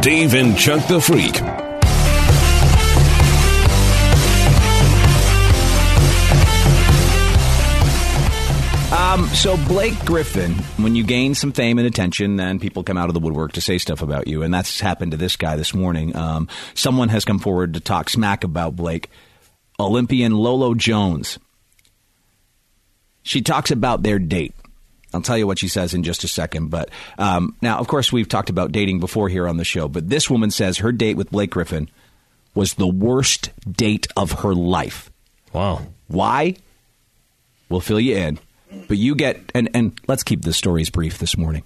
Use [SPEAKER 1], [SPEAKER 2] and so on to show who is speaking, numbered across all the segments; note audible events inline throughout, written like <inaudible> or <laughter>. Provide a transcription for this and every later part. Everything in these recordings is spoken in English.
[SPEAKER 1] Dave and Chuck the Freak.
[SPEAKER 2] Um, so Blake Griffin, when you gain some fame and attention, then people come out of the woodwork to say stuff about you, and that's happened to this guy this morning. Um, someone has come forward to talk smack about Blake. Olympian Lolo Jones. She talks about their date. I'll tell you what she says in just a second. But um, now, of course, we've talked about dating before here on the show. But this woman says her date with Blake Griffin was the worst date of her life.
[SPEAKER 3] Wow.
[SPEAKER 2] Why? We'll fill you in. But you get and and let's keep the stories brief this morning.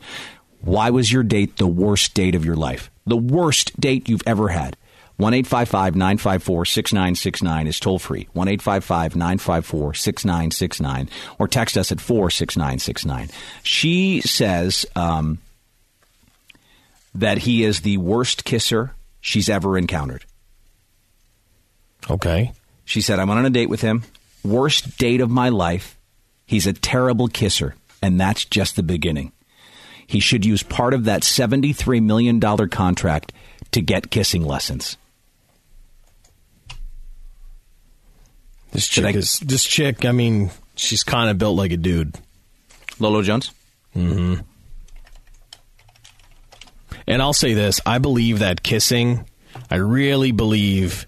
[SPEAKER 2] Why was your date the worst date of your life? The worst date you've ever had. 1 954 6969 is toll free. 1 954 6969 or text us at 46969. She says um, that he is the worst kisser she's ever encountered.
[SPEAKER 3] Okay.
[SPEAKER 2] She said, I went on a date with him. Worst date of my life. He's a terrible kisser, and that's just the beginning. He should use part of that $73 million contract to get kissing lessons.
[SPEAKER 3] This
[SPEAKER 2] Did
[SPEAKER 3] chick
[SPEAKER 2] I-
[SPEAKER 3] is this chick. I mean, she's kind of built like a dude, Mm-hmm.
[SPEAKER 2] Lolo Jones?
[SPEAKER 3] and I'll say this: I believe that kissing. I really believe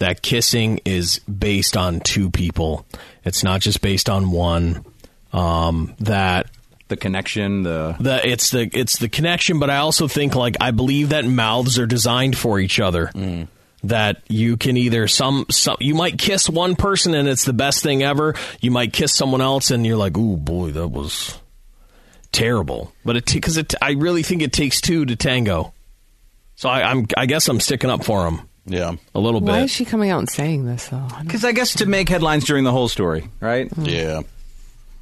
[SPEAKER 3] that kissing is based on two people. It's not just based on one. Um, that
[SPEAKER 2] The connection, the.
[SPEAKER 3] the it's the it's the connection but i also think like i believe that mouths are designed for each other
[SPEAKER 2] Mm.
[SPEAKER 3] that you can either some, some you might kiss one person and it's the best thing ever you might kiss someone else and you're like ooh boy that was terrible but it because it i really think it takes two to tango so I, i'm i guess i'm sticking up for him
[SPEAKER 4] Yeah.
[SPEAKER 3] a little
[SPEAKER 5] Why
[SPEAKER 3] bit
[SPEAKER 5] is she coming out and saying this though?
[SPEAKER 2] Because I guess to make headlines during the whole story, right?
[SPEAKER 5] Mm-hmm.
[SPEAKER 4] Yeah.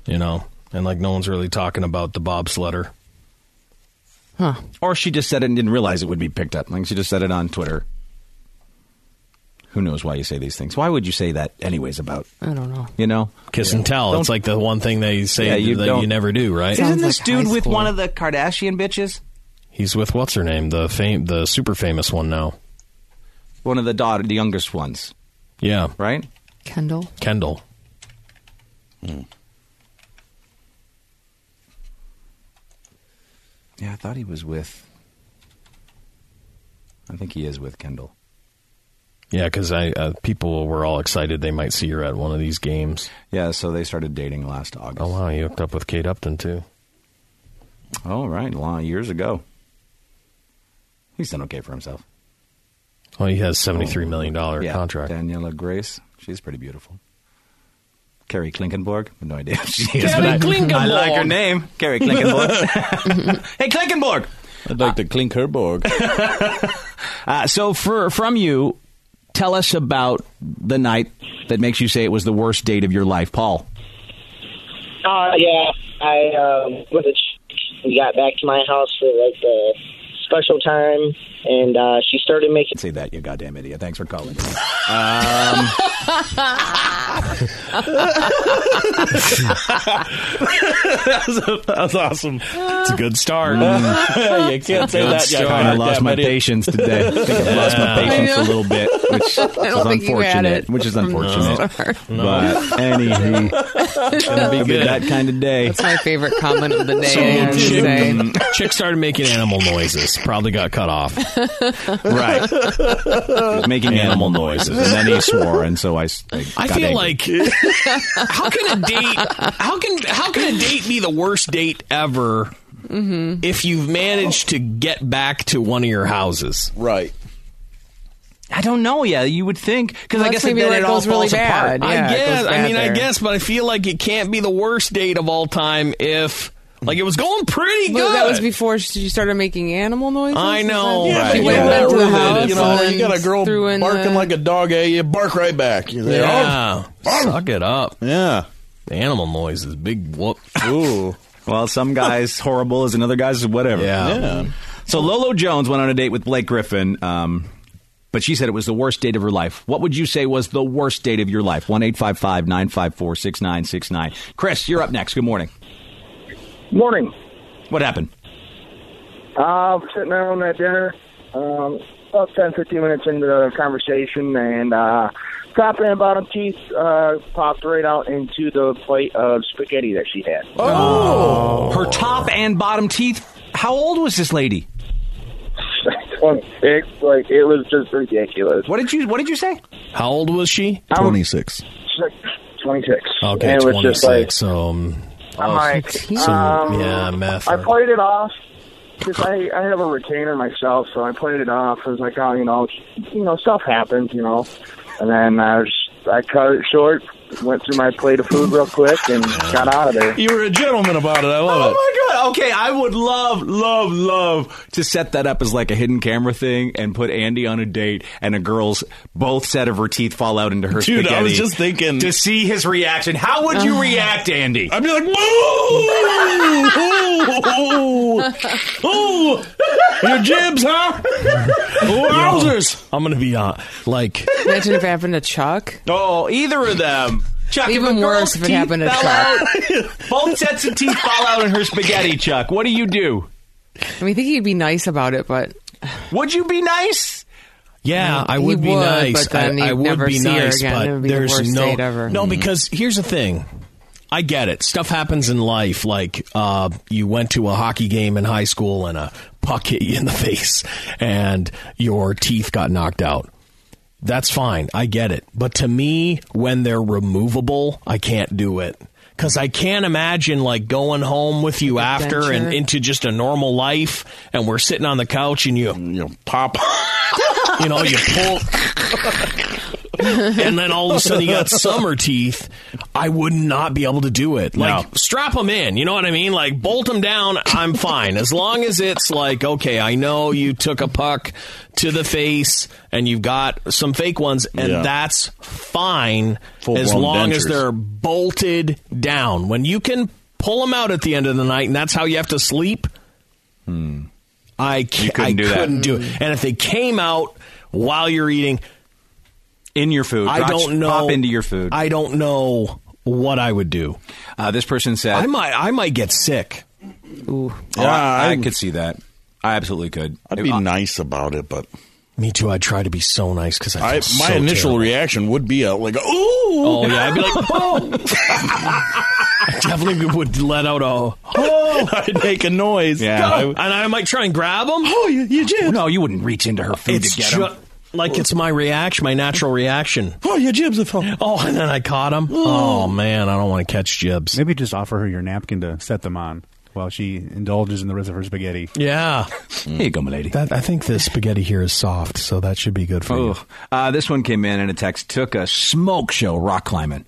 [SPEAKER 3] you know and like no one's really talking about the bob Sletter.
[SPEAKER 5] Huh?
[SPEAKER 2] Or she just said it and didn't realize it would be picked up. Like she just said it on Twitter. Who knows why you say these things? Why would you say that, anyways, about,
[SPEAKER 5] I don't know.
[SPEAKER 2] you know?
[SPEAKER 3] kiss and tell it's
[SPEAKER 2] Don't-
[SPEAKER 3] like the one thing they say
[SPEAKER 2] Yeah, you
[SPEAKER 3] that
[SPEAKER 2] don't-
[SPEAKER 3] you never do right
[SPEAKER 2] Isn't
[SPEAKER 5] Sounds
[SPEAKER 2] this
[SPEAKER 5] like
[SPEAKER 2] dude
[SPEAKER 5] high
[SPEAKER 2] with
[SPEAKER 5] school.
[SPEAKER 2] one of the Kardashian bitches?
[SPEAKER 3] He's with what's her name, the fame, the super famous one now.
[SPEAKER 2] One of the daughter, the youngest ones,
[SPEAKER 3] Yeah,
[SPEAKER 2] right?
[SPEAKER 5] Kendall.
[SPEAKER 3] Kendall.
[SPEAKER 2] Yeah, I thought he was with. I think he is with Kendall.
[SPEAKER 3] Yeah, because I uh, people were all excited they might see her at one of these games.
[SPEAKER 2] Yeah, so they started dating last August.
[SPEAKER 3] Oh wow, you hooked up with Kate Upton too.
[SPEAKER 2] Oh, right, a lot of years ago. He's done okay for himself.
[SPEAKER 3] Well, he has seventy three million dollar
[SPEAKER 2] yeah,
[SPEAKER 3] contract.
[SPEAKER 2] Daniela Grace, she's pretty beautiful. Carrie Klinkenborg, no idea if she is.
[SPEAKER 3] Carrie
[SPEAKER 2] but I- I like her
[SPEAKER 3] Klinkenborg.
[SPEAKER 2] name, Carrie Klinkenborg.
[SPEAKER 3] <laughs>
[SPEAKER 2] <laughs> hey, Klinkenborg.
[SPEAKER 4] I'd like to clink her borg.
[SPEAKER 2] <laughs> Uh, so, for from you, tell us about the night that makes you say it was the worst date of your life, Paul.
[SPEAKER 6] Uh, yeah, I um, was a ch- we got back to my house for like the special time, and uh, she started making.
[SPEAKER 2] Say that, you goddamn idiot. Thanks for
[SPEAKER 6] <laughs>
[SPEAKER 2] calling. Um,
[SPEAKER 3] That's awesome. It's a good start.
[SPEAKER 4] you can't say that.
[SPEAKER 3] start.
[SPEAKER 4] yeah,
[SPEAKER 2] I lost
[SPEAKER 4] yeah,
[SPEAKER 2] my
[SPEAKER 4] but it-
[SPEAKER 2] patience today. I think I've lost my patience a little bit,
[SPEAKER 5] <laughs>
[SPEAKER 2] which is
[SPEAKER 5] don't think you had
[SPEAKER 2] unfortunate.
[SPEAKER 5] it
[SPEAKER 2] Which is unfortunate. But
[SPEAKER 4] <laughs>
[SPEAKER 2] anywho, it'll be
[SPEAKER 3] good.
[SPEAKER 2] that kind of day.
[SPEAKER 5] That's my favorite comment of the day. I have to
[SPEAKER 3] chick,
[SPEAKER 5] say.
[SPEAKER 3] chick started making animal noises. Probably got cut off. <laughs>
[SPEAKER 2] Right. He's making animal noises, and then he swore, and so I. s- I,
[SPEAKER 3] I
[SPEAKER 2] got
[SPEAKER 3] feel
[SPEAKER 2] angry.
[SPEAKER 3] like how can a date how can how can a date be the worst date ever
[SPEAKER 5] Mm-hmm.
[SPEAKER 3] if you've managed to get back to one of your houses?
[SPEAKER 4] Right.
[SPEAKER 2] I don't know. Yeah, you would think because I
[SPEAKER 5] Unless
[SPEAKER 2] guess
[SPEAKER 5] maybe
[SPEAKER 2] then
[SPEAKER 5] that
[SPEAKER 2] it all
[SPEAKER 5] goes really
[SPEAKER 2] falls apart.
[SPEAKER 5] bad. Yeah,
[SPEAKER 3] I
[SPEAKER 5] it
[SPEAKER 3] guess.
[SPEAKER 5] goes
[SPEAKER 3] I
[SPEAKER 5] bad
[SPEAKER 3] mean, I
[SPEAKER 5] there.
[SPEAKER 3] guess, but I feel like it can't be the worst date of all time if like it was going pretty
[SPEAKER 5] Well,
[SPEAKER 3] good.
[SPEAKER 5] that was before she started making animal noises.
[SPEAKER 3] I know,
[SPEAKER 5] Is that-
[SPEAKER 3] right.
[SPEAKER 5] She
[SPEAKER 3] Yeah,
[SPEAKER 5] went
[SPEAKER 3] but
[SPEAKER 5] back to the
[SPEAKER 7] Ruined it.
[SPEAKER 5] house.
[SPEAKER 7] You know, you
[SPEAKER 5] and
[SPEAKER 7] got a girl
[SPEAKER 5] threw in
[SPEAKER 7] barking
[SPEAKER 5] the-
[SPEAKER 7] like a dog at you, "Oh, bark right back. You're there,
[SPEAKER 3] yeah. Suck it up.
[SPEAKER 7] "Oh, yeah.
[SPEAKER 3] The animal noises, big whoop.
[SPEAKER 7] Ooh.
[SPEAKER 2] Well, some guy's horrible as another guy's whatever.
[SPEAKER 7] Yeah.
[SPEAKER 2] So Lolo Jones went on a date with Blake Griffin, um, but she said it was the worst date of her life. What would you say was the worst date of your life? 1 954 6969. Chris, you're up next. Good morning.
[SPEAKER 8] Morning.
[SPEAKER 2] What happened?
[SPEAKER 8] Uh, sitting down at dinner, um, about 10, 15 minutes into the conversation, and uh, top and bottom teeth uh, popped right out into the plate of spaghetti that she had.
[SPEAKER 2] Oh, Her top and bottom teeth. How old was this
[SPEAKER 8] <laughs>
[SPEAKER 2] lady?
[SPEAKER 8] it, like, it was just ridiculous.
[SPEAKER 2] What did you What did you say?
[SPEAKER 3] How old was she?
[SPEAKER 7] 26.
[SPEAKER 8] 26.
[SPEAKER 3] Okay,
[SPEAKER 8] and it was
[SPEAKER 3] twenty
[SPEAKER 8] just like,
[SPEAKER 3] six. Um,
[SPEAKER 8] I'm
[SPEAKER 3] oh,
[SPEAKER 8] like,
[SPEAKER 3] so,
[SPEAKER 8] um,
[SPEAKER 3] yeah, meth.
[SPEAKER 8] I <laughs> played it off because I, I have a retainer myself, so I played it off. I was like, oh, you know, you know, stuff happens, you know. And then I was, I cut it short, went through my plate of food real quick, and got out of there.
[SPEAKER 7] You were a gentleman about it. I
[SPEAKER 3] Oh,
[SPEAKER 7] love
[SPEAKER 2] Oh
[SPEAKER 7] it.
[SPEAKER 2] my god! Okay, I would love, love, love to set that up as like a hidden camera thing and put Andy on a date, and a girl's both set of her teeth fall out into her
[SPEAKER 7] Dude,
[SPEAKER 2] spaghetti.
[SPEAKER 7] I was just thinking.
[SPEAKER 2] to see his reaction. How would you react, Andy?
[SPEAKER 7] I'd be like, "Boo! Ooh! Ooh! Your jibs, huh? Wowzers!
[SPEAKER 3] I'm gonna be uh, like,
[SPEAKER 5] Imagine if it happened to Chuck.
[SPEAKER 2] Oh, either of them. Chuck, if
[SPEAKER 5] Even
[SPEAKER 2] a girl's
[SPEAKER 5] worse if it
[SPEAKER 2] teeth
[SPEAKER 5] happened to
[SPEAKER 2] fell
[SPEAKER 5] Chuck.
[SPEAKER 3] <laughs>
[SPEAKER 2] out- both sets of teeth fall out in her spaghetti, Chuck. What do you do?
[SPEAKER 5] I mean, I think he'd be nice about it, but
[SPEAKER 2] Would you be nice?
[SPEAKER 3] yeah, I
[SPEAKER 5] He
[SPEAKER 3] would be
[SPEAKER 5] would,
[SPEAKER 3] nice.
[SPEAKER 5] but then
[SPEAKER 3] I, I
[SPEAKER 5] he'd
[SPEAKER 3] would
[SPEAKER 5] never
[SPEAKER 3] be
[SPEAKER 5] see her
[SPEAKER 3] nice,
[SPEAKER 5] again.
[SPEAKER 3] but
[SPEAKER 5] It would be the
[SPEAKER 3] there's
[SPEAKER 5] worst
[SPEAKER 3] no
[SPEAKER 5] date ever.
[SPEAKER 3] no. Because here's the thing. I get it. Stuff happens in life. Like uh, you went to a hockey game in high school and a puck hit you in the <laughs> face, and your teeth got knocked out. That's fine. I get it. But to me, when they're removable, I can't do it. Because I can't imagine like going home with you after and
[SPEAKER 5] denture.
[SPEAKER 3] into just a normal life, and we're sitting on the couch and you,
[SPEAKER 7] You
[SPEAKER 3] <laughs>
[SPEAKER 7] pop.
[SPEAKER 3] you know, you pull, and then all of a sudden you <laughs> got summer teeth. I would not be able to do it. Like strap them in, you know what I mean? Like bolt them down. I'm fine as long as it's like okay. I know you took a puck to the face and you've got some fake ones, and
[SPEAKER 7] Yeah.
[SPEAKER 3] that's fine as
[SPEAKER 7] Full-blown
[SPEAKER 3] long as
[SPEAKER 7] dentures.
[SPEAKER 3] they're bolted down. When you can pull them out at the end of the night, and that's how you have to sleep. I ca-
[SPEAKER 2] Hmm. couldn't
[SPEAKER 3] I
[SPEAKER 2] do that.
[SPEAKER 3] couldn't do it. And if they came out while you're eating,
[SPEAKER 2] In your food.
[SPEAKER 3] I
[SPEAKER 2] Drops-
[SPEAKER 3] don't know.
[SPEAKER 2] Pop into your food.
[SPEAKER 3] I don't know what I would do.
[SPEAKER 2] uh, this person said.
[SPEAKER 3] I might. I might get sick.
[SPEAKER 2] Oh, I, I
[SPEAKER 7] I'm-
[SPEAKER 2] could see that. I absolutely could.
[SPEAKER 7] I'd be
[SPEAKER 2] Uh,
[SPEAKER 7] nice about it, but
[SPEAKER 3] Me too. I try to be so nice because I.
[SPEAKER 7] I, my
[SPEAKER 3] feel so
[SPEAKER 7] initial
[SPEAKER 3] terrible.
[SPEAKER 7] reaction would be a, like, ooh!
[SPEAKER 3] Oh yeah, I'd be
[SPEAKER 7] <laughs>
[SPEAKER 3] like, <laughs> oh. I definitely would let out a <laughs> oh,
[SPEAKER 7] I'd make a noise.
[SPEAKER 2] Yeah.
[SPEAKER 7] I-
[SPEAKER 3] and I might try and grab them.
[SPEAKER 7] oh, you, you jibs!
[SPEAKER 2] No, you wouldn't reach into her food
[SPEAKER 3] It's
[SPEAKER 2] to get
[SPEAKER 3] ju-
[SPEAKER 2] him.
[SPEAKER 3] like it's my reaction, my natural reaction.
[SPEAKER 7] Oh, your jibs have fell.
[SPEAKER 3] Oh, and then I caught him. Oh man, I don't want to catch jibs.
[SPEAKER 9] Maybe just offer her your napkin to set them on while she indulges in the rest of her spaghetti.
[SPEAKER 3] Yeah,
[SPEAKER 2] Here you go, my lady.
[SPEAKER 3] that I think the spaghetti here is soft, so that should be good for you.
[SPEAKER 2] Ugh. Uh, this one came in in a text. Took a smoke show rock climbing.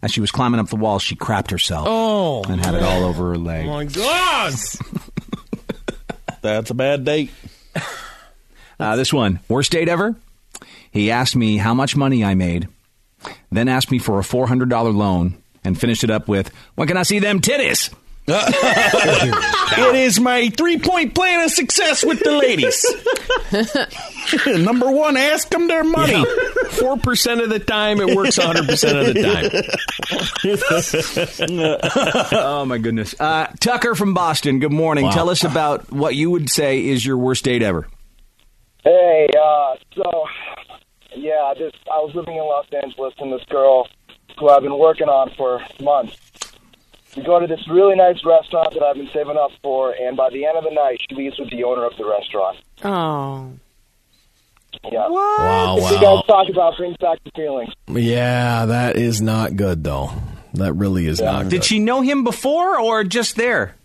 [SPEAKER 2] As she was climbing up the wall, she crapped herself.
[SPEAKER 3] Oh.
[SPEAKER 2] And had it all over her
[SPEAKER 7] Oh,
[SPEAKER 2] leg.
[SPEAKER 3] my god!
[SPEAKER 7] That's a bad date.
[SPEAKER 2] <laughs> Uh, this one, worst date ever. He asked me how much money I made, then asked me for a four hundred dollar loan, and finished it up with, "When can I see them titties?"
[SPEAKER 7] <laughs> It is my three point plan of success with the
[SPEAKER 2] <laughs>
[SPEAKER 7] ladies. Number one, ask them their money.
[SPEAKER 3] Four percent of the time, it works. Hundred percent of the time.
[SPEAKER 2] <laughs> Oh my goodness, uh, Tucker from Boston. Good morning. Tell us about what you would say is your worst date ever.
[SPEAKER 8] Hey, uh, so yeah, I just I was living in Los Angeles and this girl who I've been working on for months. We go to this really nice restaurant that I've been saving up for, and by the end of the night, she leaves with the owner of the restaurant.
[SPEAKER 10] 哦
[SPEAKER 5] oh,
[SPEAKER 8] Yeah,
[SPEAKER 3] Wow,
[SPEAKER 8] we
[SPEAKER 3] wow.
[SPEAKER 8] don't talk about brings back the feelings.
[SPEAKER 3] Oh. Yeah, that is not good, though. That really is not.
[SPEAKER 2] Did she know him before or just there?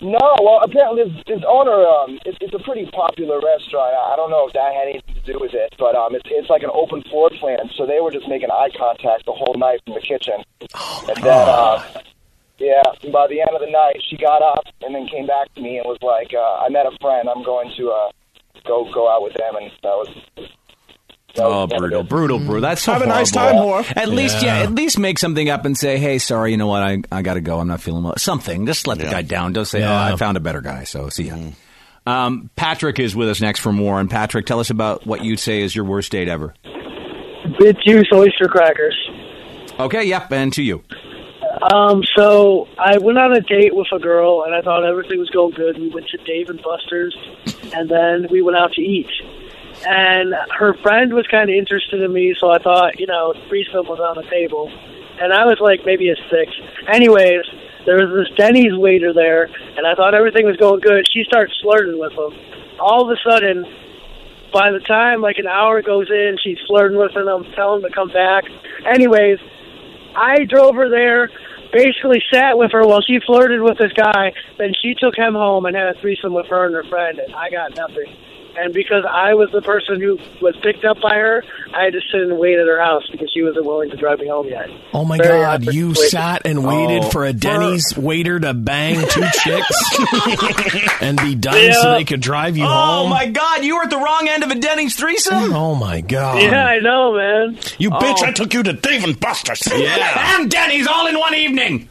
[SPEAKER 8] No, well, apparently his, his owner, um, it's, it's a pretty popular restaurant. I, I don't know if that had anything to to do with it, but um, it's it's like an open floor plan, so they were just making eye contact the whole night from the kitchen. and then, uh, yeah, by the end of the night, she got up and then came back to me and was like, uh, "I met a friend. I'm going to uh, go go out with them," and that was
[SPEAKER 2] Oh, brutal, brutal, brutal. That's so
[SPEAKER 4] Mm. Have a nice
[SPEAKER 2] horrible.
[SPEAKER 4] time, whore.
[SPEAKER 2] At least, yeah,
[SPEAKER 3] Yeah.
[SPEAKER 2] at least make something up and say, "Hey, sorry, you know what? I, I got to go. I'm not feeling well." Something. Just let the guy down. Don't say,
[SPEAKER 3] Yeah. Mm-hmm.
[SPEAKER 2] "Oh, I found a better guy." So, see ya. Um, Patrick is with us next for more. And Patrick, tell us about what you'd say is your worst date ever.
[SPEAKER 10] Bit juice oyster crackers.
[SPEAKER 2] Okay, yep, and to you.
[SPEAKER 10] Um, so I went on a date with a girl, and I thought everything was going good. We went to Dave and Buster's, and then we went out to eat. And her friend was kind of interested in me, so I thought, you know, threesome was on the table. And I was like maybe a six. Anyways, there was this Denny's waiter there, and I thought everything was going good. She starts flirting with him. All of a sudden, by the time like an hour goes in, she's flirting with him, telling him to come back. Anyways, I drove her there, basically sat with her while she flirted with this guy. Then she took him home and had a threesome with her and her friend, and I got nothing. And because I was the person who was picked up by her, I had to sit and wait at her house because she wasn't willing to drive me home yet.
[SPEAKER 3] Oh my
[SPEAKER 10] Very
[SPEAKER 3] God!
[SPEAKER 10] awkward
[SPEAKER 3] You
[SPEAKER 10] situation.
[SPEAKER 3] sat and waited
[SPEAKER 2] Oh.
[SPEAKER 3] for a Denny's waiter to bang
[SPEAKER 2] <laughs>
[SPEAKER 3] two chicks and be done so
[SPEAKER 10] Yeah.
[SPEAKER 3] they could drive you
[SPEAKER 2] Oh
[SPEAKER 3] home.
[SPEAKER 2] my God, you were at the wrong end of a Denny's threesome.
[SPEAKER 3] oh my God!
[SPEAKER 10] Yeah, I know, man. Oh.
[SPEAKER 4] You bitch, I took you to Dave and Buster's.
[SPEAKER 7] <laughs>
[SPEAKER 3] Yeah.
[SPEAKER 2] and Denny's all in one evening.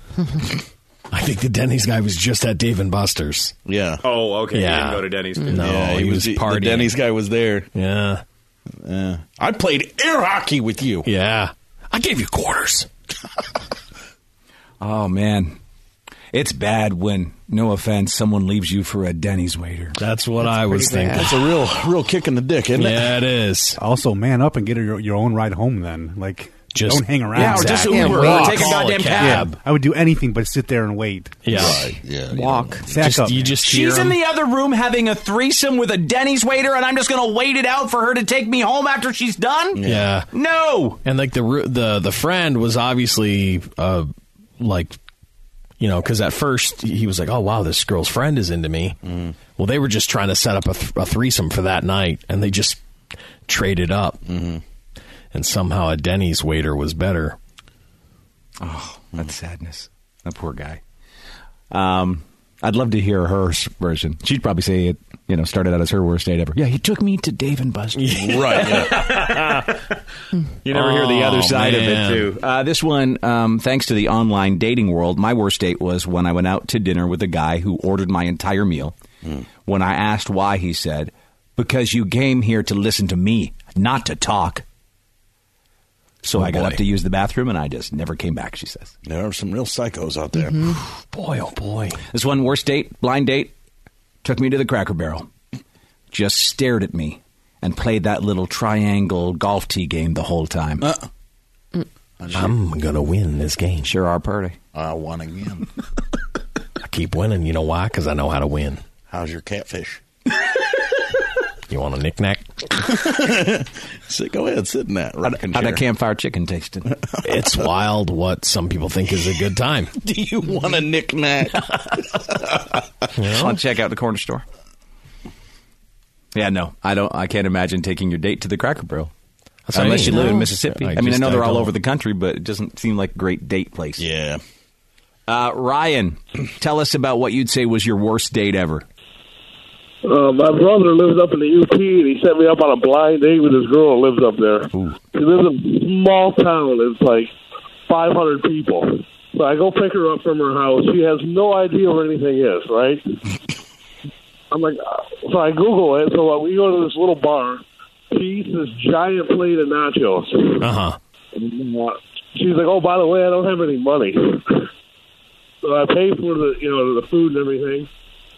[SPEAKER 3] I think the Denny's guy was just at Dave and Buster's.
[SPEAKER 7] Yeah.
[SPEAKER 2] Oh, okay.
[SPEAKER 3] you Yeah. didn't go to
[SPEAKER 2] Denny's.
[SPEAKER 3] No,
[SPEAKER 7] yeah,
[SPEAKER 3] he, was,
[SPEAKER 7] the-
[SPEAKER 3] partying.
[SPEAKER 7] The Denny's guy was there.
[SPEAKER 3] Yeah,
[SPEAKER 7] Yeah.
[SPEAKER 4] I played air hockey with you.
[SPEAKER 3] yeah. I gave you quarters.
[SPEAKER 2] Oh man, it's bad when, no offense, someone leaves you for a Denny's waiter.
[SPEAKER 3] That's what I was thinking.
[SPEAKER 7] That's a real, real kick in the dick, isn't it?
[SPEAKER 9] <laughs>
[SPEAKER 3] Yeah, it is.
[SPEAKER 9] Also, man up and get your, your own ride home. Then, like,
[SPEAKER 3] Just-
[SPEAKER 9] don't hang around.
[SPEAKER 2] Yeah, or just
[SPEAKER 3] Exactly.
[SPEAKER 2] Uber.
[SPEAKER 3] Yeah,
[SPEAKER 2] or
[SPEAKER 3] walk.
[SPEAKER 2] take a
[SPEAKER 3] Call a
[SPEAKER 2] goddamn
[SPEAKER 3] cab.
[SPEAKER 2] cab.
[SPEAKER 9] I would do anything but sit there and wait.
[SPEAKER 3] Yeah.
[SPEAKER 7] Yeah. you
[SPEAKER 11] Walk.
[SPEAKER 9] Sack
[SPEAKER 3] Just-
[SPEAKER 9] up.
[SPEAKER 3] you just
[SPEAKER 2] <laughs>
[SPEAKER 3] hear
[SPEAKER 2] She's
[SPEAKER 3] him.
[SPEAKER 2] in the other room having a threesome with a Denny's waiter, and I'm just going to wait it out for her to take me home after she's done?
[SPEAKER 3] yeah.
[SPEAKER 2] No!
[SPEAKER 3] and like the ru- the the friend was obviously uh like you know because at first he was like oh wow this girl's friend is into me well they were just trying to set up a, th- a threesome for that night and they just traded up and somehow a denny's waiter was better
[SPEAKER 2] Oh, That's sadness. That poor guy. Um, I'd love to hear her s- version. She'd probably say it, you know, started out as her worst date ever. Yeah, he <laughs> took me to Dave and Buster's.
[SPEAKER 7] know? Right. Yeah.
[SPEAKER 2] You never hear
[SPEAKER 7] Oh,
[SPEAKER 2] the other side of it, too. Uh, this one, um, thanks to the online dating world, my worst date was when I went out to dinner with a guy who ordered my entire meal.
[SPEAKER 7] Hmm.
[SPEAKER 2] When I asked why, he said, Because you came here to listen to me, not to talk. So I got
[SPEAKER 3] boy.
[SPEAKER 2] up to use the bathroom and I just never came back, she says.
[SPEAKER 7] Oh, there are some real psychos out there.
[SPEAKER 3] boy oh boy
[SPEAKER 2] This one worst date, blind date, took me to the Cracker Barrel. Just stared at me and played that little triangle golf tee game the whole time.
[SPEAKER 3] i'm gonna win this game
[SPEAKER 2] sure are
[SPEAKER 3] <laughs>
[SPEAKER 2] party.
[SPEAKER 7] I won again.
[SPEAKER 3] i keep winning you know why because i know how to win
[SPEAKER 7] How's your catfish?
[SPEAKER 3] <laughs> you want a knick-knack
[SPEAKER 7] <laughs> Sit, go ahead, sit in that
[SPEAKER 2] How'd,
[SPEAKER 7] rocking
[SPEAKER 2] how'd that
[SPEAKER 7] chair.
[SPEAKER 2] campfire chicken taste it?
[SPEAKER 3] <laughs> it's wild what some people think is a
[SPEAKER 7] <laughs>
[SPEAKER 3] good time
[SPEAKER 7] <laughs> Do you want a knick-knack?
[SPEAKER 2] I'll check out the corner store. Yeah, no, I don't. I can't imagine taking your date to the Cracker Barrel
[SPEAKER 3] That's what I
[SPEAKER 2] unless you
[SPEAKER 3] mean.
[SPEAKER 2] live in
[SPEAKER 3] No.
[SPEAKER 2] Mississippi. I,
[SPEAKER 3] I
[SPEAKER 2] mean, I
[SPEAKER 3] just-
[SPEAKER 2] know they're
[SPEAKER 3] I
[SPEAKER 2] all
[SPEAKER 3] don't-
[SPEAKER 2] over the country, but it doesn't seem like a great date place.
[SPEAKER 7] yeah.
[SPEAKER 2] Uh, Ryan, tell us about what you'd say was your worst date ever.
[SPEAKER 10] Uh, my brother lives up in the UP, and he set me up on a blind date with this girl who lives up there. She lives in a small town. It's like 500 people. So I go pick her up from her house. She has no idea where anything is, right? I'm like, uh, so I Google it. So uh, we go to this little bar. She eats this giant plate of nachos.
[SPEAKER 3] uh-huh
[SPEAKER 10] She's like, oh, by the way, I don't have any money. So I pay for the, you know, the food and everything.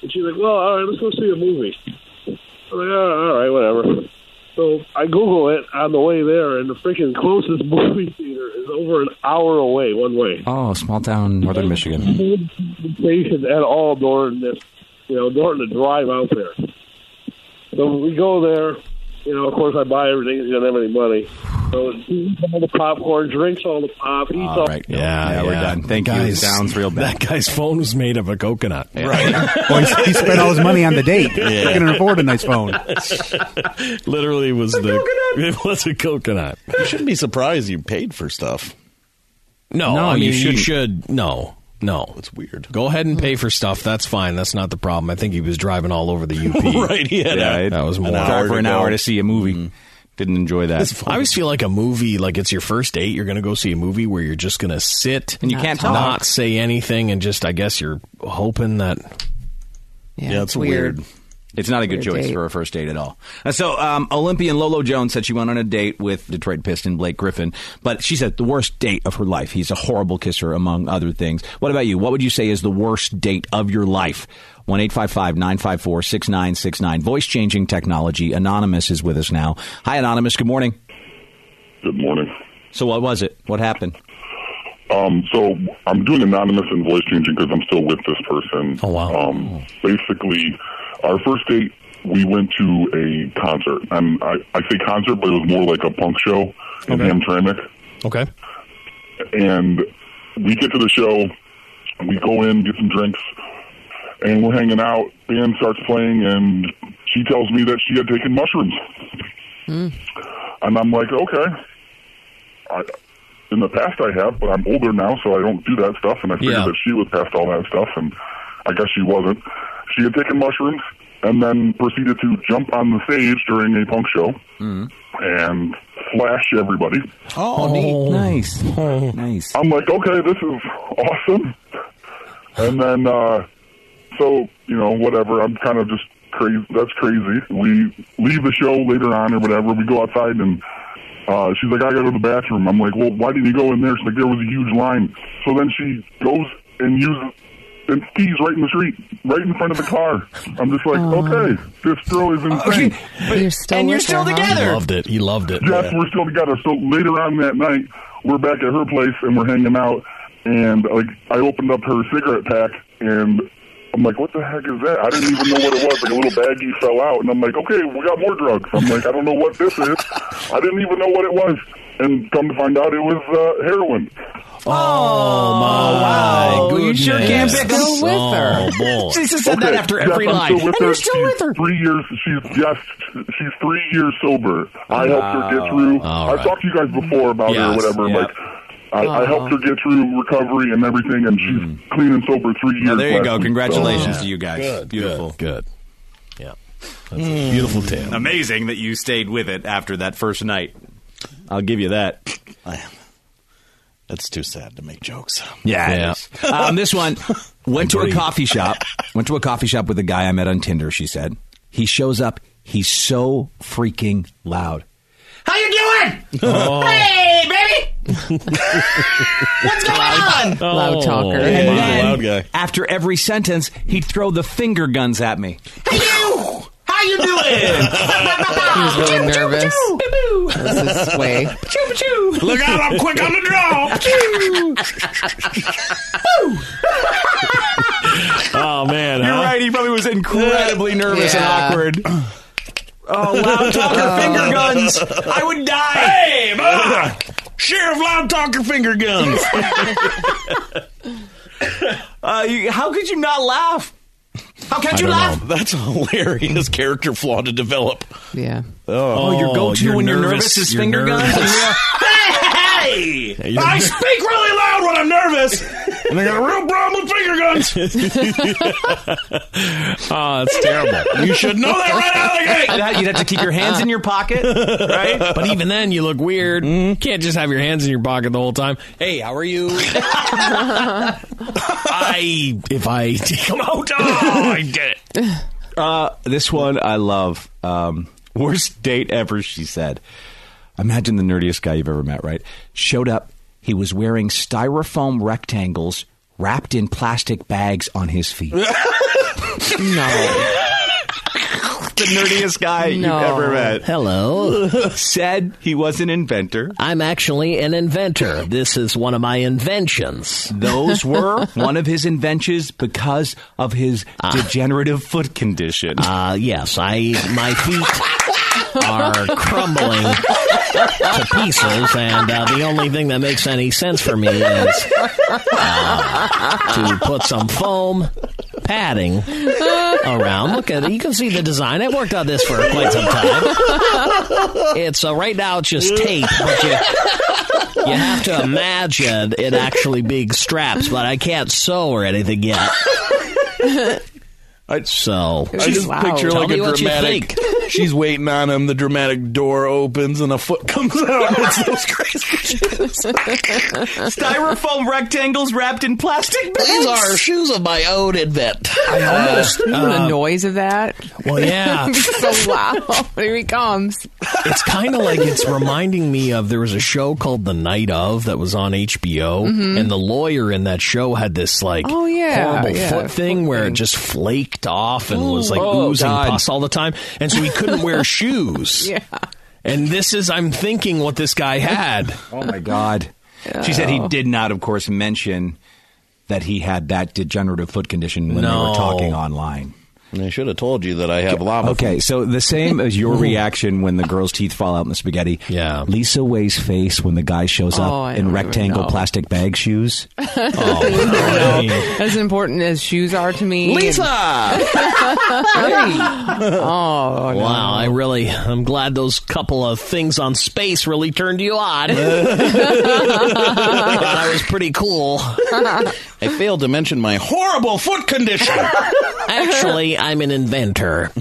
[SPEAKER 10] And she's like, well, all right, let's go see a movie. I'm like, all right, all right, whatever. So I Google it on the way there, and the freaking closest <laughs> movie theater is over an hour away, one way.
[SPEAKER 2] Oh, small town, northern Michigan.
[SPEAKER 3] <laughs>
[SPEAKER 10] No station at all during this, you know, during the drive out there. So we go there. You know, of course, I buy everything. She doesn't have any money.
[SPEAKER 12] He eats all the popcorn, drinks all the pop. Eats all,
[SPEAKER 2] All right. Yeah, yeah, we're done. Thank
[SPEAKER 3] Guys,
[SPEAKER 2] you. Sounds real bad.
[SPEAKER 3] That guy's phone was made of a coconut.
[SPEAKER 2] Right.
[SPEAKER 9] Well, he- he spent all his money on the date.
[SPEAKER 3] Yeah.
[SPEAKER 9] He couldn't afford a nice phone.
[SPEAKER 3] <laughs> Literally was the coconut. <laughs> it was a coconut.
[SPEAKER 7] You shouldn't be surprised you paid for stuff.
[SPEAKER 3] No,
[SPEAKER 7] No,
[SPEAKER 3] I
[SPEAKER 7] you
[SPEAKER 3] mean you
[SPEAKER 7] shouldn't.
[SPEAKER 3] should no. No, it's
[SPEAKER 7] weird.
[SPEAKER 3] Go ahead and pay for stuff. That's fine. That's not the problem. I think he was driving all over the UP.
[SPEAKER 7] Right, he had
[SPEAKER 2] Yeah,
[SPEAKER 3] that,
[SPEAKER 2] it-
[SPEAKER 3] was more Mm.
[SPEAKER 2] an hour for an hour to see a movie. Didn't enjoy
[SPEAKER 3] <laughs>
[SPEAKER 2] that.
[SPEAKER 3] I always feel like a movie, like it's your first date. You're going to go see a movie where you're just going to sit
[SPEAKER 2] And you can't talk.
[SPEAKER 3] not say anything, and just I guess you're hoping that.
[SPEAKER 5] Yeah,
[SPEAKER 2] It's not a good
[SPEAKER 3] Weird
[SPEAKER 2] choice
[SPEAKER 3] date.
[SPEAKER 2] for a first date at all. Uh, So, um, Olympian Lolo Jones said she went on a date with Detroit Piston Blake Griffin, but she said the worst date of her life. He's a horrible kisser, among other things. What about you? What would you say is the worst date of your life? 1 954 6969. Voice changing technology. Anonymous is with us now. Hi, Anonymous. Good morning.
[SPEAKER 13] Good morning.
[SPEAKER 2] So, what was it? What happened?
[SPEAKER 13] Um, so I'm doing anonymous and voice changing because I'm still with this person. Oh wow! Um, basically, our first date we went to a concert, and I, I say concert, but it was more like a punk show in Hamtramck.
[SPEAKER 3] Okay.
[SPEAKER 13] And we get to the show, we go in, get some drinks, and we're hanging out. Band starts playing, and she tells me that she had taken mushrooms.
[SPEAKER 3] <laughs>
[SPEAKER 13] And I'm like, okay. I, in the past, I have, but I'm older now, so I don't do that stuff. And I figured
[SPEAKER 14] Yeah.
[SPEAKER 13] that she was past all that stuff, and I guess she wasn't. She had taken mushrooms and then proceeded to jump on the stage during a punk show and flash everybody.
[SPEAKER 2] Oh, neat. nice. Nice.
[SPEAKER 13] I'm like, okay, this is awesome. And then, uh, so, you know, whatever. I'm kind of just crazy. That's crazy. We leave the show later on or whatever. We go outside and uh, she's like, I got to go to the bathroom. I'm like, well, why didn't you go in there? She's like, there was a huge line. So then she goes and uses and pees right in the street, right in front of the car. I'm just like, okay, this girl is insane.
[SPEAKER 5] You're still with her, huh?
[SPEAKER 3] He loved it. He loved it.
[SPEAKER 13] Yes, we're still together. So later on that night, we're back at her place and we're hanging out. And like, I opened up her cigarette pack and I'm like, what the heck is that? I didn't even know what it was. Like a little baggie fell out, and I'm like, okay, we got more drugs. I'm like, I don't know what this is. I didn't even know what it was. And come to find out, it was uh, heroin.
[SPEAKER 2] Oh, my wow. You sure can't pick
[SPEAKER 5] Still with her.
[SPEAKER 3] Oh, boy.
[SPEAKER 13] Okay, yes, I'm Still with her. she's Three years. She's yes. She's three years sober. I helped her get
[SPEAKER 3] Wow.
[SPEAKER 13] through.
[SPEAKER 2] Ah,
[SPEAKER 3] All
[SPEAKER 13] I've
[SPEAKER 3] right.
[SPEAKER 13] talked to you guys before about her or
[SPEAKER 3] Yes,
[SPEAKER 13] whatever.
[SPEAKER 3] yep.
[SPEAKER 13] Like, I,
[SPEAKER 2] Uh-huh.
[SPEAKER 13] I helped her get through recovery and everything, and she's clean and sober three years.
[SPEAKER 2] Hmm. Well, there you
[SPEAKER 13] last
[SPEAKER 2] go.
[SPEAKER 13] week, so-
[SPEAKER 2] Congratulations to you guys.
[SPEAKER 3] Oh, Good,
[SPEAKER 2] Beautiful.
[SPEAKER 3] Good. Yeah. That's a beautiful tale.
[SPEAKER 2] Amazing that you stayed with it after that first night. I'll give you that.
[SPEAKER 7] That's too sad to make jokes.
[SPEAKER 2] Yeah. it
[SPEAKER 7] Yeah.
[SPEAKER 2] is. um, this
[SPEAKER 3] <laughs>
[SPEAKER 2] one went to a coffee shop. Went to a coffee shop with a guy I met on Tinder. She said he shows up. He's so freaking loud.
[SPEAKER 4] How you doing?
[SPEAKER 2] Oh.
[SPEAKER 4] Hey, baby. What's going on?
[SPEAKER 2] Loud
[SPEAKER 4] talker.
[SPEAKER 2] And
[SPEAKER 4] He's a
[SPEAKER 2] then,
[SPEAKER 4] loud guy.
[SPEAKER 2] After every sentence, he'd throw the finger guns at me.
[SPEAKER 4] Hey you. How
[SPEAKER 3] <laughs>
[SPEAKER 4] you doing?
[SPEAKER 5] He was really nervous. This is way.
[SPEAKER 4] Choo choo. Look out! I'm quick on the <laughs> draw. Choo.
[SPEAKER 3] Oh man,
[SPEAKER 2] You're right. He probably was incredibly nervous
[SPEAKER 4] Yeah.
[SPEAKER 2] and awkward. Oh, loud talker finger guns. I would die.
[SPEAKER 4] Hey, Ma!
[SPEAKER 2] <laughs>
[SPEAKER 4] Sheriff Loud Talker Finger <laughs> Guns.
[SPEAKER 2] Uh, you, how could you not laugh? How can't you laugh?
[SPEAKER 7] That's a hilarious character flaw to develop.
[SPEAKER 5] Yeah.
[SPEAKER 7] Oh,
[SPEAKER 2] your go-to when you're nervous is finger <laughs> guns?
[SPEAKER 7] <laughs>
[SPEAKER 4] hey! I speak really loud when I'm nervous, and I got a real problem with finger guns.
[SPEAKER 2] <laughs>
[SPEAKER 3] <laughs> Oh, that's terrible.
[SPEAKER 4] You should know that right out of the gate.
[SPEAKER 2] You'd have- you'd have to keep your hands in your pocket, right?
[SPEAKER 3] But even then, you look weird. You can't just have your hands in your pocket the whole time. Hey, how are you? I if I take them out, <laughs> oh, I get it.
[SPEAKER 2] Uh, this one I love. Um, worst date ever, she said. Imagine the nerdiest guy you've ever met, right? Showed up. He was wearing styrofoam rectangles wrapped in plastic bags on his
[SPEAKER 7] <laughs>
[SPEAKER 2] feet. no.
[SPEAKER 3] <laughs>
[SPEAKER 2] The nerdiest guy
[SPEAKER 4] No.
[SPEAKER 2] you've ever met.
[SPEAKER 15] Hello.
[SPEAKER 2] <laughs> Said he was an inventor.
[SPEAKER 15] I'm actually an inventor. This is one of my inventions.
[SPEAKER 2] Those
[SPEAKER 3] <laughs>
[SPEAKER 2] were one of his inventions because
[SPEAKER 7] Ah.
[SPEAKER 2] of his degenerative foot condition. <laughs>
[SPEAKER 15] Uh, yes, I my feet
[SPEAKER 4] <laughs> are
[SPEAKER 3] <laughs>
[SPEAKER 4] crumbling <laughs> to pieces, and uh, the only thing that makes any sense for me is uh, to put some foam padding around. Look at it. You can see the design. I worked on this for quite some time. It's uh, right now it's just tape, but you, you have to imagine it actually being straps, but I can't sew or anything yet. so
[SPEAKER 7] I just picture
[SPEAKER 4] Tell
[SPEAKER 7] like
[SPEAKER 4] me
[SPEAKER 7] a
[SPEAKER 4] what you think.
[SPEAKER 7] dramatic. <laughs> She's waiting on him. The dramatic door opens and a foot comes out. It's those crazy
[SPEAKER 2] styrofoam rectangles wrapped in plastic.
[SPEAKER 7] These are shoes of my own invent. Uh, I
[SPEAKER 5] almost, the noise of that.
[SPEAKER 3] Uh, well,
[SPEAKER 5] <laughs>
[SPEAKER 3] yeah.
[SPEAKER 5] so wow, here he
[SPEAKER 3] <laughs>
[SPEAKER 5] comes.
[SPEAKER 3] it's kind of like it's reminding me of there was a show called The Night of that was on HBO,
[SPEAKER 5] Mhm.
[SPEAKER 3] and the lawyer in that show had this like
[SPEAKER 5] Oh, yeah,
[SPEAKER 3] horrible
[SPEAKER 5] yeah,
[SPEAKER 3] foot thing where it just flaked off and was like
[SPEAKER 5] Oh,
[SPEAKER 3] oozing
[SPEAKER 5] God.
[SPEAKER 3] pus all the time, and so he
[SPEAKER 5] <laughs>
[SPEAKER 3] couldn't wear shoes.
[SPEAKER 5] Yeah.
[SPEAKER 3] And this is, I'm thinking, what this guy had.
[SPEAKER 2] <laughs> Oh my God. She said he did not, of course, mention that he had that degenerative foot condition when they
[SPEAKER 7] No.
[SPEAKER 2] were talking online.
[SPEAKER 7] I should have told you that I have lava.
[SPEAKER 2] Okay,
[SPEAKER 7] feet.
[SPEAKER 2] so the same as your reaction when the girl's teeth fall out in the spaghetti. Yeah. Lisa Way's face when the guy shows up
[SPEAKER 5] Oh, I
[SPEAKER 2] in
[SPEAKER 5] don't
[SPEAKER 2] rectangle
[SPEAKER 5] even know.
[SPEAKER 2] plastic bag shoes.
[SPEAKER 5] As important as shoes are to me. <laughs>
[SPEAKER 4] Lisa!
[SPEAKER 5] <laughs> oh,
[SPEAKER 4] Wow, I really, I'm glad those couple of things on space really turned you
[SPEAKER 5] <laughs>
[SPEAKER 3] <laughs>
[SPEAKER 4] on. that was pretty cool.
[SPEAKER 7] I failed to mention my horrible foot condition.
[SPEAKER 5] <laughs>
[SPEAKER 4] Actually, I'm an inventor.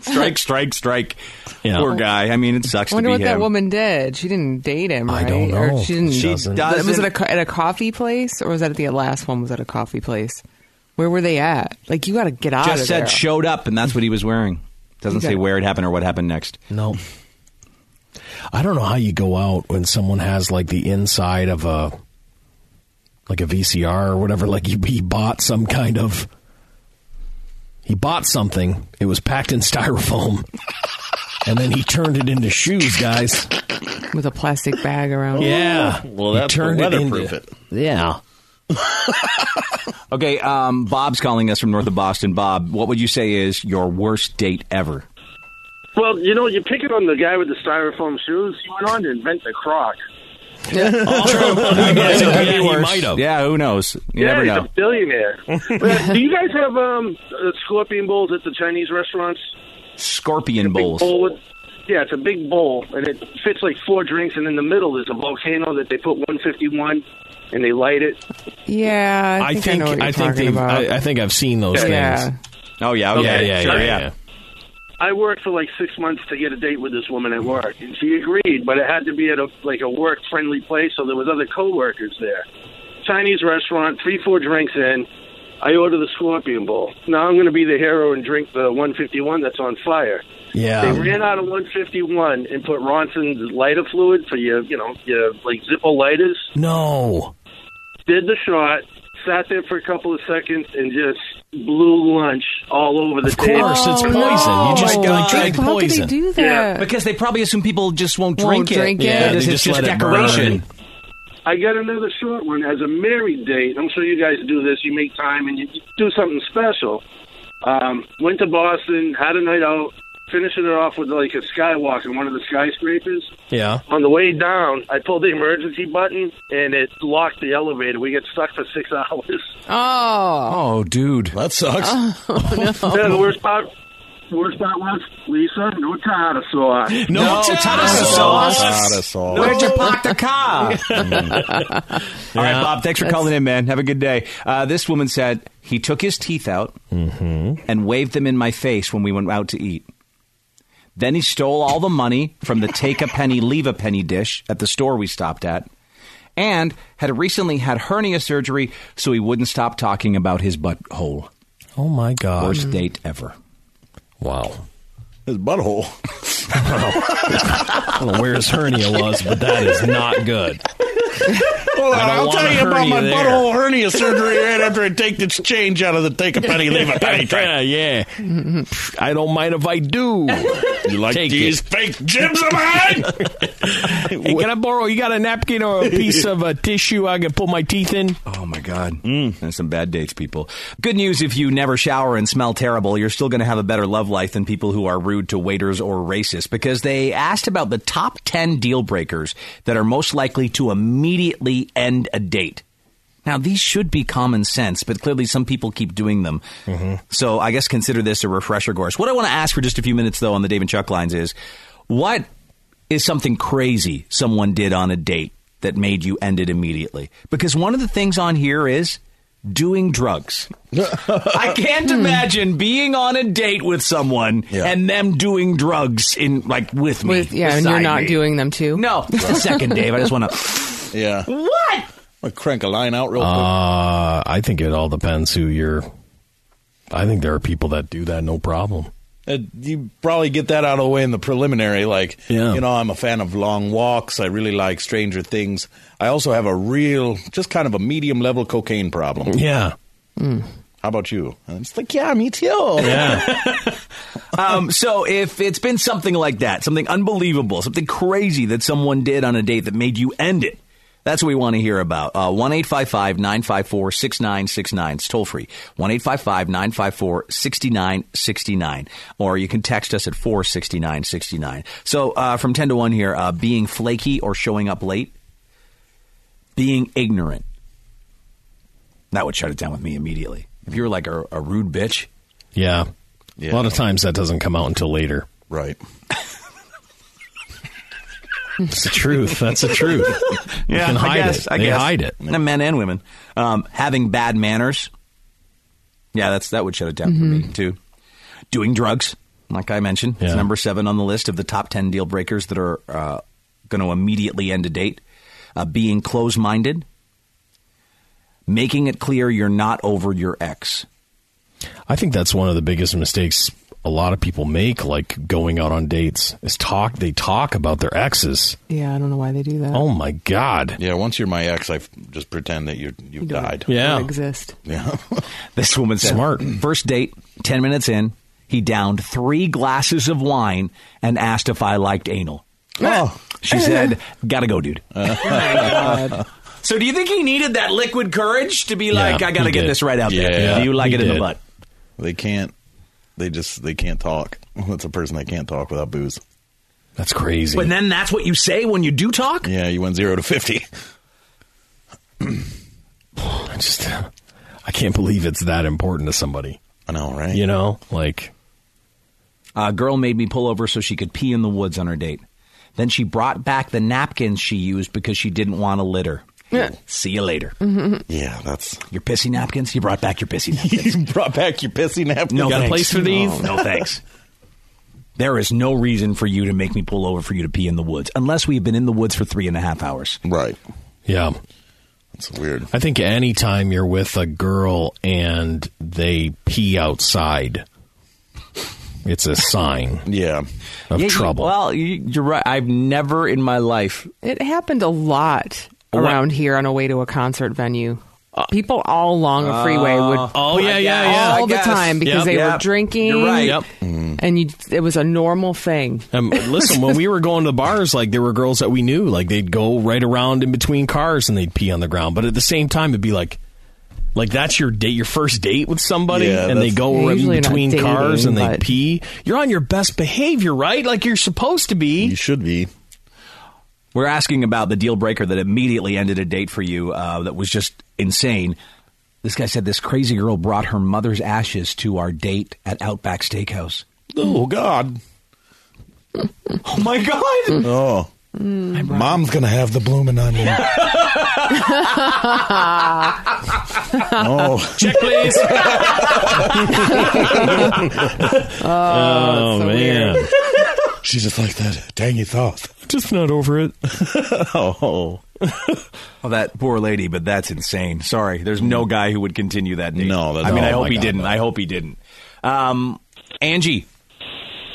[SPEAKER 2] strike, strike, strike. Poor guy. I mean, it sucks
[SPEAKER 5] I wonder
[SPEAKER 2] to be
[SPEAKER 5] what
[SPEAKER 2] him.
[SPEAKER 5] that woman did. She didn't date him, right?
[SPEAKER 2] don't know.
[SPEAKER 5] Or she didn't.
[SPEAKER 2] She
[SPEAKER 5] Was
[SPEAKER 2] doesn't-
[SPEAKER 5] it a, co- at a coffee place, or was that at the last one? Was at a coffee place? Where were they at? Like you got to get out
[SPEAKER 2] Just
[SPEAKER 5] of
[SPEAKER 2] said
[SPEAKER 5] there.
[SPEAKER 2] showed up, and that's what he was wearing. Doesn't
[SPEAKER 5] You
[SPEAKER 2] say
[SPEAKER 5] got-
[SPEAKER 2] where it happened or what happened next.
[SPEAKER 3] No. I don't know how you go out when someone has like the inside of a like a VCR or whatever. Like he, he bought some kind of he bought something. It was packed in styrofoam, and then he turned it into shoes, guys.
[SPEAKER 5] With a plastic bag around.
[SPEAKER 3] Yeah.
[SPEAKER 7] Well,
[SPEAKER 3] He
[SPEAKER 7] that's to
[SPEAKER 3] turned it
[SPEAKER 7] weatherproof
[SPEAKER 3] into-
[SPEAKER 7] it.
[SPEAKER 3] Yeah.
[SPEAKER 2] Okay, um, Bob's calling us from north of Boston. Bob, what would you say is your worst date ever?
[SPEAKER 16] Well, you know, you pick it on the guy with the styrofoam shoes. He went on to invent the croc.
[SPEAKER 2] <laughs> yeah,
[SPEAKER 16] he might
[SPEAKER 2] have. Yeah, who knows? You
[SPEAKER 16] yeah,
[SPEAKER 2] never
[SPEAKER 16] he's
[SPEAKER 2] know.
[SPEAKER 16] a
[SPEAKER 2] <laughs>
[SPEAKER 16] billionaire. But do you guys have um, uh, scorpion bowls at the Chinese restaurants?
[SPEAKER 2] Scorpion bowls.
[SPEAKER 16] Bowl with, yeah, it's a big bowl, and it fits like four drinks, and in the middle there's a volcano that they put 151, and they light it.
[SPEAKER 5] Yeah, I think I, know what you're talking
[SPEAKER 3] they've-
[SPEAKER 5] about.
[SPEAKER 3] I, I think I've seen those
[SPEAKER 5] Yeah.
[SPEAKER 3] things.
[SPEAKER 2] Oh yeah,
[SPEAKER 3] okay,
[SPEAKER 16] okay,
[SPEAKER 3] yeah,
[SPEAKER 16] sure,
[SPEAKER 3] yeah,
[SPEAKER 16] yeah.
[SPEAKER 3] yeah.
[SPEAKER 16] I worked for like six months to get a date with this woman at work, and she agreed, but it had to be at a like a work friendly place, so there was other coworkers there. Chinese restaurant, three four drinks in. I order the scorpion bowl. Now I'm going to be the hero and drink the 151 that's on fire.
[SPEAKER 3] Yeah.
[SPEAKER 16] They ran out of 151 and put Ronson's lighter fluid for your, you know, your like Zippo lighters.
[SPEAKER 3] No.
[SPEAKER 16] Did the shot, sat there for a couple of seconds, and just blew lunch all over the table.
[SPEAKER 2] course, it's Oh, poison. You no. just, like, drink How could they poison. do
[SPEAKER 5] that?
[SPEAKER 2] Because they probably assume people just won't
[SPEAKER 5] Won't
[SPEAKER 2] drink it.
[SPEAKER 5] drink it.
[SPEAKER 2] Yeah,
[SPEAKER 5] Yeah,
[SPEAKER 2] it's
[SPEAKER 5] they
[SPEAKER 2] just,
[SPEAKER 5] just let it
[SPEAKER 2] decoration.
[SPEAKER 16] I got another short one as a married date. I'm sure you guys do this. You make time and you you do something special. Um, went to Boston, had a night out, finishing it off with like a skywalk in one of the skyscrapers.
[SPEAKER 3] Yeah.
[SPEAKER 16] On the way down, I pulled the emergency button and it locked the elevator. We get stuck for six <laughs> hours.
[SPEAKER 5] Oh.
[SPEAKER 2] Oh, dude, that
[SPEAKER 7] sucks.
[SPEAKER 16] Yeah, the worst part. Worst part was Lisa, no tartar sauce.
[SPEAKER 7] No No tartar tartar sauce. sauce. Tartar sauce. Where'd you
[SPEAKER 2] park
[SPEAKER 3] <laughs>
[SPEAKER 4] <laughs>
[SPEAKER 2] the <laughs> car? All right,
[SPEAKER 7] Yeah.
[SPEAKER 2] Bob, thanks for
[SPEAKER 7] That's-
[SPEAKER 2] calling in, man. Have a good day. Uh, this woman said he took his teeth out
[SPEAKER 3] Mm-hmm.
[SPEAKER 2] and waved them in my face when we went out to eat. Then he stole all the money from the take a penny, leave a penny dish at the store we stopped at and had recently had hernia surgery, so he wouldn't stop talking about his butthole.
[SPEAKER 3] Oh my god.
[SPEAKER 2] Worst date ever.
[SPEAKER 3] Wow.
[SPEAKER 2] <laughs>
[SPEAKER 7] His butthole.
[SPEAKER 3] I don't know where his hernia was, but that is not good.
[SPEAKER 7] Well,
[SPEAKER 3] I don't
[SPEAKER 7] I'll
[SPEAKER 3] want
[SPEAKER 7] tell
[SPEAKER 3] a
[SPEAKER 7] you about
[SPEAKER 3] hernia
[SPEAKER 7] my
[SPEAKER 3] there.
[SPEAKER 7] butthole hernia surgery right after I take this
[SPEAKER 3] <laughs>
[SPEAKER 7] change out of the take a penny, leave a penny.
[SPEAKER 3] yeah, yeah. I don't mind if I do.
[SPEAKER 7] You like
[SPEAKER 4] Take
[SPEAKER 7] these
[SPEAKER 4] it.
[SPEAKER 7] fake jibs of mine?
[SPEAKER 3] <laughs> Hey, can I borrow? You got a napkin or a piece of uh, tissue I can put my teeth in?
[SPEAKER 2] Oh my God! That's some bad dates, people. Good news: if you never shower and smell terrible, you're still going to have a better love life than people who are rude to waiters or racist. Because they asked about the top ten deal breakers that are most likely to immediately end a date. Now, these should be common sense, but clearly some people keep doing them. So I guess consider this a refresher course. What I want to ask for just a few minutes, though, on the Dave and Chuck lines is what is something crazy someone did on a date that made you end it immediately? Because one of the things on here is doing drugs. <laughs> I can't
[SPEAKER 4] Hmm.
[SPEAKER 2] imagine being on a date with someone and them doing drugs in like with me.
[SPEAKER 5] With, yeah, and you're
[SPEAKER 2] beside
[SPEAKER 5] not
[SPEAKER 2] me.
[SPEAKER 5] doing them too.
[SPEAKER 2] No, just a second, Dave. I just want to.
[SPEAKER 7] Yeah.
[SPEAKER 2] What?
[SPEAKER 7] I'm gonna crank a line out real
[SPEAKER 3] Uh, I think it all depends who you're. I think there are people that do that no problem.
[SPEAKER 7] quick. Uh, you probably get that out of the way in the preliminary. Like,
[SPEAKER 3] Yeah.
[SPEAKER 7] you know, I'm a fan of long walks. I really like Stranger Things. I also have a real, just kind of a medium level cocaine problem.
[SPEAKER 3] Yeah.
[SPEAKER 7] How about you? And it's like, yeah, me too.
[SPEAKER 3] Yeah.
[SPEAKER 2] <laughs> um, so if it's been something like that, something unbelievable, something crazy that someone did on a date that made you end it, that's what we want to hear about. Uh, One eight five five nine five four six nine six nine. It's toll free. One eight five five nine five four sixty nine sixty nine. Or you can text us at four sixty nine sixty nine. So uh, from ten to one here, uh, being flaky or showing up late, being ignorant. That would shut it down with me immediately. If you were like a, a rude bitch,
[SPEAKER 3] Yeah. A lot of times that doesn't come out until later.
[SPEAKER 7] Right.
[SPEAKER 3] It's the truth. That's the truth.
[SPEAKER 2] <laughs>
[SPEAKER 3] You
[SPEAKER 2] yeah,
[SPEAKER 3] can
[SPEAKER 2] I
[SPEAKER 3] hide
[SPEAKER 2] guess.
[SPEAKER 3] it.
[SPEAKER 2] I
[SPEAKER 3] they
[SPEAKER 2] guess.
[SPEAKER 3] hide it.
[SPEAKER 2] And men and women um, having bad manners. Yeah, that's that would shut it down
[SPEAKER 3] Mm-hmm.
[SPEAKER 2] for me too. Doing drugs, like I mentioned, it's number seven on the list of the top ten deal breakers that are uh, going to immediately end a date. Uh, being close-minded, making it clear you're not over your ex.
[SPEAKER 3] I think that's one of the biggest mistakes a lot of people make, like going out on dates, is talk. They talk about their exes.
[SPEAKER 5] Yeah, I don't know why they do that.
[SPEAKER 3] Oh my god!
[SPEAKER 7] Yeah, once you're my ex, I f- just pretend that you you
[SPEAKER 5] You don't-
[SPEAKER 7] died.
[SPEAKER 5] you don't exist.
[SPEAKER 7] Yeah.
[SPEAKER 2] <laughs> This woman said,
[SPEAKER 3] Smart.
[SPEAKER 2] First date, 10 minutes in, he downed three glasses of wine and asked if I liked anal.
[SPEAKER 7] Oh.
[SPEAKER 3] <laughs>
[SPEAKER 2] She said, Gotta go, dude.
[SPEAKER 4] God.
[SPEAKER 2] <laughs> so do you think he needed that liquid courage to be like, I gotta
[SPEAKER 7] he
[SPEAKER 2] get
[SPEAKER 7] did.
[SPEAKER 2] this right out there?
[SPEAKER 7] Yeah.
[SPEAKER 2] Do you like
[SPEAKER 7] He
[SPEAKER 2] it in the
[SPEAKER 7] did.
[SPEAKER 2] butt?
[SPEAKER 7] They can't. They just they can't talk. <laughs> That's a person that can't talk without booze.
[SPEAKER 3] That's crazy.
[SPEAKER 2] But then that's what you say when you do talk?
[SPEAKER 7] Yeah, you went zero to fifty. <laughs>
[SPEAKER 3] I just, I can't believe it's that important to somebody.
[SPEAKER 7] I know, right?
[SPEAKER 3] You know, like
[SPEAKER 2] A girl made me pull over so she could pee in the woods on her date. Then she brought back the napkins she used because she didn't want to litter. <laughs>
[SPEAKER 5] Yeah.
[SPEAKER 2] See you later.
[SPEAKER 3] Mm-hmm.
[SPEAKER 7] Yeah, that's
[SPEAKER 2] Your pissy napkins? You brought back your
[SPEAKER 7] <laughs>
[SPEAKER 2] pissy napkins.
[SPEAKER 7] you brought back your pissy napkin.
[SPEAKER 2] No
[SPEAKER 7] You got a
[SPEAKER 2] thanks.
[SPEAKER 7] place for these?
[SPEAKER 2] No, no thanks. There is no reason for you to make me pull over for you to pee in the woods, unless we've been in the woods for three and a half hours.
[SPEAKER 7] Right.
[SPEAKER 3] Yeah.
[SPEAKER 7] That's weird.
[SPEAKER 3] I think anytime you're with a girl and they pee outside, it's a sign.
[SPEAKER 7] yeah.
[SPEAKER 3] Of
[SPEAKER 2] Yeah, you-
[SPEAKER 3] trouble.
[SPEAKER 2] well, you- you're right. I've never in my life.
[SPEAKER 5] It happened a lot around here on a way to a concert venue. People all along a freeway would
[SPEAKER 2] Oh,
[SPEAKER 5] all
[SPEAKER 2] yeah, yeah, yeah, I
[SPEAKER 5] all the
[SPEAKER 2] guess.
[SPEAKER 5] time because
[SPEAKER 2] Yep.
[SPEAKER 5] they were
[SPEAKER 2] Yep.
[SPEAKER 5] drinking.
[SPEAKER 2] You're right. Yep.
[SPEAKER 5] And you, it was a normal thing.
[SPEAKER 3] Um, listen, when we were going to bars, like there were girls that we knew, like they'd go right around in between cars and they'd pee on the ground. But at the same time, it'd be like, like that's your date, your first date with somebody,
[SPEAKER 7] Yeah,
[SPEAKER 3] and they
[SPEAKER 7] that's-
[SPEAKER 3] go right in
[SPEAKER 5] Usually not
[SPEAKER 3] between
[SPEAKER 5] dating,
[SPEAKER 3] cars and they
[SPEAKER 5] but-
[SPEAKER 3] pee. You're on your best behavior, right? Like you're supposed to be.
[SPEAKER 7] You should be.
[SPEAKER 2] We're asking about the deal breaker that immediately ended a date for you uh, that was just insane. This guy said this crazy girl brought her mother's ashes to our date at Outback Steakhouse.
[SPEAKER 7] Oh God.
[SPEAKER 2] Oh my God!
[SPEAKER 7] Oh. Mom's gonna have the blooming onion. oh,
[SPEAKER 3] Check,
[SPEAKER 2] <laughs>
[SPEAKER 4] <laughs>
[SPEAKER 3] please.
[SPEAKER 2] Uh. <laughs>
[SPEAKER 5] Oh, so weird.
[SPEAKER 7] she's just like that tangy thought.
[SPEAKER 3] just not over it.
[SPEAKER 7] Oh,
[SPEAKER 2] <laughs> Oh, that poor lady, but that's insane. Sorry, there's no guy who would continue that date.
[SPEAKER 7] No, that's-
[SPEAKER 2] I mean,
[SPEAKER 7] Oh
[SPEAKER 2] I hope
[SPEAKER 7] my
[SPEAKER 2] he
[SPEAKER 7] God,
[SPEAKER 2] didn't.
[SPEAKER 7] no.
[SPEAKER 2] I hope he didn't. Um, Angie.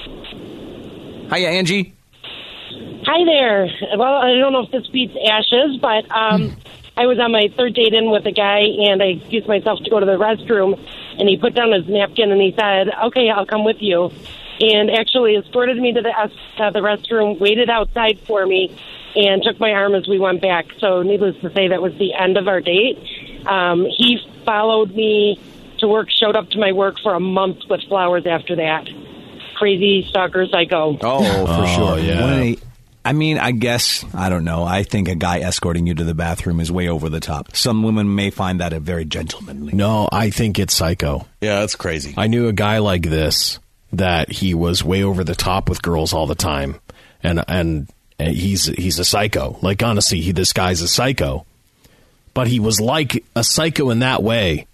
[SPEAKER 2] Hiya, Angie.
[SPEAKER 17] Hi there. Well, I don't know if this beats ashes, but um, I was on my third date in with a guy, and I excused myself to go to the restroom, and he put down his napkin and he said, "Okay, I'll come with you."
[SPEAKER 18] and actually escorted me to the S- uh, the restroom, waited outside for me, and took my arm as we went back. So, needless to say, that was the end of our date. Um, he followed me to work, showed up to my work for a month with flowers after that. Crazy stalker psycho.
[SPEAKER 2] Oh, for sure. Yeah. I mean, I guess I don't know. I think a guy escorting you to the bathroom is way over the top. Some women may find that a very gentlemanly.
[SPEAKER 3] No, I think it's psycho.
[SPEAKER 7] Yeah, that's crazy.
[SPEAKER 3] I knew a guy like this that he was way over the top with girls all the time, and and, and he's he's a psycho. Like honestly, he, this guy's a psycho, but he was like a psycho in that way,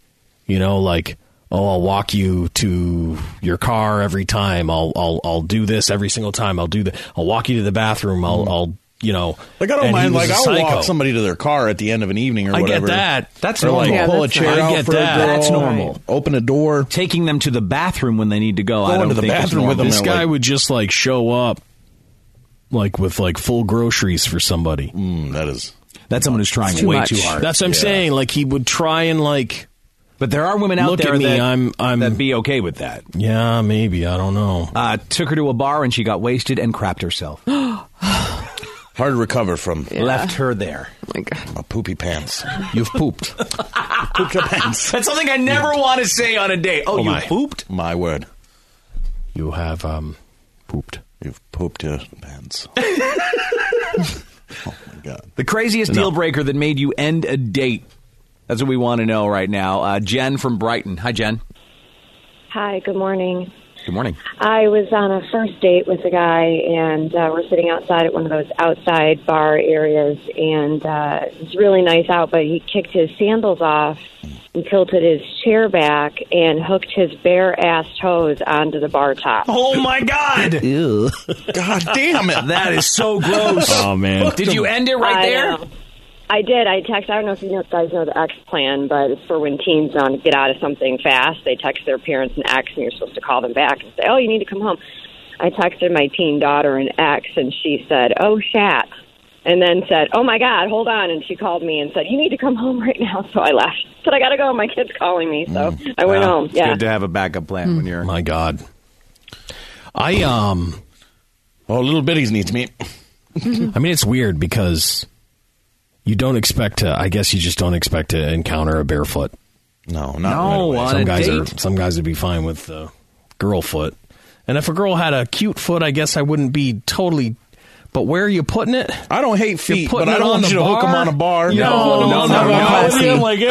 [SPEAKER 3] you know, like. Oh, I'll walk you to your car every time. I'll I'll I'll do this every single time. I'll do that. I'll walk you to the bathroom. I'll I'll you know.
[SPEAKER 7] Hmm. Like I don't
[SPEAKER 3] and he
[SPEAKER 7] mind.
[SPEAKER 3] was
[SPEAKER 7] Like
[SPEAKER 3] a
[SPEAKER 7] I'll
[SPEAKER 3] psycho.
[SPEAKER 7] walk somebody to their car at the end of an evening or
[SPEAKER 3] I get
[SPEAKER 7] whatever.
[SPEAKER 3] that. That's
[SPEAKER 7] or like
[SPEAKER 3] normal.
[SPEAKER 7] pull a
[SPEAKER 3] Yeah, that's
[SPEAKER 7] chair
[SPEAKER 3] fine.
[SPEAKER 7] out
[SPEAKER 3] I get
[SPEAKER 7] for
[SPEAKER 3] that.
[SPEAKER 7] a girl.
[SPEAKER 3] That's normal.
[SPEAKER 7] Open a door.
[SPEAKER 2] Taking them to the bathroom when they need to go. I don't think it's normal.
[SPEAKER 3] This guy would just like show up, like with like full groceries for somebody.
[SPEAKER 7] Mm, that is
[SPEAKER 2] that's someone who's trying way too hard.
[SPEAKER 3] That's what I'm
[SPEAKER 2] Yeah.
[SPEAKER 3] saying. Like he would try and like.
[SPEAKER 2] But there are women out
[SPEAKER 3] Look
[SPEAKER 2] there
[SPEAKER 3] at me,
[SPEAKER 2] that
[SPEAKER 3] I'm- I'm-
[SPEAKER 2] that'd be okay with that.
[SPEAKER 3] Yeah, maybe I don't know.
[SPEAKER 2] Uh, took her to a bar and she got wasted and crapped herself.
[SPEAKER 7] <gasps> Hard to recover from.
[SPEAKER 2] <laughs> Left her there.
[SPEAKER 3] Oh,
[SPEAKER 7] A poopy pants.
[SPEAKER 3] You've
[SPEAKER 7] <laughs>
[SPEAKER 3] pooped.
[SPEAKER 7] pooped your pants.
[SPEAKER 2] That's something I never want to say on a date. Oh, you pooped?
[SPEAKER 7] My word.
[SPEAKER 3] You have um pooped.
[SPEAKER 7] You've pooped your pants. Oh,
[SPEAKER 2] The craziest deal breaker that made you end a date. That's what we want to know right now. Uh, Jen from Brighton. Hi, Jen.
[SPEAKER 19] Hi, good morning.
[SPEAKER 2] Good morning.
[SPEAKER 19] I was on a first date with a guy, and uh, we're sitting outside at one of those outside bar areas, and uh, it's really nice out. But he kicked his sandals off and tilted his chair back and hooked his bare ass toes onto the bar top.
[SPEAKER 2] Oh my God!
[SPEAKER 4] Ew.
[SPEAKER 7] God damn it!
[SPEAKER 2] That is so gross.
[SPEAKER 4] Oh, man.
[SPEAKER 2] Did you end it right
[SPEAKER 19] I
[SPEAKER 2] there?
[SPEAKER 19] know. I did. I text. I don't know if you know, guys know the X plan, but it's for when teens want to get out of something fast. They text their parents an X, and you're supposed to call them back and say, "Oh, you need to come home." I texted my teen daughter an X, and she said, "Oh, shat," and then said, "Oh my God, hold on," and she called me and said, "You need to come home right now." So I left. Said I gotta go. My kid's calling me, so I
[SPEAKER 2] Mm.
[SPEAKER 19] went
[SPEAKER 2] Wow.
[SPEAKER 19] home.
[SPEAKER 2] It's
[SPEAKER 19] Yeah.
[SPEAKER 2] good
[SPEAKER 19] <laughs>
[SPEAKER 2] to have a backup plan when you're.
[SPEAKER 3] My God. I um.
[SPEAKER 7] Oh, little bitties needs meat.
[SPEAKER 3] I mean, it's weird because you don't expect to. I guess you just don't expect to encounter a barefoot.
[SPEAKER 7] No, not
[SPEAKER 2] right away. on
[SPEAKER 3] some
[SPEAKER 2] a
[SPEAKER 3] guys are
[SPEAKER 2] date.
[SPEAKER 3] some guys would be fine with the girl foot, and if a girl had a cute foot, I guess I wouldn't be totally. But where are you putting it?
[SPEAKER 7] I don't hate
[SPEAKER 3] You're
[SPEAKER 7] feet,
[SPEAKER 3] putting
[SPEAKER 7] but I
[SPEAKER 3] it
[SPEAKER 7] don't
[SPEAKER 3] on
[SPEAKER 7] want
[SPEAKER 3] the
[SPEAKER 7] you to hook them
[SPEAKER 3] bar?
[SPEAKER 7] on a bar.
[SPEAKER 3] No, no, no, no, no.
[SPEAKER 7] I'm like, eh.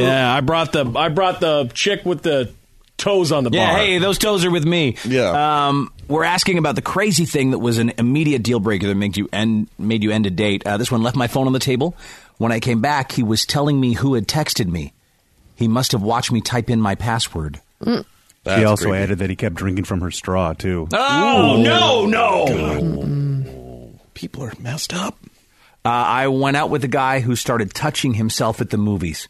[SPEAKER 3] Yeah, I brought the I brought the chick with the toes on the
[SPEAKER 2] Yeah,
[SPEAKER 3] bar.
[SPEAKER 2] hey, those toes are with me. Yeah. Um, we're asking about the crazy thing that was an immediate deal breaker that made you end made you end a date. Uh, this one left my phone on the table. When I came back, he was telling me who had texted me. He must have watched me type in my password.
[SPEAKER 9] he also
[SPEAKER 2] creepy.
[SPEAKER 9] added that he kept drinking from her straw too.
[SPEAKER 2] Oh no, no!
[SPEAKER 7] People are messed up.
[SPEAKER 2] Uh, I went out with a guy who started touching himself at the movies.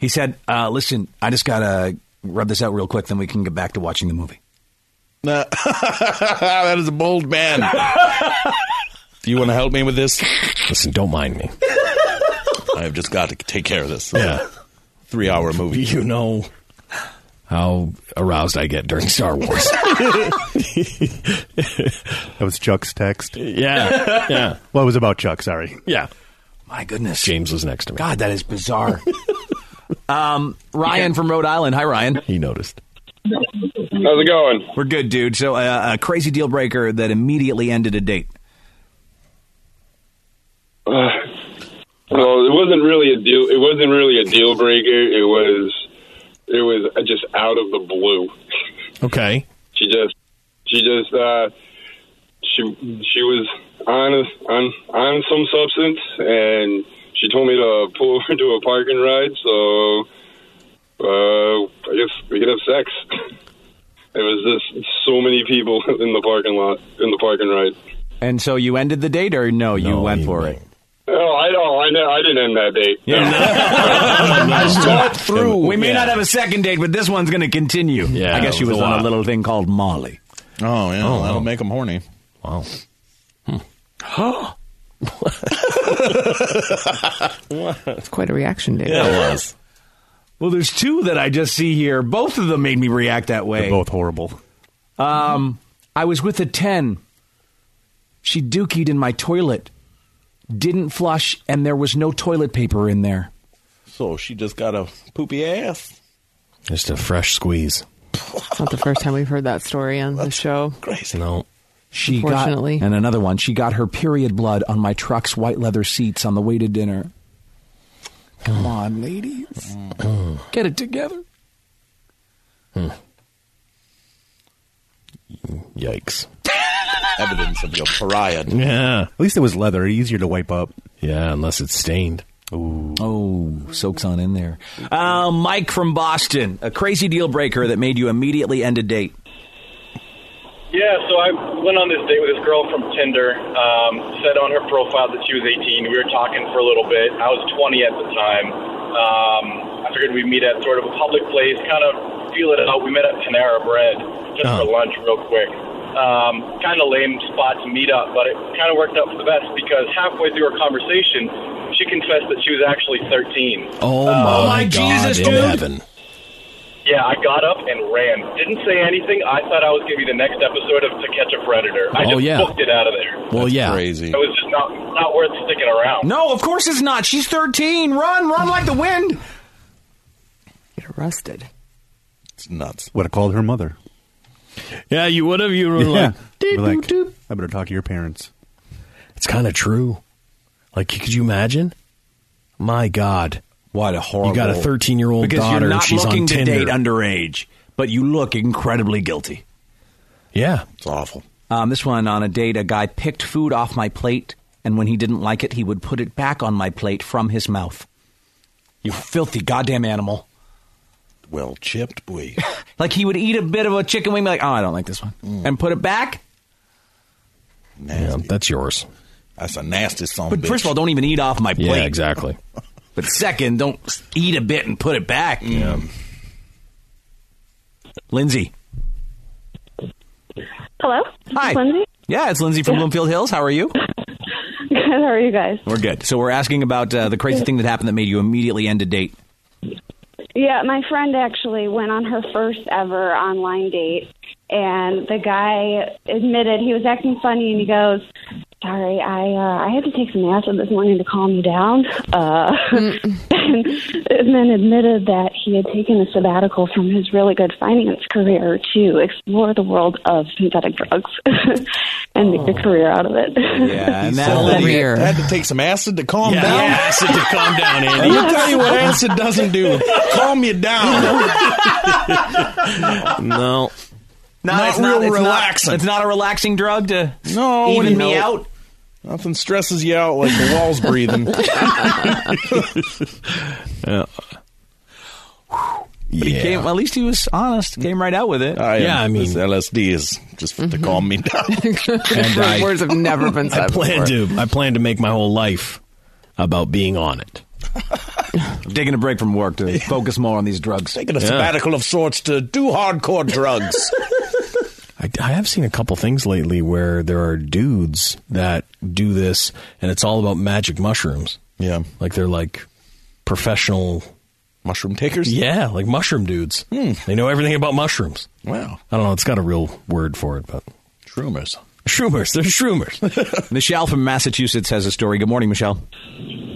[SPEAKER 2] He said, uh, "Listen, I just gotta rub this out real quick, then we can get back to watching the movie."
[SPEAKER 7] Nah. <laughs> that is a bold man. Do you want to help me with this?
[SPEAKER 3] Listen, don't mind me.
[SPEAKER 7] I have just got to take care of this.
[SPEAKER 3] Yeah.
[SPEAKER 7] Three hour movie.
[SPEAKER 3] You <laughs> know how aroused I get during Star Wars.
[SPEAKER 9] <laughs> That was Chuck's text.
[SPEAKER 3] Yeah, yeah.
[SPEAKER 9] Well, it was about Chuck. Sorry.
[SPEAKER 3] <laughs> yeah.
[SPEAKER 2] My goodness,
[SPEAKER 3] James was next to me.
[SPEAKER 2] God, that is
[SPEAKER 3] <laughs>
[SPEAKER 2] bizarre. um, Ryan from Rhode Island. Hi, Ryan.
[SPEAKER 3] He noticed.
[SPEAKER 20] How's it going?
[SPEAKER 2] We're good, dude. So, uh, a crazy deal breaker that immediately ended a date.
[SPEAKER 20] Uh, well, it wasn't really a deal. It wasn't really a deal breaker. It was, it was just out of the blue.
[SPEAKER 3] <clears throat> Okay.
[SPEAKER 20] She just, she just, uh, she she was on a, on on some substance, and she told me to pull over <laughs> to a parking ride. So, uh, I guess we could have sex. <laughs> It was just so many people <laughs> in the parking lot, in the parking ride.
[SPEAKER 2] And so, you ended the date, or no, you went for <laughs>
[SPEAKER 3] <laughs>
[SPEAKER 2] it?
[SPEAKER 20] Oh, I know, I know, I didn't end that date.
[SPEAKER 2] <laughs> Thought
[SPEAKER 7] through.
[SPEAKER 2] We may
[SPEAKER 7] Yeah.
[SPEAKER 2] not have a second date, but this one's going to continue.
[SPEAKER 3] Yeah,
[SPEAKER 2] I guess she
[SPEAKER 3] it
[SPEAKER 2] was
[SPEAKER 3] was a
[SPEAKER 2] on a
[SPEAKER 3] lot.
[SPEAKER 2] little thing called Molly.
[SPEAKER 7] Oh, yeah.
[SPEAKER 3] Oh, wow.
[SPEAKER 7] That'll make them horny.
[SPEAKER 3] Wow.
[SPEAKER 5] It's quite a reaction, Dave.
[SPEAKER 7] was.
[SPEAKER 2] Well, there's two that I just see here. Both of them made me react that way.
[SPEAKER 9] Both horrible.
[SPEAKER 2] Um, I was with a 10. She dookied in my toilet, didn't flush, and there was no toilet paper in there.
[SPEAKER 7] So she just got a poopy ass.
[SPEAKER 3] Just a fresh squeeze.
[SPEAKER 5] It's not the first time we've heard that story on the
[SPEAKER 2] <laughs>
[SPEAKER 5] show.
[SPEAKER 7] Crazy.
[SPEAKER 3] No.
[SPEAKER 2] She got,
[SPEAKER 5] Unfortunately.
[SPEAKER 2] and another one, she got her period blood on my truck's white leather seats on the way to
[SPEAKER 3] <clears throat>
[SPEAKER 2] dinner. Come on, ladies. Get it together.
[SPEAKER 3] Yikes.
[SPEAKER 7] Evidence of your pariah.
[SPEAKER 3] Yeah. At
[SPEAKER 9] least it was leather. Easier to wipe up.
[SPEAKER 3] Yeah, unless it's stained.
[SPEAKER 2] Ooh. Oh, soaks on in there. Uh, Mike from Boston, a crazy deal breaker that made you immediately end a date.
[SPEAKER 21] Yeah, so I went on this date with this girl from Tinder. Um, said on her profile that she was 18. We were talking for a little bit. I was 20 at the time. Um, I figured we'd meet at sort of a public place, kind of feel it out. We met at Panera Bread just for
[SPEAKER 3] Uh-huh.
[SPEAKER 21] lunch, real quick. Um, kind of lame spot to meet up, but it kind of worked out for the best because halfway through our conversation, she confessed that she was actually 13.
[SPEAKER 3] Oh, my Jesus, in heaven.
[SPEAKER 21] Yeah, I got up and ran. Didn't say anything. I thought I was going to be the next episode of To Catch a Predator. I
[SPEAKER 2] Oh,
[SPEAKER 21] just
[SPEAKER 2] yeah.
[SPEAKER 21] booked it out of there.
[SPEAKER 2] Well, yeah.
[SPEAKER 7] Crazy.
[SPEAKER 21] It was just not not worth sticking around.
[SPEAKER 2] No, of course it's not. She's 13. Run, run like the wind.
[SPEAKER 5] Get arrested.
[SPEAKER 7] It's nuts.
[SPEAKER 9] Would have called her mother.
[SPEAKER 3] Yeah, you would have. You were
[SPEAKER 9] yeah.
[SPEAKER 3] like,
[SPEAKER 9] Be
[SPEAKER 3] "Doop,
[SPEAKER 9] like,
[SPEAKER 3] doop, doop."
[SPEAKER 9] I better talk to your parents.
[SPEAKER 3] It's kind of true. Like, could you imagine? My God.
[SPEAKER 2] What a horrible.
[SPEAKER 3] You got a 13 year old
[SPEAKER 2] Because
[SPEAKER 3] daughter.
[SPEAKER 2] you're not
[SPEAKER 3] she's
[SPEAKER 2] looking
[SPEAKER 3] on
[SPEAKER 2] to
[SPEAKER 3] Tinder.
[SPEAKER 2] date underage, but you look incredibly guilty.
[SPEAKER 3] Yeah.
[SPEAKER 7] It's awful.
[SPEAKER 2] Um, this one on a date, a guy picked food off my plate, and when he didn't like it, he would put it back on my plate from his mouth. You filthy goddamn animal.
[SPEAKER 7] Well chipped, boy.
[SPEAKER 2] <laughs> Like he would eat a bit of a chicken wing, be like, oh, I don't like this one,
[SPEAKER 7] Mm.
[SPEAKER 2] and put it back.
[SPEAKER 3] Yeah, that's yours.
[SPEAKER 7] That's a nasty song.
[SPEAKER 2] But first of all, don't even eat off my plate.
[SPEAKER 3] Yeah, exactly.
[SPEAKER 2] But second, don't s- eat a bit and put it back. Yeah. Lindsay.
[SPEAKER 22] Hello.
[SPEAKER 2] Hi.
[SPEAKER 22] Lindsay. <laughs>
[SPEAKER 2] Yeah, it's Lindsay from Bloomfield Hills. How are you?
[SPEAKER 22] Good. How are you guys?
[SPEAKER 2] We're good. So we're asking about uh, the crazy thing that happened that made you immediately end a <laughs> date.
[SPEAKER 22] Yeah, my friend actually went on her first ever online date, and the guy admitted he was acting funny, and he goes, "Sorry, I uh, I had to take some acid this morning to calm me down," uh, <laughs> and, and then admitted that he had taken a sabbatical from his really good finance career to explore the world of synthetic drugs <laughs> and make a career out of it. <laughs>
[SPEAKER 7] Yeah, and that lady had to take some acid to calm
[SPEAKER 3] Yeah,
[SPEAKER 7] down.
[SPEAKER 3] yeah, acid to calm down, Andy.
[SPEAKER 7] Let me tell you what acid doesn't do. calm you down.
[SPEAKER 3] no.
[SPEAKER 7] Not
[SPEAKER 2] it's
[SPEAKER 7] real
[SPEAKER 2] it's
[SPEAKER 7] relaxing.
[SPEAKER 2] it's not a relaxing drug to
[SPEAKER 7] No,
[SPEAKER 2] even
[SPEAKER 7] you
[SPEAKER 2] me
[SPEAKER 7] know,
[SPEAKER 2] out.
[SPEAKER 7] Nothing stresses you out like the
[SPEAKER 2] <laughs>
[SPEAKER 7] walls breathing.
[SPEAKER 3] Yeah.
[SPEAKER 2] But he came, well, at least he was honest. Came right out with it. Mm-hmm.
[SPEAKER 7] I am-
[SPEAKER 2] yeah, I
[SPEAKER 7] this
[SPEAKER 2] mean,
[SPEAKER 7] LSD is just to calm me down.
[SPEAKER 2] <laughs>
[SPEAKER 3] And I-
[SPEAKER 5] Words have never been said
[SPEAKER 3] I plan
[SPEAKER 5] before.
[SPEAKER 3] to. I plan to make my whole life about being on it.
[SPEAKER 2] I'm <laughs> taking a break from work to focus more on these drugs.
[SPEAKER 7] Taking a sabbatical of sorts to do hardcore drugs.
[SPEAKER 3] I, I have seen a couple things lately where there are dudes that do this, and it's all about magic mushrooms.
[SPEAKER 7] Yeah,
[SPEAKER 3] like they're like professional
[SPEAKER 7] mushroom takers.
[SPEAKER 3] Yeah, like mushroom dudes. They know everything about mushrooms.
[SPEAKER 7] Wow.
[SPEAKER 3] I don't know. It's got a real word for it, but
[SPEAKER 7] shroomers.
[SPEAKER 3] Shroomers. They're shroomers.
[SPEAKER 2] Michelle from Massachusetts has a story. Good morning, Michelle.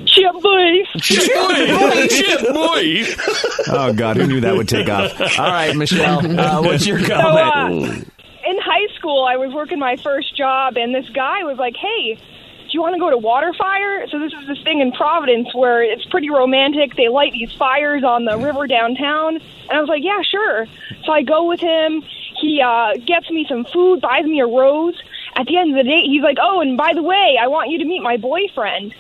[SPEAKER 23] Chip boy.
[SPEAKER 2] Chip boy. Chip boy. Oh God, who knew that would take <laughs> off? All right, Michelle, uh, what's your
[SPEAKER 23] So,
[SPEAKER 2] comment?
[SPEAKER 23] uh, in high school, I was working my first job, and this guy was like, "Hey, do you want to go to water fire?" So this is this thing in Providence where it's pretty romantic. They light these fires on the river downtown, and I was like, "Yeah, sure." So I go with him. He uh, gets me some food, buys me a rose. At the end of the day, he's like, "Oh, and by the way, I want you to meet my boyfriend."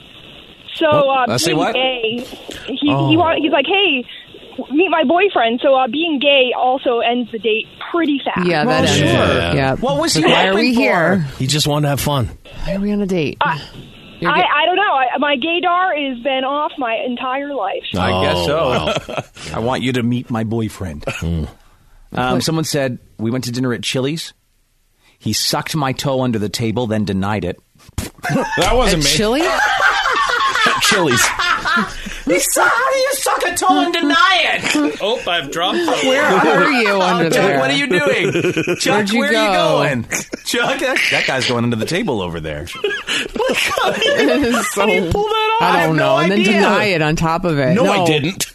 [SPEAKER 23] So
[SPEAKER 2] What?
[SPEAKER 23] uh,
[SPEAKER 2] I say
[SPEAKER 23] being
[SPEAKER 2] what?
[SPEAKER 23] gay, he
[SPEAKER 2] Oh.
[SPEAKER 23] he want, he's like, "Hey." Meet my boyfriend. So uh, being gay also ends the date pretty fast.
[SPEAKER 5] Yeah, that ends.
[SPEAKER 3] Yeah.
[SPEAKER 5] it. Yeah. Why are we here?
[SPEAKER 3] He just wanted to have fun.
[SPEAKER 5] Why are we on a date?
[SPEAKER 23] I, I don't know. I, my gaydar has been off my entire life.
[SPEAKER 2] I guess
[SPEAKER 7] Oh,
[SPEAKER 2] so. <laughs> I want you to meet my boyfriend.
[SPEAKER 7] Hmm.
[SPEAKER 2] Um, someone said we went to dinner at Chili's. He sucked my toe under the table, then denied it.
[SPEAKER 7] <laughs> That wasn't me.
[SPEAKER 5] Chili?
[SPEAKER 7] Chili's.
[SPEAKER 4] uh,
[SPEAKER 2] you suck, how do you suck a
[SPEAKER 24] Don't deny it.
[SPEAKER 25] Oh, I've dropped. something.
[SPEAKER 24] Where are
[SPEAKER 5] you under
[SPEAKER 2] Chuck,
[SPEAKER 5] there?
[SPEAKER 2] what are
[SPEAKER 5] <laughs>
[SPEAKER 2] you doing? Chuck,
[SPEAKER 5] Where'd you
[SPEAKER 2] where
[SPEAKER 5] go?
[SPEAKER 2] are you going? Chuck, that, that guy's going under the table over
[SPEAKER 7] <laughs>
[SPEAKER 2] there.
[SPEAKER 5] <laughs> so, I don't know. and then
[SPEAKER 25] idea.
[SPEAKER 5] deny it on top of it.
[SPEAKER 25] No, I
[SPEAKER 5] <laughs>
[SPEAKER 25] didn't.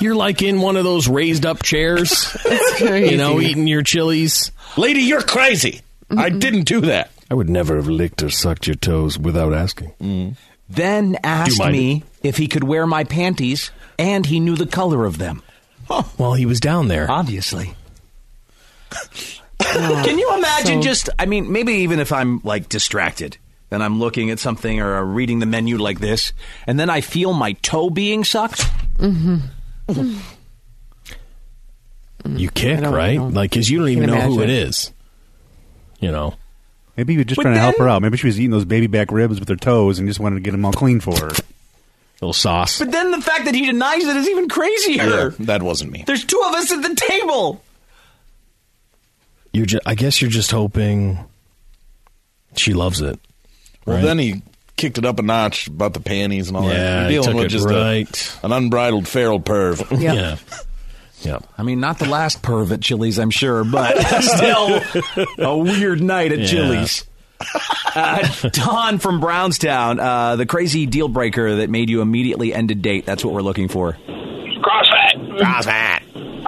[SPEAKER 25] You're like in one of those raised up chairs, you know,
[SPEAKER 26] crazy.
[SPEAKER 25] eating your chilies.
[SPEAKER 26] Lady, you're crazy. I didn't do that.
[SPEAKER 27] <laughs> I would never have licked or sucked your toes without asking.
[SPEAKER 2] Mm. Then asked
[SPEAKER 27] mind?
[SPEAKER 2] me if he could wear my panties, and he knew the color of them.
[SPEAKER 25] While he was down there,
[SPEAKER 2] <coughs> obviously. Ah, Can you imagine just, I mean, maybe even if I'm like distracted and I'm looking at something or uh, reading the menu like this, and then I feel my toe being sucked?
[SPEAKER 3] Mm-hmm.
[SPEAKER 9] Mm.
[SPEAKER 3] You kick, right? Like, because you don't even know
[SPEAKER 9] Can't
[SPEAKER 3] who it
[SPEAKER 9] imagine.
[SPEAKER 3] is. You know.
[SPEAKER 9] Maybe you were just
[SPEAKER 3] But
[SPEAKER 9] trying to help her out. Maybe she was eating those baby back ribs with her toes and just wanted to get them all clean for her.
[SPEAKER 3] Little sauce.
[SPEAKER 2] But then the fact that he denies it is even crazier.
[SPEAKER 7] that wasn't me.
[SPEAKER 2] There's two of us at the table.
[SPEAKER 3] You're. Ju- I guess you're just hoping she loves it.
[SPEAKER 7] Well,
[SPEAKER 3] right?
[SPEAKER 7] then he kicked it up a notch about the panties and all
[SPEAKER 3] Yeah,
[SPEAKER 7] that.
[SPEAKER 3] he
[SPEAKER 7] You're
[SPEAKER 3] took
[SPEAKER 7] dealing with
[SPEAKER 3] it
[SPEAKER 7] just a-
[SPEAKER 3] right.
[SPEAKER 7] an unbridled feral perv.
[SPEAKER 5] <laughs>
[SPEAKER 3] Yeah. Yeah.
[SPEAKER 2] I mean, not the last perv at Chili's, I'm sure, <laughs> but still <laughs> a weird night at
[SPEAKER 3] Yeah.
[SPEAKER 2] Chili's. <laughs> Uh, Don from Brownstown, uh, the crazy deal breaker that made you immediately end a date. That's what we're looking for.
[SPEAKER 4] CrossFit.
[SPEAKER 2] CrossFit.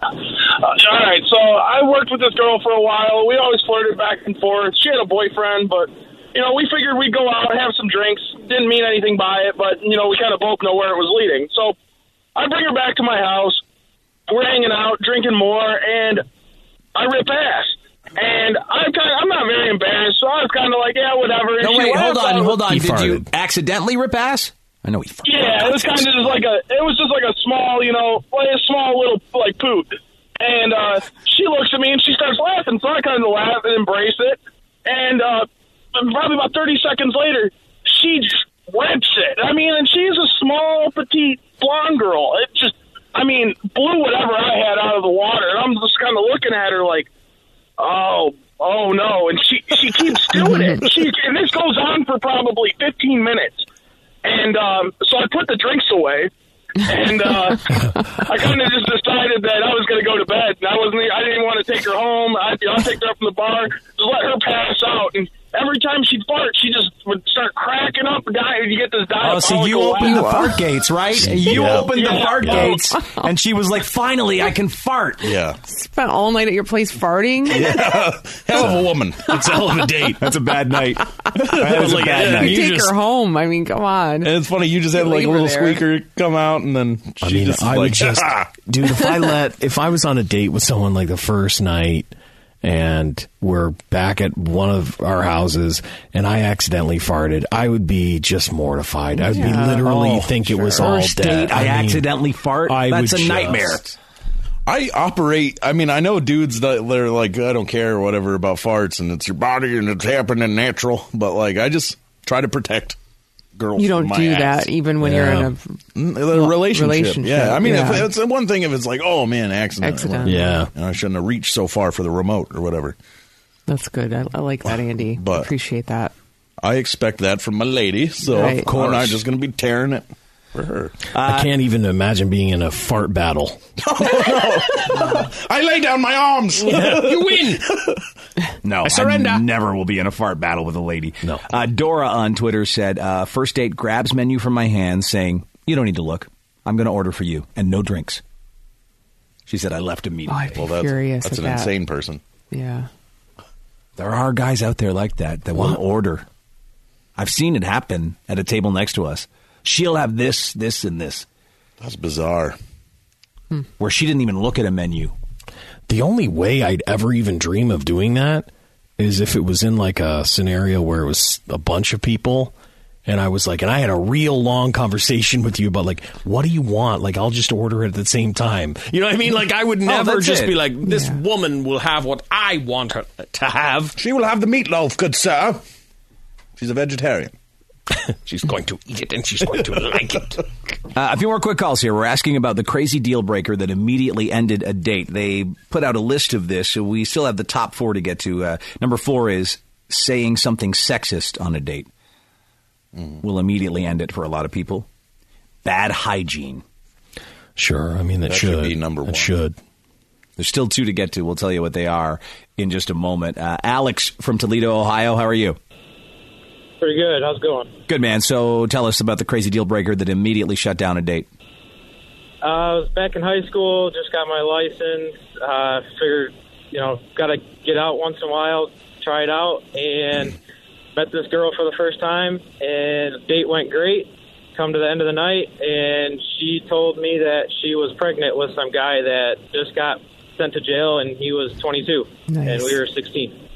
[SPEAKER 4] Uh, all right, so I worked with this girl for a while. We always flirted back and forth. She had a boyfriend, but you know, we figured we'd go out, have some drinks. Didn't mean anything by it, but you know, we kind of both know where it was leading. So I bring her back to my house. We're hanging out, drinking more, and I rip ass. And I'm kind of, I'm not very embarrassed, so I was kind of like, yeah, whatever. And
[SPEAKER 2] No,
[SPEAKER 4] she
[SPEAKER 2] wait, hold
[SPEAKER 4] laughed
[SPEAKER 2] on,
[SPEAKER 4] out-
[SPEAKER 2] hold on. Did you accidentally rip ass? I know he. F-
[SPEAKER 4] Yeah, it was kind of just like a, it was just like a small, you know, like a small little like poop. And uh, she looks at me and she starts laughing, so I kind of laugh and embrace it. And uh, probably about thirty seconds later, she just rips it. I mean, and she's a small, petite blonde girl. It just, I mean, blew whatever I had out of the water. And I'm just kind of looking at her like, oh, oh no. And she she keeps doing it. She and this goes on for probably fifteen minutes. And um, so I put the drinks away, and uh, I kind of just decided that I was going to go to bed. And I wasn't. I didn't want to take her home. I, you know, I take her up from the bar, just let her pass out. And every time she'd fart, she just would start cracking up. Di- you get this diabolical.
[SPEAKER 2] Oh, so you opened the fart gates, right? You
[SPEAKER 4] Yeah.
[SPEAKER 2] opened the
[SPEAKER 4] Yeah.
[SPEAKER 2] fart
[SPEAKER 4] Yeah. <laughs>
[SPEAKER 2] gates, and she was like, "Finally, I can fart." <laughs>
[SPEAKER 7] Yeah.
[SPEAKER 5] Spent all night at your place farting.
[SPEAKER 7] Hell of a woman.
[SPEAKER 2] It's hell of a date.
[SPEAKER 7] That's a bad
[SPEAKER 2] <laughs>
[SPEAKER 7] night.
[SPEAKER 5] That was a Like, bad yeah, night. you take her home. I mean, come on.
[SPEAKER 7] And it's funny, you just have
[SPEAKER 5] You
[SPEAKER 7] like a
[SPEAKER 5] leave her
[SPEAKER 7] little
[SPEAKER 5] there.
[SPEAKER 7] squeaker come out, and then she
[SPEAKER 3] I mean,
[SPEAKER 7] just is like,
[SPEAKER 3] I
[SPEAKER 7] "Ah."
[SPEAKER 3] would just, dude. If I let, if I was on a date with someone like the first night, and we're back at one of our houses, and I accidentally farted, I would be just mortified. I would
[SPEAKER 2] Yeah.
[SPEAKER 3] be literally
[SPEAKER 2] Oh,
[SPEAKER 3] think it
[SPEAKER 2] sure.
[SPEAKER 3] was all
[SPEAKER 2] First
[SPEAKER 3] dead.
[SPEAKER 2] date, I accidentally fart? That's a nightmare.
[SPEAKER 7] I operate. I mean, I know dudes that they're like, I don't care or whatever about farts, and it's your body, and it's happening natural. But like, I just try to protect girls.
[SPEAKER 5] You don't
[SPEAKER 7] from my
[SPEAKER 5] do
[SPEAKER 7] ass.
[SPEAKER 5] that even when you're in a-
[SPEAKER 7] Mm, a relationship.
[SPEAKER 5] relationship,
[SPEAKER 7] Yeah, I mean, if,
[SPEAKER 5] yeah.
[SPEAKER 7] it's the one thing if it's like, oh man, accident.
[SPEAKER 5] Accident.
[SPEAKER 3] Yeah,
[SPEAKER 7] I shouldn't have reached so far for the remote or whatever.
[SPEAKER 5] That's good. I, I like that, Andy. Appreciate that.
[SPEAKER 7] I expect that from my lady, so
[SPEAKER 5] Right.
[SPEAKER 7] of course. I'm not
[SPEAKER 3] course.
[SPEAKER 7] just going to be tearing it for her.
[SPEAKER 2] Uh,
[SPEAKER 3] I can't even imagine being in a fart battle.
[SPEAKER 7] I lay down my arms.
[SPEAKER 25] <laughs>
[SPEAKER 26] you win.
[SPEAKER 2] No,
[SPEAKER 26] I surrender.
[SPEAKER 2] never will be in a fart battle with a lady. No. Uh, Dora on Twitter said, uh, first date grabs menu from my hand, saying, "You don't need to look. I'm going to order for you, and no drinks." She said, "I left immediately."
[SPEAKER 7] well, that's,
[SPEAKER 5] furious
[SPEAKER 7] that's
[SPEAKER 5] at
[SPEAKER 7] an
[SPEAKER 5] that.
[SPEAKER 7] insane person.
[SPEAKER 5] Yeah.
[SPEAKER 2] There are guys out there like that that will order. I've seen it happen at a table next to us. She'll have this, this, and this.
[SPEAKER 7] That's bizarre.
[SPEAKER 2] Where she didn't even look at a menu.
[SPEAKER 3] The only way I'd ever even dream of doing that is if it was in like a scenario where it was a bunch of people and I was like, and I had a real long conversation with you about like, what do you want? Like, I'll just order it at the same time.
[SPEAKER 25] You know what I mean? Like,
[SPEAKER 2] <laughs>
[SPEAKER 25] I would
[SPEAKER 3] Oh,
[SPEAKER 25] never
[SPEAKER 3] that's
[SPEAKER 25] just
[SPEAKER 3] it.
[SPEAKER 25] be like, this woman will have what I want her to have.
[SPEAKER 7] She will have the meatloaf, good sir. She's a vegetarian.
[SPEAKER 25] <laughs> she's going to eat it and she's going to like it.
[SPEAKER 2] Uh, a few more quick calls here. We're asking about the crazy deal breaker that immediately ended a date. They put out a list of this. So we still have the top four to get to. Uh, number four is saying something sexist on a date Mm. will immediately end it for a lot of people. Bad hygiene.
[SPEAKER 3] Sure. I mean, it
[SPEAKER 2] That
[SPEAKER 3] should.
[SPEAKER 2] should be number
[SPEAKER 3] It
[SPEAKER 2] one.
[SPEAKER 3] should.
[SPEAKER 2] There's still two to get to. We'll tell you what they are in just a moment. Uh, Alex from Toledo, Ohio. How are you?
[SPEAKER 28] Pretty good. How's it going?
[SPEAKER 2] Good man. So tell us about the crazy deal breaker that immediately shut down a date.
[SPEAKER 28] <laughs> Uh, I was back in high school, just got my license. Uh, figured, you know, got to get out once in a while, try it out, and met this girl for the first time, and the date went great. Come to the end of the night, and she told me that she was pregnant with some guy that just got sent to jail, and he was 22, and we were 16.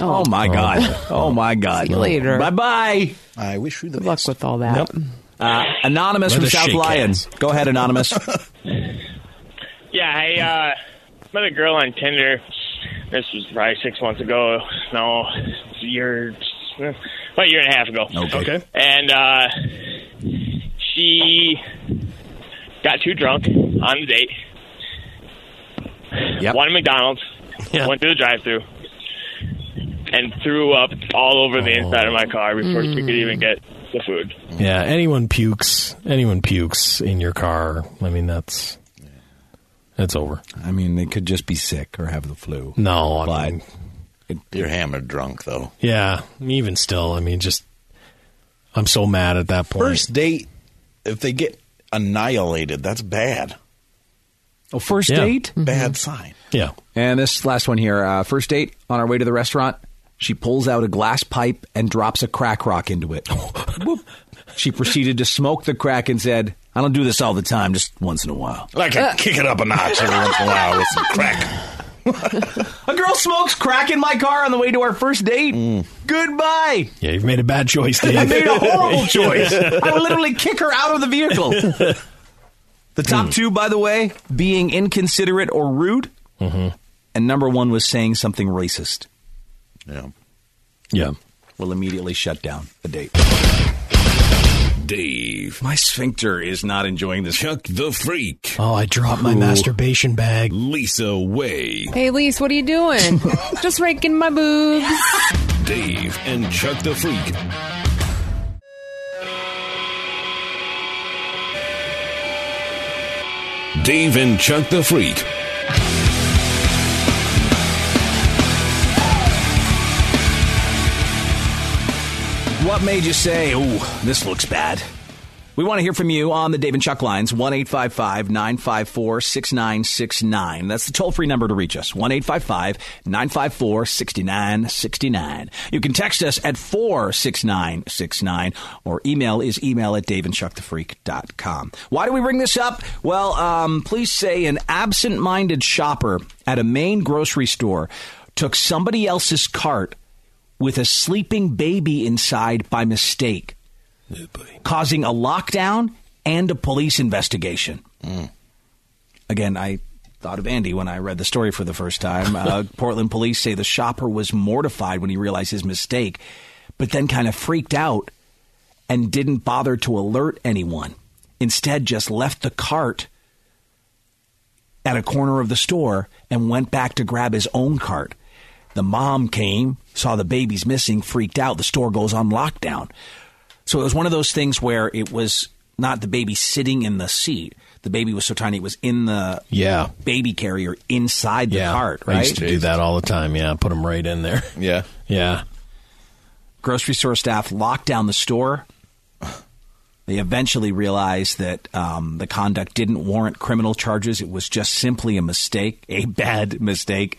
[SPEAKER 2] Oh, my God. Oh <laughs> my God.
[SPEAKER 28] you later.
[SPEAKER 2] Bye bye. I wish you the Good luck with all that. Uh, anonymous
[SPEAKER 4] Let
[SPEAKER 2] from
[SPEAKER 4] us
[SPEAKER 2] South
[SPEAKER 4] shake
[SPEAKER 2] Lyon.
[SPEAKER 4] hands.
[SPEAKER 2] Go ahead, Anonymous.
[SPEAKER 1] Yeah, I uh, met a girl on Tinder. This was probably six months ago. No, it's a year, about a year and a half ago.
[SPEAKER 4] Okay. Okay.
[SPEAKER 1] And uh, she got too drunk on the date. Went to McDonald's. Went through the drive-through. And threw up all over the inside of my car before she could even get the food.
[SPEAKER 3] Yeah. Anyone pukes. Anyone pukes in your car. I mean, that's that's over.
[SPEAKER 2] I mean, they could just be sick or have the flu.
[SPEAKER 3] No, I
[SPEAKER 2] But
[SPEAKER 3] mean-
[SPEAKER 7] You're hammered drunk though.
[SPEAKER 3] Yeah. Even still, I mean, just I'm so mad at that point.
[SPEAKER 7] First date, if they get annihilated, that's bad.
[SPEAKER 2] Oh, first date?
[SPEAKER 7] Bad sign.
[SPEAKER 3] Yeah.
[SPEAKER 2] And this last one here uh, first date on our way to the restaurant. She pulls out a glass pipe and drops a crack rock into
[SPEAKER 7] <laughs>
[SPEAKER 2] it. Whoop. she proceeded to smoke the crack and said, I don't do this all the time, just once in a while.
[SPEAKER 7] Like I kick it up a notch every once in a while with some crack.
[SPEAKER 2] <laughs> A girl smokes crack in my car on the way to our first date.
[SPEAKER 7] Mm.
[SPEAKER 2] Goodbye.
[SPEAKER 3] Yeah, you've made a bad choice,
[SPEAKER 2] <laughs>
[SPEAKER 3] Dave.
[SPEAKER 2] I
[SPEAKER 3] <laughs>
[SPEAKER 2] made a horrible choice. I would literally kick her out of the vehicle. The top two, by the way, being inconsiderate or rude, and number one was saying something racist.
[SPEAKER 7] Yeah.
[SPEAKER 3] Yeah.
[SPEAKER 2] Will immediately shut down the date. Dave. My sphincter is not enjoying this. Chuck the Freak.
[SPEAKER 3] <laughs> Oh, I dropped my
[SPEAKER 2] Ooh.
[SPEAKER 3] masturbation bag.
[SPEAKER 2] Lisa Way.
[SPEAKER 5] Hey, Lise, what are you <laughs> doing? Just raking my boobs.
[SPEAKER 6] Dave and Chuck the Freak. Dave and Chuck the Freak.
[SPEAKER 2] What made you say, ooh, this looks bad? We want to hear from you on the Dave and Chuck lines, 1 954 6969. That's the toll free number to reach us, 1 954 6969. You can text us at 46969, or email is email at daveandchuckthefreak.com. Why do we bring this up? Well, um, please say an absent minded shopper at a main grocery store took somebody else's cart with a sleeping baby inside by mistake, causing a lockdown and a police investigation. Again, I thought of Andy when I read the story for the first time. Uh, Portland police say the shopper was mortified when he realized his mistake, but then kind of freaked out and didn't bother to alert anyone. Instead, just left the cart at a corner of the store and went back to grab his own cart. The mom came, saw the baby's missing, freaked out. The store goes on lockdown. So it was one of those things where it was not the baby sitting in the seat. The baby was so tiny it was in the
[SPEAKER 3] Yeah.
[SPEAKER 2] baby carrier inside the cart, right?
[SPEAKER 3] I used to do that all the time. Yeah, put them right in there.
[SPEAKER 7] Yeah.
[SPEAKER 3] Yeah.
[SPEAKER 2] Grocery store staff locked down the store. They eventually realized that um, the conduct didn't warrant criminal charges. It was just simply a mistake, a bad mistake.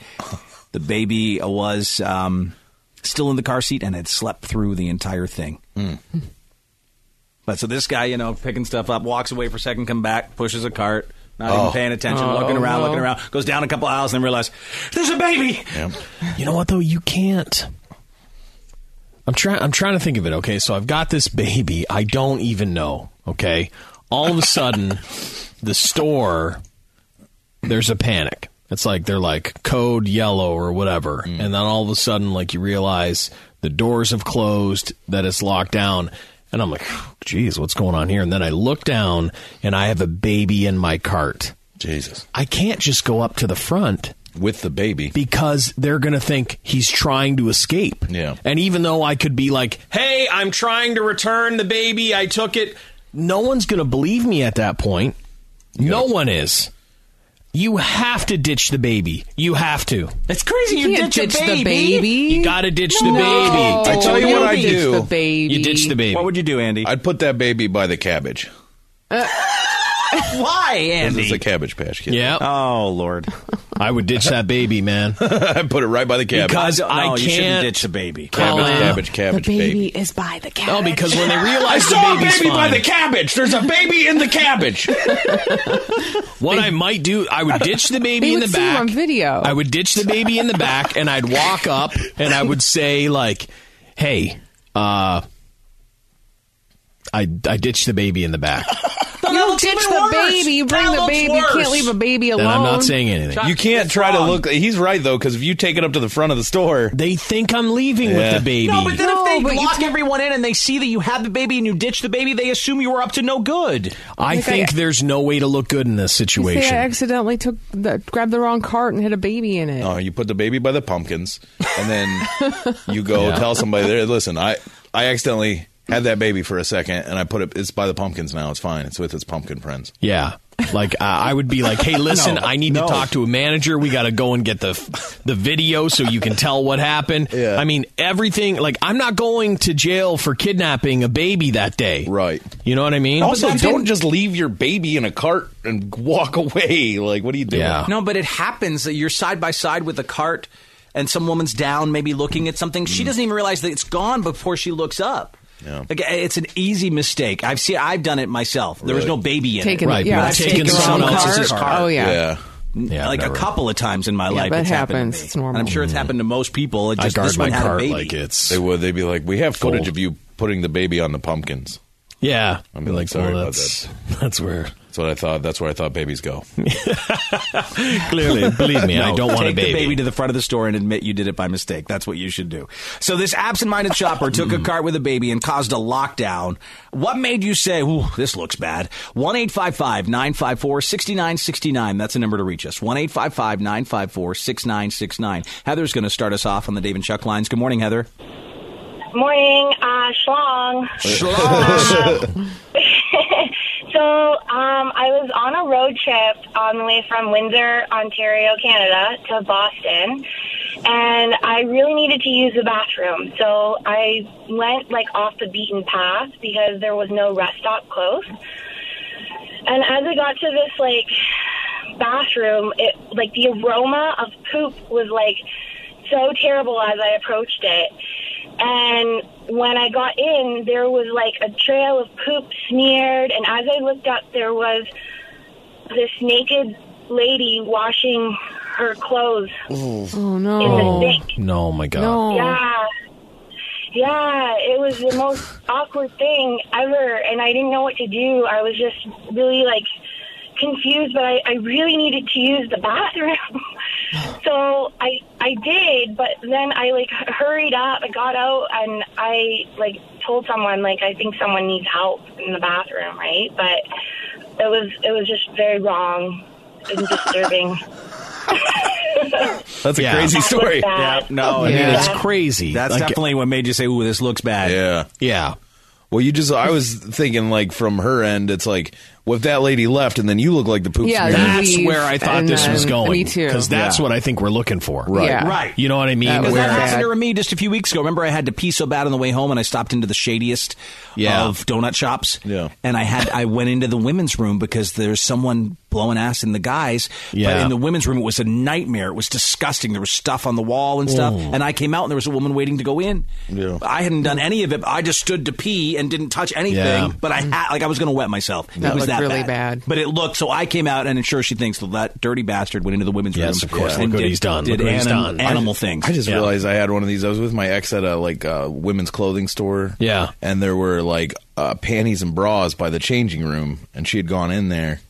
[SPEAKER 2] The baby was um, still in the car seat and had slept through the entire thing. But so this guy, you know, picking stuff up, walks away for a second, come back, pushes a cart, not
[SPEAKER 4] Oh.
[SPEAKER 2] even paying attention,
[SPEAKER 4] Oh,
[SPEAKER 2] looking around,
[SPEAKER 4] no.
[SPEAKER 2] looking around, goes down a couple aisles, and then realizes there's a baby.
[SPEAKER 3] You know what though? You can't. I'm trying. I'm trying to think of it. Okay, so I've got this baby. I don't even know. Okay, all of a sudden, <laughs> the store there's a panic. It's like they're like code yellow or whatever,
[SPEAKER 7] Mm.
[SPEAKER 3] and then all of a sudden, like you realize the doors have closed, that it's locked down, and I'm like, "Geez, what's going on here?" And then I look down, and I have a baby in my cart.
[SPEAKER 7] Jesus,
[SPEAKER 3] I can't just go up to the front
[SPEAKER 7] with the baby
[SPEAKER 3] because they're going to think he's trying to escape. Yeah. And even though I could be like, hey, I'm trying to return the baby, I took it, no one's going to believe me at that point. No one is. You have to ditch the baby. You have to.
[SPEAKER 2] It's crazy.
[SPEAKER 5] You You can't ditch a ditch the baby. baby.
[SPEAKER 3] You gotta ditch the
[SPEAKER 5] No.
[SPEAKER 3] baby.
[SPEAKER 7] I tell you what I
[SPEAKER 5] You ditch
[SPEAKER 7] do.
[SPEAKER 5] the baby. You ditch the baby.
[SPEAKER 7] What
[SPEAKER 2] would you do, Andy?
[SPEAKER 7] I'd put that baby by the cabbage.
[SPEAKER 2] <laughs> Why,
[SPEAKER 7] This is a cabbage patch kid.
[SPEAKER 3] Yeah.
[SPEAKER 2] Oh Lord.
[SPEAKER 3] I would ditch that baby,
[SPEAKER 7] <laughs>
[SPEAKER 3] man.
[SPEAKER 7] I put it right by the cabbage.
[SPEAKER 3] Because I
[SPEAKER 7] No,
[SPEAKER 3] can't
[SPEAKER 7] you shouldn't
[SPEAKER 2] ditch the baby.
[SPEAKER 7] Cabbage, cabbage, cabbage,
[SPEAKER 5] the
[SPEAKER 7] baby.
[SPEAKER 5] baby, is by the couch.
[SPEAKER 3] No, Oh, because when they
[SPEAKER 7] I
[SPEAKER 3] realize
[SPEAKER 7] saw
[SPEAKER 3] the
[SPEAKER 7] a
[SPEAKER 3] baby's
[SPEAKER 7] baby by
[SPEAKER 3] fine,
[SPEAKER 7] the cabbage. There's a baby in the cabbage.
[SPEAKER 3] <laughs> what I might do, I would ditch the baby
[SPEAKER 5] they
[SPEAKER 3] in
[SPEAKER 5] would
[SPEAKER 3] the
[SPEAKER 5] see
[SPEAKER 3] back.
[SPEAKER 5] you on video.
[SPEAKER 3] I would ditch the baby in the back and I'd walk up and I would say like, "Hey, uh I I ditched the baby in the back."
[SPEAKER 5] you don't ditch the baby. You bring the baby. You can't leave a baby alone.
[SPEAKER 3] Then I'm not saying anything.
[SPEAKER 7] You can't try to look. He's right though, because if you take it up to the front of the store,
[SPEAKER 3] they think I'm leaving
[SPEAKER 7] yeah.
[SPEAKER 3] with the baby.
[SPEAKER 2] No, but then if they lock everyone in and they see that you have the baby and you ditch the baby, they assume you were up to no good.
[SPEAKER 3] I
[SPEAKER 5] Like,
[SPEAKER 3] think
[SPEAKER 5] I-
[SPEAKER 3] there's no way to look good in this
[SPEAKER 5] You say I
[SPEAKER 3] situation.
[SPEAKER 5] accidentally took the, grabbed the wrong cart and hit a baby in it.
[SPEAKER 7] No, you put the baby by the pumpkins, and then you
[SPEAKER 3] <laughs>
[SPEAKER 7] go
[SPEAKER 5] Yeah.
[SPEAKER 7] tell somebody there. Listen, I I accidentally had that baby for a second, and I put it. It's by the pumpkins now. It's fine. It's with its pumpkin friends.
[SPEAKER 3] Yeah. Like uh, I would be
[SPEAKER 7] <laughs>
[SPEAKER 3] like, "Hey, listen,
[SPEAKER 7] No,
[SPEAKER 3] I need
[SPEAKER 7] no.
[SPEAKER 3] to talk to a manager. We got to go and get the the video so you can tell what happened." Yeah. I mean, everything like I'm not going to jail for kidnapping a baby that day.
[SPEAKER 7] Right.
[SPEAKER 3] You know what I
[SPEAKER 7] <laughs>
[SPEAKER 3] mean?
[SPEAKER 7] also, don't just leave your baby in a cart and walk away. Like, what are you doing?
[SPEAKER 2] No, but it happens that you're side by side with a cart and some woman's down, maybe looking at something. She doesn't even realize that it's gone before she looks up. Like, eh, it's an easy mistake. I've seen. I've done it myself. There was no baby in
[SPEAKER 5] Taking
[SPEAKER 2] it.
[SPEAKER 5] the- Right, yeah,
[SPEAKER 2] I've
[SPEAKER 5] I've taken
[SPEAKER 2] taken
[SPEAKER 5] someone
[SPEAKER 2] someone
[SPEAKER 5] else's
[SPEAKER 2] else's
[SPEAKER 5] cart.
[SPEAKER 2] cart.
[SPEAKER 5] Oh, yeah. Yeah.
[SPEAKER 2] yeah. Like
[SPEAKER 3] never.
[SPEAKER 2] a couple of times in my
[SPEAKER 5] Yeah,
[SPEAKER 2] life,
[SPEAKER 5] that
[SPEAKER 2] it's happened. to
[SPEAKER 5] happens.
[SPEAKER 2] me.
[SPEAKER 5] It's normal.
[SPEAKER 2] And I'm sure it's happened to most people. It
[SPEAKER 3] I
[SPEAKER 2] just,
[SPEAKER 3] guard
[SPEAKER 2] this one
[SPEAKER 3] my
[SPEAKER 2] had a
[SPEAKER 3] cart
[SPEAKER 2] baby.
[SPEAKER 3] like it's
[SPEAKER 7] They would. They'd be like, "We have footage of you putting the baby on the pumpkins."
[SPEAKER 3] Yeah.
[SPEAKER 7] I'm like, sorry
[SPEAKER 3] well,
[SPEAKER 7] about
[SPEAKER 3] that's-
[SPEAKER 7] that.
[SPEAKER 3] <laughs> That's where.
[SPEAKER 7] That's what I thought. That's where I thought babies go.
[SPEAKER 2] <laughs>
[SPEAKER 3] Clearly, believe me, I
[SPEAKER 2] No,
[SPEAKER 3] don't want a
[SPEAKER 2] take the
[SPEAKER 3] baby.
[SPEAKER 2] baby to the front of the store and admit you did it by mistake. That's what you should do. So this absent-minded shopper took
[SPEAKER 3] Mm.
[SPEAKER 2] a cart with a baby and caused a lockdown. What made you say, "Ooh, this looks bad"? One eight five five nine five four sixty nine sixty nine. That's the number to reach us. One eight five five nine five four six nine six nine. Heather's going to start us off on the Dave and Chuck lines. Good morning, Heather.
[SPEAKER 29] Morning, uh, schlong.
[SPEAKER 2] <laughs> Schlong.
[SPEAKER 29] <laughs> so um, I was on a road trip on the way from Windsor, Ontario, Canada, to Boston, and I really needed to use the bathroom. So I went like off the beaten path because there was no rest stop close. And as I got to this like bathroom, it like the aroma of poop was like so terrible as I approached it. And when I got in, there was like a trail of poop smeared. And as I looked up, there was this naked lady washing her clothes.
[SPEAKER 5] Oh
[SPEAKER 29] In the
[SPEAKER 5] no!
[SPEAKER 29] sink.
[SPEAKER 3] No, oh my God.
[SPEAKER 5] No.
[SPEAKER 29] Yeah. Yeah, it was the most awkward thing ever. And I didn't know what to do. I was just really like confused, but I, I really needed to use the bathroom. <laughs> so I I did, but then I like hurried up, I got out, and I like told someone like I think someone needs help in the bathroom, right? But it was it was just very wrong and disturbing.
[SPEAKER 7] That's a
[SPEAKER 5] <laughs>
[SPEAKER 2] Yeah.
[SPEAKER 7] crazy story.
[SPEAKER 29] Yeah,
[SPEAKER 2] no, Oh, I mean,
[SPEAKER 29] Yeah.
[SPEAKER 2] it's
[SPEAKER 3] crazy.
[SPEAKER 2] That's
[SPEAKER 7] Like-
[SPEAKER 2] definitely what made you say, "Ooh, this looks bad."
[SPEAKER 7] Yeah.
[SPEAKER 3] Yeah.
[SPEAKER 7] Well, you just, I was thinking, like, from her end, it's like, well, if that lady left and then you look like the poop
[SPEAKER 5] Yeah,
[SPEAKER 7] smear.
[SPEAKER 3] That's
[SPEAKER 5] leave,
[SPEAKER 3] where I thought
[SPEAKER 5] and
[SPEAKER 3] this was
[SPEAKER 5] then-
[SPEAKER 3] going.
[SPEAKER 5] me too.
[SPEAKER 3] Because that's
[SPEAKER 5] Yeah.
[SPEAKER 3] what I think we're looking for.
[SPEAKER 2] Right. Yeah.
[SPEAKER 3] Right. You know what I mean?
[SPEAKER 2] Because
[SPEAKER 3] Where-
[SPEAKER 2] that happened to me just a few weeks ago. Remember, I had to pee so bad on the way home, and I stopped into the shadiest
[SPEAKER 3] Yeah.
[SPEAKER 2] of donut shops. Yeah, and I had I went into the women's room because there's someone blowing ass in the guys. but
[SPEAKER 3] Yeah.
[SPEAKER 2] in the women's room, it was a nightmare. It was disgusting. There was stuff on the wall and stuff.
[SPEAKER 3] Ooh.
[SPEAKER 2] And I came out, and there was a woman waiting to go in. Yeah, I hadn't done any of it. I just stood to pee and didn't touch anything.
[SPEAKER 3] Yeah. Mm.
[SPEAKER 2] But I had like I was going to wet myself.
[SPEAKER 5] That
[SPEAKER 2] it was
[SPEAKER 5] looked
[SPEAKER 2] that
[SPEAKER 5] really
[SPEAKER 2] bad. But it looked so. I came out, and I'm sure she thinks that that dirty bastard went into the women's room.
[SPEAKER 3] Yes, of course.
[SPEAKER 2] and
[SPEAKER 3] Look what
[SPEAKER 2] did-
[SPEAKER 3] he's done.
[SPEAKER 2] Did
[SPEAKER 3] Look what he's
[SPEAKER 2] anim-
[SPEAKER 3] done.
[SPEAKER 2] animal
[SPEAKER 7] I-
[SPEAKER 2] things.
[SPEAKER 7] I just realized I had one of these. I was with my ex at a like uh, women's clothing store.
[SPEAKER 3] Yeah.
[SPEAKER 7] and there were like uh, panties and bras by the changing room, and she had gone in there.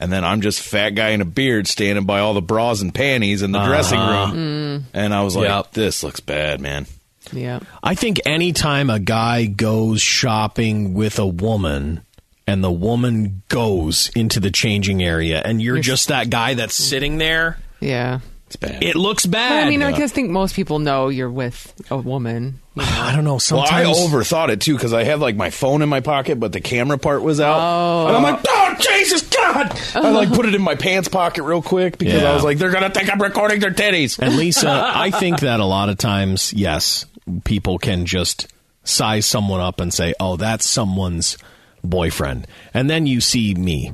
[SPEAKER 7] And then I'm just fat guy in a beard standing by all the bras and panties in the dressing
[SPEAKER 3] Uh-huh.
[SPEAKER 7] room, and I was like, "This looks bad, man."
[SPEAKER 5] Yeah.
[SPEAKER 3] I think anytime a guy goes shopping with a woman and the woman goes into the changing area and you're just that guy that's
[SPEAKER 30] Mm-hmm.
[SPEAKER 3] sitting there,
[SPEAKER 5] Yeah.
[SPEAKER 7] it's bad.
[SPEAKER 3] It looks bad.
[SPEAKER 5] But, I mean, I just think most people know you're with a woman.
[SPEAKER 3] <sighs> I don't know.
[SPEAKER 7] well,
[SPEAKER 5] sometimes-
[SPEAKER 7] I overthought it too because I had like my phone in my pocket, but the camera part was out,
[SPEAKER 5] Oh.
[SPEAKER 7] and I'm like, "Oh Jesus God!" God! I like put it in my pants pocket real quick because I
[SPEAKER 3] Uh-huh. Yeah.
[SPEAKER 7] was like, they're gonna think I'm recording their titties.
[SPEAKER 3] And
[SPEAKER 5] <laughs>
[SPEAKER 3] Lisa,
[SPEAKER 7] <laughs>
[SPEAKER 3] I think that a lot of times, yes, people can just size someone up and say, "Oh, that's someone's boyfriend," and then you see me,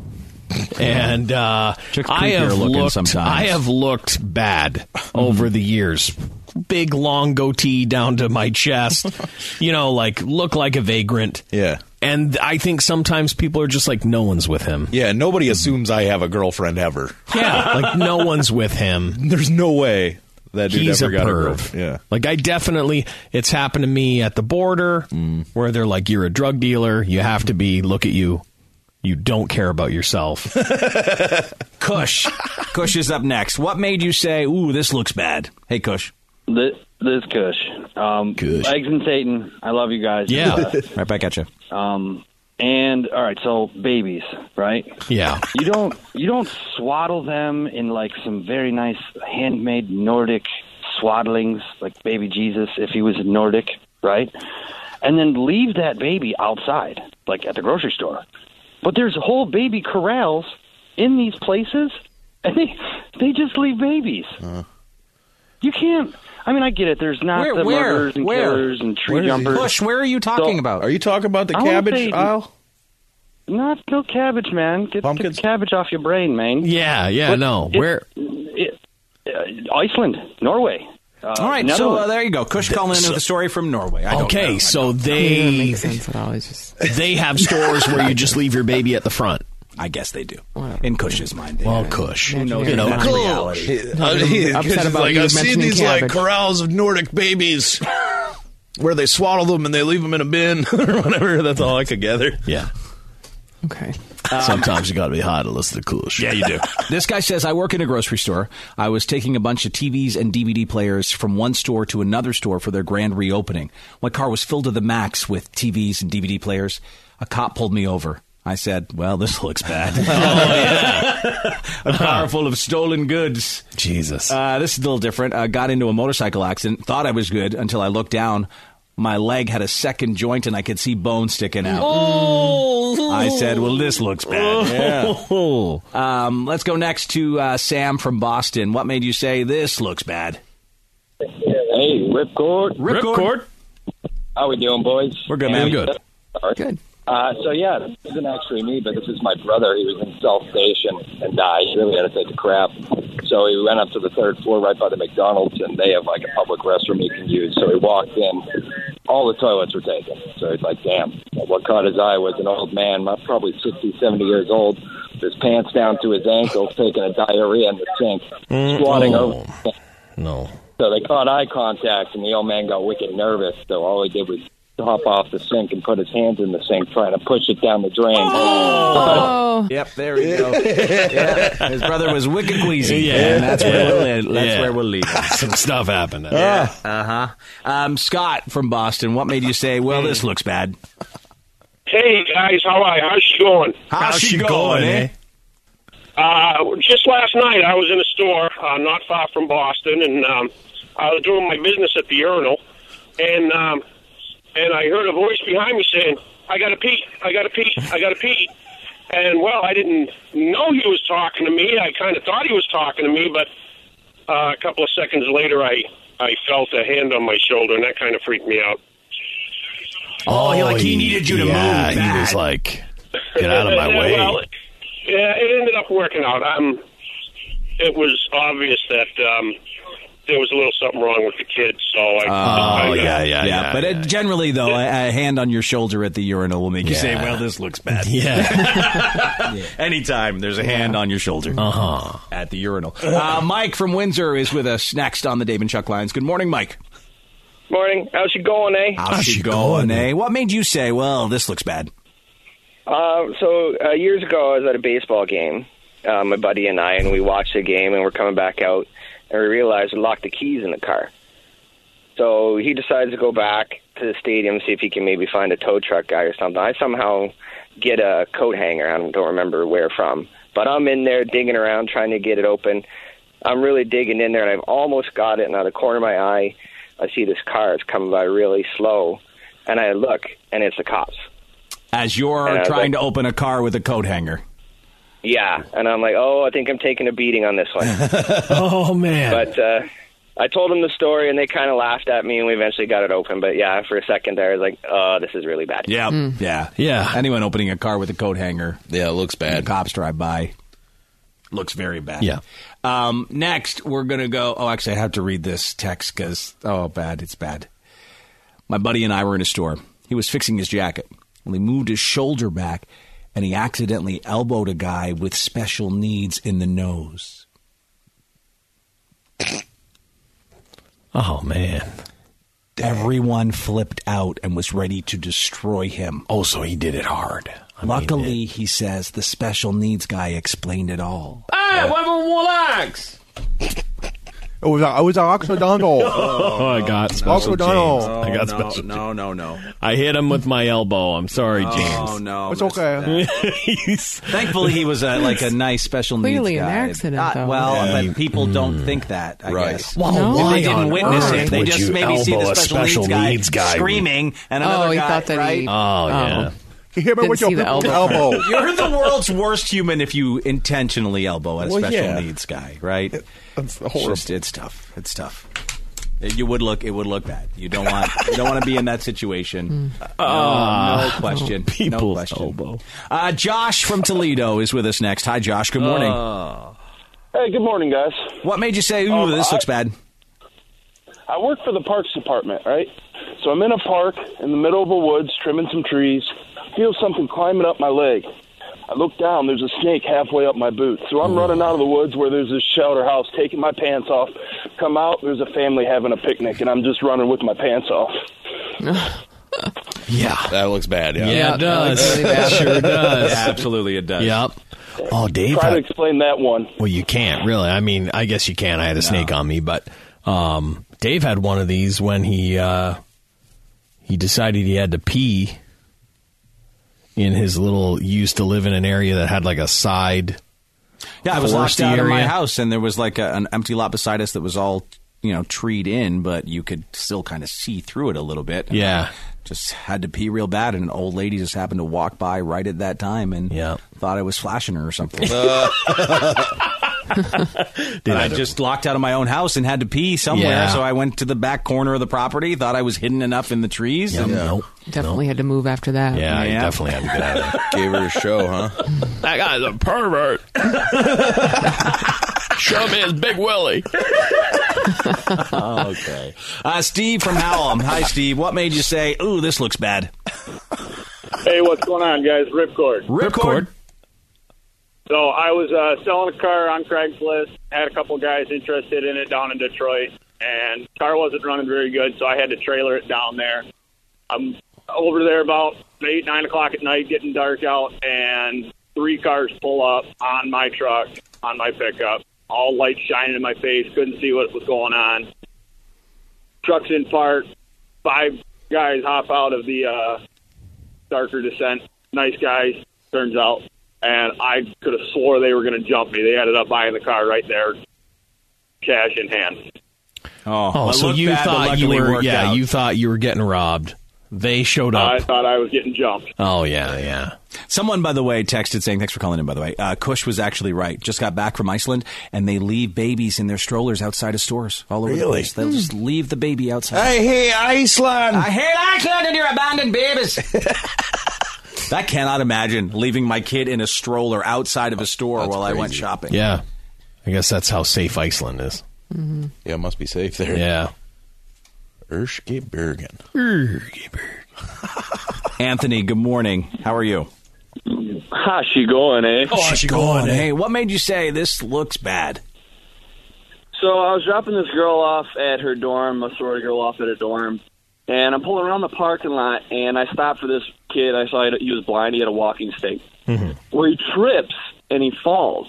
[SPEAKER 3] and uh,
[SPEAKER 2] Chicks
[SPEAKER 3] I
[SPEAKER 2] creepier
[SPEAKER 3] have
[SPEAKER 2] looking
[SPEAKER 3] looked,
[SPEAKER 2] sometimes.
[SPEAKER 3] I have looked bad over the years. Big long goatee down to
[SPEAKER 7] <laughs>
[SPEAKER 3] my chest, you know, like look like a vagrant.
[SPEAKER 7] Yeah.
[SPEAKER 3] And I think sometimes people are just like, no one's with him.
[SPEAKER 7] Yeah, nobody assumes I have a girlfriend ever.
[SPEAKER 3] Yeah, like no one's with
[SPEAKER 7] <laughs>
[SPEAKER 3] him.
[SPEAKER 7] There's no way that dude
[SPEAKER 3] he's
[SPEAKER 7] ever
[SPEAKER 3] a
[SPEAKER 7] got a
[SPEAKER 3] perv.
[SPEAKER 7] girlfriend. Yeah.
[SPEAKER 3] like I definitely. It's happened to me at the border
[SPEAKER 7] Mm.
[SPEAKER 3] where they're like, "You're a drug dealer. You have to be. Look at you. You don't care about
[SPEAKER 7] <laughs>
[SPEAKER 3] yourself." <laughs>
[SPEAKER 2] Kush. Kush is up next. What made you say, ooh, this looks bad? Hey, Kush.
[SPEAKER 30] This, this Kush. Um, Eggs and Satan. I love you guys.
[SPEAKER 2] <laughs> right back at you.
[SPEAKER 30] Uh, um, and all right, so babies, right?
[SPEAKER 3] Yeah.
[SPEAKER 30] You don't you don't swaddle them in like some very nice handmade Nordic swaddlings, like baby Jesus if he was Nordic, right? And then leave that baby outside, like at the grocery store. But there's whole baby corrals in these places, <laughs> and they they just leave babies. You can't. I mean, I get it. There's not
[SPEAKER 2] Where-
[SPEAKER 30] the
[SPEAKER 2] where?
[SPEAKER 30] murderers and
[SPEAKER 2] Where?
[SPEAKER 30] killers and tree
[SPEAKER 2] Where is he?
[SPEAKER 30] jumpers.
[SPEAKER 2] Bush, where are you talking about? Are you talking about the
[SPEAKER 30] I wanna
[SPEAKER 2] cabbage
[SPEAKER 30] say-
[SPEAKER 2] aisle?
[SPEAKER 30] Not no cabbage, man. Get, get the cabbage off your brain, man.
[SPEAKER 3] Yeah, yeah, no. Where?
[SPEAKER 30] It, uh, Iceland, Norway. Uh,
[SPEAKER 2] All right, so
[SPEAKER 30] Netherlands.
[SPEAKER 2] uh, there you go. Kush calling in with a story from Norway. I don't
[SPEAKER 3] okay,
[SPEAKER 2] know.
[SPEAKER 3] so they
[SPEAKER 2] Doesn't make
[SPEAKER 31] sense at all.
[SPEAKER 3] <laughs> they have stores where you just leave your baby at the front.
[SPEAKER 2] I guess they do. In Cush's mind.
[SPEAKER 3] Well, Cush, you
[SPEAKER 2] Imaginary
[SPEAKER 3] know,
[SPEAKER 2] mind.
[SPEAKER 3] Kush.
[SPEAKER 2] reality.
[SPEAKER 7] Uh,
[SPEAKER 2] I'm
[SPEAKER 7] he-
[SPEAKER 2] upset
[SPEAKER 7] he's
[SPEAKER 2] about
[SPEAKER 7] like,
[SPEAKER 2] you
[SPEAKER 7] I've seen
[SPEAKER 2] mentioning
[SPEAKER 7] these like
[SPEAKER 2] cabbage."
[SPEAKER 7] corrals of Nordic babies <laughs> where they swaddle them and they leave them in a bin <laughs> or whatever. That's all I could gather.
[SPEAKER 3] Yeah.
[SPEAKER 31] Okay.
[SPEAKER 3] Sometimes you got to be hot to listen to Kush.
[SPEAKER 2] Yeah, you do. this guy says, I work in a grocery store. I was taking a bunch of TVs and DVD players from one store to another store for their grand reopening. My car was filled to the max with TVs and DVD players. A cop pulled me over. I said, Well, this looks <laughs> bad. a car full of stolen goods.
[SPEAKER 3] Uh-huh. Jesus.
[SPEAKER 2] Uh, this is a little different. I got into a motorcycle accident, thought I was good until I looked down. My leg had a second joint and I could see bone sticking out.
[SPEAKER 9] Oh.
[SPEAKER 2] I said, well, this looks bad. Um, let's go next to uh, Sam from Boston. What made you say this looks bad?
[SPEAKER 32] Hey, Ripcord.
[SPEAKER 2] Ripcord. Ripcord.
[SPEAKER 32] How we doing, boys?
[SPEAKER 2] We're good, man. Good.
[SPEAKER 32] Good. Uh, so yeah, this isn't actually me, but this is my brother. He was in South Station and died. He really had to take a crap. So he went up to the third floor right by the McDonald's, and they have like a public restroom you can use. So he walked in. All the toilets were taken. So he's like, damn. What caught his eye was an old man, probably 60, 70 years old, with his pants down to his ankles, taking a diarrhea in the sink,
[SPEAKER 3] Mm,
[SPEAKER 32] squatting
[SPEAKER 3] oh.
[SPEAKER 32] over the sink.
[SPEAKER 3] No.
[SPEAKER 32] So they caught eye contact, and the old man got wicked nervous. So all he did was hop off the sink and put his hands in the sink, trying to push it down the drain.
[SPEAKER 7] Oh!
[SPEAKER 2] Yep, there we
[SPEAKER 7] <laughs>
[SPEAKER 2] go. <laughs> Yeah, His brother was wicked queasy.
[SPEAKER 3] Yeah.
[SPEAKER 2] and that's where
[SPEAKER 3] Yeah.
[SPEAKER 2] we'll end. That's
[SPEAKER 3] Yeah.
[SPEAKER 2] where we'll <laughs> leave.
[SPEAKER 3] Some stuff happened.
[SPEAKER 2] Uh huh. Um, Scott from Boston. What made you say, well, this looks bad?
[SPEAKER 14] Hey guys, how are you? How's she going?
[SPEAKER 2] How's How's she she going, going, eh? eh?
[SPEAKER 14] Uh, just last night, I was in a store uh, not far from Boston, and um, I was doing my business at the urinal, and um, and I heard a voice behind me saying, "I gotta pee, I gotta pee, I gotta pee." And well, I didn't know he was talking to me. I kind of thought he was talking to me, but uh, a couple of seconds later, I I felt a hand on my shoulder, and that kind of freaked me out.
[SPEAKER 3] Oh,
[SPEAKER 14] he- like, he
[SPEAKER 3] needed you to yeah, move. He was like, get out of my
[SPEAKER 14] Yeah,
[SPEAKER 2] <laughs>
[SPEAKER 3] way.
[SPEAKER 14] Well, yeah, it ended up working out. Um, it was obvious that um, there was a little something wrong with the kid, so I.
[SPEAKER 2] eh?
[SPEAKER 3] Oh,
[SPEAKER 2] Uh, Oh,
[SPEAKER 14] I,
[SPEAKER 2] But uh, generally, though, a, a hand on your shoulder at the urinal will make you say,
[SPEAKER 14] Yeah.
[SPEAKER 2] well, this looks
[SPEAKER 3] <laughs>
[SPEAKER 2] bad.
[SPEAKER 3] Yeah.
[SPEAKER 2] Anytime there's a hand on your shoulder
[SPEAKER 3] uh-huh.
[SPEAKER 2] at the <laughs> urinal. Uh, Mike from Windsor is with us next on the Dave and Chuck lines. Good morning, Mike.
[SPEAKER 33] Morning. How's she going, eh?
[SPEAKER 2] How's she going, eh? What made you say, well, this looks bad?
[SPEAKER 33] Uh, so uh, years ago, I was at a baseball game. Uh, my buddy and I, and we watched the game, and we're coming back out, and we realized we locked the keys in the car. So he decides to go back to the stadium, see if he can maybe find a tow truck guy or something. I somehow get a coat hanger. I don't remember where from, but I'm in there digging around trying to get it open. I'm really digging in there, and I've almost got it. And out of the corner of my eye, I see this car. It's coming by really slow, and I look, and it's the cops.
[SPEAKER 2] As you're
[SPEAKER 33] Uh,
[SPEAKER 2] trying to
[SPEAKER 33] like-
[SPEAKER 2] open a car with a coat hanger.
[SPEAKER 33] Yeah, and I'm like, oh, I think I'm taking a beating on this one.
[SPEAKER 3] <laughs> oh man.
[SPEAKER 33] but uh, I told them the story, and they kind of laughed at me, and we eventually got it open. But yeah, for a second there, I was like, oh, this is really bad.
[SPEAKER 2] Yeah, Hmm.
[SPEAKER 3] Hmm.
[SPEAKER 2] yeah, yeah. Anyone opening a car with a coat hanger, yeah, it looks bad. Cops drive by, looks very bad. <laughs>
[SPEAKER 3] Yeah.
[SPEAKER 2] Um, next, we're gonna go. Oh, actually, I have to read this text because oh, bad, it's bad. My buddy and I were in a store. He was fixing his jacket. Well, he moved his shoulder back, and he accidentally elbowed a guy with special needs in the nose.
[SPEAKER 3] Oh man.
[SPEAKER 2] Everyone flipped out and was ready to destroy him.
[SPEAKER 3] Oh, so he did it hard.
[SPEAKER 2] Luckily, he says the special needs guy explained it all.
[SPEAKER 34] Hey, what happened relax?
[SPEAKER 35] It Oh, was, it was Ox O'Donnell.
[SPEAKER 3] Oh, I got special
[SPEAKER 35] Ox O'Donnell.
[SPEAKER 3] James. I got special.
[SPEAKER 2] No, no, no.
[SPEAKER 3] I hit him with my elbow. I'm sorry,
[SPEAKER 2] Oh,
[SPEAKER 3] James.
[SPEAKER 2] no,
[SPEAKER 35] It's okay.
[SPEAKER 3] <laughs>
[SPEAKER 2] Thankfully, he was a, like a nice special
[SPEAKER 5] Clearly
[SPEAKER 2] needs
[SPEAKER 5] an
[SPEAKER 2] guy.
[SPEAKER 5] accident,
[SPEAKER 2] Not-
[SPEAKER 5] though.
[SPEAKER 2] Well,
[SPEAKER 5] Yeah.
[SPEAKER 2] but people don't think that. I
[SPEAKER 7] Right.
[SPEAKER 2] guess.
[SPEAKER 5] Well, No.
[SPEAKER 2] If
[SPEAKER 5] why
[SPEAKER 2] they didn't
[SPEAKER 5] on
[SPEAKER 2] witness
[SPEAKER 5] earth
[SPEAKER 2] it. They
[SPEAKER 5] Mm. would
[SPEAKER 2] just
[SPEAKER 5] you
[SPEAKER 2] maybe see
[SPEAKER 5] elbow
[SPEAKER 2] the
[SPEAKER 5] a
[SPEAKER 2] special,
[SPEAKER 5] special
[SPEAKER 2] needs,
[SPEAKER 5] needs
[SPEAKER 2] guy
[SPEAKER 5] guy?
[SPEAKER 2] screaming, and
[SPEAKER 5] Oh,
[SPEAKER 2] another
[SPEAKER 5] he
[SPEAKER 2] guy.
[SPEAKER 5] thought that
[SPEAKER 2] right?
[SPEAKER 5] he- Oh, yeah.
[SPEAKER 35] You hit me
[SPEAKER 5] Didn't
[SPEAKER 35] with your <laughs>
[SPEAKER 5] see the
[SPEAKER 35] elbow.
[SPEAKER 5] elbow.
[SPEAKER 2] You're the world's worst human if you intentionally elbow at a
[SPEAKER 35] Well,
[SPEAKER 2] special
[SPEAKER 35] yeah.
[SPEAKER 2] needs guy, right?
[SPEAKER 35] That's
[SPEAKER 2] It's,
[SPEAKER 35] horrible.
[SPEAKER 2] just- it's tough. It's tough. It- you would look. It would look bad. You don't want. you don't want to be in that situation. No, no
[SPEAKER 3] Ah.
[SPEAKER 2] question. no
[SPEAKER 3] People's
[SPEAKER 2] question. Uh, Josh from Toledo is with us next. Hi, Josh. Good morning.
[SPEAKER 4] Hey, good morning, guys. Um,
[SPEAKER 2] What made you say, "Ooh, this looks bad"?
[SPEAKER 4] I work for the parks department, right? So I'm in a park in the middle of the woods trimming some trees, feel something climbing up my leg. I look down, there's a snake halfway up my boot. So
[SPEAKER 7] Mm.
[SPEAKER 4] I'm running out of the woods where there's this shelter house, taking my pants off. Come out, there's a family having a picnic, and I'm just running with my pants off.
[SPEAKER 3] Yeah.
[SPEAKER 7] That looks bad. Yeah,
[SPEAKER 3] Yeah, it
[SPEAKER 7] <laughs>
[SPEAKER 3] does. sure does.
[SPEAKER 2] Yeah, absolutely, it does.
[SPEAKER 3] Yep. Oh, Dave.
[SPEAKER 4] Try to
[SPEAKER 3] I-
[SPEAKER 4] explain that one.
[SPEAKER 3] well, you can't really. I mean, I guess you can. I had a snake on me, but um, Dave had one of these when he uh, he decided he had to pee in his little. He used to live in an area that had like a side.
[SPEAKER 2] Yeah, I was
[SPEAKER 3] forest
[SPEAKER 2] locked out of my
[SPEAKER 3] area.
[SPEAKER 2] house, and there was like a, an empty lot beside us that was all you know treed in, but you could still kind of see through it a little bit. And
[SPEAKER 3] Yeah.
[SPEAKER 2] I just had to pee real bad, and an old lady just happened to walk by right at that time and thought I was flashing her or something.
[SPEAKER 3] <laughs>
[SPEAKER 2] And I just locked out of my own house and had to pee somewhere,
[SPEAKER 5] Yeah.
[SPEAKER 2] so I went to the back corner of the property. Thought I was hidden enough in the trees. and-
[SPEAKER 5] Definitely had to move after that.
[SPEAKER 3] had to get out of
[SPEAKER 7] there. Gave her a show,
[SPEAKER 3] <laughs>
[SPEAKER 7] huh?
[SPEAKER 3] That guy's a pervert. Show me his big willy.
[SPEAKER 2] okay. Uh, Steve from Howlem. Hi, Steve. What made you say, "Ooh, this looks bad"?
[SPEAKER 6] Hey, what's going on, guys? Ripcord.
[SPEAKER 2] Ripcord.
[SPEAKER 6] So I was uh, selling a car on Craigslist. Had a couple guys interested in it down in Detroit, and car wasn't running very good, so I had to trailer it down there. I'm over there about eight, nine o'clock at night, getting dark out, and three cars pull up on my truck, on my pickup, all lights shining in my face. Couldn't see what was going on. Truck's in park. Five guys hop out of the uh, darker descent. Nice guys, turns out. And I could have swore they were going to jump me. They ended up buying the car right there, cash in hand.
[SPEAKER 2] Oh,
[SPEAKER 3] Oh,
[SPEAKER 6] It
[SPEAKER 3] so
[SPEAKER 6] looked
[SPEAKER 3] you
[SPEAKER 6] bad, but
[SPEAKER 3] thought you
[SPEAKER 6] luckily
[SPEAKER 3] were
[SPEAKER 6] worked
[SPEAKER 3] yeah,
[SPEAKER 6] out.
[SPEAKER 3] you thought you were getting robbed. They showed
[SPEAKER 6] I
[SPEAKER 3] up.
[SPEAKER 6] thought I was getting jumped.
[SPEAKER 3] oh yeah, yeah.
[SPEAKER 2] Someone, by the way, texted saying, "Thanks for calling in." By the way, uh, Kush was actually right. Just got back from Iceland, and they leave babies in their strollers outside of stores all over the
[SPEAKER 7] Really?
[SPEAKER 2] place. They'll just leave the baby outside.
[SPEAKER 7] I hate Iceland.
[SPEAKER 2] I hate Iceland and your abandoned babies. I cannot imagine leaving my kid in a stroller outside of a store while I went shopping.
[SPEAKER 3] Yeah. I guess that's how safe Iceland is.
[SPEAKER 2] Mm-hmm.
[SPEAKER 7] Yeah, it must be safe there.
[SPEAKER 3] Yeah.
[SPEAKER 7] Erske Bergen.
[SPEAKER 2] Anthony, good morning. How are you?
[SPEAKER 4] How's she going, eh?
[SPEAKER 2] How's she going, eh? What made you say this looks bad?
[SPEAKER 4] So I was dropping this girl off at her dorm, a sorority girl off at her dorm, and I'm pulling around the parking lot, and I stopped for this kid. I saw he he was blind. He had a walking stick. Well, he trips and he falls,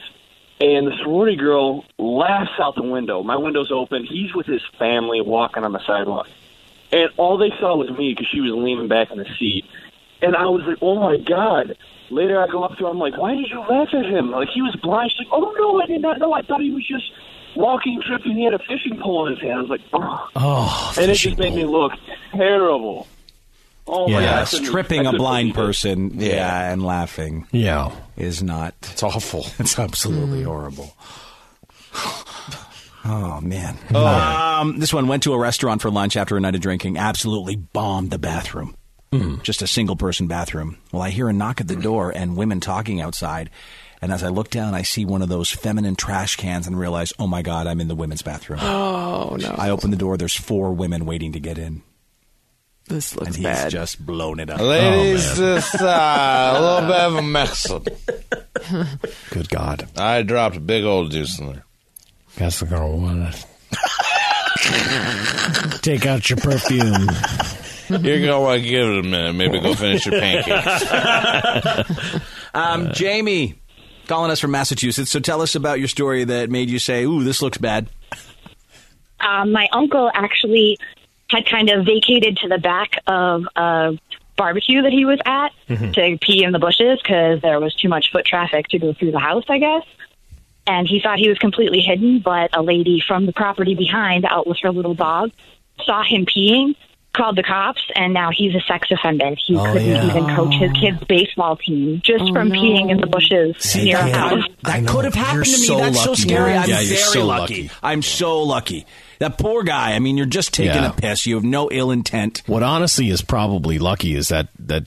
[SPEAKER 4] and the sorority girl laughs out the window. My window's open. He's with his family walking on the sidewalk, and all they saw was me because she was leaning back in the seat. And I was like, oh my God. Later, I go up to her. I'm like, why did you laugh at him? Like, he was blind. She's like, oh no, I did not know. I thought he was just walking, tripping. He had a fishing pole in his hand. I was like, oh.
[SPEAKER 3] Oh,
[SPEAKER 4] and it just made me look terrible.
[SPEAKER 17] Oh my
[SPEAKER 2] yeah,
[SPEAKER 17] God, I couldn't-
[SPEAKER 2] stripping
[SPEAKER 17] I
[SPEAKER 2] a
[SPEAKER 17] couldn't
[SPEAKER 2] blind
[SPEAKER 17] believe it.
[SPEAKER 2] person, yeah. and laughing,
[SPEAKER 3] yeah,
[SPEAKER 2] is not. It's awful. <laughs> It's absolutely horrible. <sighs> Oh man! Um, this one went to a restaurant for lunch after a night of drinking. Absolutely bombed the bathroom.
[SPEAKER 4] <laughs> Mm.
[SPEAKER 2] Just a single person bathroom. Well, I hear a knock at the door and women talking outside. And as I look down, I see one of those feminine trash cans and realize, oh my god, I'm in the women's bathroom.
[SPEAKER 5] Oh, no.
[SPEAKER 2] I open the door. There's four women waiting to get in.
[SPEAKER 5] This
[SPEAKER 2] looks and he's Just blown
[SPEAKER 7] Oh,
[SPEAKER 2] it up, Oh,
[SPEAKER 7] Ladies, <laughs> this uh, a little bit of a mess. <laughs>
[SPEAKER 36] Good God.
[SPEAKER 7] I dropped a big old juice in there.
[SPEAKER 15] Guess they're gonna want it. Take out your perfume.
[SPEAKER 7] <laughs>
[SPEAKER 2] <laughs>
[SPEAKER 7] You're gonna want to give it a minute. Maybe go finish your pancakes.
[SPEAKER 2] Um, Jamie, calling us from Massachusetts. So tell us about your story that made you say, "Ooh, this looks bad."
[SPEAKER 37] um, my uncle actually had kind of vacated to the back of a barbecue that he was at
[SPEAKER 38] Mhm.
[SPEAKER 37] to pee in the bushes because there was too much foot traffic to go through the house, I guess. And he thought he was completely hidden, but a lady from the property behind, out with her little dog, saw him peeing, called the cops, and now he's a sex offender. He
[SPEAKER 15] Oh,
[SPEAKER 37] couldn't
[SPEAKER 15] yeah.
[SPEAKER 37] even coach his kid's baseball team just
[SPEAKER 5] Oh,
[SPEAKER 37] from
[SPEAKER 5] no.
[SPEAKER 37] peeing in the bushes near a house.
[SPEAKER 2] That could have
[SPEAKER 37] You're
[SPEAKER 2] happened to me.
[SPEAKER 37] so
[SPEAKER 2] That's so
[SPEAKER 37] lucky.
[SPEAKER 2] scary.
[SPEAKER 37] Yeah.
[SPEAKER 2] I'm
[SPEAKER 37] Yeah,
[SPEAKER 2] very
[SPEAKER 37] you're so
[SPEAKER 2] lucky. I'm so lucky. That poor guy. I mean, you're just taking
[SPEAKER 3] Yeah.
[SPEAKER 2] a piss. You have no ill intent.
[SPEAKER 3] What honestly is probably lucky is that that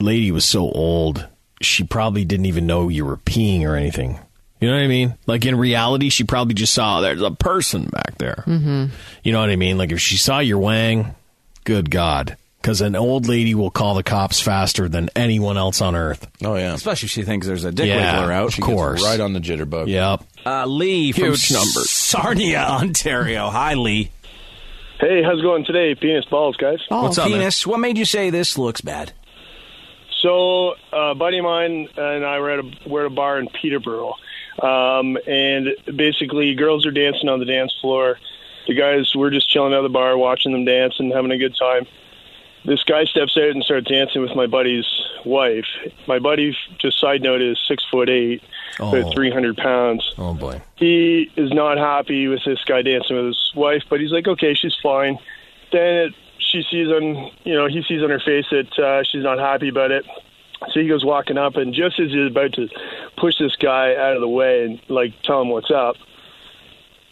[SPEAKER 3] lady was so old, she probably didn't even know you were peeing or anything. You know what I mean? Like in reality, she probably just saw there's a person back there. <laughs>
[SPEAKER 4] Mm-hmm.
[SPEAKER 3] You know what I mean? Like if she saw your wang, good God. Because an old lady will call the cops faster than anyone else on earth.
[SPEAKER 7] Oh, yeah.
[SPEAKER 2] Especially if she thinks there's a dick
[SPEAKER 3] yeah,
[SPEAKER 2] wiggler out.
[SPEAKER 3] Of course.
[SPEAKER 7] right on the jitterbug.
[SPEAKER 3] Yep.
[SPEAKER 2] Uh, Lee from
[SPEAKER 3] Huge number.
[SPEAKER 2] Sarnia, <laughs> Ontario. Hi, Lee.
[SPEAKER 39] Hey, how's it going today? Penis balls, guys.
[SPEAKER 2] What's up, penis? What made you say this looks bad?
[SPEAKER 39] So, uh, a buddy of mine and I were at a, we're at a bar in Peterborough. Um, and basically, girls are dancing on the dance floor. The guys, we're just chilling at the bar, watching them dance and having a good time. This guy steps out and starts dancing with my buddy's wife. My buddy, just side note, is six foot eight,
[SPEAKER 3] Oh.
[SPEAKER 39] about 300 pounds.
[SPEAKER 3] Oh, boy.
[SPEAKER 39] he is not happy with this guy dancing with his wife, but he's like, okay, she's fine. Then it, she sees on, you know, he sees on her face that uh, she's not happy about it. So he goes walking up, and just as he's about to push this guy out of the way and like tell him what's up,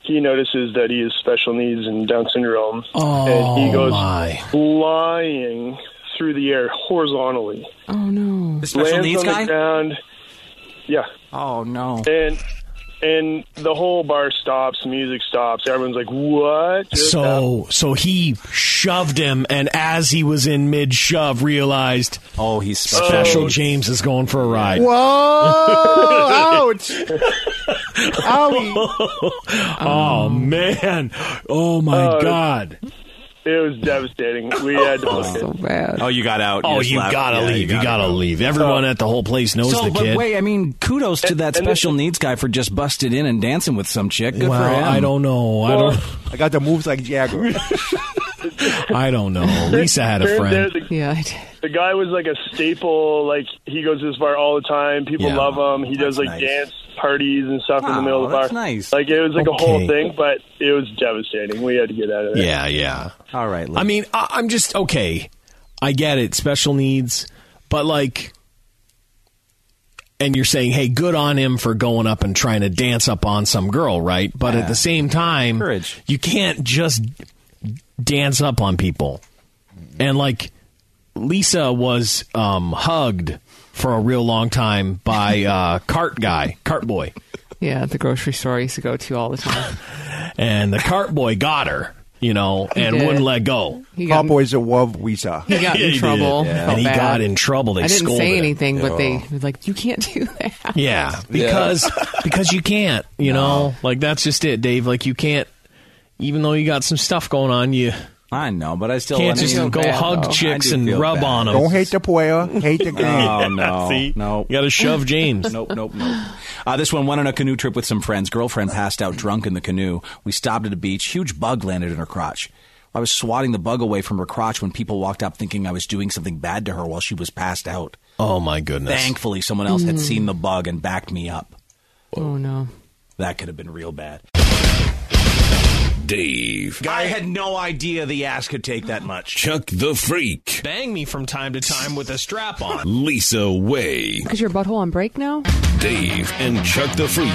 [SPEAKER 39] he notices that he has special needs and Down syndrome,
[SPEAKER 4] Oh,
[SPEAKER 39] and he goes
[SPEAKER 4] my.
[SPEAKER 39] flying through the air horizontally.
[SPEAKER 5] Oh no!
[SPEAKER 39] The special Lands needs on the guy? ground. Yeah.
[SPEAKER 2] Oh no.
[SPEAKER 39] And and the whole bar stops, music stops. Everyone's like, "What?" just
[SPEAKER 3] So so he shoved him, and as he was in mid shove, realized
[SPEAKER 2] oh he's
[SPEAKER 3] special.
[SPEAKER 39] special.
[SPEAKER 3] James is going for a ride.
[SPEAKER 4] Whoa!
[SPEAKER 3] <laughs>
[SPEAKER 4] Ouch!
[SPEAKER 3] oh man! Oh my
[SPEAKER 6] Uh,
[SPEAKER 39] Oh,
[SPEAKER 3] god!
[SPEAKER 39] It was devastating. We had to book it.
[SPEAKER 2] Oh, you got out.
[SPEAKER 3] Oh,
[SPEAKER 2] just
[SPEAKER 3] you
[SPEAKER 2] left.
[SPEAKER 3] gotta
[SPEAKER 2] Yeah,
[SPEAKER 3] leave. You gotta, leave. Everyone at the whole place knows
[SPEAKER 2] so,
[SPEAKER 3] the
[SPEAKER 2] but
[SPEAKER 3] kid.
[SPEAKER 2] wait, I mean, kudos to that special needs guy for just busted in and dancing with some chick. Good for
[SPEAKER 3] Well,
[SPEAKER 2] him.
[SPEAKER 3] I don't know. I don't.
[SPEAKER 9] I got the moves
[SPEAKER 3] <laughs>
[SPEAKER 9] like Jagger.
[SPEAKER 3] I don't know. Lisa had a
[SPEAKER 39] There-
[SPEAKER 3] friend.
[SPEAKER 39] there, the, the guy was like a staple. Like he goes to this bar all the time. People
[SPEAKER 3] Yeah.
[SPEAKER 39] love him. He does like
[SPEAKER 3] nice.
[SPEAKER 39] dance parties and stuff in the middle of the
[SPEAKER 3] Wow,
[SPEAKER 39] bar.
[SPEAKER 3] that's nice.
[SPEAKER 39] Like it was like a
[SPEAKER 3] Okay.
[SPEAKER 39] whole thing, but it was devastating. We had to get out of there.
[SPEAKER 3] Yeah, yeah.
[SPEAKER 2] All right.
[SPEAKER 3] I mean, I, I'm just okay. I get it, special needs, but like, and you're saying, hey, good on him for going up and trying to dance up on some girl, right? But at the same time, you can't just dance up on people. And like, Lisa was um, hugged for a real long time
[SPEAKER 5] <laughs>
[SPEAKER 3] by uh, cart guy, cart boy
[SPEAKER 5] Yeah, at the grocery store I used to go to all the time.
[SPEAKER 3] <laughs> and the cart boy got her, you know,
[SPEAKER 5] He
[SPEAKER 3] and
[SPEAKER 5] did.
[SPEAKER 3] wouldn't let go.
[SPEAKER 5] He got-
[SPEAKER 3] Cowboys love Lisa.
[SPEAKER 5] <laughs> He
[SPEAKER 3] <laughs>
[SPEAKER 5] got in trouble. Felt
[SPEAKER 3] and he
[SPEAKER 5] bad.
[SPEAKER 3] got in trouble. They
[SPEAKER 5] I didn't
[SPEAKER 3] scolded
[SPEAKER 5] say
[SPEAKER 3] him.
[SPEAKER 5] anything, but they were like, "You can't do
[SPEAKER 3] <laughs>
[SPEAKER 5] that." <laughs>
[SPEAKER 3] yeah, because because you can't, you know, like that's just it, Dave. Like you can't, even though you got some stuff going on, you.
[SPEAKER 2] I know, but I still
[SPEAKER 3] can't
[SPEAKER 2] I
[SPEAKER 3] just
[SPEAKER 2] feel
[SPEAKER 3] go
[SPEAKER 2] bad,
[SPEAKER 3] hug
[SPEAKER 2] though.
[SPEAKER 3] chicks
[SPEAKER 2] I do
[SPEAKER 3] and
[SPEAKER 2] feel
[SPEAKER 3] rub
[SPEAKER 2] bad.
[SPEAKER 3] on them.
[SPEAKER 9] Don't hate the player, hate
[SPEAKER 2] <laughs>
[SPEAKER 9] the game.
[SPEAKER 2] Oh no,
[SPEAKER 3] <laughs> See?
[SPEAKER 2] no!
[SPEAKER 3] You gotta shove James.
[SPEAKER 2] nope, nope, nope. Uh, this one went on a canoe trip with some friends. Girlfriend passed out drunk in the canoe. We stopped at a beach. Huge bug landed in her crotch. I was swatting the bug away from her crotch when people walked up, thinking I was doing something bad to her while she was passed out.
[SPEAKER 3] Oh my goodness!
[SPEAKER 2] Thankfully, someone else had
[SPEAKER 5] Mm.
[SPEAKER 2] seen the bug and backed me up.
[SPEAKER 5] Oh no!
[SPEAKER 2] That could have been real bad.
[SPEAKER 6] Dave.
[SPEAKER 2] I had no idea the ass could take that much.
[SPEAKER 6] Chuck the Freak.
[SPEAKER 3] Bang me from time to time with a strap on.
[SPEAKER 6] Lisa Way.
[SPEAKER 5] Is your butthole on break now?
[SPEAKER 6] Dave and Chuck the Freak.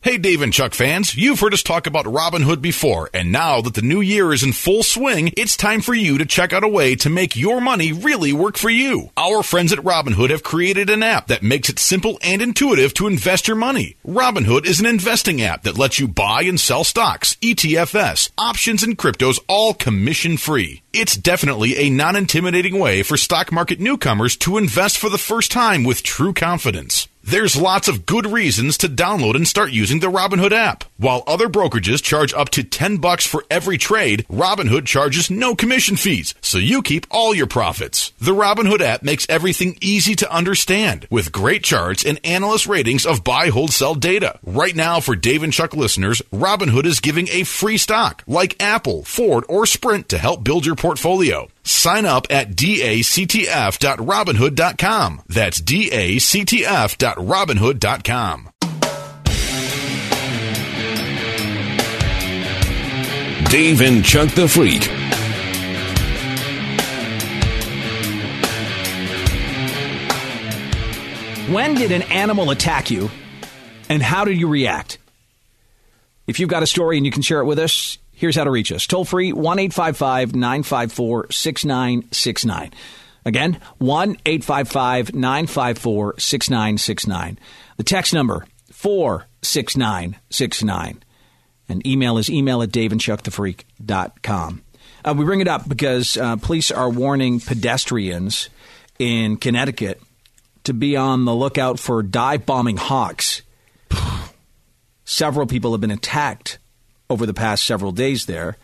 [SPEAKER 38] Hey, Dave and Chuck fans, you've heard us talk about Robin Hood before, and now that the new year is in full swing, it's time for you to check out a way to make your money really work for you. Our friends at Robin Hood have created an app that makes it simple and intuitive to invest your money. Robin Hood is an investing app that lets you buy and sell stocks, E ETFs, options, and cryptos all commission free. It's definitely a non intimidating way for stock market newcomers to invest for the first time with true confidence. There's lots of good reasons to download and start using the Robinhood app. While other brokerages charge up to 10 bucks for every trade, Robinhood charges no commission fees, so you keep all your profits. The Robinhood app makes everything easy to understand with great charts and analyst ratings of buy, hold, sell data. Right now for Dave and Chuck listeners, Robinhood is giving a free stock like Apple, Ford, or Sprint to help build your portfolio. Sign up at dactf.robinhood.com. That's dactf.robinhood.com.
[SPEAKER 6] Dave and Chuck the Freak.
[SPEAKER 2] When did an animal attack you, and how did you react? If you've got a story and you can share it with us, here's how to reach us toll free 1 855 954 6969. Again, 1 855 954 6969. The text number 46969. And email is email at daveandchuckthefreak.com. Uh, we bring it up because uh, police are warning pedestrians in Connecticut to be on the lookout for dive bombing hawks. Several people have been attacked over the past several days there,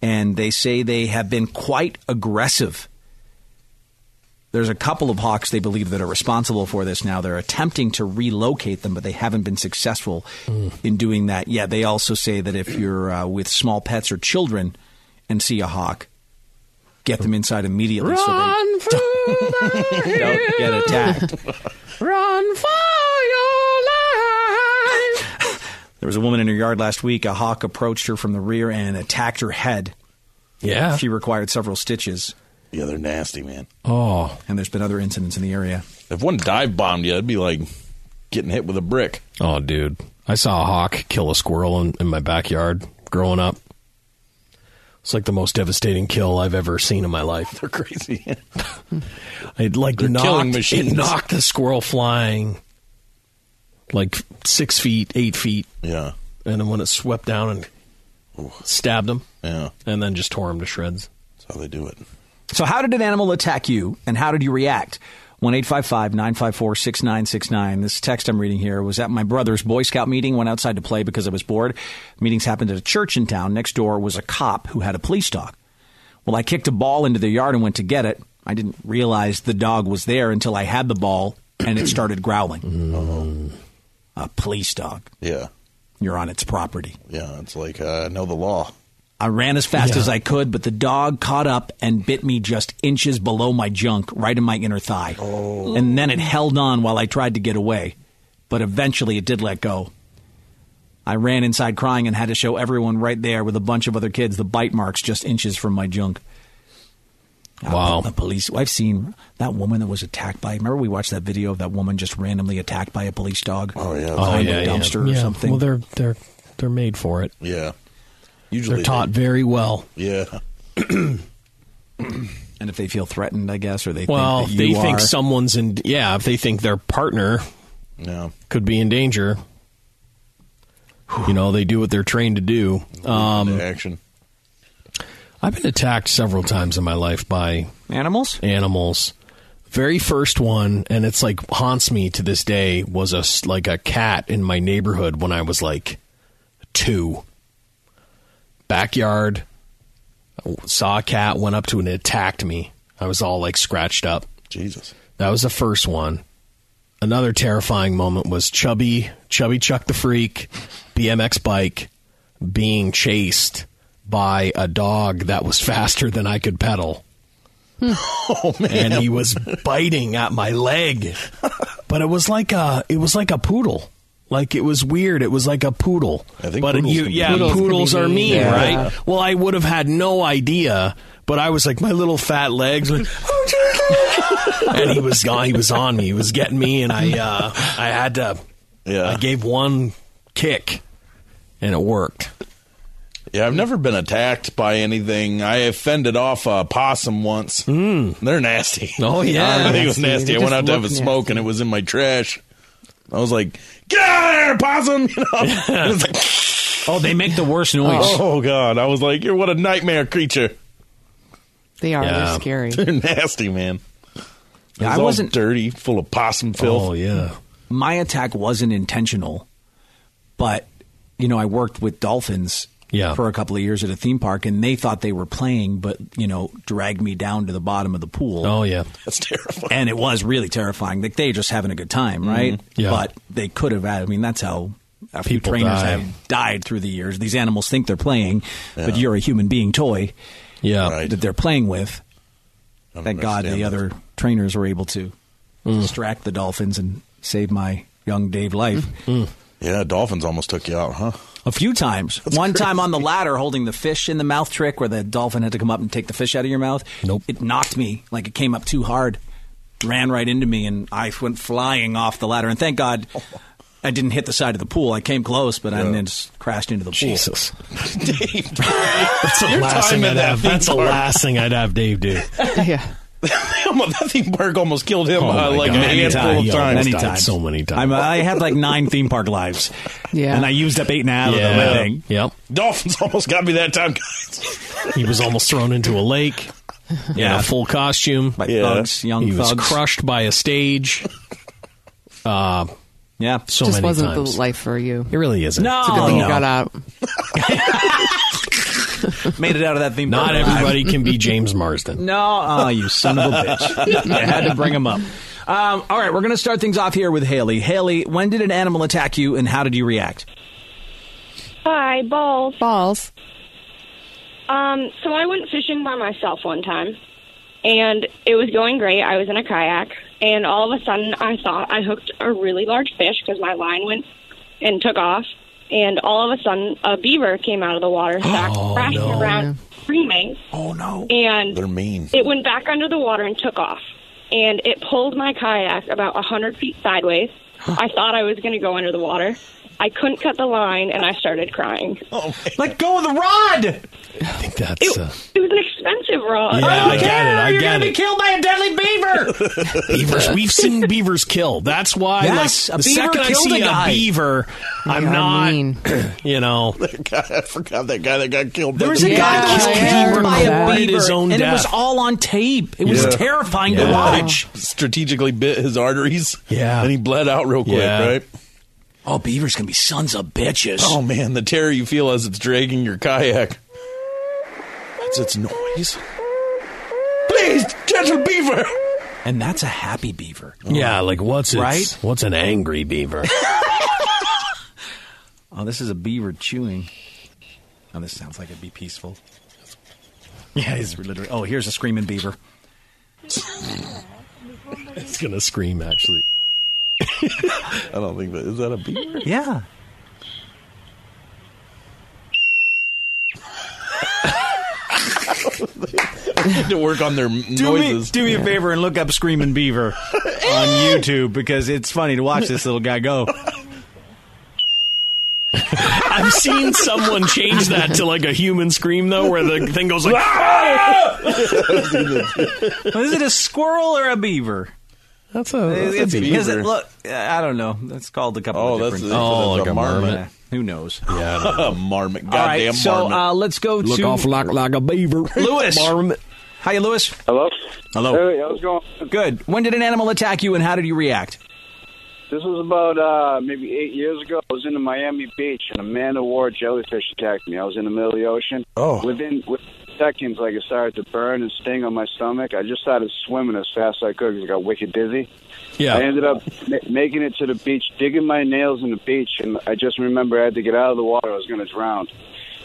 [SPEAKER 2] and they say they have been quite aggressive. There's a couple of hawks they believe that are responsible for this now. They're attempting to relocate them, but they haven't been successful in doing that yet. They also say that if you're uh, with small pets or children and see a hawk, get them inside immediately <laughs>
[SPEAKER 4] Run
[SPEAKER 2] so they don't get attacked.
[SPEAKER 4] Run for your life.
[SPEAKER 2] There was a woman in her yard last week. A hawk approached her from the rear and attacked her head.
[SPEAKER 3] Yeah.
[SPEAKER 2] She required several stitches.
[SPEAKER 7] Yeah, they're nasty, man.
[SPEAKER 3] Oh.
[SPEAKER 2] And there's been other incidents in the area.
[SPEAKER 7] If one dive bombed you, I'd be like getting hit with a brick.
[SPEAKER 3] Oh, dude. I saw a hawk kill a squirrel in, in my backyard growing up. It's like the most devastating kill I've ever seen in my life. They're
[SPEAKER 7] crazy.
[SPEAKER 3] <laughs> it like
[SPEAKER 7] They're
[SPEAKER 3] knocked,
[SPEAKER 7] killing
[SPEAKER 3] it
[SPEAKER 7] machines.
[SPEAKER 3] knocked the squirrel flying like six feet, eight feet.
[SPEAKER 7] Yeah.
[SPEAKER 3] And then when it swept down and stabbed him.
[SPEAKER 7] Yeah.
[SPEAKER 3] And then just tore him to shreds.
[SPEAKER 7] That's how they do it.
[SPEAKER 2] So, how did an animal attack you, and how did you react? 1 954 6969. This text I'm reading here was at my brother's Boy Scout meeting. Went outside to play because I was bored. Meetings happened at a church in town. Next door was a cop who had a police dog. Well, I kicked a ball into the yard and went to get it. I didn't realize the dog was there until I had the ball and it started growling. A police dog.
[SPEAKER 7] Mm. Yeah.
[SPEAKER 2] You're on its property.
[SPEAKER 7] Yeah, it's like uh, I know the law.
[SPEAKER 2] I ran as fast as I could, but the dog caught up and bit me just inches below my junk, right in my inner thigh.
[SPEAKER 7] Oh.
[SPEAKER 2] And then it held on while I tried to get away, but eventually it did let go. I ran inside crying and had to show everyone right there with a bunch of other kids the bite marks just inches from my junk. Wow. The police. I've seen that woman that was attacked by. Remember, we watched that video of that woman just randomly attacked by a police dog? Oh, yeah. Behind a dumpster or something.
[SPEAKER 3] Well, they're they're they're made for it.
[SPEAKER 7] Yeah.
[SPEAKER 3] they're taught very well.
[SPEAKER 7] Yeah.
[SPEAKER 2] and if they feel threatened, I guess, or they
[SPEAKER 3] well,
[SPEAKER 2] think
[SPEAKER 3] if
[SPEAKER 2] that you
[SPEAKER 3] they think
[SPEAKER 2] are-
[SPEAKER 3] someone's in. Yeah, if they think their partner could be in danger, you know, they do what they're trained to do. Um,
[SPEAKER 7] action.
[SPEAKER 3] I've been attacked several times in my life by
[SPEAKER 2] animals.
[SPEAKER 3] Animals. Very first one, and it's like haunts me to this day. Was a s- like a cat in my neighborhood when I was like two. Backyard, saw a cat, went up to it and attacked me. I was all like scratched up.
[SPEAKER 7] Jesus.
[SPEAKER 3] That was the first one. Another terrifying moment was Chubby, Chubby Chuck the Freak, BMX bike being chased by a dog that was <laughs> faster than I could pedal. <laughs>
[SPEAKER 4] Oh
[SPEAKER 3] And he
[SPEAKER 4] <laughs>
[SPEAKER 3] was biting at my leg. But it was like a it was like a poodle. Like it was weird. It was like a poodle. I think, but
[SPEAKER 15] poodles
[SPEAKER 3] you,
[SPEAKER 15] can be
[SPEAKER 3] yeah,
[SPEAKER 15] mean.
[SPEAKER 3] poodles,
[SPEAKER 15] Poodles can
[SPEAKER 3] are
[SPEAKER 15] be mean.
[SPEAKER 3] mean,
[SPEAKER 15] Yeah.
[SPEAKER 3] right? Well, I would have had no idea, but I was like my little fat legs, <laughs> like, <laughs> and he was on. He was on me. He was getting me, and I, uh, I had to.
[SPEAKER 7] Yeah,
[SPEAKER 3] I gave one kick, and it worked.
[SPEAKER 7] Yeah, I've never been attacked by anything. I fended off a possum once. Mm. They're nasty.
[SPEAKER 3] Hmm. Oh, yeah.
[SPEAKER 7] <laughs> I think it was
[SPEAKER 3] Nasty.
[SPEAKER 7] nasty.
[SPEAKER 3] They
[SPEAKER 7] I went
[SPEAKER 3] just
[SPEAKER 7] out to have a
[SPEAKER 3] look
[SPEAKER 7] smoke and it was in my trash. I was like, "Get out of there, possum!" <laughs> You know. It was like,
[SPEAKER 3] <laughs>
[SPEAKER 2] oh, they make the worst noise.
[SPEAKER 7] <laughs> Oh god, I was like, "You're what a nightmare creature."
[SPEAKER 5] They are. They're scary.
[SPEAKER 7] <laughs> They're nasty, man.
[SPEAKER 2] Yeah, I
[SPEAKER 7] I wasn't
[SPEAKER 2] wasn't-
[SPEAKER 7] dirty, full of possum filth.
[SPEAKER 2] Oh yeah. My attack wasn't intentional, but you know, I worked with dolphins
[SPEAKER 3] Yeah.
[SPEAKER 2] for a couple of years at a theme park and they thought they were playing, but you know, dragged me down to the bottom of the pool.
[SPEAKER 3] Oh yeah.
[SPEAKER 7] That's terrifying. Mm-hmm.
[SPEAKER 2] And it was really terrifying. Like they were just having a good time, right?
[SPEAKER 3] Mhm. Yeah.
[SPEAKER 2] But they could have had I mean, that's how a few
[SPEAKER 3] People
[SPEAKER 2] trainers
[SPEAKER 3] die.
[SPEAKER 2] have died through the years. These animals think they're playing, but you're a human being toy
[SPEAKER 3] yeah.
[SPEAKER 2] that they're playing with. Thank God the
[SPEAKER 7] understand
[SPEAKER 2] other trainers were able to distract the dolphins and save my young Dave life.
[SPEAKER 3] Hmm.
[SPEAKER 7] Yeah, dolphins almost took you out, huh?
[SPEAKER 2] A few times. One time on the ladder holding the fish in the mouth trick where the dolphin had to come up and take the fish out of your mouth. Nope. It knocked me. Like it came up too hard, ran right into me, and I went flying off the ladder. And thank God I didn't hit the side of the pool. I came close, but I then just crashed into the pool.
[SPEAKER 3] Jesus.
[SPEAKER 2] That's
[SPEAKER 3] That's the last thing I'd have. That's the last thing I'd have Dave do.
[SPEAKER 5] yeah.
[SPEAKER 7] <laughs> that thing park almost killed
[SPEAKER 2] <laughs>
[SPEAKER 7] him
[SPEAKER 3] Oh,
[SPEAKER 7] uh,
[SPEAKER 3] my
[SPEAKER 7] like
[SPEAKER 3] God.
[SPEAKER 7] a handful
[SPEAKER 3] Anytime.
[SPEAKER 7] of
[SPEAKER 3] Yo,
[SPEAKER 7] times.
[SPEAKER 3] anytime. So many times.
[SPEAKER 2] I'm, I had like nine theme park lives.
[SPEAKER 5] Yeah.
[SPEAKER 2] And I used up eight and a half of them, I think.
[SPEAKER 3] Yep.
[SPEAKER 7] Dolphins <laughs> almost got me that time, guys.
[SPEAKER 3] He was almost thrown into a lake. Yeah,
[SPEAKER 2] Yeah.
[SPEAKER 3] in a full costume. By
[SPEAKER 2] Yeah. thugs, young
[SPEAKER 3] he was
[SPEAKER 2] thugs.
[SPEAKER 3] crushed by a stage. Uh,
[SPEAKER 2] yeah,
[SPEAKER 3] so
[SPEAKER 5] just
[SPEAKER 3] many
[SPEAKER 5] wasn't
[SPEAKER 3] times.
[SPEAKER 5] the life for you.
[SPEAKER 3] It really isn't.
[SPEAKER 5] It's a good
[SPEAKER 3] No.
[SPEAKER 5] thing you
[SPEAKER 3] No.
[SPEAKER 5] got out.
[SPEAKER 2] Made it out of that theme park.
[SPEAKER 3] Not
[SPEAKER 2] alive.
[SPEAKER 3] everybody can be James Marsden.
[SPEAKER 2] No, oh, you son of a <laughs> bitch. I had to bring him up. Um, all right, we're going to start things off here with Haley. Haley, when did an animal attack you and how did you react?
[SPEAKER 28] Hi, balls.
[SPEAKER 5] Balls.
[SPEAKER 28] Um, so I went fishing by myself one time, and it was going great. I was in a kayak, and all of a sudden, I thought I hooked a really large fish because my line went and took off. And all of a sudden, a beaver came out of the water, sacked, crashing around, screaming.
[SPEAKER 2] Oh no!
[SPEAKER 28] And
[SPEAKER 7] They're mean.
[SPEAKER 28] It went back under the water and took off. And it pulled my kayak about a 100 feet sideways. I thought I was going to go under the water. I couldn't cut the line, and I started crying.
[SPEAKER 7] Oh,
[SPEAKER 2] Let go of the rod!
[SPEAKER 3] I think that's. Uh,
[SPEAKER 28] It was an expensive rod.
[SPEAKER 3] yeah, I, get it. I get it.
[SPEAKER 2] killed by a deadly beaver.
[SPEAKER 3] <laughs>
[SPEAKER 2] <laughs>
[SPEAKER 3] Beavers. We've
[SPEAKER 4] <laughs>
[SPEAKER 3] seen beavers kill. That's why,
[SPEAKER 2] Yes, a
[SPEAKER 3] like, the
[SPEAKER 2] beaver
[SPEAKER 3] second I
[SPEAKER 2] killed
[SPEAKER 3] see
[SPEAKER 2] a
[SPEAKER 3] a
[SPEAKER 2] guy.
[SPEAKER 3] beaver, <clears throat> I'm
[SPEAKER 2] are
[SPEAKER 3] not.
[SPEAKER 2] mean.
[SPEAKER 3] You know,
[SPEAKER 7] <laughs> That guy, I forgot that guy that got killed.
[SPEAKER 2] There
[SPEAKER 7] by
[SPEAKER 2] was
[SPEAKER 7] the
[SPEAKER 2] a guy that was
[SPEAKER 7] beaver.
[SPEAKER 2] killed by a
[SPEAKER 3] Recorded
[SPEAKER 2] beaver,
[SPEAKER 3] his own
[SPEAKER 2] and it was
[SPEAKER 3] death.
[SPEAKER 2] all on tape. It was
[SPEAKER 7] Yeah.
[SPEAKER 2] terrifying
[SPEAKER 7] Yeah.
[SPEAKER 2] to watch.
[SPEAKER 7] Strategically bit his arteries.
[SPEAKER 3] Yeah.
[SPEAKER 7] And he bled out real quick,
[SPEAKER 3] Yeah.
[SPEAKER 7] right?
[SPEAKER 2] Oh, beavers can be sons of bitches.
[SPEAKER 7] Oh, man. The terror you feel as it's dragging your kayak. That's its noise. Please, gentle beaver.
[SPEAKER 2] And that's a happy beaver.
[SPEAKER 3] yeah, like what's its,
[SPEAKER 2] Oh. Right?
[SPEAKER 3] What's an angry beaver?
[SPEAKER 2] Oh, this is a beaver chewing. Oh, this sounds like it'd be peaceful. <laughs> Yeah, he's literally. Oh, here's a screaming beaver.
[SPEAKER 3] it's gonna scream. Actually,
[SPEAKER 7] I don't think that. Is that a beaver?
[SPEAKER 2] Yeah.
[SPEAKER 7] I need to work on
[SPEAKER 2] <laughs>
[SPEAKER 7] their
[SPEAKER 2] Do me,
[SPEAKER 7] noises.
[SPEAKER 2] do me a favor and look up Screaming <laughs> Beaver on YouTube because it's funny to watch this little guy go.
[SPEAKER 3] I've seen someone change that to like a human scream though, where the thing goes like. <laughs>
[SPEAKER 2] Is it a squirrel or a beaver? <laughs>
[SPEAKER 3] That's
[SPEAKER 2] It's-
[SPEAKER 7] a
[SPEAKER 2] because
[SPEAKER 7] beaver.
[SPEAKER 2] It,
[SPEAKER 4] <laughs>
[SPEAKER 2] look, I don't know. That's called a couple
[SPEAKER 7] Oh,
[SPEAKER 2] of
[SPEAKER 7] that's,
[SPEAKER 2] different
[SPEAKER 7] that's
[SPEAKER 3] Oh,
[SPEAKER 7] that's
[SPEAKER 3] like a
[SPEAKER 7] marmot.
[SPEAKER 3] marmot.
[SPEAKER 2] Who knows?
[SPEAKER 3] <laughs> Yeah, I
[SPEAKER 2] <laughs>
[SPEAKER 3] don't
[SPEAKER 7] A marmot.
[SPEAKER 2] All right,
[SPEAKER 7] Goddamn
[SPEAKER 2] so
[SPEAKER 7] marmot.
[SPEAKER 2] uh, let's go
[SPEAKER 3] Look
[SPEAKER 2] to
[SPEAKER 3] off like like a beaver.
[SPEAKER 2] <laughs> Lewis.
[SPEAKER 3] Marmot.
[SPEAKER 2] Hiya, Lewis.
[SPEAKER 40] Hello.
[SPEAKER 2] Hello.
[SPEAKER 40] Hey, how's it going?
[SPEAKER 2] Good. When did an animal attack you, and how did you react?
[SPEAKER 40] This was about uh, maybe eight years ago. I was in Miami Beach, and a man-of-war jellyfish attacked me. I was in the middle of the ocean.
[SPEAKER 7] Oh.
[SPEAKER 40] Within, within seconds, like it started to burn and sting on my stomach. I just started swimming as fast as I could because I got wicked dizzy.
[SPEAKER 3] Yeah.
[SPEAKER 40] I ended up ma- making it to the beach, digging my nails in the beach, and I just remember I had to get out of the water. I was going to drown.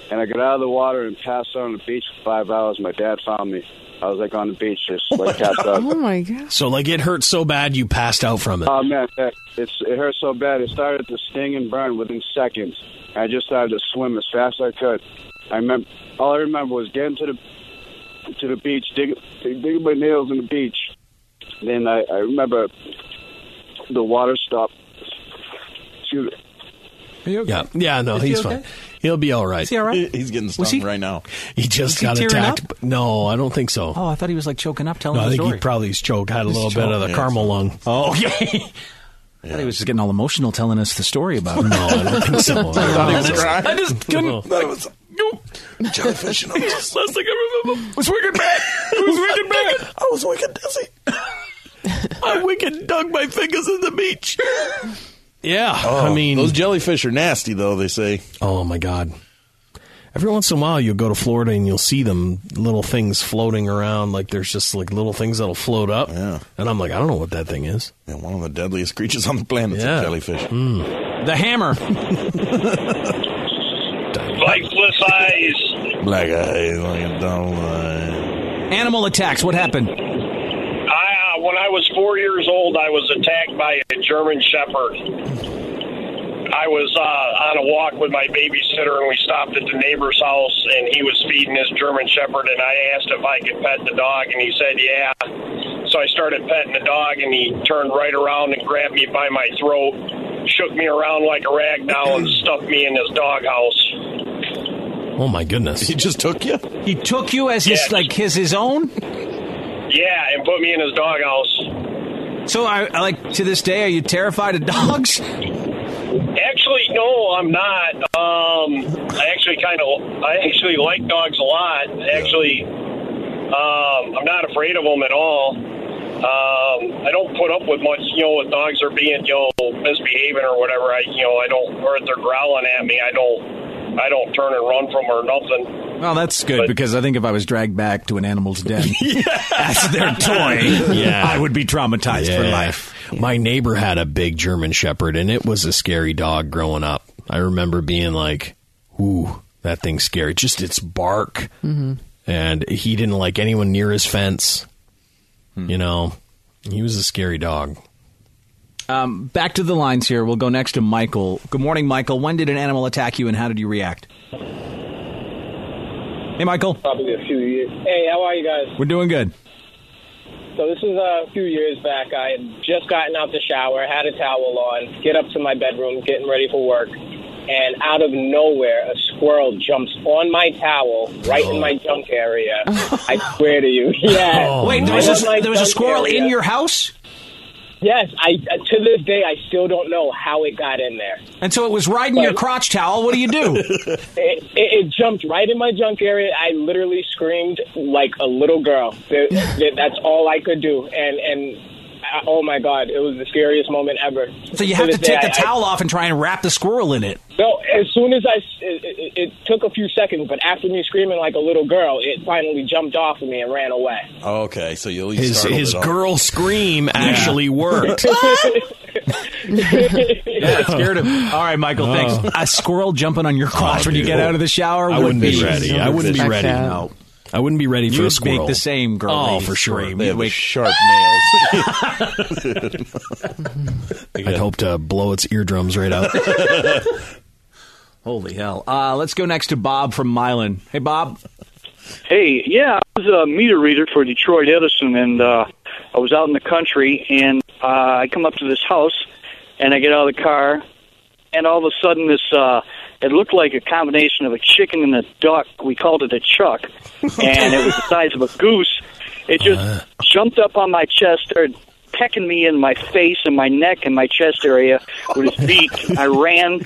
[SPEAKER 40] And I got out of the water and passed out on the beach for five hours. My dad found me. I was like on the beach, just like tapped out.
[SPEAKER 41] Oh, my god!
[SPEAKER 3] So like it hurt so bad you passed out from it.
[SPEAKER 40] Oh man, it- it's it hurt so bad. It started to sting and burn within seconds. I just started to swim as fast as I could. I remember all I remember was getting to the to the beach, digging digging my nails in the beach. Then I, I remember the water stopped. Shoot.
[SPEAKER 3] Yeah, yeah, no,
[SPEAKER 40] Is he
[SPEAKER 3] he's
[SPEAKER 40] okay?
[SPEAKER 3] fine. He'll be all right. Is he all
[SPEAKER 2] right?
[SPEAKER 3] He's getting
[SPEAKER 2] Was he-
[SPEAKER 3] right now. He just
[SPEAKER 2] he
[SPEAKER 3] got
[SPEAKER 2] tearing
[SPEAKER 3] attacked. but- No, I don't think so.
[SPEAKER 2] Oh, I thought he was like choking up, telling
[SPEAKER 3] no, I
[SPEAKER 2] the
[SPEAKER 3] think
[SPEAKER 2] story.
[SPEAKER 3] he probably is choked. Had a
[SPEAKER 2] He's
[SPEAKER 3] little bit of the
[SPEAKER 2] choked.
[SPEAKER 3] caramel lung. Oh, okay.
[SPEAKER 2] I thought he was just getting all emotional telling us the story <laughs> about him.
[SPEAKER 3] No, I don't <laughs> think
[SPEAKER 2] <laughs>
[SPEAKER 3] so. I
[SPEAKER 4] thought he was crying.
[SPEAKER 2] I just couldn't.
[SPEAKER 4] That was
[SPEAKER 7] <laughs>
[SPEAKER 2] jellyfish.
[SPEAKER 4] And I was just, last thing I remember was wicked bad. It was wicked
[SPEAKER 7] <laughs>
[SPEAKER 4] bad. I was wicked dizzy. <laughs> I wicked dug my fingers in the beach.
[SPEAKER 3] Yeah,
[SPEAKER 7] I mean Oh, those jellyfish are nasty, though. They say.
[SPEAKER 3] Oh my god! Every once in a while, you'll go to Florida and you'll see them little things floating around. Like there's just like little things that'll float up. Yeah. And I'm like, I don't know what that thing is.
[SPEAKER 7] Yeah, one of the deadliest creatures on the planet is a
[SPEAKER 3] yeah.
[SPEAKER 7] jellyfish.
[SPEAKER 3] Mm. The hammer.
[SPEAKER 42] Like with eyes.
[SPEAKER 7] Black eye, like a dumb
[SPEAKER 2] Animal attacks. What happened?
[SPEAKER 42] I, uh, when I was four years old, I was attacked by a German Shepherd. I was uh, on a walk with my babysitter, and we stopped at the neighbor's house, and he was feeding his German Shepherd, and I asked if I could pet the dog, and he said yeah. So I started petting the dog, and he turned right around and grabbed me by my throat, shook me around like a rag doll, and stuffed me in his doghouse.
[SPEAKER 3] Oh my
[SPEAKER 7] <laughs>
[SPEAKER 3] goodness! He
[SPEAKER 7] just took you.
[SPEAKER 2] He took you as his
[SPEAKER 42] Yeah.
[SPEAKER 2] like his his own.
[SPEAKER 42] Yeah, and put me in his doghouse.
[SPEAKER 2] So I, I like to this day. Are you terrified of dogs?
[SPEAKER 42] Actually, no, I'm not. Um, I actually kind of, I actually like dogs a lot. Actually, um, I'm not afraid of them at all. Um, I don't put up with much, you know, when dogs are being, you know, misbehaving or whatever. I, you know, I don't, or if they're growling at me, I don't, I don't turn and run from 'em
[SPEAKER 2] <laughs>
[SPEAKER 42] or
[SPEAKER 2] <laughs>
[SPEAKER 42] nothing.
[SPEAKER 2] Well, that's good because I think if I was dragged back to an animal's den <laughs> as their toy,
[SPEAKER 3] Yeah.
[SPEAKER 2] I would be traumatized for
[SPEAKER 3] Yeah.
[SPEAKER 2] life.
[SPEAKER 3] My neighbor had a big German Shepherd, and it was a scary dog growing up. I remember being like, ooh, that thing's scary. Just its bark. And he didn't like anyone near his fence.
[SPEAKER 2] Hmm.
[SPEAKER 3] You know, he was a scary dog.
[SPEAKER 2] Um, back to the lines here. We'll go next to Michael. Good morning, Michael. When did an animal attack you, and how did you react? Hey, Michael.
[SPEAKER 43] Probably a few years. Hey, how are you guys?
[SPEAKER 2] We're doing good.
[SPEAKER 43] So this was a few years back. I had just gotten out the shower, had a towel on, get up to my bedroom, getting ready for work, and out of nowhere, a squirrel jumps on my towel, right in my junk area. I swear to you, <laughs> yeah.
[SPEAKER 2] Wait, there
[SPEAKER 43] Right
[SPEAKER 2] was
[SPEAKER 43] on
[SPEAKER 2] a,
[SPEAKER 43] my
[SPEAKER 2] there was a
[SPEAKER 43] junk
[SPEAKER 2] squirrel
[SPEAKER 43] area.
[SPEAKER 2] in your house,
[SPEAKER 43] Yes, I to this day I still don't know how it got in there.
[SPEAKER 2] and so it was riding your crotch towel. What do you
[SPEAKER 43] <laughs>
[SPEAKER 2] do?
[SPEAKER 43] It, it, it jumped right in my junk area. I literally screamed like a little girl. That- that- that's all I could do. And and I, oh my god, it was the scariest moment ever.
[SPEAKER 2] so you have
[SPEAKER 43] this
[SPEAKER 2] to take
[SPEAKER 43] day,
[SPEAKER 2] the
[SPEAKER 43] I- I-
[SPEAKER 2] towel off and try and wrap the squirrel in it.
[SPEAKER 43] No, as soon as I, it, it, it took a few seconds, but after me screaming like a little girl, it finally jumped off of me and ran away.
[SPEAKER 7] <laughs> Okay, so you at least
[SPEAKER 3] His,
[SPEAKER 7] startled
[SPEAKER 3] his
[SPEAKER 7] it off.
[SPEAKER 3] girl scream actually worked.
[SPEAKER 2] <laughs> Yeah, it scared
[SPEAKER 3] <laughs>
[SPEAKER 2] him. All right, Michael,
[SPEAKER 3] Oh.
[SPEAKER 2] thanks. A squirrel jumping on your crotch when you get out of the shower.
[SPEAKER 3] I
[SPEAKER 2] would
[SPEAKER 3] wouldn't be, ready. I wouldn't be ready.
[SPEAKER 2] No.
[SPEAKER 3] I wouldn't be ready for
[SPEAKER 2] You'd
[SPEAKER 3] a squirrel.
[SPEAKER 2] make the same girl.
[SPEAKER 3] Oh,
[SPEAKER 2] lady
[SPEAKER 3] for sure.
[SPEAKER 2] scream.
[SPEAKER 3] They
[SPEAKER 2] You'd
[SPEAKER 3] have
[SPEAKER 2] wake- <laughs>
[SPEAKER 7] sharp nails.
[SPEAKER 2] <laughs>
[SPEAKER 3] I'd hope to blow its eardrums right out.
[SPEAKER 2] Holy hell. Uh, let's go next to Bob from Milan. Hey, Bob.
[SPEAKER 30] <laughs> Hey, yeah, I was a meter reader for Detroit Edison, and uh, I was out in the country, and uh, I come up to this house, and I get out of the car, and all of a sudden, this uh, it looked like a combination of a chicken and a duck. We called it a chuck, and it was the size of a goose. It just jumped up on my chest, started pecking me in my face and my neck and my chest area with its beak. I ran.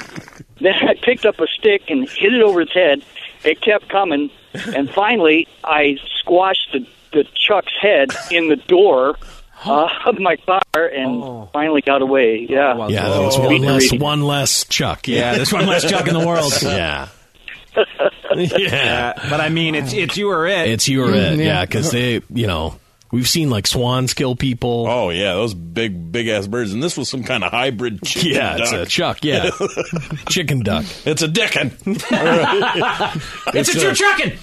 [SPEAKER 30] Then I picked up a stick and hit it over its head. It kept coming, and finally I squashed the, the Chuck's head in the door uh, of my car, and finally got away. Yeah,
[SPEAKER 3] Yeah,
[SPEAKER 2] Oh.
[SPEAKER 3] that was one less, one less Chuck.
[SPEAKER 2] Yeah, there's one less Chuck in the world.
[SPEAKER 3] <laughs> yeah.
[SPEAKER 2] <laughs> Yeah, Uh, but I mean, it's it's you or it. Mm-hmm.
[SPEAKER 3] It's you or
[SPEAKER 2] Mm,
[SPEAKER 3] it. Yeah, because they, you know, we've seen like swans kill people.
[SPEAKER 7] Oh yeah, those big big ass birds, and this was some kind of hybrid. Chicken
[SPEAKER 3] Yeah, it's a chuck,
[SPEAKER 7] <laughs>
[SPEAKER 3] yeah. chicken duck. <laughs>
[SPEAKER 7] it's a dickin.
[SPEAKER 2] it's,
[SPEAKER 7] It's
[SPEAKER 2] a
[SPEAKER 7] a-
[SPEAKER 2] true chucking.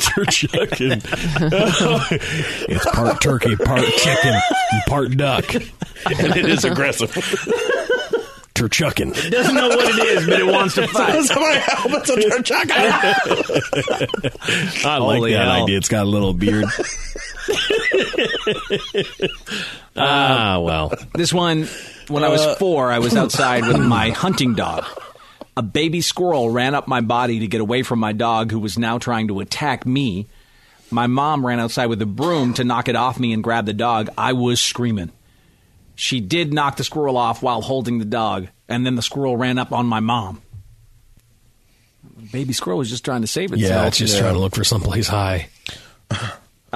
[SPEAKER 3] They're chucking. <laughs> it's part turkey, part chicken, and part duck.
[SPEAKER 7] And it is aggressive.
[SPEAKER 3] Turchuckin.
[SPEAKER 4] It doesn't know what it is, but
[SPEAKER 7] <laughs>
[SPEAKER 4] it wants to fight.
[SPEAKER 7] Somebody help! It's a turchuckin.
[SPEAKER 3] I like
[SPEAKER 4] Holy
[SPEAKER 3] that
[SPEAKER 4] hell.
[SPEAKER 3] idea. It's got a little beard.
[SPEAKER 2] Ah,
[SPEAKER 3] well.
[SPEAKER 2] This one, when I was
[SPEAKER 3] Uh,
[SPEAKER 2] four, I was outside
[SPEAKER 3] <coughs>
[SPEAKER 2] with my hunting dog. A baby squirrel ran up my body to get away from my dog, who was now trying to attack me. My mom ran outside with a broom to knock it off me and grab the dog. I was screaming. She did knock the squirrel off while holding the dog, and then the squirrel ran up on my mom. Baby squirrel was just trying to save itself.
[SPEAKER 3] yeah, it's just trying to look for someplace high.
[SPEAKER 2] Uh,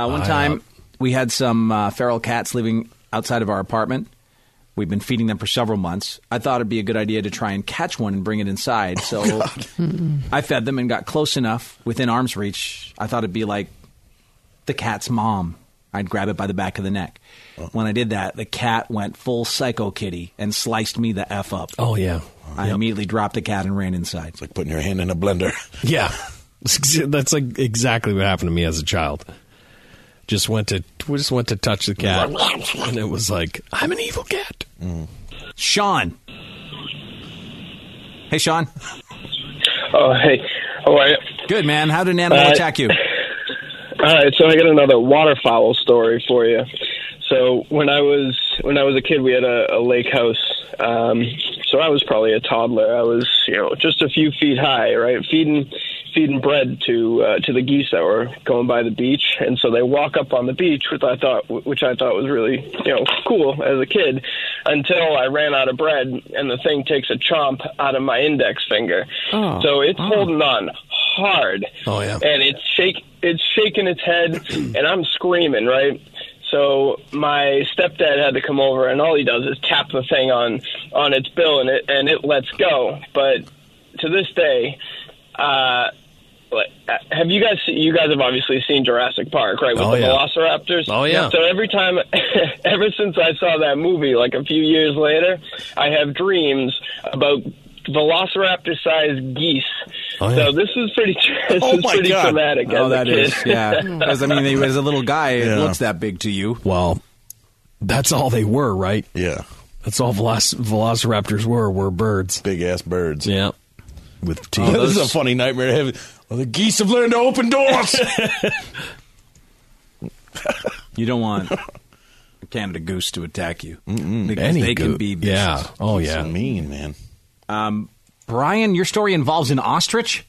[SPEAKER 2] one
[SPEAKER 3] High
[SPEAKER 2] time,
[SPEAKER 3] up.
[SPEAKER 2] we had some uh, feral cats living outside of our apartment. We've been feeding them for several months. I thought it'd be a good idea to try and catch one and bring it inside.
[SPEAKER 7] <laughs>
[SPEAKER 2] So <laughs> I fed them and got close enough within arm's reach. I thought it'd be like the cat's mom. I'd grab it by the back of the neck.
[SPEAKER 7] Oh.
[SPEAKER 2] When I did that, the cat went full psycho kitty and sliced me the F up.
[SPEAKER 3] Oh, yeah.
[SPEAKER 2] I immediately dropped the cat and ran inside. It's
[SPEAKER 7] like putting your hand in a blender.
[SPEAKER 3] Yeah, <laughs> that's like exactly what happened to me as a child. Just went to just went to touch the cat, and it was like I'm an evil cat.
[SPEAKER 2] Sean. Hey, Sean.
[SPEAKER 12] Oh, hey. How are you?
[SPEAKER 2] Good, man. How did an animal
[SPEAKER 12] Uh,
[SPEAKER 2] attack you?
[SPEAKER 12] <laughs> All right, so I got another waterfowl story for you. So when I was when I was a kid, we had a, a lake house. Um, so I was probably a toddler. I was you know just a few feet high, right? Feeding feeding bread to uh, to the geese that were going by the beach, and so they walk up on the beach, which I thought which I thought was really you know cool as a kid, until I ran out of bread, and the thing takes a chomp out of my index finger.
[SPEAKER 4] Oh.
[SPEAKER 12] so it's holding on hard.
[SPEAKER 4] Oh, yeah.
[SPEAKER 12] And it's shake it's shaking its
[SPEAKER 4] <clears throat>
[SPEAKER 12] head and I'm screaming, right? So my stepdad had to come over and all he does is tap the thing on on its bill and it and it lets go. But to this day, uh like, uh, have you guys? You guys have obviously seen Jurassic Park, right? With
[SPEAKER 4] Oh,
[SPEAKER 12] the
[SPEAKER 4] yeah.
[SPEAKER 12] Velociraptors.
[SPEAKER 4] Oh, yeah.
[SPEAKER 12] So every time, <laughs> ever since I saw that movie, like a few years later, I have dreams about Velociraptor-sized geese.
[SPEAKER 2] Oh, yeah.
[SPEAKER 12] So this is pretty. <laughs> This is pretty traumatic.
[SPEAKER 2] Oh,
[SPEAKER 12] as
[SPEAKER 2] that
[SPEAKER 12] a kid.
[SPEAKER 2] is, <laughs> yeah. Because I mean,
[SPEAKER 12] <laughs>
[SPEAKER 2] he was a little guy. It
[SPEAKER 3] Yeah.
[SPEAKER 2] looks that big to you.
[SPEAKER 3] Well, that's all they were, right?
[SPEAKER 7] Yeah,
[SPEAKER 3] that's all veloc- velociraptors were were birds,
[SPEAKER 7] big ass birds.
[SPEAKER 3] Yeah, Oh, with teeth.
[SPEAKER 7] Oh, this is a funny nightmare. to have. Well, the geese have learned to open
[SPEAKER 3] <laughs>
[SPEAKER 7] doors.
[SPEAKER 2] You don't
[SPEAKER 3] <laughs>
[SPEAKER 2] want a Canada goose to attack you because
[SPEAKER 3] Hmm, Any
[SPEAKER 2] they can
[SPEAKER 3] goo-
[SPEAKER 2] be. Bitches.
[SPEAKER 3] yeah. Oh, yeah. So
[SPEAKER 7] mean man.
[SPEAKER 2] Um, Brian, your story involves an ostrich.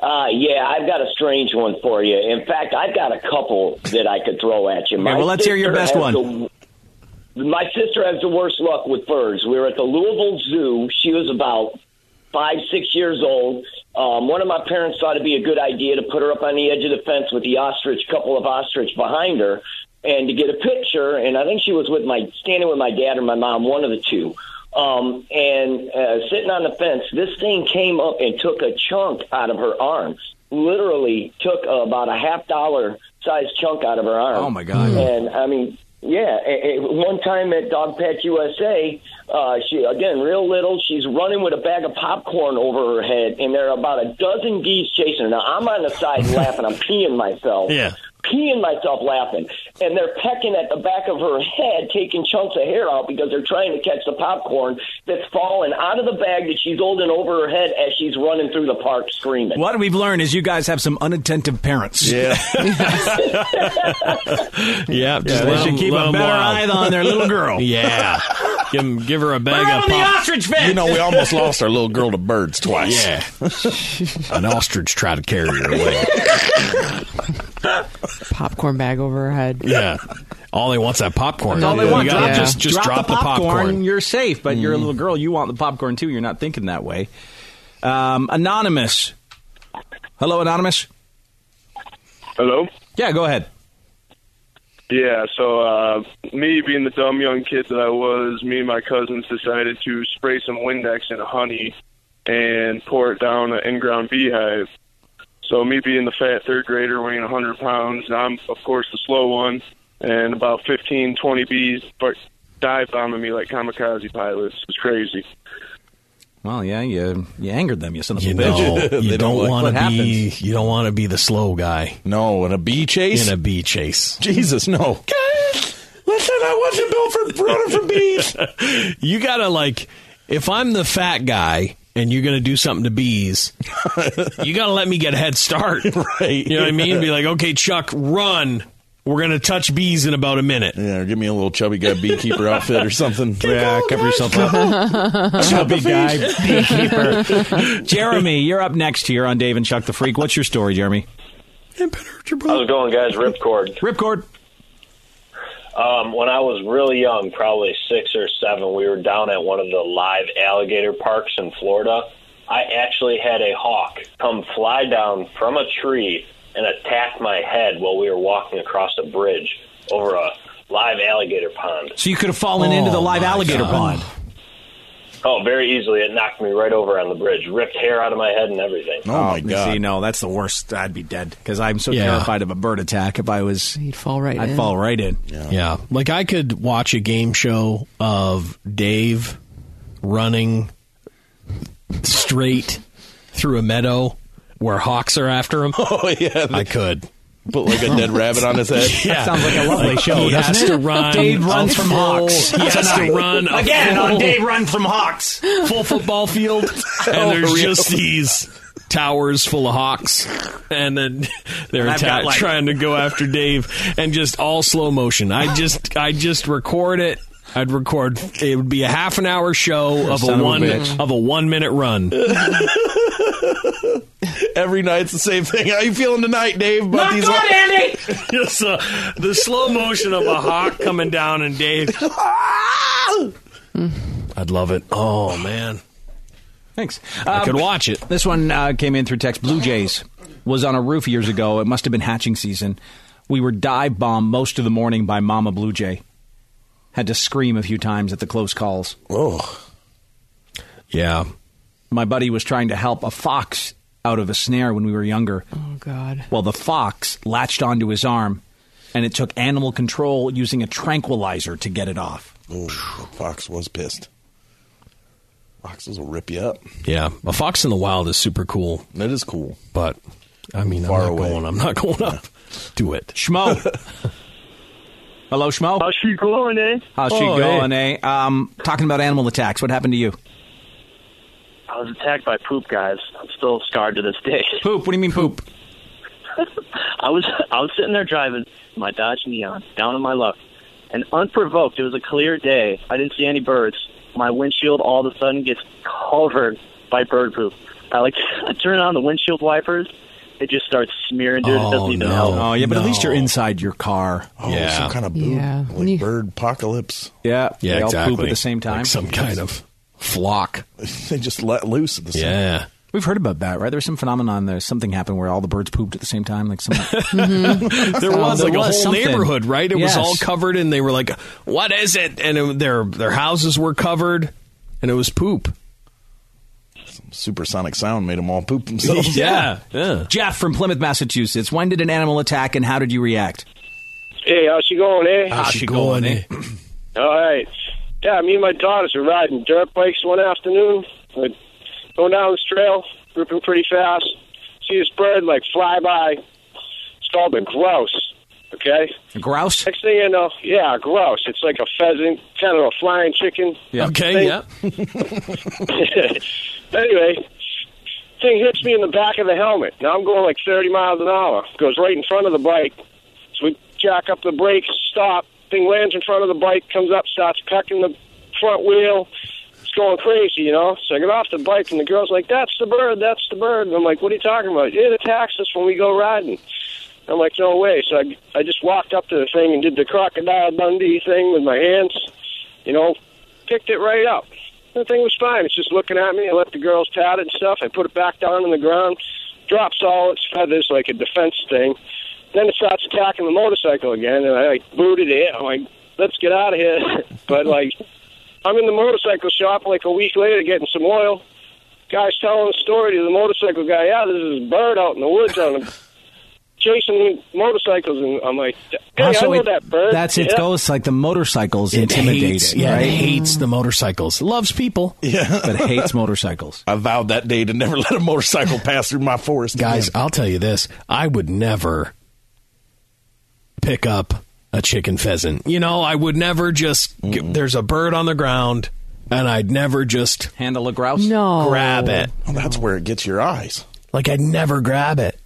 [SPEAKER 15] Uh, yeah, I've got a strange one for you. In fact, I've got a couple that I could throw at you.
[SPEAKER 2] Okay, well, let's hear your
[SPEAKER 15] sister has
[SPEAKER 2] best one.
[SPEAKER 15] the- my sister has the worst luck with birds. We were at the Louisville Zoo. She was about five, six years old. Um, one of my parents thought it'd be a good idea to put her up on the edge of the fence with the ostrich, couple of ostrich behind her, and to get a picture. And I think she was with my standing with my dad or my mom, one of the two. Um, and uh, sitting on the fence, this thing came up and took a chunk out of her arm. Literally took about a half dollar size chunk out of her arm.
[SPEAKER 2] Oh, my God.
[SPEAKER 15] And I mean, yeah. a- a- one time at Dog Patch USA, uh, she again real little. She's running with a bag of popcorn over her head, and there are about a dozen geese chasing her. Now I'm on the side laughing. I'm peeing myself.
[SPEAKER 4] Yeah.
[SPEAKER 15] Peeing myself laughing, and they're pecking at the back of her head, taking chunks of hair out because they're trying to catch the popcorn that's falling out of the bag that she's holding over her head as she's running through the park screaming.
[SPEAKER 2] What we've learned is you guys have some unattentive parents. <laughs>
[SPEAKER 7] Yeah,
[SPEAKER 3] <laughs> yeah, just
[SPEAKER 2] they
[SPEAKER 3] let
[SPEAKER 2] should
[SPEAKER 3] 'em-
[SPEAKER 2] keep
[SPEAKER 3] let
[SPEAKER 2] a
[SPEAKER 3] 'em
[SPEAKER 2] better eye
[SPEAKER 3] wild.
[SPEAKER 2] on their little girl. <laughs>
[SPEAKER 3] <laughs> yeah, give 'em- give her a bag
[SPEAKER 2] Put her
[SPEAKER 3] of
[SPEAKER 2] on the
[SPEAKER 3] pop-
[SPEAKER 2] ostrich fence.
[SPEAKER 7] You know, we almost lost our little girl to birds twice.
[SPEAKER 3] Yeah, <laughs> an ostrich tried to carry her away.
[SPEAKER 5] popcorn bag over her head. <laughs>
[SPEAKER 3] Yeah,
[SPEAKER 2] <laughs>
[SPEAKER 3] all they want's that popcorn.
[SPEAKER 2] That's all they
[SPEAKER 3] You
[SPEAKER 2] want.
[SPEAKER 3] gotta
[SPEAKER 2] Drop,
[SPEAKER 3] Just just drop,
[SPEAKER 2] the popcorn.
[SPEAKER 3] popcorn. Mm.
[SPEAKER 2] You're safe, but you're a little girl. You want the popcorn too. You're not thinking that way. Um, anonymous. Hello, anonymous.
[SPEAKER 39] Hello.
[SPEAKER 2] Yeah, go ahead.
[SPEAKER 39] Yeah, so uh, me being the dumb young kid that I was, me and my cousins decided to spray some Windex and honey and pour it down an in-ground beehive. So me being the fat third grader weighing 100 pounds, and I'm of course the slow one, and about 15, 20 bees but dive bombing me like kamikaze pilots. It's crazy.
[SPEAKER 2] Well, yeah, you you angered them. You son of
[SPEAKER 3] You
[SPEAKER 2] a
[SPEAKER 3] know,
[SPEAKER 2] <laughs> bitch.
[SPEAKER 3] you
[SPEAKER 2] They
[SPEAKER 3] don't
[SPEAKER 2] like
[SPEAKER 3] want
[SPEAKER 2] what
[SPEAKER 3] to
[SPEAKER 2] happens.
[SPEAKER 3] be you don't want to be the slow guy.
[SPEAKER 7] No, in a bee chase.
[SPEAKER 3] In a bee chase.
[SPEAKER 7] Jesus, no.
[SPEAKER 4] Listen, I wasn't built for running from bees.
[SPEAKER 3] <laughs> you gotta like if i'm the fat guy and you're gonna do something to bees you gotta let me get a head start right you know what i mean be like okay chuck run we're gonna touch bees in about a minute
[SPEAKER 7] yeah or give me a little chubby guy beekeeper outfit or something yeah cover yourself
[SPEAKER 3] <laughs>
[SPEAKER 2] Chubby guy
[SPEAKER 7] beekeeper.
[SPEAKER 2] Jeremy, you're up next here on Dave and Chuck the Freak. What's your story, Jeremy?
[SPEAKER 17] How's it going, guys? Ripcord.
[SPEAKER 2] Ripcord.
[SPEAKER 17] Um, when I was really young, probably six or seven, we were down at one of the live alligator parks in Florida. I actually had a hawk come fly down from a tree and attack my head while we were walking across a bridge over a live alligator pond.
[SPEAKER 2] So you could have fallen into
[SPEAKER 3] Oh,
[SPEAKER 2] the live alligator pond.
[SPEAKER 17] Oh, very easily. It knocked me right over on the bridge, ripped hair out of my head and everything.
[SPEAKER 3] Oh,
[SPEAKER 2] Oh, you See, no, that's the worst. I'd be dead because I'm so
[SPEAKER 17] Yeah.
[SPEAKER 2] terrified of a bird attack. If I was, you'd fall right. I'd
[SPEAKER 3] in.
[SPEAKER 2] fall right in.
[SPEAKER 3] Yeah. Like I could watch a game show of Dave running straight through a meadow where hawks are
[SPEAKER 7] <laughs>
[SPEAKER 3] after him. Oh yeah. I could.
[SPEAKER 7] Put like a dead rabbit on his head.
[SPEAKER 3] <laughs>
[SPEAKER 7] That
[SPEAKER 3] Yeah.
[SPEAKER 7] sounds like a lovely show,
[SPEAKER 3] He
[SPEAKER 7] doesn't
[SPEAKER 3] has
[SPEAKER 7] it?
[SPEAKER 3] to run.
[SPEAKER 7] Dave runs
[SPEAKER 3] a
[SPEAKER 7] from
[SPEAKER 3] full-
[SPEAKER 7] hawks
[SPEAKER 3] He has
[SPEAKER 7] tonight.
[SPEAKER 3] to run a
[SPEAKER 4] Again
[SPEAKER 3] full,
[SPEAKER 4] on Dave
[SPEAKER 2] Run from Hawks.
[SPEAKER 3] Full football field. <laughs>
[SPEAKER 4] Oh,
[SPEAKER 3] and there's just these towers full of hawks, and then <laughs> they're
[SPEAKER 4] And I've
[SPEAKER 3] atta-
[SPEAKER 4] got, like-
[SPEAKER 3] trying to go after Dave, and just all slow motion. I just, I just record it. I'd record. It would be a half an hour show of
[SPEAKER 7] Son
[SPEAKER 3] a
[SPEAKER 7] of a
[SPEAKER 3] one
[SPEAKER 7] bitch.
[SPEAKER 3] of a one minute run.
[SPEAKER 7] Every night's the same thing. How you feeling tonight, Dave? About these
[SPEAKER 3] <laughs> Just uh, the slow motion of a hawk coming down, and Dave. I'd love it. Oh man.
[SPEAKER 2] Thanks.
[SPEAKER 3] I
[SPEAKER 2] Um,
[SPEAKER 3] could watch it.
[SPEAKER 2] This one uh, came in through text. Blue Jays was on a roof years ago. It must have been hatching season. We were dive bombed most of the morning by Mama Blue Jay. Had to scream a few times at the close calls.
[SPEAKER 7] Oh,
[SPEAKER 3] yeah.
[SPEAKER 2] My buddy was trying to help a fox out of a snare when we were younger.
[SPEAKER 5] Oh <laughs> God.
[SPEAKER 2] Well, the fox latched onto his arm, and it took animal control using a tranquilizer to get it off.
[SPEAKER 7] Fox was pissed. Foxes will rip you up.
[SPEAKER 3] Yeah, a fox in the wild is super cool.
[SPEAKER 7] That is cool,
[SPEAKER 3] but I mean,
[SPEAKER 7] Far
[SPEAKER 3] I'm not
[SPEAKER 7] away.
[SPEAKER 3] going. I'm not going up. Do it,
[SPEAKER 2] Schmo. Hello, Schmo.
[SPEAKER 44] How's she going, eh?
[SPEAKER 2] How's she
[SPEAKER 44] Oh, hey.
[SPEAKER 2] going, eh? Um, talking about animal attacks. What happened to you?
[SPEAKER 44] I was attacked by poop, guys. I'm still scarred to this day.
[SPEAKER 2] <laughs> Poop? What do you mean poop?
[SPEAKER 44] I was I was sitting there driving my Dodge Neon down in my luck, and unprovoked, it was a clear day. I didn't see any birds. My windshield all of a sudden gets covered by bird poop. I like <laughs> turn on the windshield wipers. It just starts smearing, dude. it doesn't even help.
[SPEAKER 2] Oh, yeah, but at least you're inside your car.
[SPEAKER 7] Oh, some kind of boo- like bird apocalypse.
[SPEAKER 2] Yeah,
[SPEAKER 3] Yeah,
[SPEAKER 2] they all poop
[SPEAKER 3] exactly.
[SPEAKER 2] at the same time.
[SPEAKER 3] Like some kind of flock.
[SPEAKER 7] <laughs> they just let loose at the same
[SPEAKER 3] Yeah.
[SPEAKER 2] We've heard about that, right? There's some phenomenon there. Something happened where all the birds pooped at the same time, like some. <laughs>
[SPEAKER 3] <laughs> Mm-hmm. there
[SPEAKER 2] Oh,
[SPEAKER 3] was
[SPEAKER 2] there
[SPEAKER 3] like a
[SPEAKER 2] was
[SPEAKER 3] whole
[SPEAKER 2] something.
[SPEAKER 3] neighborhood, right? It
[SPEAKER 2] Yes.
[SPEAKER 3] was all covered, and they were like, "What is it?" And it, their their houses were covered, and it was poop.
[SPEAKER 7] Supersonic sound made them all poop <laughs> themselves.
[SPEAKER 3] <laughs> yeah.
[SPEAKER 2] Jeff from Plymouth, Massachusetts. When did an animal attack, and how did you react?
[SPEAKER 44] Hey, how's she going, eh?
[SPEAKER 2] How's she going, eh?
[SPEAKER 44] All right.
[SPEAKER 14] Yeah, me and my daughters were riding dirt bikes one afternoon. We're going down this trail, ripping pretty fast. See this bird like fly by. It's called a grouse. Okay.
[SPEAKER 2] grouse.
[SPEAKER 14] Next thing you know, yeah, a grouse. It's like a pheasant, kind of a flying chicken.
[SPEAKER 3] Okay.
[SPEAKER 14] thing.
[SPEAKER 3] Yeah.
[SPEAKER 14] <laughs> anyway, thing hits me in the back of the helmet. Now I'm going like 30 miles an hour. Goes right in front of the bike. So we jack up the brakes, stop. Thing lands in front of the bike, comes up, starts pecking the front wheel. It's going crazy, you know. So I get off the bike, and the girl's like, "That's the bird. That's the bird." And I'm like, "What are you talking about? It attacks us when we go riding." I'm like, "No way!" So I, I just walked up to the thing and did the crocodile Dundee thing with my hands, you know, picked it right up. The thing was fine. It's just looking at me. I let the girls pat it and stuff. I put it back down on the ground. Drops all its feathers like a defense thing. Then it starts attacking the motorcycle again, and I like booted it. I'm like, let's get out of here. <laughs> but like, I'm in the motorcycle shop like a week later getting some oil. Guy's telling the <laughs> story to the motorcycle guy. Yeah, there's this bird out in the woods on a
[SPEAKER 45] chasing motorcycles, and I'm like, hey,
[SPEAKER 3] Ah, so
[SPEAKER 45] I know
[SPEAKER 3] it-
[SPEAKER 45] that bird.
[SPEAKER 2] That's it.
[SPEAKER 45] Yeah.
[SPEAKER 2] Goes like the motorcycles
[SPEAKER 3] It
[SPEAKER 2] intimidated,
[SPEAKER 3] hates- yeah, it
[SPEAKER 2] right?
[SPEAKER 3] hates the motorcycles. Loves people. <laughs>
[SPEAKER 7] Yeah.
[SPEAKER 2] but hates motorcycles.
[SPEAKER 7] I vowed that day to never <laughs> let a motorcycle pass through my forest.
[SPEAKER 3] Guys, I'll tell you this. I would never pick up a chicken pheasant. You know, I would never just. g- There's a bird on the ground, and I'd never just
[SPEAKER 2] handle a grouse.
[SPEAKER 5] No,
[SPEAKER 3] grab it.
[SPEAKER 7] Oh, that's where it gets your eyes.
[SPEAKER 3] Like I'd never grab it.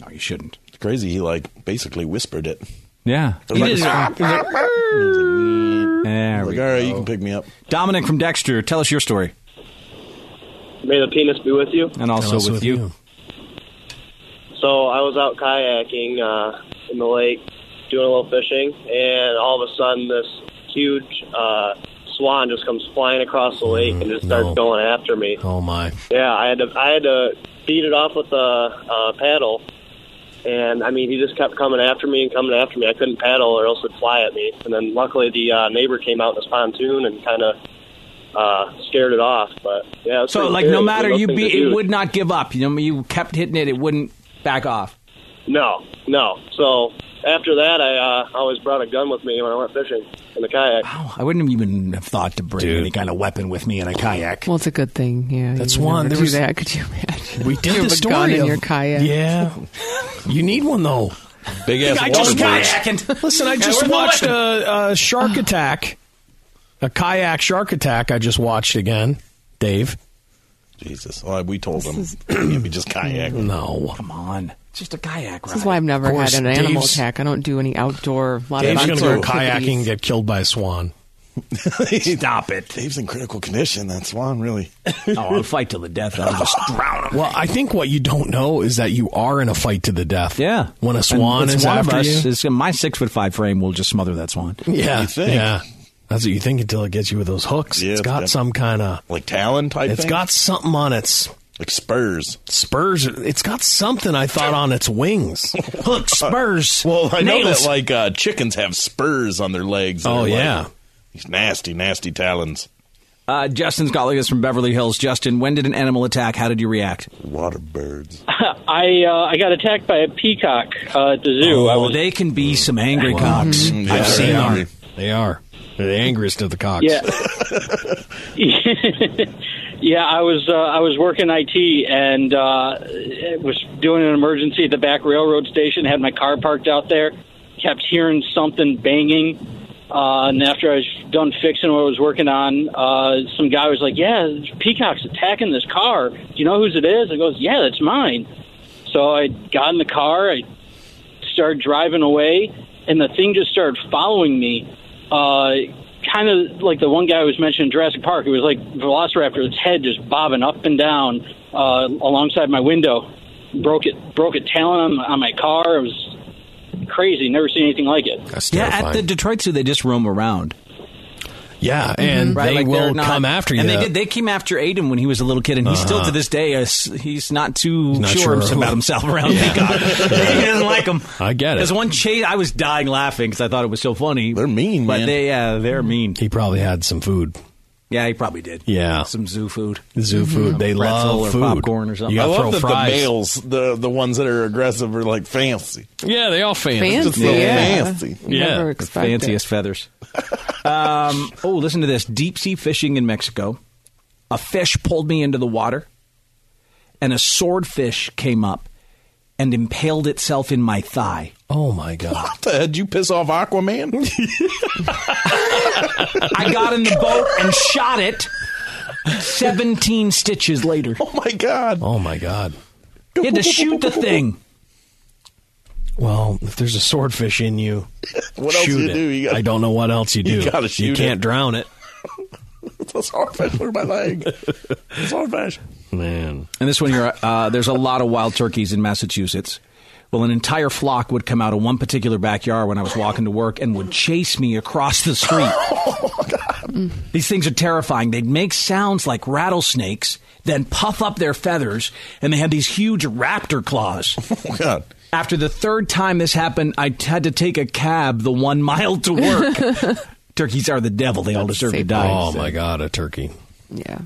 [SPEAKER 2] No, you shouldn't.
[SPEAKER 7] It's crazy. He like basically whispered it.
[SPEAKER 2] Yeah.
[SPEAKER 7] It was like, "Ah, ah, ah."
[SPEAKER 2] There
[SPEAKER 7] Like,
[SPEAKER 2] we
[SPEAKER 7] all right,
[SPEAKER 2] go.
[SPEAKER 7] you can pick me up.
[SPEAKER 2] Dominic from Dexter, tell us your story.
[SPEAKER 37] May the penis be with you.
[SPEAKER 2] And also with, you.
[SPEAKER 37] So I was out kayaking uh, in the lake, doing a little fishing, and all of a sudden this huge uh, swan just comes flying across the lake and just starts going after me.
[SPEAKER 3] Oh my!
[SPEAKER 37] Yeah, I had to I had to beat it off with a uh, paddle, and I mean he just kept coming after me and coming after me. I couldn't paddle or else it'd fly at me. And then luckily the uh, neighbor came out in his pontoon and kind of uh, scared it off. But yeah, it was
[SPEAKER 2] So,
[SPEAKER 37] pretty
[SPEAKER 2] like, no
[SPEAKER 37] scary.
[SPEAKER 2] matter
[SPEAKER 37] Those
[SPEAKER 2] you
[SPEAKER 37] things are
[SPEAKER 2] beat,
[SPEAKER 37] huge.
[SPEAKER 2] it would not give up. You know, you kept hitting it, it wouldn't back off.
[SPEAKER 37] No, no. So after that, I uh, always brought a gun with me when I went fishing in the kayak.
[SPEAKER 2] I wouldn't even have thought to bring any kind of weapon with me in a kayak.
[SPEAKER 5] Well, it's a good thing. Yeah,
[SPEAKER 3] That's
[SPEAKER 5] you would
[SPEAKER 3] one.
[SPEAKER 5] never
[SPEAKER 3] There
[SPEAKER 5] do
[SPEAKER 3] was-
[SPEAKER 5] that. Could you imagine?
[SPEAKER 3] We did
[SPEAKER 5] you
[SPEAKER 3] the
[SPEAKER 5] have a
[SPEAKER 3] story
[SPEAKER 5] gun in
[SPEAKER 3] of-
[SPEAKER 5] your kayak.
[SPEAKER 3] Yeah, you need one though.
[SPEAKER 7] Big ass
[SPEAKER 3] I
[SPEAKER 7] water
[SPEAKER 3] just
[SPEAKER 7] birds.
[SPEAKER 3] kayaking. Listen, I
[SPEAKER 4] Yeah,
[SPEAKER 3] just
[SPEAKER 4] where's my
[SPEAKER 3] watched
[SPEAKER 4] weapon?
[SPEAKER 3] a,
[SPEAKER 2] <sighs>
[SPEAKER 3] a shark attack, a kayak shark attack. I just watched again, Dave.
[SPEAKER 7] Jesus. Well, we told him. <clears throat> Can't be just kayak.
[SPEAKER 3] No.
[SPEAKER 2] Come on. Just a
[SPEAKER 3] <laughs>
[SPEAKER 2] kayak
[SPEAKER 5] This is why I've never
[SPEAKER 3] Of course,
[SPEAKER 5] had an animal
[SPEAKER 3] Dave's-
[SPEAKER 5] attack. I don't do any outdoor. A lot
[SPEAKER 3] Dave's
[SPEAKER 5] of
[SPEAKER 3] going to
[SPEAKER 5] outdoor
[SPEAKER 3] go kayaking and
[SPEAKER 5] activities.
[SPEAKER 3] get killed by
[SPEAKER 7] <laughs>
[SPEAKER 3] a swan.
[SPEAKER 2] Stop it.
[SPEAKER 7] Dave's in critical condition. That swan, really.
[SPEAKER 2] <laughs> oh, I'll fight till the death. I'll
[SPEAKER 7] <laughs>
[SPEAKER 2] just drown him.
[SPEAKER 3] Well, I think what you don't know is that you are in a fight to the death.
[SPEAKER 2] Yeah.
[SPEAKER 3] When a swan
[SPEAKER 2] And it's
[SPEAKER 3] is
[SPEAKER 2] one of
[SPEAKER 3] after
[SPEAKER 2] us,
[SPEAKER 3] you.
[SPEAKER 2] it's- my six foot five frame will just smother that swan.
[SPEAKER 7] <laughs>
[SPEAKER 3] yeah. Yeah. That's what you think until it gets you with those hooks.
[SPEAKER 7] Yeah,
[SPEAKER 3] it's
[SPEAKER 7] it's
[SPEAKER 3] got
[SPEAKER 7] got-
[SPEAKER 3] some kind of
[SPEAKER 7] Like talon type
[SPEAKER 3] It's
[SPEAKER 7] thing?
[SPEAKER 3] got something on its
[SPEAKER 7] like spurs.
[SPEAKER 3] Spurs. It's got something I thought on
[SPEAKER 7] <laughs>
[SPEAKER 3] its wings. Hook spurs. well,
[SPEAKER 7] I know
[SPEAKER 3] Nails.
[SPEAKER 7] that like uh, chickens have spurs on their legs. They're,
[SPEAKER 3] Oh,
[SPEAKER 7] like,
[SPEAKER 3] yeah.
[SPEAKER 7] these nasty, nasty talons.
[SPEAKER 2] Uh, Justin's got like this from Beverly Hills. Justin, when did an animal attack? How did you react?
[SPEAKER 7] Water birds.
[SPEAKER 37] <laughs> I uh, I got attacked by a peacock uh, at the zoo. I
[SPEAKER 2] Oh,
[SPEAKER 37] was
[SPEAKER 2] they can be some angry cocks.
[SPEAKER 3] Mhm.
[SPEAKER 2] I've
[SPEAKER 3] They
[SPEAKER 2] seen
[SPEAKER 3] are.
[SPEAKER 2] them.
[SPEAKER 3] They are. They're the angriest of the cocks.
[SPEAKER 37] Yeah. yeah, <laughs> I was uh, I was working IT and uh, it was doing an emergency at the back railroad station. Had my car parked out there. Kept hearing something banging, uh, and after I was done fixing what I was working on, uh, some guy was like, "Yeah, there's Peacock's attacking this car. Do you know whose it is?" I goes, "Yeah, that's mine." So I got in the car. I started driving away, and the thing just started following me. Uh, kind of like the one guy who was mentioning Jurassic Park. It was like Velociraptor, its head just bobbing up and down uh, alongside my window. Broke it, broke a talon on, on my car. It was crazy. Never seen anything like it.
[SPEAKER 2] Yeah, at the Detroit Zoo, they just roam around. Mm-hmm.
[SPEAKER 3] Yeah, and
[SPEAKER 2] Right,
[SPEAKER 3] they
[SPEAKER 2] like, they're
[SPEAKER 3] will
[SPEAKER 2] not-
[SPEAKER 3] come after you.
[SPEAKER 2] And they did. They came after Aiden when he was a little kid, and he's still
[SPEAKER 3] Uh-huh.
[SPEAKER 2] to this day. uh, s- he's not too
[SPEAKER 3] Not
[SPEAKER 2] sure,
[SPEAKER 3] sure who- <laughs>
[SPEAKER 2] about himself around
[SPEAKER 3] Yeah.
[SPEAKER 2] Peacock. <laughs> he doesn't like him.
[SPEAKER 3] I get it.
[SPEAKER 2] Because one chase, I was dying laughing because I thought it was so funny. They're
[SPEAKER 7] mean,
[SPEAKER 2] but
[SPEAKER 3] man. Mm-hmm.
[SPEAKER 2] they uh, they're mean.
[SPEAKER 3] He probably had some food.
[SPEAKER 2] Yeah, he probably did.
[SPEAKER 3] Yeah.
[SPEAKER 2] some zoo food.
[SPEAKER 3] Zoo food. They
[SPEAKER 2] Mm-hmm. Pretzel
[SPEAKER 3] love
[SPEAKER 2] or
[SPEAKER 3] food.
[SPEAKER 2] popcorn or something.
[SPEAKER 3] You
[SPEAKER 7] I
[SPEAKER 3] gotta
[SPEAKER 7] love that
[SPEAKER 3] throw fries.
[SPEAKER 7] the males, the the ones that are aggressive, are like fancy.
[SPEAKER 3] Yeah, they all fancy.
[SPEAKER 7] Fancy,
[SPEAKER 3] yeah.
[SPEAKER 7] yeah. Fancy. Never
[SPEAKER 2] the
[SPEAKER 7] expected.
[SPEAKER 2] fanciest feathers. um, oh, listen to this: deep sea fishing in Mexico. A fish pulled me into the water, and a swordfish came up and impaled itself in my thigh.
[SPEAKER 3] Oh my god!
[SPEAKER 7] What the heck? Did you piss off Aquaman?
[SPEAKER 2] <laughs> I got in the boat and shot it. Seventeen stitches later.
[SPEAKER 7] Oh my god!
[SPEAKER 3] Oh my god!
[SPEAKER 2] You had to shoot the thing.
[SPEAKER 3] Well, if there's a swordfish in you,
[SPEAKER 7] <laughs> What else
[SPEAKER 3] shoot
[SPEAKER 7] you
[SPEAKER 3] it.
[SPEAKER 7] do? You gotta-
[SPEAKER 3] I don't know what else you do.
[SPEAKER 7] You gotta shoot
[SPEAKER 3] can't
[SPEAKER 7] it.
[SPEAKER 3] drown it.
[SPEAKER 7] it's a swordfish through my leg. Swordfish.
[SPEAKER 3] Man.
[SPEAKER 2] And this one here, uh, there's a lot of wild turkeys in Massachusetts. Well, an entire flock would come out of one particular backyard when I was walking to work and would chase me across the
[SPEAKER 7] <laughs>
[SPEAKER 2] street.
[SPEAKER 7] Oh,
[SPEAKER 2] These things are terrifying. They'd make sounds like rattlesnakes, then puff up their feathers, and they had these huge raptor claws.
[SPEAKER 7] <laughs> Oh, God.
[SPEAKER 2] After the third time this happened, I had to take a cab the one mile to
[SPEAKER 7] <laughs>
[SPEAKER 2] work. Turkeys are the devil. They all deserve to die.
[SPEAKER 3] Oh my god, a turkey.
[SPEAKER 5] Yeah.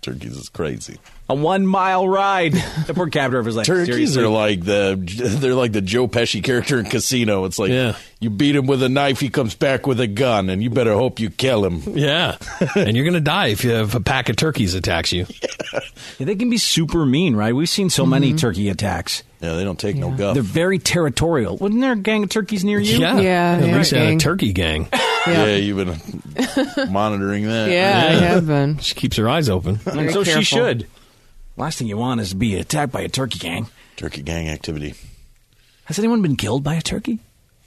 [SPEAKER 7] turkeys is crazy.
[SPEAKER 2] A one mile
[SPEAKER 7] <laughs>
[SPEAKER 2] ride. The poor cab driver's like,
[SPEAKER 7] Turkeys
[SPEAKER 2] seriously?
[SPEAKER 7] are like the <laughs> they're like the Joe Pesci character in Casino. It's like you beat him with a knife, he comes back with a gun, and you better hope you kill him. <laughs>
[SPEAKER 3] Yeah. and you're going to die if you have a pack of turkeys attacks you.
[SPEAKER 2] Yeah, they can be super mean, right? We've seen so many turkey attacks.
[SPEAKER 7] Mm-hmm. Yeah, they don't take no guff.
[SPEAKER 2] They're very territorial. Wasn't there a gang of turkeys near you?
[SPEAKER 3] Yeah. Yeah, At yeah, least a gang. turkey gang.
[SPEAKER 7] Yeah. you've
[SPEAKER 3] <laughs>
[SPEAKER 7] been monitoring that.
[SPEAKER 5] been.
[SPEAKER 3] She keeps her eyes open.
[SPEAKER 2] <laughs> And so she should. Last thing you want is to be attacked by a turkey gang.
[SPEAKER 7] Turkey gang activity.
[SPEAKER 2] Has anyone been killed by a turkey?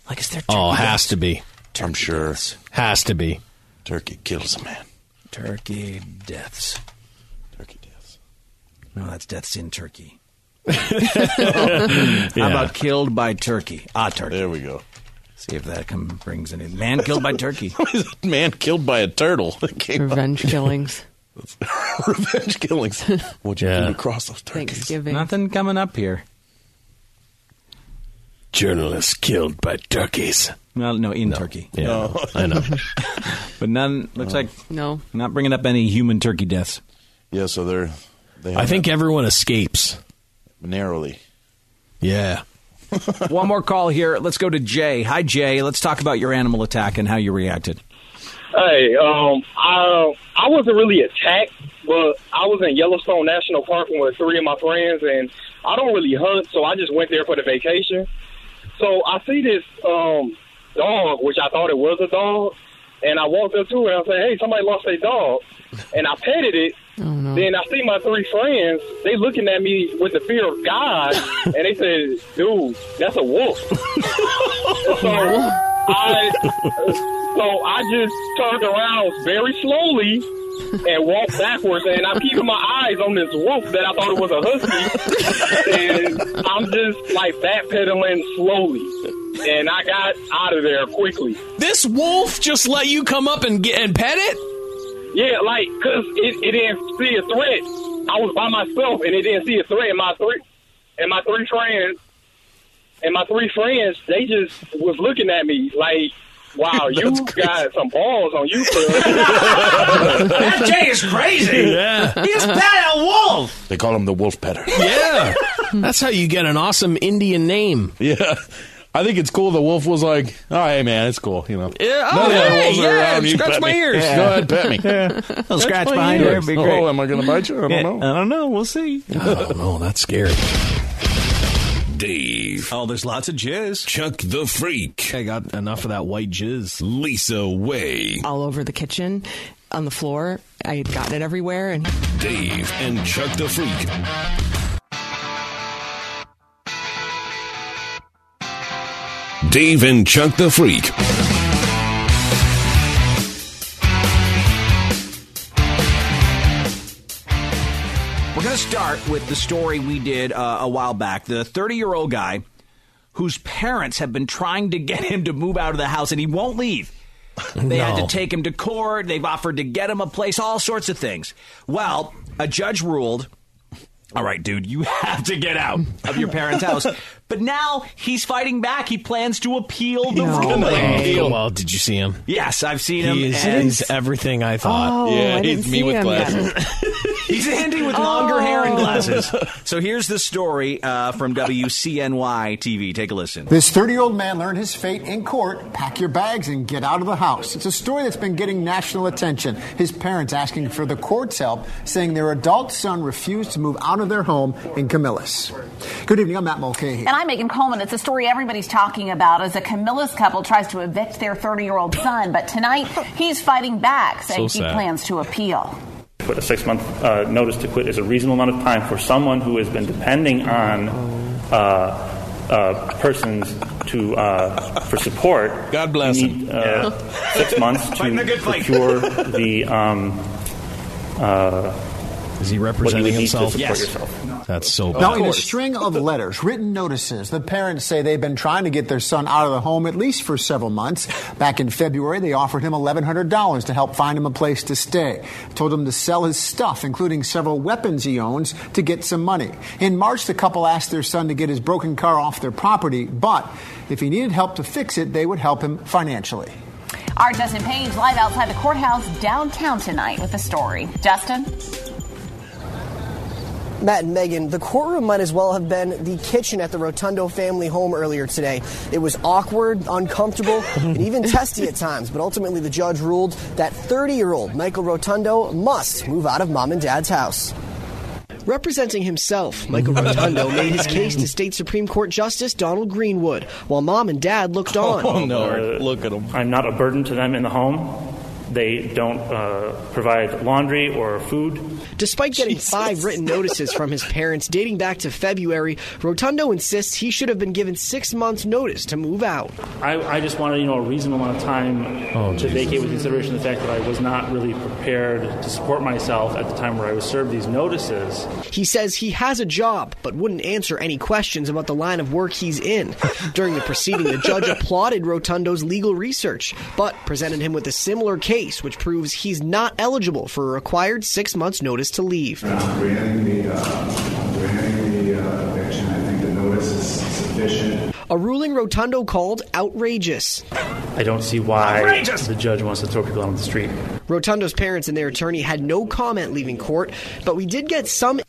[SPEAKER 2] Like, is there? Turkey
[SPEAKER 3] Oh, has to be.
[SPEAKER 7] I'm sure.
[SPEAKER 3] Has to be.
[SPEAKER 7] Turkey kills a man.
[SPEAKER 2] Turkey deaths. Turkey deaths. No, that's deaths in
[SPEAKER 7] <laughs>
[SPEAKER 2] Turkey. How about killed by turkey? Ah, turkey. There
[SPEAKER 7] we go.
[SPEAKER 2] See if that come, brings any man killed by
[SPEAKER 7] <laughs>
[SPEAKER 2] turkey.
[SPEAKER 7] man killed by a turtle.
[SPEAKER 5] <laughs> Revenge
[SPEAKER 3] <laughs>
[SPEAKER 5] killings.
[SPEAKER 7] Revenge killings. What'd you do to cross those turkeys?
[SPEAKER 5] Thanksgiving.
[SPEAKER 2] Nothing coming up here.
[SPEAKER 46] Journalists killed by turkeys.
[SPEAKER 2] Well, no, in Turkey.
[SPEAKER 46] Yeah, No. I
[SPEAKER 3] <laughs>
[SPEAKER 46] know.
[SPEAKER 2] but none looks like
[SPEAKER 5] no.
[SPEAKER 2] Not bringing up any human turkey deaths.
[SPEAKER 7] Yeah, so they're. They
[SPEAKER 3] I think everyone escapes.
[SPEAKER 7] narrowly.
[SPEAKER 3] Yeah.
[SPEAKER 2] One more call here. Let's go to Jay. Hi, Jay. Let's talk about your animal attack and how you reacted.
[SPEAKER 21] Hey, um, I I wasn't really attacked, but I was in Yellowstone National Park with three of my friends, and I don't really hunt, so I just went there for the vacation. So I see this um dog, which I thought it was a dog, and I walked up to it and I said, "Hey, somebody lost their dog," and I petted it. Then I see my three friends. They looking at me with the fear of God, and they said, "Dude, that's a wolf." so I, so I just turned around very slowly and walked backwards, and I'm keeping my eyes on this wolf that I thought it was a husky, and I'm just like backpedaling slowly, and I got out of there quickly.
[SPEAKER 3] This wolf just let you come up and get and pet it?
[SPEAKER 21] Yeah, like, cause it, it didn't see a threat. I was by myself and it didn't see a threat. And my three, and my three friends, and my three friends, they just was looking at me like,
[SPEAKER 3] <laughs>
[SPEAKER 21] "Wow, you got some balls on you." that
[SPEAKER 47] Jay is crazy.
[SPEAKER 3] <laughs> Yeah.
[SPEAKER 47] He just pat a wolf.
[SPEAKER 7] They call him the wolf petter.
[SPEAKER 3] Yeah. That's how you get an awesome Indian name.
[SPEAKER 7] Yeah. I think it's cool. The wolf was like, "Oh, hey, man, it's cool." You know,
[SPEAKER 3] Yeah, oh,
[SPEAKER 7] None of the
[SPEAKER 3] hey,
[SPEAKER 7] wolves are
[SPEAKER 3] yeah,
[SPEAKER 7] around you,
[SPEAKER 3] scratch
[SPEAKER 7] pet
[SPEAKER 3] my
[SPEAKER 7] me.
[SPEAKER 3] ears.
[SPEAKER 7] Yeah, Go ahead, pet
[SPEAKER 3] <laughs>
[SPEAKER 7] me.
[SPEAKER 3] Yeah.
[SPEAKER 2] Little scratch
[SPEAKER 7] my
[SPEAKER 2] behind her
[SPEAKER 7] ears.
[SPEAKER 2] would be
[SPEAKER 7] Oh,
[SPEAKER 2] great.
[SPEAKER 7] am I gonna bite you? I don't
[SPEAKER 2] Yeah,
[SPEAKER 7] know.
[SPEAKER 2] I don't know. We'll see.
[SPEAKER 3] Oh, no, that's scary.
[SPEAKER 4] Dave.
[SPEAKER 2] Oh, there's lots of jizz.
[SPEAKER 4] Chuck the Freak.
[SPEAKER 3] I got enough of that white jizz.
[SPEAKER 4] Lisa Way.
[SPEAKER 5] all over the kitchen, on the
[SPEAKER 7] <laughs>
[SPEAKER 5] floor. <laughs> I had gotten it everywhere,
[SPEAKER 3] <laughs>
[SPEAKER 5] and
[SPEAKER 4] Dave and Chuck the Freak. Dave and Chuck the Freak.
[SPEAKER 2] We're going to start with the story we did uh, a while back. The 30 year old guy whose parents have been trying to get <laughs> him to move out of the house and he won't leave. They had to
[SPEAKER 3] No.
[SPEAKER 2] take him to court. They've offered to get him a place, all sorts of things. Well, a judge ruled all right, dude, you <laughs> have to get out of your parents' house. But now he's fighting back. He plans to appeal the ruling.
[SPEAKER 3] Well, did you see him?
[SPEAKER 2] Yes, I've seen him.
[SPEAKER 3] He is,
[SPEAKER 2] and-
[SPEAKER 3] he's everything I thought.
[SPEAKER 2] Oh, Yeah, I he's didn't me see with him glasses. <laughs> He's Andy with longer hair and glasses. <laughs> So here's the story uh, from WCNY TV. Take a listen.
[SPEAKER 36] This 30 year old man learned his fate in court. Pack your bags and get out of the house. It's a story that's been getting national attention. His parents asking for the court's help, saying their adult son refused to move out of their home in Camillus. Good evening, I'm Matt Mulcahy.
[SPEAKER 45] And I'm Megan Coleman. It's a story everybody's talking about as a Camillus couple tries to evict their 30 year old son. But tonight, he's fighting back, saying
[SPEAKER 48] So
[SPEAKER 45] he
[SPEAKER 48] sad.
[SPEAKER 45] plans to appeal.
[SPEAKER 48] But a six month uh, notice to quit is a reasonable amount of time for someone who has been depending on uh, uh, persons to uh, for support. God bless need, uh, Six
[SPEAKER 2] <laughs>
[SPEAKER 48] months
[SPEAKER 2] Fighting a
[SPEAKER 48] to
[SPEAKER 2] good fight.
[SPEAKER 48] procure the. Um, uh,
[SPEAKER 3] is he
[SPEAKER 48] what you
[SPEAKER 3] representing
[SPEAKER 48] would need
[SPEAKER 3] himself?
[SPEAKER 48] To support
[SPEAKER 3] Yes.
[SPEAKER 48] yourself.
[SPEAKER 3] That's so
[SPEAKER 36] Now, in a string of letters, written notices, the parents say they've been trying to get their son out of the home at least for several months. Back in February, they offered him $1,100 to help find him a place to stay, told him to sell his stuff, including several weapons he owns, to get some money. In March, the couple asked their son to get his broken car off their property, but if he needed help to fix it, they would help him financially.
[SPEAKER 45] Our Justin Page live outside the courthouse downtown tonight with the story. Justin?
[SPEAKER 28] Matt and Megan, the courtroom might as well have been the kitchen at the Rotundo family home earlier today. It was awkward, uncomfortable, and even testy at times, but ultimately the judge ruled that 30 year old Michael Rotundo must move out of mom and dad's house. Representing himself, Michael Rotundo made <laughs> his case to State Supreme Court Justice Donald Greenwood, while mom and dad looked on.
[SPEAKER 48] Oh, look at them. Uh, I'm not a burden to them in the home. They don't uh, provide laundry or food.
[SPEAKER 28] Despite getting five written notices from his parents dating back to February, Rotundo insists he should have been given six months' notice to move out.
[SPEAKER 48] I, I just wanted, you know, a reasonable amount of time
[SPEAKER 28] Oh,
[SPEAKER 48] to
[SPEAKER 28] Jesus.
[SPEAKER 48] vacate with consideration of the fact that I was not really prepared to support myself at the time where I was served these notices.
[SPEAKER 28] He says he has a job, but wouldn't answer any questions about the line of work he's in. During the proceeding, the judge applauded Rotundo's legal research, but presented him with a similar case, which proves he's not eligible for a required six months' notice to leave.
[SPEAKER 9] Granting the, uh, granting the uh, eviction, I think the notice is sufficient.
[SPEAKER 28] A ruling Rotundo called outrageous.
[SPEAKER 48] I don't see why the judge wants to throw people out on the street.
[SPEAKER 28] Rotundo's parents and their attorney had no comment leaving court, but we did get some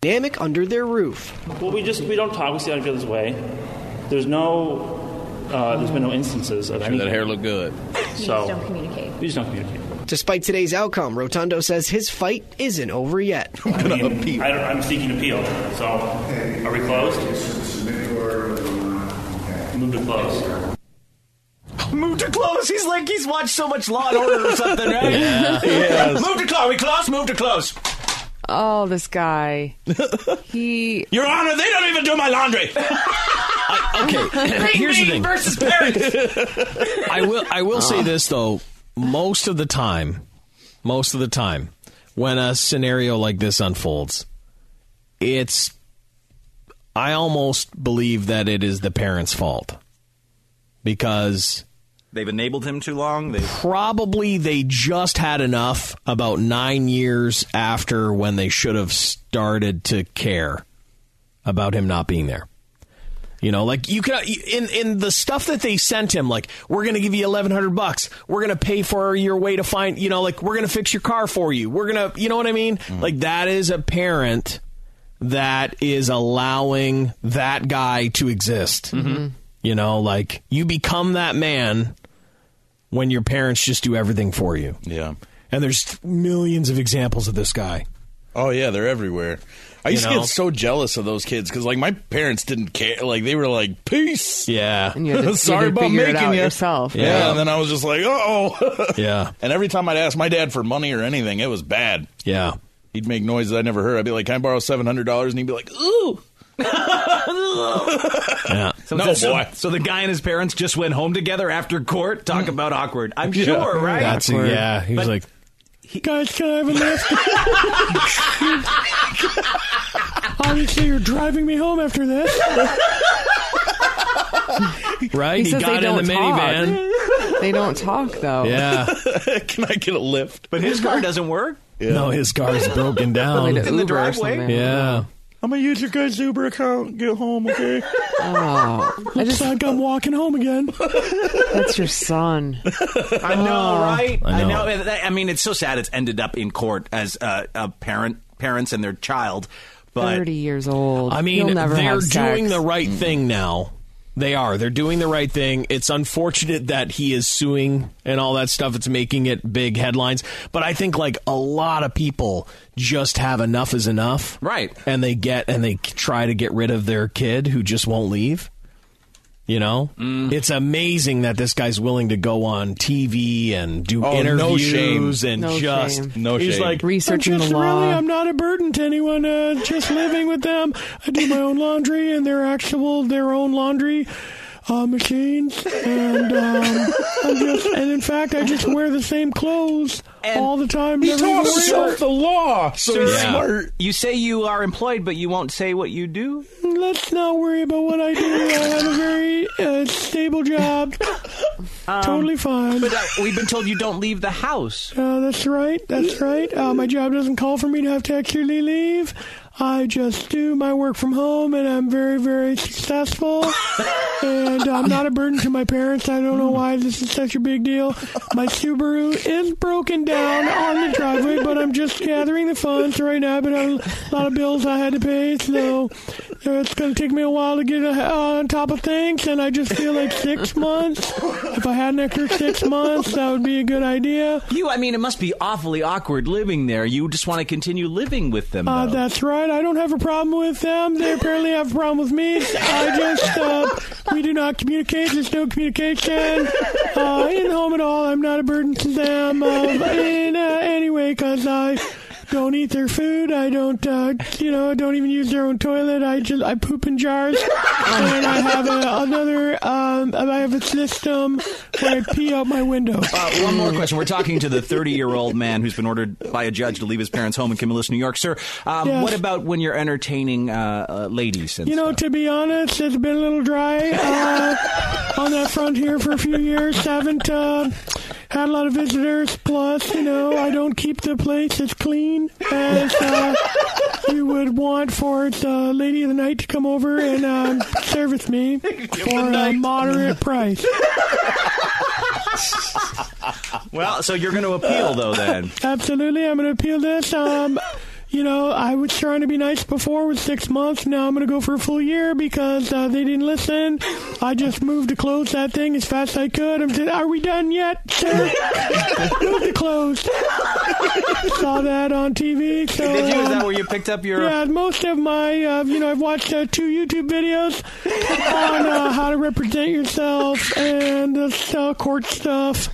[SPEAKER 28] dynamic under their roof.
[SPEAKER 48] Well, we just we don't talk. We see eye to each other's way. There's no, uh, there's been no instances of any. That hair look good. So
[SPEAKER 49] communicate.
[SPEAKER 48] we just don't communicate.
[SPEAKER 28] Despite today's outcome, Rotundo says his fight isn't over yet.
[SPEAKER 48] I mean, I don't- I'm seeking appeal. So are we closed? Move to close.
[SPEAKER 4] Move to close. He's like he's watched so much Law and Order or something,
[SPEAKER 5] <laughs>
[SPEAKER 4] right?
[SPEAKER 5] Yeah. Yes.
[SPEAKER 4] Move to close. We close. Move to close.
[SPEAKER 5] Oh, this
[SPEAKER 3] <laughs>
[SPEAKER 5] guy. He.
[SPEAKER 4] Your Honor, they don't even do my
[SPEAKER 5] <laughs>
[SPEAKER 4] laundry.
[SPEAKER 3] okay, here's the thing.
[SPEAKER 4] versus Paris.
[SPEAKER 3] <laughs> I will. I will
[SPEAKER 2] Uh-huh.
[SPEAKER 3] say this though. Most of the time, most of the time, when a scenario like this unfolds, it's. I almost believe that it is the parents' fault because
[SPEAKER 2] They've enabled him too long. They
[SPEAKER 3] probably they just had enough about nine years after when they should have started to care about him not being there. You know, like you can in in the stuff that they sent him, like we're gonna give you eleven hundred bucks, we're gonna pay for your way to find, you know, like we're gonna fix your car for you, we're gonna, you know what I mean? Like that is a parent that is allowing that guy to exist. You know, like you become that man when your parents just do everything for you.
[SPEAKER 7] Yeah.
[SPEAKER 3] And there's millions of examples of this guy.
[SPEAKER 7] Oh yeah, they're everywhere. I
[SPEAKER 3] You
[SPEAKER 7] used to
[SPEAKER 3] know?
[SPEAKER 7] get so jealous of those kids because like my parents didn't care. Like they were like, "Peace."
[SPEAKER 3] Yeah.
[SPEAKER 5] you
[SPEAKER 7] <laughs>
[SPEAKER 5] had to- you
[SPEAKER 7] Sorry
[SPEAKER 5] had to
[SPEAKER 7] about
[SPEAKER 5] figure it
[SPEAKER 7] making
[SPEAKER 5] out
[SPEAKER 7] you
[SPEAKER 5] yourself.
[SPEAKER 7] Yeah.
[SPEAKER 5] Yeah.
[SPEAKER 7] And then I was just like, <laughs> "Oh."
[SPEAKER 3] yeah.
[SPEAKER 7] And every time I'd ask my dad for money or anything, it was bad.
[SPEAKER 3] Yeah.
[SPEAKER 7] He'd make noises I never heard. I'd be like, "Can I borrow seven hundred dollars?" And he'd be like,
[SPEAKER 5] Uh-huh.
[SPEAKER 4] Ooh.
[SPEAKER 3] Yeah.
[SPEAKER 2] So
[SPEAKER 7] No,
[SPEAKER 2] that- so,
[SPEAKER 7] boy.
[SPEAKER 2] so the guy and his parents just went home together after court. Talk about awkward. I'm
[SPEAKER 3] Yeah.
[SPEAKER 2] sure, right?
[SPEAKER 3] That's it, yeah. He was like, guys, can I have a lift? Obviously, you're driving me home after this. right?
[SPEAKER 5] He,
[SPEAKER 3] He,
[SPEAKER 5] says they
[SPEAKER 3] got in
[SPEAKER 5] don't
[SPEAKER 3] the
[SPEAKER 5] talk.
[SPEAKER 3] minivan.
[SPEAKER 5] They don't talk though. <laughs>
[SPEAKER 3] Yeah.
[SPEAKER 7] "Can I get a lift?"
[SPEAKER 2] But his car doesn't work.
[SPEAKER 3] No, his car is <laughs> broken down.
[SPEAKER 2] It's in the driveway.
[SPEAKER 3] Yeah.
[SPEAKER 7] I'm gonna use your guys' Uber account. Get home, okay?
[SPEAKER 5] Oh, I
[SPEAKER 3] Looks
[SPEAKER 5] just
[SPEAKER 3] like I'm walking home again.
[SPEAKER 5] that's your son.
[SPEAKER 2] I know,
[SPEAKER 5] Oh.
[SPEAKER 2] right?
[SPEAKER 5] I know.
[SPEAKER 2] I, I mean, it's so sad. It's ended up in court as uh, a parent, parents and their child. But
[SPEAKER 5] Thirty years old.
[SPEAKER 3] I mean,
[SPEAKER 5] You'll never
[SPEAKER 3] they're
[SPEAKER 5] have sex. <laughs>
[SPEAKER 3] doing the right thing now. They are. They're doing the right thing. It's unfortunate that he is suing and all that stuff. It's making it big headlines. But I think like a lot of people just have enough is enough.
[SPEAKER 2] Right.
[SPEAKER 3] And they get and they try to get rid of their kid who just won't leave. You know?
[SPEAKER 7] Mm.
[SPEAKER 3] It's amazing that this guy's willing to go on TV and do
[SPEAKER 7] Oh,
[SPEAKER 3] interviews
[SPEAKER 7] no shame.
[SPEAKER 3] and
[SPEAKER 7] No
[SPEAKER 3] just
[SPEAKER 7] shame. No
[SPEAKER 3] he's
[SPEAKER 7] shame.
[SPEAKER 3] like
[SPEAKER 7] Researching
[SPEAKER 3] "I'm just
[SPEAKER 7] the law."
[SPEAKER 3] really- I'm not a burden to anyone. Uh, just living with them. I do my own laundry and their actual their own laundry uh, machines. And um, I'm just and in fact, I just wear the same clothes all the time.
[SPEAKER 7] He
[SPEAKER 3] every
[SPEAKER 7] taught
[SPEAKER 3] morning.
[SPEAKER 7] himself the law, so
[SPEAKER 2] Sir,
[SPEAKER 7] he's smart.
[SPEAKER 2] You say you are employed, but you won't say what you do.
[SPEAKER 7] <laughs>
[SPEAKER 3] Let's not worry about what I do. I have a very uh, stable job.
[SPEAKER 7] Um,
[SPEAKER 1] totally fine.
[SPEAKER 2] Um, But uh, we've been told you don't leave the house.
[SPEAKER 1] Uh, that's right. That's right. Uh, my job doesn't call for me to have to actually leave. I just do my work from home, and I'm very, very successful. and I'm not a burden to my parents. I don't know why this is such a big deal. My Subaru is broken down on the driveway, but I'm just gathering the funds right now. But a lot of bills I had to pay, so it's going to take me a while to get uh, on top of things. And I just feel like six months. If I had an extra six months, that would be a good idea.
[SPEAKER 2] You, I mean, it must be awfully awkward living there. You just want to continue living with them.
[SPEAKER 1] Uh,
[SPEAKER 2] though.
[SPEAKER 1] that's right. I don't have a problem with them. They apparently have a problem with me. I just, uh, we do not communicate. There's no communication uh, in the home at all. I'm not a burden to them uh, in uh, any way because I don't eat their food. I don't, uh, you know, don't even use their own toilet. I just, I poop in jars. And I have a, another, um, I have a system where I pee out my window.
[SPEAKER 2] Uh, one more question. We're talking to the 30 year old man who's been ordered by a judge to leave his parents' home in Camillus, New York. Sir, um,
[SPEAKER 1] Yes.
[SPEAKER 2] what about when you're entertaining uh, uh, ladies? And
[SPEAKER 1] You know, to be honest, it's been a little dry uh, on that front here for a few years. Haven't uh, had a lot of visitors. Plus, you know, I don't keep the place as clean as uh, you would want for the lady of the night to come over and um, service me for a moderate price.
[SPEAKER 2] Uh, well, so you're going to appeal, though, then.
[SPEAKER 1] Uh, <laughs> Absolutely, I'm going to appeal this. Um, you know, I was trying to be nice before with six months. Now I'm going to go for a full year because uh, they didn't listen. I just moved to close that thing as fast as I could. I'm just, are we done yet,
[SPEAKER 2] <laughs>
[SPEAKER 1] sir? Move to close. Saw that on TV. So,
[SPEAKER 2] Did you? Is
[SPEAKER 1] um,
[SPEAKER 2] that where you picked up your.
[SPEAKER 1] yeah, most of my, uh, you know, I've watched uh, two YouTube videos on uh, how to represent yourself and the uh, court stuff.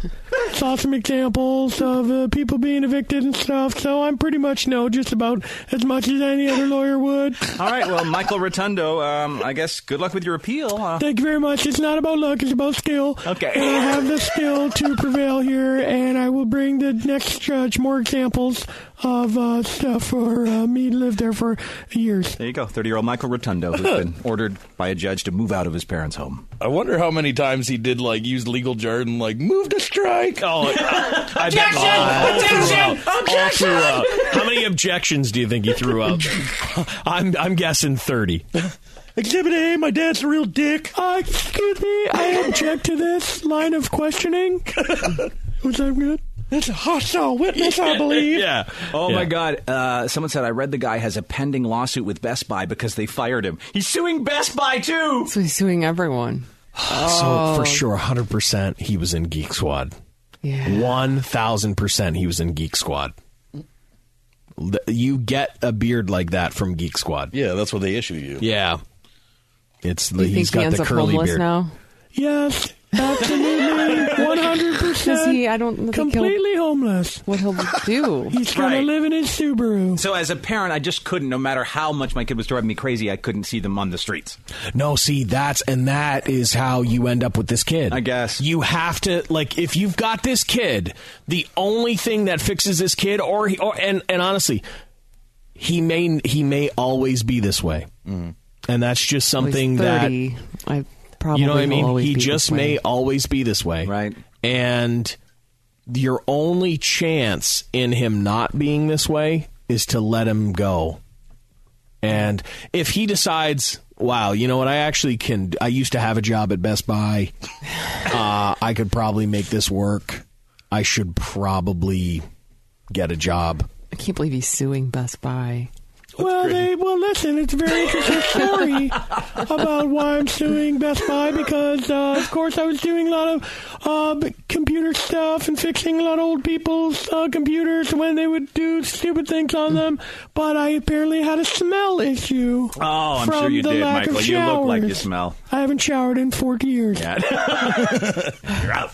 [SPEAKER 1] Saw some examples of uh, people being evicted and stuff. So I'm pretty much know just about as much as any other lawyer would.
[SPEAKER 2] All right, well, Michael Rotundo, um, I guess good luck with your appeal. Uh,
[SPEAKER 1] Thank you very much. It's not about luck; it's about skill.
[SPEAKER 2] Okay.
[SPEAKER 1] And I have the skill to prevail here, and I will bring the next judge more examples of uh, stuff for uh, me to live there for years.
[SPEAKER 2] there you go, 30 year old Michael Rotundo, who's been ordered by a judge to move out of his parents' home.
[SPEAKER 7] I wonder how many times he did like use legal jargon, like move to strike.
[SPEAKER 3] Oh, I bet-
[SPEAKER 4] Objection! Objection!
[SPEAKER 3] all
[SPEAKER 4] Objection!
[SPEAKER 3] throughout. How many objections do you think he
[SPEAKER 5] <laughs>
[SPEAKER 3] threw out? I'm I'm guessing thirty.
[SPEAKER 1] Exhibit A, my dad's a real dick. Uh, excuse me, I object to this line of questioning. <laughs> Was that good? It's a hostile witness,
[SPEAKER 2] <laughs>
[SPEAKER 1] I believe.
[SPEAKER 3] yeah.
[SPEAKER 2] Oh my God! Uh, someone said I read the guy has a pending lawsuit with Best Buy because they fired him. He's suing Best Buy too.
[SPEAKER 5] So he's suing everyone.
[SPEAKER 3] <sighs>
[SPEAKER 5] Oh.
[SPEAKER 3] So for sure, 100 percent he was in Geek Squad.
[SPEAKER 5] Yeah.
[SPEAKER 3] 1,000 percent he was in Geek Squad. Th- You get a beard like that from Geek Squad.
[SPEAKER 7] Yeah, that's what they issue you.
[SPEAKER 3] Yeah, it's
[SPEAKER 5] You think
[SPEAKER 3] he's
[SPEAKER 5] he
[SPEAKER 3] got
[SPEAKER 5] ends
[SPEAKER 3] the
[SPEAKER 5] up
[SPEAKER 3] curly
[SPEAKER 5] homeless
[SPEAKER 3] beard.
[SPEAKER 5] now?
[SPEAKER 1] Yes, absolutely, one hundred
[SPEAKER 5] <laughs> Does
[SPEAKER 1] percent.
[SPEAKER 5] he? I don't think
[SPEAKER 1] Completely homeless.
[SPEAKER 5] What he'll do?
[SPEAKER 1] He's gonna
[SPEAKER 2] Right.
[SPEAKER 1] live in his Subaru.
[SPEAKER 2] So as a parent, I just couldn't. No matter how much my kid was driving me crazy, I couldn't see them on the streets.
[SPEAKER 3] No, see, that's and that is how you end up with this kid. I
[SPEAKER 2] guess
[SPEAKER 3] you have to like if you've got this kid, the only thing that fixes this kid, or, he, or and and honestly, he may he may always be this way, and that's just something that
[SPEAKER 5] thirty. I probably
[SPEAKER 3] you know what I
[SPEAKER 5] will
[SPEAKER 3] mean.
[SPEAKER 5] always
[SPEAKER 3] He
[SPEAKER 5] be
[SPEAKER 3] just
[SPEAKER 5] this way.
[SPEAKER 3] may
[SPEAKER 5] <laughs>
[SPEAKER 3] always be this way, right? And your only chance in him not being this way is to let him go. And if he decides, wow, you know what, I actually can, I used to have a job at
[SPEAKER 5] <laughs>
[SPEAKER 3] Best Buy. Uh, I could probably make this work. I should probably get a job.
[SPEAKER 5] I can't believe he's suing Best Buy.
[SPEAKER 1] Well, they well listen. It's a very interesting story
[SPEAKER 2] <laughs>
[SPEAKER 1] about why I'm suing Best Buy because, uh, of course, I was doing a lot of uh, b- computer stuff and fixing a lot of old people's uh, computers when they would do stupid things on them. But I apparently had a smell issue.
[SPEAKER 2] Oh, I'm
[SPEAKER 1] from
[SPEAKER 2] sure you
[SPEAKER 1] the
[SPEAKER 2] did,
[SPEAKER 1] lack
[SPEAKER 2] Michael.
[SPEAKER 1] Of
[SPEAKER 2] You look like you
[SPEAKER 1] showers.
[SPEAKER 2] smell.
[SPEAKER 1] I haven't showered in 40 years. <laughs>
[SPEAKER 2] <laughs> You're out.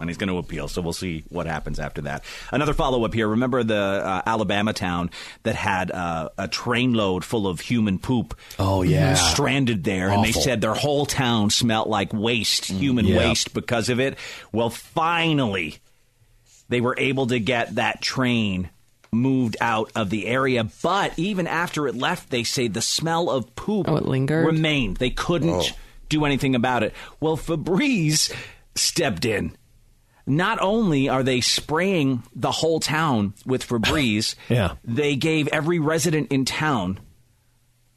[SPEAKER 2] And he's going to appeal, so we'll see what happens after that. Another follow up here. Remember the uh, Alabama town that had uh, a trainload full of human poop? Mm-hmm.
[SPEAKER 3] Oh, yeah.
[SPEAKER 2] stranded there, and they
[SPEAKER 3] Awful. Mm,
[SPEAKER 2] said their whole town smelled like waste, human
[SPEAKER 3] yeah.
[SPEAKER 2] waste, because of it. Well, finally, they were able to get that train moved out of the area. But even after it left, they say the smell of poop
[SPEAKER 5] Oh, it lingered?
[SPEAKER 2] remained. They couldn't do anything about it. Well, Febreze stepped in. Not only are they spraying the whole town with Febreze,
[SPEAKER 3] <laughs> Yeah.
[SPEAKER 2] they gave every resident in town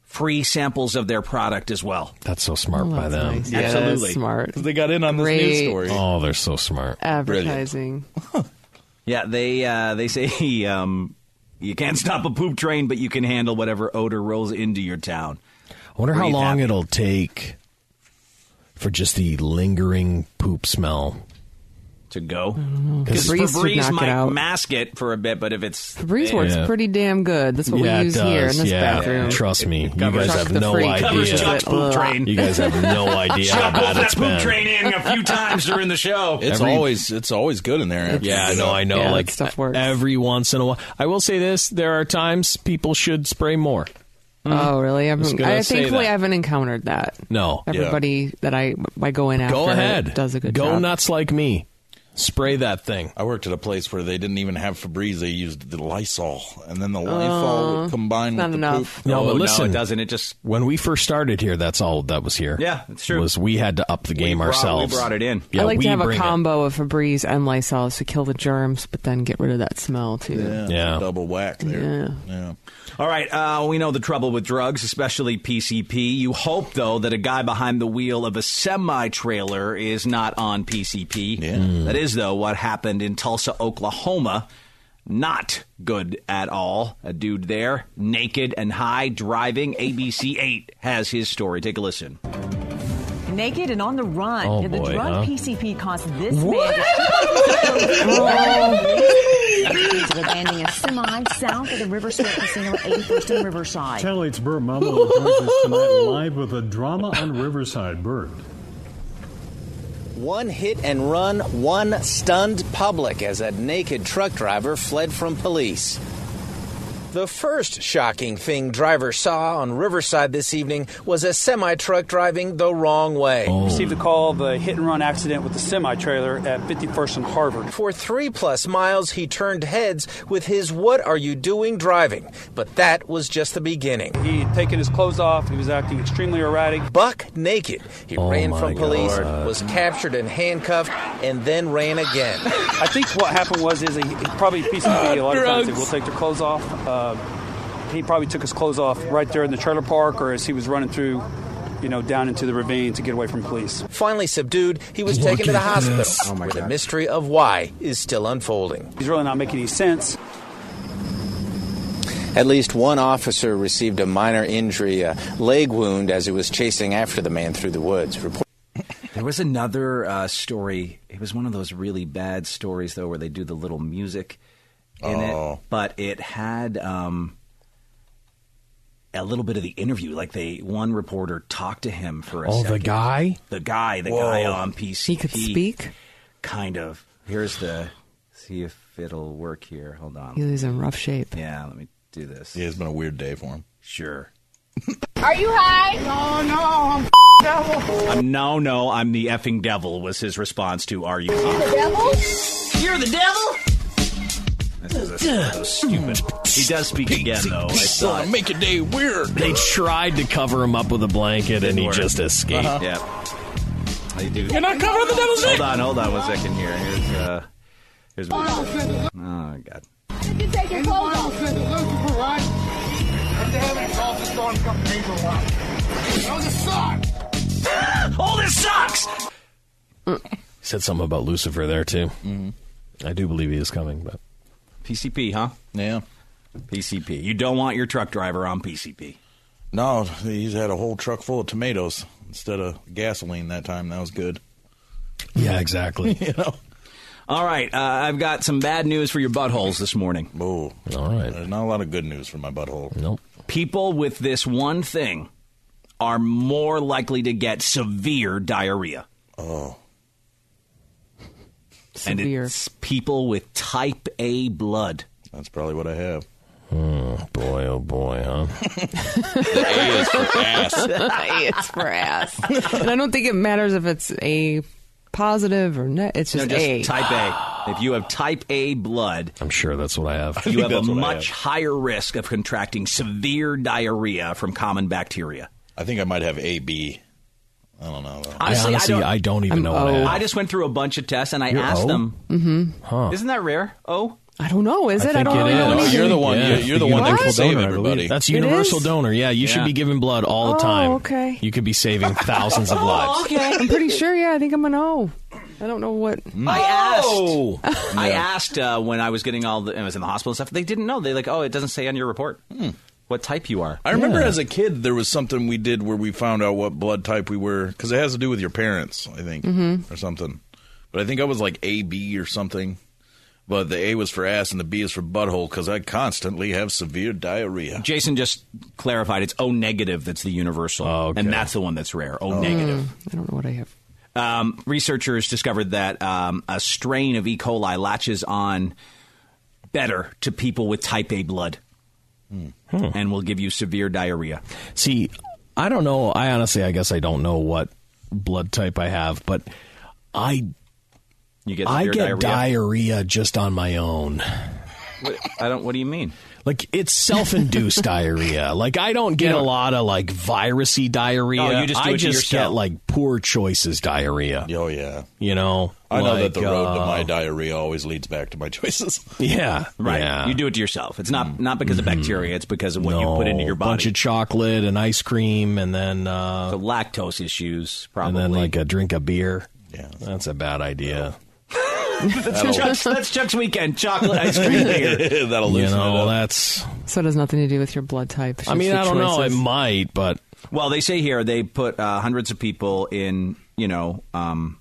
[SPEAKER 2] free samples of their product as well.
[SPEAKER 3] Oh, That's so
[SPEAKER 5] Oh,
[SPEAKER 3] smart by them.
[SPEAKER 2] nice. Yeah, that's Absolutely. smart. 'Cause they got in on this news Great story.
[SPEAKER 3] Oh, they're so smart.
[SPEAKER 5] Advertising.
[SPEAKER 2] Yeah, they uh, they say <laughs> um, you can't stop a poop train, but you can handle whatever odor rolls into your town.
[SPEAKER 3] I wonder how
[SPEAKER 2] Breathe
[SPEAKER 3] long it'll take for just the lingering poop smell.
[SPEAKER 2] to
[SPEAKER 3] Mm-hmm.
[SPEAKER 2] go.
[SPEAKER 3] know.
[SPEAKER 2] Because
[SPEAKER 5] Febreze would knock
[SPEAKER 2] Febreze
[SPEAKER 5] it
[SPEAKER 2] might
[SPEAKER 5] out.
[SPEAKER 2] mask it for a bit, but if it's
[SPEAKER 5] Febreze works pretty damn good. That's what
[SPEAKER 3] yeah,
[SPEAKER 5] we
[SPEAKER 3] it
[SPEAKER 5] use
[SPEAKER 3] does.
[SPEAKER 5] here in this
[SPEAKER 3] yeah.
[SPEAKER 5] bathroom.
[SPEAKER 3] Trust me, you
[SPEAKER 5] Covers
[SPEAKER 3] guys
[SPEAKER 5] Chuck
[SPEAKER 3] have
[SPEAKER 5] the
[SPEAKER 3] no
[SPEAKER 5] freak.
[SPEAKER 3] idea.
[SPEAKER 5] Covers Chuck's poop train.
[SPEAKER 3] You guys
[SPEAKER 2] <laughs>
[SPEAKER 3] have no idea how
[SPEAKER 2] Chuck
[SPEAKER 3] bad
[SPEAKER 2] that
[SPEAKER 3] it's
[SPEAKER 2] poop
[SPEAKER 3] been.
[SPEAKER 2] train in a few times during the show. <laughs>
[SPEAKER 7] It's always it's always good in there.
[SPEAKER 3] Yeah, I know, I know. like every once in a while. I will say this: there are times people should spray more.
[SPEAKER 5] Oh, really? I,
[SPEAKER 3] Just
[SPEAKER 5] haven't,
[SPEAKER 3] gonna
[SPEAKER 5] I
[SPEAKER 3] say
[SPEAKER 5] thankfully
[SPEAKER 3] that.
[SPEAKER 5] I haven't encountered that.
[SPEAKER 3] No. Yeah.
[SPEAKER 5] everybody that I I go in after
[SPEAKER 3] Go
[SPEAKER 5] it
[SPEAKER 3] ahead,
[SPEAKER 5] does a good
[SPEAKER 3] Go
[SPEAKER 5] job.
[SPEAKER 3] nuts like me. Spray that thing.
[SPEAKER 7] I worked at a place where they didn't even have Febreze; they used the Lysol, and then the
[SPEAKER 5] Oh,
[SPEAKER 7] Lysol would combine
[SPEAKER 5] not
[SPEAKER 7] with the
[SPEAKER 5] enough.
[SPEAKER 7] poop.
[SPEAKER 3] No,
[SPEAKER 7] Oh,
[SPEAKER 3] but listen,
[SPEAKER 7] it
[SPEAKER 2] doesn't. It just
[SPEAKER 3] when we first started here, that's all that was here.
[SPEAKER 2] Yeah, that's true.
[SPEAKER 3] Was we had to up the game
[SPEAKER 2] brought- we
[SPEAKER 3] ourselves?
[SPEAKER 2] brought it in.
[SPEAKER 3] Yeah,
[SPEAKER 5] I like
[SPEAKER 3] we
[SPEAKER 5] to have a
[SPEAKER 3] bring it.
[SPEAKER 5] combo of Febreze and Lysol to kill the germs, but then get rid of that smell too.
[SPEAKER 3] Yeah.
[SPEAKER 7] double whack there. Yeah.
[SPEAKER 2] All right, uh, we know the trouble with drugs, especially PCP. You hope, though, that a guy behind the wheel of a semi trailer is not on PCP. Mm. That is, though, what happened in Tulsa, Oklahoma. Not good at all. A dude there, naked and high, driving. ABC 8 has his story. Take a listen.
[SPEAKER 50] Naked and on the run.
[SPEAKER 2] Oh,
[SPEAKER 50] the
[SPEAKER 2] boy,
[SPEAKER 50] drug
[SPEAKER 2] huh?
[SPEAKER 50] PCP caused this
[SPEAKER 5] Oh,
[SPEAKER 2] What?
[SPEAKER 50] <laughs>
[SPEAKER 2] <laughs>
[SPEAKER 50] man to abandoning a semi south of the Riverside Casino at 81st and Riverside.
[SPEAKER 6] Charlie, it's Burt
[SPEAKER 2] <laughs>
[SPEAKER 6] Mumble and joins us tonight live with a drama on Riverside. Burt.
[SPEAKER 51] One hit and run, one stunned public as a naked truck driver fled from police. The first shocking thing drivers saw on Riverside this evening was a semi truck driving the wrong way.
[SPEAKER 52] Received a call of a hit and run accident with a semi trailer at 51st and Harvard.
[SPEAKER 51] For three plus miles, he turned heads with his What Are You Doing driving, but that was just the beginning.
[SPEAKER 52] He had taken his clothes off. He was acting extremely erratic.
[SPEAKER 51] Buck naked. He ran
[SPEAKER 52] Oh my
[SPEAKER 51] from police,
[SPEAKER 52] God.
[SPEAKER 51] was captured and handcuffed, and then ran again.
[SPEAKER 52] I think what happened was is he he probably piece <laughs> of media a lot of times they
[SPEAKER 51] Drugs.
[SPEAKER 52] will take their clothes off. Uh, he probably took his clothes off right there in the trailer park or as he was running through, you know, down into the ravine to get away from police.
[SPEAKER 51] Finally subdued, he was taken to the hospital, where the mystery of why is still unfolding.
[SPEAKER 52] He's really not making any sense.
[SPEAKER 51] At least one officer received a minor injury, a leg wound, as he was chasing after the man through the woods. Report-
[SPEAKER 2] There was another uh, story. It was one of those really bad stories, though, where they do the little music in it.
[SPEAKER 7] Oh.
[SPEAKER 2] But it had um, a little bit of the interview. Like they, one reporter talked to him for a
[SPEAKER 3] Oh,
[SPEAKER 2] second.
[SPEAKER 3] the guy.
[SPEAKER 2] The guy, the
[SPEAKER 3] Whoa.
[SPEAKER 2] guy on PC.
[SPEAKER 3] He could speak?
[SPEAKER 2] Kind of. Here's the. See if it'll work here. Hold on.
[SPEAKER 5] He's in rough shape.
[SPEAKER 2] Yeah, let me do this.
[SPEAKER 7] Yeah, it's been a weird day for him.
[SPEAKER 2] Sure.
[SPEAKER 53] Are you high? No, no, I'm devil.
[SPEAKER 2] I'm no, no. I'm the effing devil. Was his response to "Are you?"
[SPEAKER 53] The devil? You're the devil?
[SPEAKER 2] This is a, so stupid. He does speak again,
[SPEAKER 3] Oh,
[SPEAKER 2] though. I thought.
[SPEAKER 7] make a day weird.
[SPEAKER 3] They tried to cover him up with a blanket, and he just escaped.
[SPEAKER 2] Yeah. I do.
[SPEAKER 53] You're not covering the devil's
[SPEAKER 2] Hold
[SPEAKER 53] dick.
[SPEAKER 2] on, hold on one second here. Here's uh, here's what. Oh God.
[SPEAKER 53] You take your clothes off. Lucifer, right? What the hell is all this storm company for All this sucks. <gasps> all this sucks.
[SPEAKER 3] Said something about Lucifer there too.
[SPEAKER 7] Mm-hmm.
[SPEAKER 3] I do believe he is coming, but
[SPEAKER 2] PCP, huh?
[SPEAKER 7] Yeah.
[SPEAKER 2] PCP. You don't want your truck driver on PCP.
[SPEAKER 7] No, he's had a whole truck full of tomatoes instead of gasoline that time. That was good.
[SPEAKER 3] Yeah, exactly.
[SPEAKER 7] <laughs> you know.
[SPEAKER 2] All right, uh, I've got some bad news for your buttholes this morning.
[SPEAKER 7] Oh,
[SPEAKER 3] all right.
[SPEAKER 7] There's not a lot of good news for my butthole.
[SPEAKER 3] Nope.
[SPEAKER 2] People with this one thing are more likely to get severe diarrhea.
[SPEAKER 7] Oh.
[SPEAKER 2] And it's people with type A blood.
[SPEAKER 7] That's probably what I have.
[SPEAKER 3] Oh boy, oh boy, huh?
[SPEAKER 5] <laughs> A is for ass. and I don't think it matters if it's a positive or not. It's just,
[SPEAKER 2] no, just
[SPEAKER 5] A.
[SPEAKER 2] type A. If you have type A blood,
[SPEAKER 3] I'm sure <laughs> that's what I have.
[SPEAKER 2] you have a much higher risk of contracting severe diarrhea from common bacteria.
[SPEAKER 7] I think I might have AB. I don't know. though.
[SPEAKER 3] I honestly, I don't, even know what I
[SPEAKER 2] I
[SPEAKER 3] have.
[SPEAKER 2] just went through a bunch of tests and I
[SPEAKER 3] You're
[SPEAKER 2] asked
[SPEAKER 3] O?
[SPEAKER 2] them.
[SPEAKER 5] Mm-hmm.
[SPEAKER 3] Huh.
[SPEAKER 2] Isn't that rare? Oh,
[SPEAKER 5] I don't know. Is it? I, don't really know.
[SPEAKER 7] Oh,
[SPEAKER 5] anything.
[SPEAKER 7] you're the one- you're- you're the one that
[SPEAKER 5] What?
[SPEAKER 7] can save
[SPEAKER 3] I
[SPEAKER 7] everybody.
[SPEAKER 3] believe. That's
[SPEAKER 7] It
[SPEAKER 3] universal
[SPEAKER 5] is?
[SPEAKER 3] donor. Yeah, you should
[SPEAKER 5] Yeah.
[SPEAKER 3] be giving blood all the time.
[SPEAKER 5] Oh, okay.
[SPEAKER 3] You could be saving thousands of lives.
[SPEAKER 5] okay. I'm pretty sure. Yeah, I think I'm an O. I don't know what.
[SPEAKER 2] I asked.
[SPEAKER 3] Oh! <laughs>
[SPEAKER 2] I asked uh, when I was getting all the. I was in the hospital and stuff. They didn't know. They like, oh, it doesn't say on your report what type you are.
[SPEAKER 7] Hmm. I remember as a kid there was something we did where we found out what blood type we were because it has to do with your parents, I think,
[SPEAKER 2] Mhm.
[SPEAKER 3] Mm-hmm.
[SPEAKER 7] or something. But I think I was like A B or something. But the A was for ass and the B is for butthole because I constantly have severe diarrhea.
[SPEAKER 2] Jason just clarified. It's O negative. That's the universal,
[SPEAKER 3] Oh,
[SPEAKER 2] and that's the one that's rare. O negative.
[SPEAKER 5] Um, I don't know what I have.
[SPEAKER 2] Um, researchers discovered that um, a strain of E. coli latches on better to people with type A blood, and will give you severe diarrhea.
[SPEAKER 3] Hmm. See, I don't know. I honestly, I guess I don't know what blood type I have, but I
[SPEAKER 2] You get
[SPEAKER 3] I
[SPEAKER 2] severe
[SPEAKER 3] get
[SPEAKER 2] diarrhea.
[SPEAKER 3] diarrhea just on my own.
[SPEAKER 2] What, I don't. What do you mean?
[SPEAKER 3] Like
[SPEAKER 2] <laughs>
[SPEAKER 3] it's self-induced diarrhea. Like I don't get a lot of like virusy diarrhea.
[SPEAKER 2] No, Oh, you just do
[SPEAKER 3] I
[SPEAKER 2] it to
[SPEAKER 3] just
[SPEAKER 2] yourself.
[SPEAKER 3] get like poor choices diarrhea.
[SPEAKER 7] Oh yeah,
[SPEAKER 3] you know.
[SPEAKER 7] I know that
[SPEAKER 3] like,
[SPEAKER 7] the road to
[SPEAKER 3] uh,
[SPEAKER 7] my diarrhea always leads back to my choices.
[SPEAKER 3] <laughs> Yeah,
[SPEAKER 2] Right.
[SPEAKER 3] yeah.
[SPEAKER 2] You do it to yourself. It's not not because of bacteria. It's because of what you put into
[SPEAKER 3] Oh,
[SPEAKER 2] your
[SPEAKER 3] bunch
[SPEAKER 2] body.
[SPEAKER 3] of chocolate and ice cream, and then uh,
[SPEAKER 2] the lactose issues, probably.
[SPEAKER 3] and then like a drink of beer. Yeah, that's a bad idea.
[SPEAKER 2] <laughs> that's, Chuck's, that's Chuck's weekend chocolate ice cream here.
[SPEAKER 7] <laughs> That'll
[SPEAKER 3] you
[SPEAKER 2] loosen
[SPEAKER 3] know
[SPEAKER 2] it up.
[SPEAKER 3] that's.
[SPEAKER 5] So it has nothing to do with your blood type. It's
[SPEAKER 3] I mean, I
[SPEAKER 5] just the
[SPEAKER 3] don't know. It
[SPEAKER 5] choices.
[SPEAKER 3] might, but
[SPEAKER 2] Well, they say here they put uh, hundreds of people in, you know, um,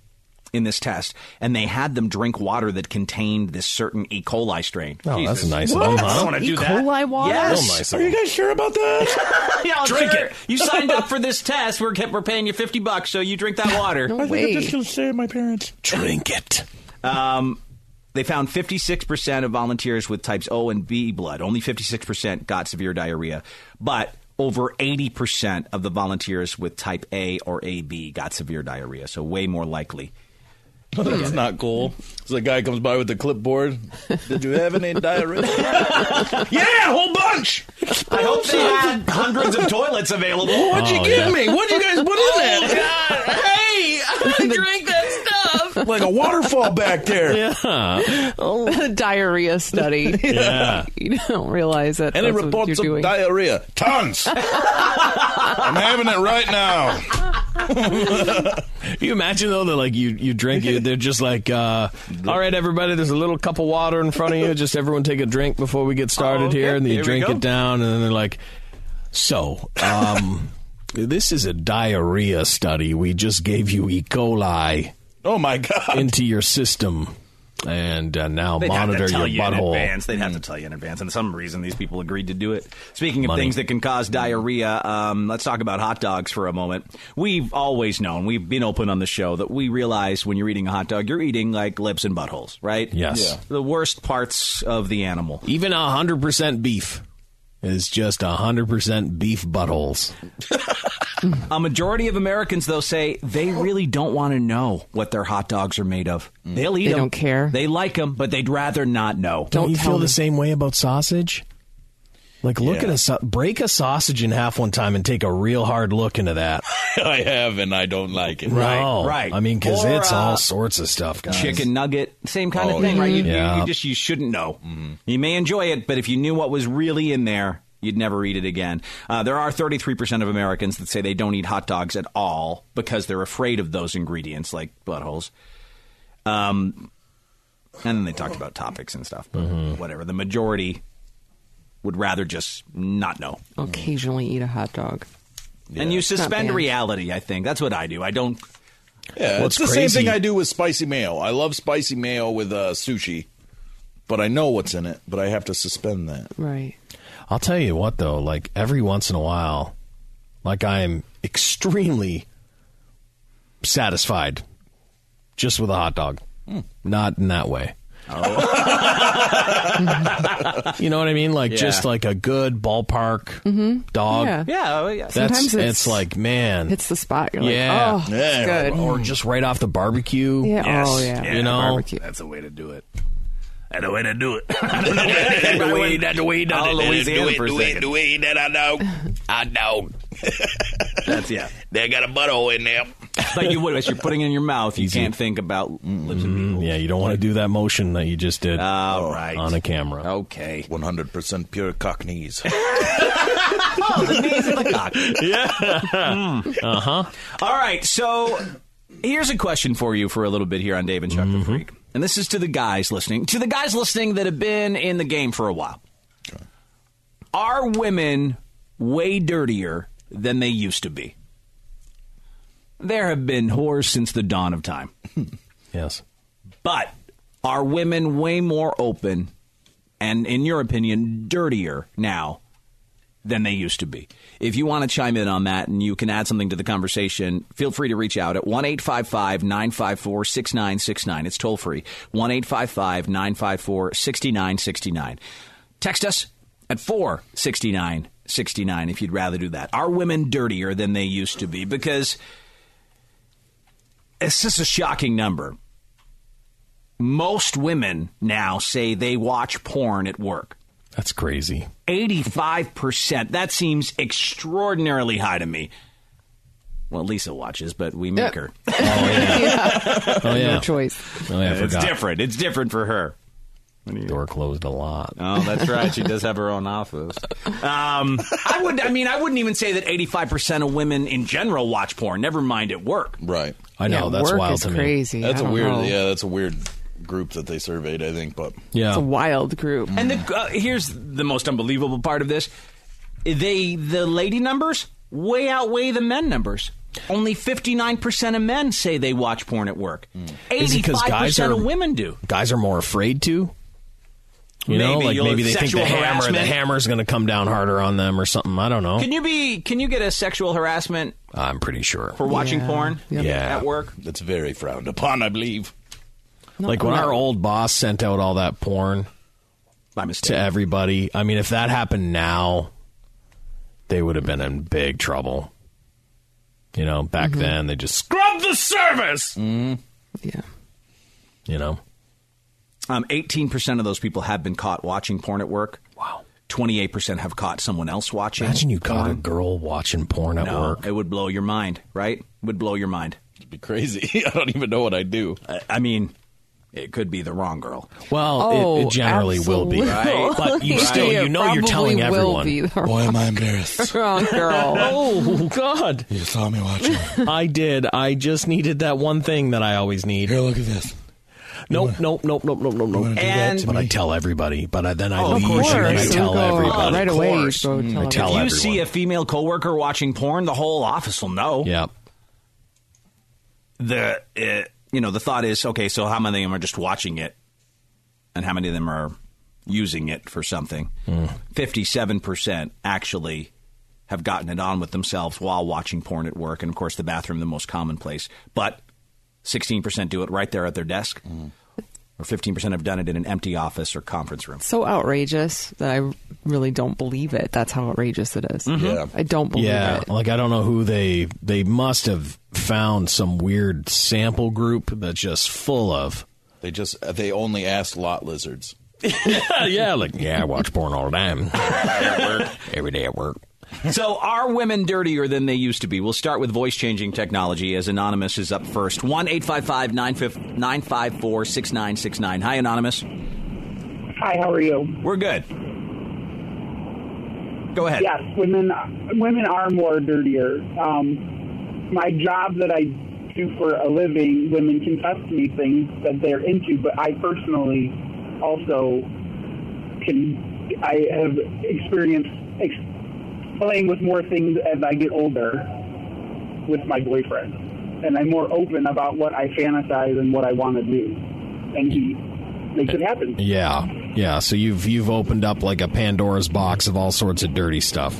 [SPEAKER 2] in this test, and they had them drink water that contained this certain E. coli strain.
[SPEAKER 3] Oh,
[SPEAKER 2] Jesus.
[SPEAKER 3] that's nice of them, What? huh?
[SPEAKER 2] I don't want to
[SPEAKER 3] E.
[SPEAKER 2] do that.
[SPEAKER 3] coli water?
[SPEAKER 2] Yes.
[SPEAKER 3] Real nice of Are you them.
[SPEAKER 7] guys sure about that?
[SPEAKER 2] <laughs> yeah, I'll
[SPEAKER 3] Drink
[SPEAKER 2] sure.
[SPEAKER 3] it.
[SPEAKER 2] You signed up for this test. We're we're paying you fifty bucks, so you drink that
[SPEAKER 3] <laughs>
[SPEAKER 2] water.
[SPEAKER 1] I think I'm just going to stay at my parents.
[SPEAKER 3] Drink it.
[SPEAKER 2] Um, they found 56% of volunteers with types O and B blood. Only 56% got severe diarrhea, but over 80% of the volunteers with type A or AB got severe diarrhea, so way more likely.
[SPEAKER 7] <laughs> That's not cool. So the guy comes by with the clipboard. Did you have any diarrhea? yeah, a whole bunch.
[SPEAKER 2] I hope they had <laughs> hundreds of toilets available. Oh,
[SPEAKER 7] What'd you give me? What'd you guys? What
[SPEAKER 5] Oh,
[SPEAKER 7] is that?
[SPEAKER 4] Hey,
[SPEAKER 7] <laughs>
[SPEAKER 4] I drink that stuff.
[SPEAKER 7] like a waterfall back there.
[SPEAKER 3] Yeah.
[SPEAKER 5] The <laughs> diarrhea <laughs> study.
[SPEAKER 7] Yeah.
[SPEAKER 5] you don't realize that.
[SPEAKER 7] Any
[SPEAKER 5] that's what
[SPEAKER 7] reports
[SPEAKER 5] you're
[SPEAKER 7] of
[SPEAKER 5] doing.
[SPEAKER 7] diarrhea?
[SPEAKER 5] <laughs>
[SPEAKER 7] Tons. I'm having it right now.
[SPEAKER 3] you imagine though that like you you drink it, they're just like, uh, all right, everybody, there's a little cup of water in front of you. Just everyone take a drink before we get
[SPEAKER 7] Oh,
[SPEAKER 3] started Oh, here, and then you
[SPEAKER 2] Here we
[SPEAKER 3] drink
[SPEAKER 2] go.
[SPEAKER 3] it down, and then they're like, so. um... This is a diarrhea study. We just gave you E. coli.
[SPEAKER 7] Oh my god!
[SPEAKER 3] Into your system, and uh, now
[SPEAKER 2] They'd have to
[SPEAKER 3] monitor
[SPEAKER 2] tell
[SPEAKER 3] your
[SPEAKER 2] you in
[SPEAKER 3] butthole.
[SPEAKER 2] advance. They'd have to tell you in advance. And some reason, these people agreed to do it. Speaking of
[SPEAKER 3] Money.
[SPEAKER 2] things that can cause diarrhea, um, let's talk about hot dogs for a moment. We've always known, we've been open on the show, that we realize when you're eating a hot dog, you're eating like lips and buttholes, right?
[SPEAKER 3] Yes. Yeah.
[SPEAKER 2] The worst parts of the animal.
[SPEAKER 3] Even hundred percent beef is just hundred percent beef buttholes.
[SPEAKER 2] A majority of Americans, though, say they really don't want to know what their hot dogs are made of.
[SPEAKER 3] Mm.
[SPEAKER 2] They'll eat
[SPEAKER 5] They
[SPEAKER 2] them.
[SPEAKER 5] don't care.
[SPEAKER 2] They like them, but they'd rather not know.
[SPEAKER 3] Don't, you feel
[SPEAKER 2] the
[SPEAKER 3] the same way about sausage? Like, look at a sau- break a sausage in half one time and take a real hard look into <laughs> that.
[SPEAKER 7] I have, and I don't like it.
[SPEAKER 3] no,
[SPEAKER 2] right.
[SPEAKER 3] I mean, because
[SPEAKER 2] Or,
[SPEAKER 3] it's
[SPEAKER 2] uh,
[SPEAKER 3] all sorts of stuff, guys.
[SPEAKER 2] chicken nugget, same kind
[SPEAKER 3] Oh,
[SPEAKER 2] of thing,
[SPEAKER 3] yeah.
[SPEAKER 2] right? You, you-
[SPEAKER 3] Yeah. Mm-hmm.
[SPEAKER 2] you just you shouldn't know. You may enjoy it, but if you knew what was really in there, you'd never eat it again. Uh, there are 33% of Americans that say they don't eat hot dogs at all because they're afraid of those ingredients, like buttholes. Um, and then they talked about topics and stuff, but
[SPEAKER 3] Mm-hmm.
[SPEAKER 2] whatever. The majority would rather just not know.
[SPEAKER 5] Occasionally eat a hot dog.
[SPEAKER 2] And you
[SPEAKER 5] It's not
[SPEAKER 2] suspend
[SPEAKER 5] bad.
[SPEAKER 2] reality, I think. That's what I do. I don't.
[SPEAKER 7] <laughs> Yeah,
[SPEAKER 2] What's
[SPEAKER 7] it's the
[SPEAKER 2] crazy-
[SPEAKER 7] same thing I do with spicy mayo. I love spicy mayo with uh, sushi, but I know what's in it. But I have to suspend that.
[SPEAKER 5] Right.
[SPEAKER 3] I'll tell you what, though, like every once in a while, like I'm extremely satisfied just with a hot dog.
[SPEAKER 2] Hmm.
[SPEAKER 3] Not in that way.
[SPEAKER 2] Oh.
[SPEAKER 3] <laughs> you know what I mean? Like
[SPEAKER 2] Yeah.
[SPEAKER 3] just like a good ballpark dog.
[SPEAKER 5] Mm-hmm. Yeah.
[SPEAKER 2] Yeah, yeah.
[SPEAKER 3] That's,
[SPEAKER 5] Sometimes
[SPEAKER 3] it's,
[SPEAKER 5] it's-
[SPEAKER 3] like, man.
[SPEAKER 5] Hits the spot. You're like,
[SPEAKER 3] yeah.
[SPEAKER 5] oh, it's good.
[SPEAKER 3] Or, or just right off the barbecue.
[SPEAKER 5] Yeah, Yes. oh, yeah.
[SPEAKER 3] You
[SPEAKER 5] Yeah,
[SPEAKER 3] know?
[SPEAKER 5] barbecue.
[SPEAKER 2] That's the way to do it.
[SPEAKER 4] That's the way to
[SPEAKER 7] <laughs>
[SPEAKER 4] do it. <laughs>
[SPEAKER 2] That's the way-
[SPEAKER 4] that's the way he does
[SPEAKER 2] All
[SPEAKER 4] it.
[SPEAKER 2] Louisiana
[SPEAKER 4] do it,
[SPEAKER 2] for a
[SPEAKER 4] do it,
[SPEAKER 2] second.
[SPEAKER 4] do it, that I know. I know.
[SPEAKER 7] <laughs>
[SPEAKER 2] That's yeah.
[SPEAKER 4] They got a butthole in there.
[SPEAKER 2] but you would, as you're putting it in your mouth, you can't think about lips and people.
[SPEAKER 3] Mm-hmm. Yeah, you don't want to do that motion that you just did
[SPEAKER 2] All right.
[SPEAKER 3] on a camera.
[SPEAKER 2] Okay.
[SPEAKER 7] 100% pure cockneys.
[SPEAKER 2] oh, the knees and the cock.
[SPEAKER 3] Yeah. Uh-huh.
[SPEAKER 2] Uh huh. All right. So here's a question for you for a little bit here on Dave and Chuck
[SPEAKER 3] Mm-hmm.
[SPEAKER 2] the Freak, and this is to the guys listening, to the guys listening that have been in the game for a while. Are women way dirtier than they used to be? There have been whores since the dawn of time.
[SPEAKER 3] <laughs> yes.
[SPEAKER 2] But are women way more open and, in your opinion, dirtier now than they used to be? If you want to chime in on that and you can add something to the conversation, feel free to reach out at 1 855 954 6969. It's toll free 1 855 954 6969. Text us at 46969 if you'd rather do that. Are women dirtier than they used to be? Because it's just a shocking number most women now say they watch porn at work.
[SPEAKER 3] That's crazy.
[SPEAKER 2] 85%. That seems extraordinarily high to me. Well, Lisa watches, but we make
[SPEAKER 3] <laughs>
[SPEAKER 2] her.
[SPEAKER 3] Oh, yeah.
[SPEAKER 5] choice.
[SPEAKER 3] Oh, yeah, I
[SPEAKER 2] it's
[SPEAKER 3] forgot.
[SPEAKER 2] different. It's different for her.
[SPEAKER 3] Door closed a lot.
[SPEAKER 2] Oh, that's right. She does have her own office. Um, I would. I mean, I wouldn't even say that 85% of women in general watch porn. Never mind at work.
[SPEAKER 7] Right.
[SPEAKER 3] I know, Yeah, that's work wild is to me. crazy.
[SPEAKER 7] That's
[SPEAKER 3] I
[SPEAKER 7] a
[SPEAKER 3] don't
[SPEAKER 7] weird.
[SPEAKER 3] know.
[SPEAKER 7] Yeah, that's a weird group that they surveyed. I think, but
[SPEAKER 3] Yeah.
[SPEAKER 5] It's a wild group.
[SPEAKER 2] And the, uh, here's the most unbelievable part of this: they the lady numbers way outweigh the men numbers. Only fifty nine percent of men say they watch porn at work.
[SPEAKER 3] Is
[SPEAKER 2] Eighty
[SPEAKER 3] it 'cause
[SPEAKER 2] five
[SPEAKER 3] guys
[SPEAKER 2] percent
[SPEAKER 3] are-
[SPEAKER 2] of women do.
[SPEAKER 3] <laughs> Guys are more afraid to. You know,
[SPEAKER 2] Maybe
[SPEAKER 3] like
[SPEAKER 2] you'll-
[SPEAKER 3] maybe they think the
[SPEAKER 2] sexual
[SPEAKER 3] hammer, the
[SPEAKER 2] harassment.
[SPEAKER 3] hammer's going to come down harder on them or something. I don't know.
[SPEAKER 2] Can you be? Can you get a sexual harassment
[SPEAKER 3] I'm pretty sure.
[SPEAKER 2] for watching porn
[SPEAKER 3] Yeah.
[SPEAKER 2] at work?
[SPEAKER 7] that's very frowned upon, I believe.
[SPEAKER 3] like when our old boss sent out all that porn
[SPEAKER 2] by mistake
[SPEAKER 3] to everybody. I mean, if that happened now, they would have been in big trouble. You know, back then they just scrubbed the service. Mm.
[SPEAKER 5] Yeah.
[SPEAKER 3] You know,
[SPEAKER 2] Um, eighteen percent of those people have been caught watching porn at work. Wow. Twenty eight percent have caught someone else watching.
[SPEAKER 3] imagine you caught a girl watching porn at
[SPEAKER 2] No,
[SPEAKER 3] work.
[SPEAKER 2] it would blow your mind, right? It would blow your mind. It'd
[SPEAKER 7] be
[SPEAKER 3] <laughs>
[SPEAKER 7] crazy. I don't even know what I do.
[SPEAKER 2] I, I mean, it could be the wrong girl.
[SPEAKER 3] Well,
[SPEAKER 5] Oh,
[SPEAKER 3] it, it generally will be,
[SPEAKER 2] Right.
[SPEAKER 5] <laughs>
[SPEAKER 3] but you still you know you're telling everyone.
[SPEAKER 5] Boy,
[SPEAKER 7] am I
[SPEAKER 5] <laughs>
[SPEAKER 7] embarrassed.
[SPEAKER 5] Wrong girl.
[SPEAKER 3] <laughs> oh God!
[SPEAKER 7] You saw me watching.
[SPEAKER 3] I did. I just needed that one thing that I always need. Here,
[SPEAKER 7] look at this.
[SPEAKER 3] Nope, nope, nope, nope, nope, nope, nope.
[SPEAKER 2] do that to
[SPEAKER 3] but
[SPEAKER 2] me?
[SPEAKER 3] I tell everybody. But I, then I
[SPEAKER 2] Oh, of
[SPEAKER 3] leave
[SPEAKER 2] course
[SPEAKER 3] and
[SPEAKER 2] you
[SPEAKER 3] I
[SPEAKER 2] do.
[SPEAKER 3] tell
[SPEAKER 2] You go
[SPEAKER 3] everybody.
[SPEAKER 2] Uh, right
[SPEAKER 3] Of
[SPEAKER 2] away, you
[SPEAKER 3] course.
[SPEAKER 5] go Mm, tell
[SPEAKER 3] I tell
[SPEAKER 2] if you
[SPEAKER 3] everyone.
[SPEAKER 2] see a female coworker watching porn, the whole office will know.
[SPEAKER 3] Yep.
[SPEAKER 2] The uh, you know the thought is okay. So how many of them are just watching it, and how many of them are using it for something? Fifty-seven percent actually have gotten it on with themselves while watching porn at work, and of course the bathroom the most common place. But sixteen percent do it right there at their desk,
[SPEAKER 3] Mm-hmm.
[SPEAKER 2] or fifteen percent have done it in an empty office or conference room.
[SPEAKER 5] So outrageous that I really don't believe it. That's how outrageous it is.
[SPEAKER 3] Yeah.
[SPEAKER 5] I don't believe
[SPEAKER 3] yeah,
[SPEAKER 5] it.
[SPEAKER 3] like I don't know who they they must have found some weird sample group that's just full of.
[SPEAKER 7] They just they only asked lot lizards.
[SPEAKER 3] <laughs> yeah, like yeah, I watch porn all the time. <laughs> Every day at work.
[SPEAKER 2] <laughs> so are women dirtier than they used to be? We'll start with voice changing technology as Anonymous is up first. 1 855 954 6969. Hi, Anonymous.
[SPEAKER 13] Hi, how are you?
[SPEAKER 2] We're good. Go ahead.
[SPEAKER 13] Yes, women women are more dirtier. Um, my job that I do for a living, women confess to me things that they're into, but I personally also can I have experienced ex- playing with more things as I get older with my boyfriend, and I'm more open about what I fantasize and what I want to do, and he makes it happen.
[SPEAKER 3] Yeah, yeah. So you've you've opened up like a Pandora's box of all sorts of dirty stuff.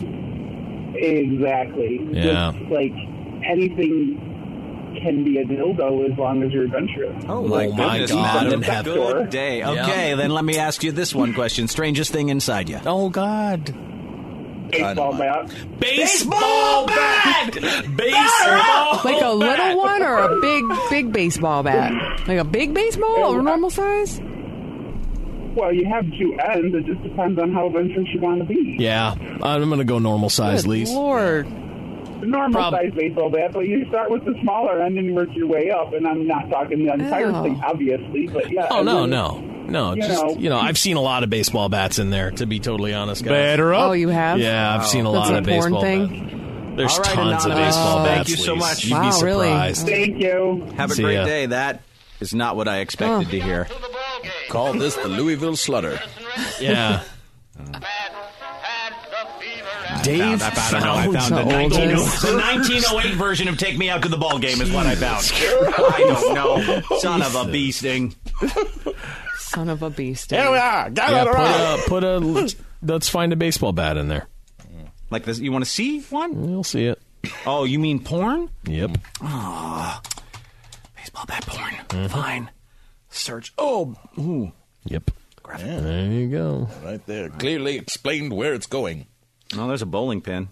[SPEAKER 13] Exactly.
[SPEAKER 3] Yeah.
[SPEAKER 13] Just, like anything can be a dildo as long as you're adventurous.
[SPEAKER 2] Oh my, goodness,
[SPEAKER 3] God
[SPEAKER 2] what
[SPEAKER 3] in
[SPEAKER 2] a
[SPEAKER 3] heaven.
[SPEAKER 2] Good day.
[SPEAKER 3] Yeah.
[SPEAKER 2] Okay, then let me ask you this one question. Strangest thing inside you?
[SPEAKER 3] Oh God.
[SPEAKER 13] Baseball bat.
[SPEAKER 2] Baseball bat.
[SPEAKER 3] Baseball.
[SPEAKER 5] Like a <laughs> little one or a big, big baseball bat? Like a big baseball, a normal size?
[SPEAKER 13] Well, you have two ends. It just depends on how adventurous you want to be.
[SPEAKER 3] Yeah, I'm gonna go normal size,
[SPEAKER 5] Good
[SPEAKER 3] Lise.
[SPEAKER 5] Lord.
[SPEAKER 54] normal size baseball bat, but you start with the smaller end and work your way up. And I'm not talking the entire
[SPEAKER 3] Oh.
[SPEAKER 54] thing, obviously, but yeah.
[SPEAKER 3] Oh no,
[SPEAKER 54] everyone-
[SPEAKER 3] no, no.
[SPEAKER 54] You
[SPEAKER 3] just
[SPEAKER 54] know.
[SPEAKER 3] you know, I've seen a lot of baseball bats in there. To be totally honest, guys.
[SPEAKER 5] Batter up. Oh, you have?
[SPEAKER 3] Yeah, I've
[SPEAKER 5] Wow.
[SPEAKER 3] seen a
[SPEAKER 5] That's
[SPEAKER 3] lot
[SPEAKER 5] a
[SPEAKER 3] of
[SPEAKER 5] porn
[SPEAKER 3] baseball
[SPEAKER 5] thing?
[SPEAKER 3] bats. There's
[SPEAKER 2] All right,
[SPEAKER 3] tons of
[SPEAKER 2] Anonymous.
[SPEAKER 3] baseball
[SPEAKER 2] Thank
[SPEAKER 3] bats.
[SPEAKER 2] you so
[SPEAKER 3] Lise.
[SPEAKER 2] much.
[SPEAKER 3] You'd be
[SPEAKER 2] Wow, Oh, really?
[SPEAKER 3] surprised.
[SPEAKER 54] Thank you.
[SPEAKER 2] Have a
[SPEAKER 3] See
[SPEAKER 2] great
[SPEAKER 3] ya.
[SPEAKER 2] day. That is not what I expected to hear.
[SPEAKER 7] Call this the Louisville Slutter. <laughs>
[SPEAKER 3] Yeah.
[SPEAKER 2] I
[SPEAKER 3] Dave
[SPEAKER 2] found, I found, I found,
[SPEAKER 3] found
[SPEAKER 2] the, oh
[SPEAKER 3] the
[SPEAKER 2] 19
[SPEAKER 3] oldest.
[SPEAKER 2] the <laughs> 1908 version of Take Me Out to the Ball Game is what I found. I don't know. Son of a bee sting.
[SPEAKER 5] Son of a beast.
[SPEAKER 2] Here we are. Got
[SPEAKER 3] Yeah,
[SPEAKER 2] it right.
[SPEAKER 3] put a, put a let's find a baseball bat in there.
[SPEAKER 2] Like this, you want to see one?
[SPEAKER 3] You'll see it.
[SPEAKER 2] Oh, you mean porn?
[SPEAKER 3] Yep.
[SPEAKER 2] Oh, baseball bat porn. Fine. Search. Oh, ooh.
[SPEAKER 3] Yep. There you go.
[SPEAKER 7] Right there. Clearly explained where it's going.
[SPEAKER 2] Oh, there's a bowling pin.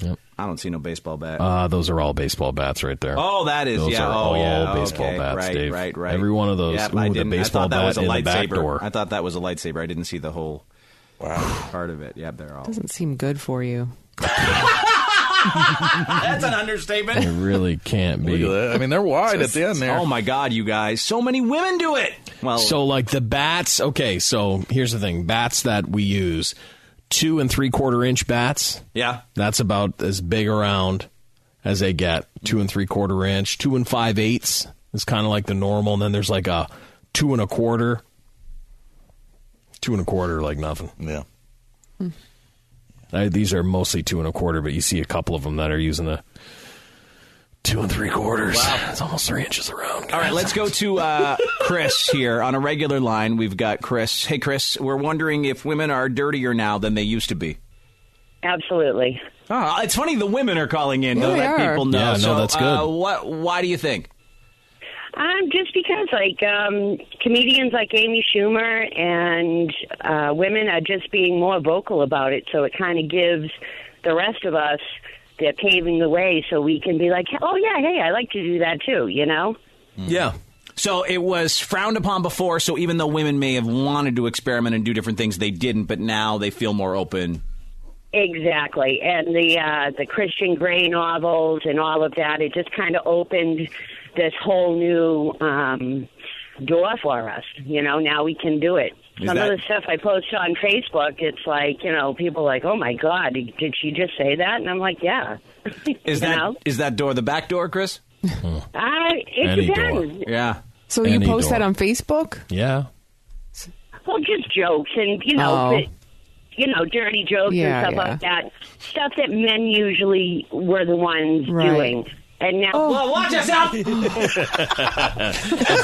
[SPEAKER 3] Yep.
[SPEAKER 2] I don't see no baseball bat.
[SPEAKER 3] Uh, those are all baseball bats right there.
[SPEAKER 2] Oh, that is
[SPEAKER 3] Those
[SPEAKER 2] yeah.
[SPEAKER 3] Are
[SPEAKER 2] oh,
[SPEAKER 3] all
[SPEAKER 2] yeah.
[SPEAKER 3] baseball
[SPEAKER 2] okay.
[SPEAKER 3] bats,
[SPEAKER 2] right,
[SPEAKER 3] Dave.
[SPEAKER 2] Right, right.
[SPEAKER 3] Every one of those.
[SPEAKER 2] Yep,
[SPEAKER 3] Ooh,
[SPEAKER 2] I
[SPEAKER 3] the
[SPEAKER 2] didn't-
[SPEAKER 3] baseball
[SPEAKER 2] I thought that
[SPEAKER 3] bat
[SPEAKER 2] was a
[SPEAKER 3] in the
[SPEAKER 2] lightsaber.
[SPEAKER 3] back door.
[SPEAKER 2] I thought that was a lightsaber. I didn't see the whole part of it. Yeah, they're all.
[SPEAKER 5] Doesn't seem good for <laughs> you.
[SPEAKER 2] That's an understatement.
[SPEAKER 3] It really can't be.
[SPEAKER 7] I mean, they're wide at the end there.
[SPEAKER 2] Oh my God, you guys! So many women do it. Well,
[SPEAKER 3] so like the bats. Okay, so here's the thing: bats that we use, two and three quarter inch bats.
[SPEAKER 2] Yeah.
[SPEAKER 3] that's about as big around as they get. Two and three quarter inch, two and five eighths is kind of like the normal, and then there's like a two and a quarter, two and a quarter, like nothing. Hmm.
[SPEAKER 7] Yeah.
[SPEAKER 3] I, these are mostly two and a quarter, but you see a couple of them that are using the two and three quarters. It's almost three inches around.
[SPEAKER 2] All right, let's go to uh, Chris here on a regular line. We've got Chris. Hey, Chris, we're wondering if women are dirtier now than they used to be.
[SPEAKER 55] Absolutely.
[SPEAKER 2] Oh, it's funny the women are calling in to
[SPEAKER 55] Yeah, they
[SPEAKER 2] let
[SPEAKER 55] are.
[SPEAKER 2] people know.
[SPEAKER 3] Yeah, no,
[SPEAKER 2] so,
[SPEAKER 3] that's good.
[SPEAKER 2] Uh, what? Why do you think?
[SPEAKER 55] Um, just because, like, um, comedians like Amy Schumer and uh, women are just being more vocal about it, so it kind of gives the rest of us, they're paving the way so we can be like, oh, yeah, hey, I like to do that too, you know?
[SPEAKER 3] Mm.
[SPEAKER 2] Yeah. So it was frowned upon before. So even though women may have wanted to experiment and do different things, they didn't. But now they feel more open.
[SPEAKER 55] Exactly, and the uh, the Christian Grey novels and all of that. It just kind of opened this whole new um, door for us. You know, now we can do it.
[SPEAKER 2] Is
[SPEAKER 55] Some
[SPEAKER 2] that-
[SPEAKER 55] of the stuff I post on Facebook, it's like you know, people are like, oh my god, did, did she just say that? And I'm like, yeah.
[SPEAKER 2] Is that is that door the back door, Chris?
[SPEAKER 55] I it
[SPEAKER 2] Any
[SPEAKER 55] depends.
[SPEAKER 2] Yeah.
[SPEAKER 5] So you post that on Facebook?
[SPEAKER 3] Yeah.
[SPEAKER 55] Well, just jokes and you know,
[SPEAKER 5] Oh.
[SPEAKER 55] the- you know, dirty jokes
[SPEAKER 5] Yeah,
[SPEAKER 55] and stuff
[SPEAKER 5] yeah.
[SPEAKER 55] like that. Stuff that men usually were the ones
[SPEAKER 5] Right. Oh.
[SPEAKER 55] doing. And now,
[SPEAKER 4] Well,
[SPEAKER 7] <laughs>
[SPEAKER 4] watch yourself!
[SPEAKER 5] <laughs>
[SPEAKER 3] if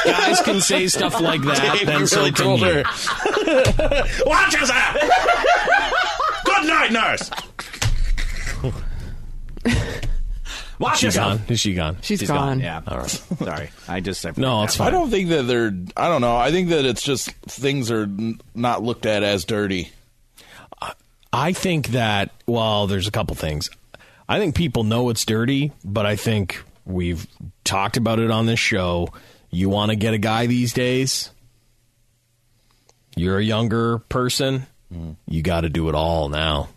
[SPEAKER 3] guys can say stuff like that,
[SPEAKER 4] Dave,
[SPEAKER 3] then
[SPEAKER 4] you
[SPEAKER 3] so
[SPEAKER 4] really
[SPEAKER 3] can
[SPEAKER 4] told
[SPEAKER 3] you.
[SPEAKER 7] <laughs>
[SPEAKER 4] her. watch yourself! Good night, nurse!
[SPEAKER 3] Watch she
[SPEAKER 4] yourself.
[SPEAKER 3] gone? Is she gone?
[SPEAKER 7] She's gone. gone.
[SPEAKER 2] Yeah.
[SPEAKER 3] All right.
[SPEAKER 2] Sorry. I just. I
[SPEAKER 3] no, it's fine.
[SPEAKER 7] I don't think that they're. I don't know. I think that it's just things are n- not looked at as dirty.
[SPEAKER 3] I think that well, there's a couple things. I think people know it's dirty, but I think we've talked about it on this show. You want to get a guy these days. You're a younger person. You got to do it all now.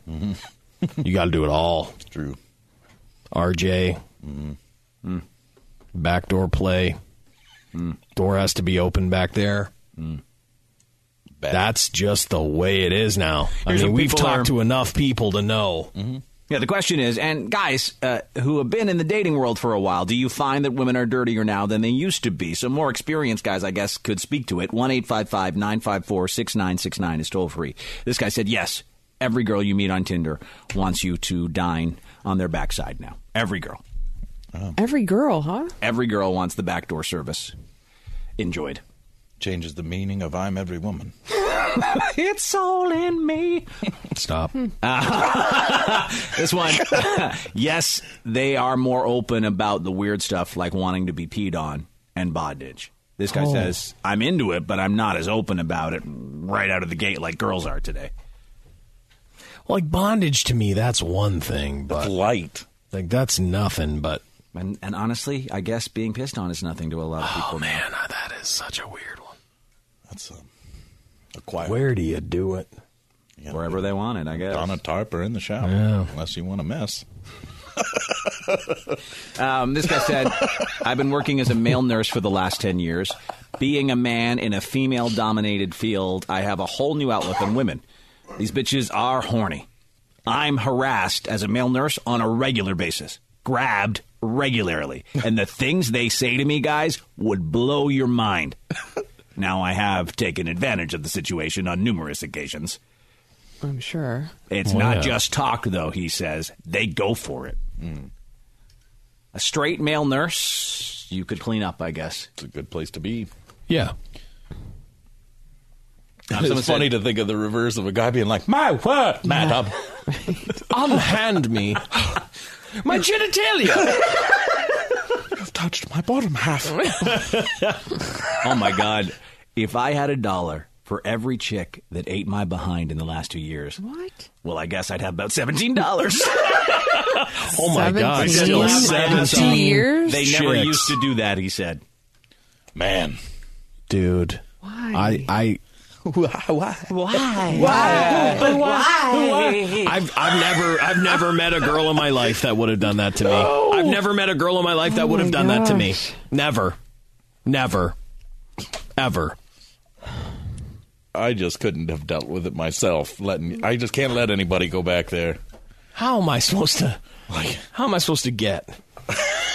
[SPEAKER 3] you got to do it all.
[SPEAKER 7] True.
[SPEAKER 3] RJ. Backdoor play. Door has to be open back there. That's just the way it is now.
[SPEAKER 2] Here's
[SPEAKER 3] I mean,
[SPEAKER 2] what
[SPEAKER 3] we've
[SPEAKER 2] people
[SPEAKER 3] talked
[SPEAKER 2] are-
[SPEAKER 3] to enough people to know.
[SPEAKER 2] Yeah, the question is, and guys uh, who have been in the dating world for a while, do you find that women are dirtier now than they used to be? So, more experienced guys, I guess, could speak to it. 1 855 954 6969 is toll free. This guy said, yes, every girl you meet on Tinder wants you to dine on their backside now. Every girl.
[SPEAKER 7] Oh.
[SPEAKER 5] Every girl, huh?
[SPEAKER 2] Every girl wants the backdoor service. Enjoyed.
[SPEAKER 7] Changes the meaning of I'm every woman.
[SPEAKER 2] <laughs> it's all in <laughs> me.
[SPEAKER 3] Stop.
[SPEAKER 2] Uh, this one, <laughs> yes, they are more open about the weird stuff like wanting to be peed on and bondage. This guy
[SPEAKER 3] Oh.
[SPEAKER 2] says, I'm into it, but I'm not as open about it right out of the gate like girls are today.
[SPEAKER 3] Like bondage to me, that's one thing, but
[SPEAKER 7] light.
[SPEAKER 3] Like that's nothing, but
[SPEAKER 2] And, and honestly, I guess being pissed on is nothing to a lot of people. Oh, man,
[SPEAKER 3] that is such a weird one.
[SPEAKER 7] That's a, a quiet.
[SPEAKER 3] Where do you do it?
[SPEAKER 2] Wherever they want it, I guess.
[SPEAKER 7] On a tarp or in the shower, unless you want to mess.
[SPEAKER 2] Um, this guy said, I've been working as a male nurse for the last 10 years. Being a man in a female dominated field, I have a whole new outlook on women. These bitches are horny. I'm harassed as a male nurse on a regular basis, grabbed regularly. And the things they say to me, guys, would blow your mind. Now, I have taken advantage of the situation on numerous occasions.
[SPEAKER 5] I'm sure.
[SPEAKER 2] It's
[SPEAKER 3] Oh,
[SPEAKER 5] Well,
[SPEAKER 2] not
[SPEAKER 5] yeah.
[SPEAKER 2] just talk, though, he says. They go for it. A straight male nurse, you could clean up, I guess. It's a good place to be.
[SPEAKER 3] Yeah.
[SPEAKER 7] it's funny to think of the reverse of a guy being like, "My what, madam?
[SPEAKER 3] <laughs>
[SPEAKER 7] <laughs>
[SPEAKER 3] Unhand me my genitalia."
[SPEAKER 7] I've touched my bottom half."
[SPEAKER 2] <laughs> oh my god! If I had a dollar for every chick that ate my behind in the last two years, what? Well, I guess I'd have about seventeen dollars.
[SPEAKER 3] <laughs> Oh my God! Still seventeen
[SPEAKER 2] They never
[SPEAKER 3] chicks.
[SPEAKER 2] used to do that. He said. Man,
[SPEAKER 15] dude.
[SPEAKER 2] Why?
[SPEAKER 15] I
[SPEAKER 7] I <laughs> why
[SPEAKER 4] why
[SPEAKER 3] Why?
[SPEAKER 4] why
[SPEAKER 3] I've I've never I've never met a girl in my life that would have done that to me. I've never met a girl in my life that would have done that to me. Never, never, ever.
[SPEAKER 7] I just couldn't have dealt with it myself. Letting I just can't let anybody go back there.
[SPEAKER 3] How am I supposed to? Like, how am I supposed to get?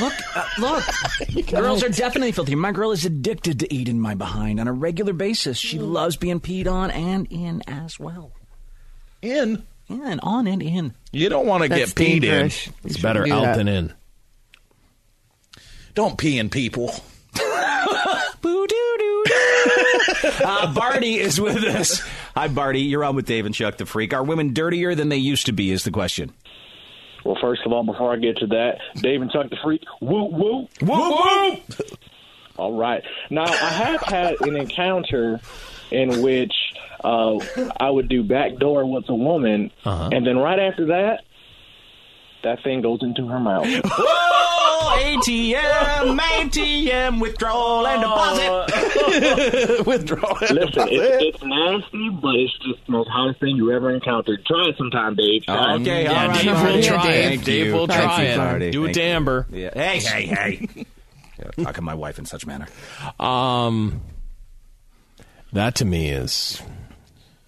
[SPEAKER 2] Look, uh, <laughs> look, girls are definitely filthy. My girl is addicted to eating my behind on a regular basis. She loves being peed on and in as well.
[SPEAKER 7] In,
[SPEAKER 2] in, on and in.
[SPEAKER 7] You don't want to
[SPEAKER 2] That's
[SPEAKER 7] get peed
[SPEAKER 2] dangerous.
[SPEAKER 7] in.
[SPEAKER 2] You It's shouldn't better do out that. than
[SPEAKER 3] in.
[SPEAKER 7] Don't pee in people.
[SPEAKER 2] <laughs> uh, Barty is with us. Hi, Barty. You're on with Dave and Chuck the Freak. Are women dirtier than they used to be? Is the question.
[SPEAKER 17] Well, first of all, before I get to that, Dave and Chuck the Freak, whoop, whoop. Whoop, whoop. All right. Now, I have had an encounter in which uh, I would do backdoor with a woman, and then right after that, that thing goes into her mouth.
[SPEAKER 2] Whoa! ATM, ATM withdrawal and
[SPEAKER 17] <laughs>
[SPEAKER 2] deposit.
[SPEAKER 7] Withdrawal.
[SPEAKER 17] Listen, it's, it's nasty, but it's just the most hottest thing you ever encountered. Try it sometime, Dave.
[SPEAKER 2] Okay, all right.
[SPEAKER 17] Dave
[SPEAKER 2] Barty.
[SPEAKER 17] will try
[SPEAKER 3] it.
[SPEAKER 2] Thank
[SPEAKER 3] Dave
[SPEAKER 2] you.
[SPEAKER 3] will
[SPEAKER 2] Thank
[SPEAKER 3] try
[SPEAKER 2] you,
[SPEAKER 3] it.
[SPEAKER 2] Barty.
[SPEAKER 3] Do it
[SPEAKER 2] Thank
[SPEAKER 3] to
[SPEAKER 2] you.
[SPEAKER 3] Amber.
[SPEAKER 2] Yeah. Hey,
[SPEAKER 5] <laughs>
[SPEAKER 2] hey, hey. yeah, talking to my wife in such manner.
[SPEAKER 3] Um, that to me is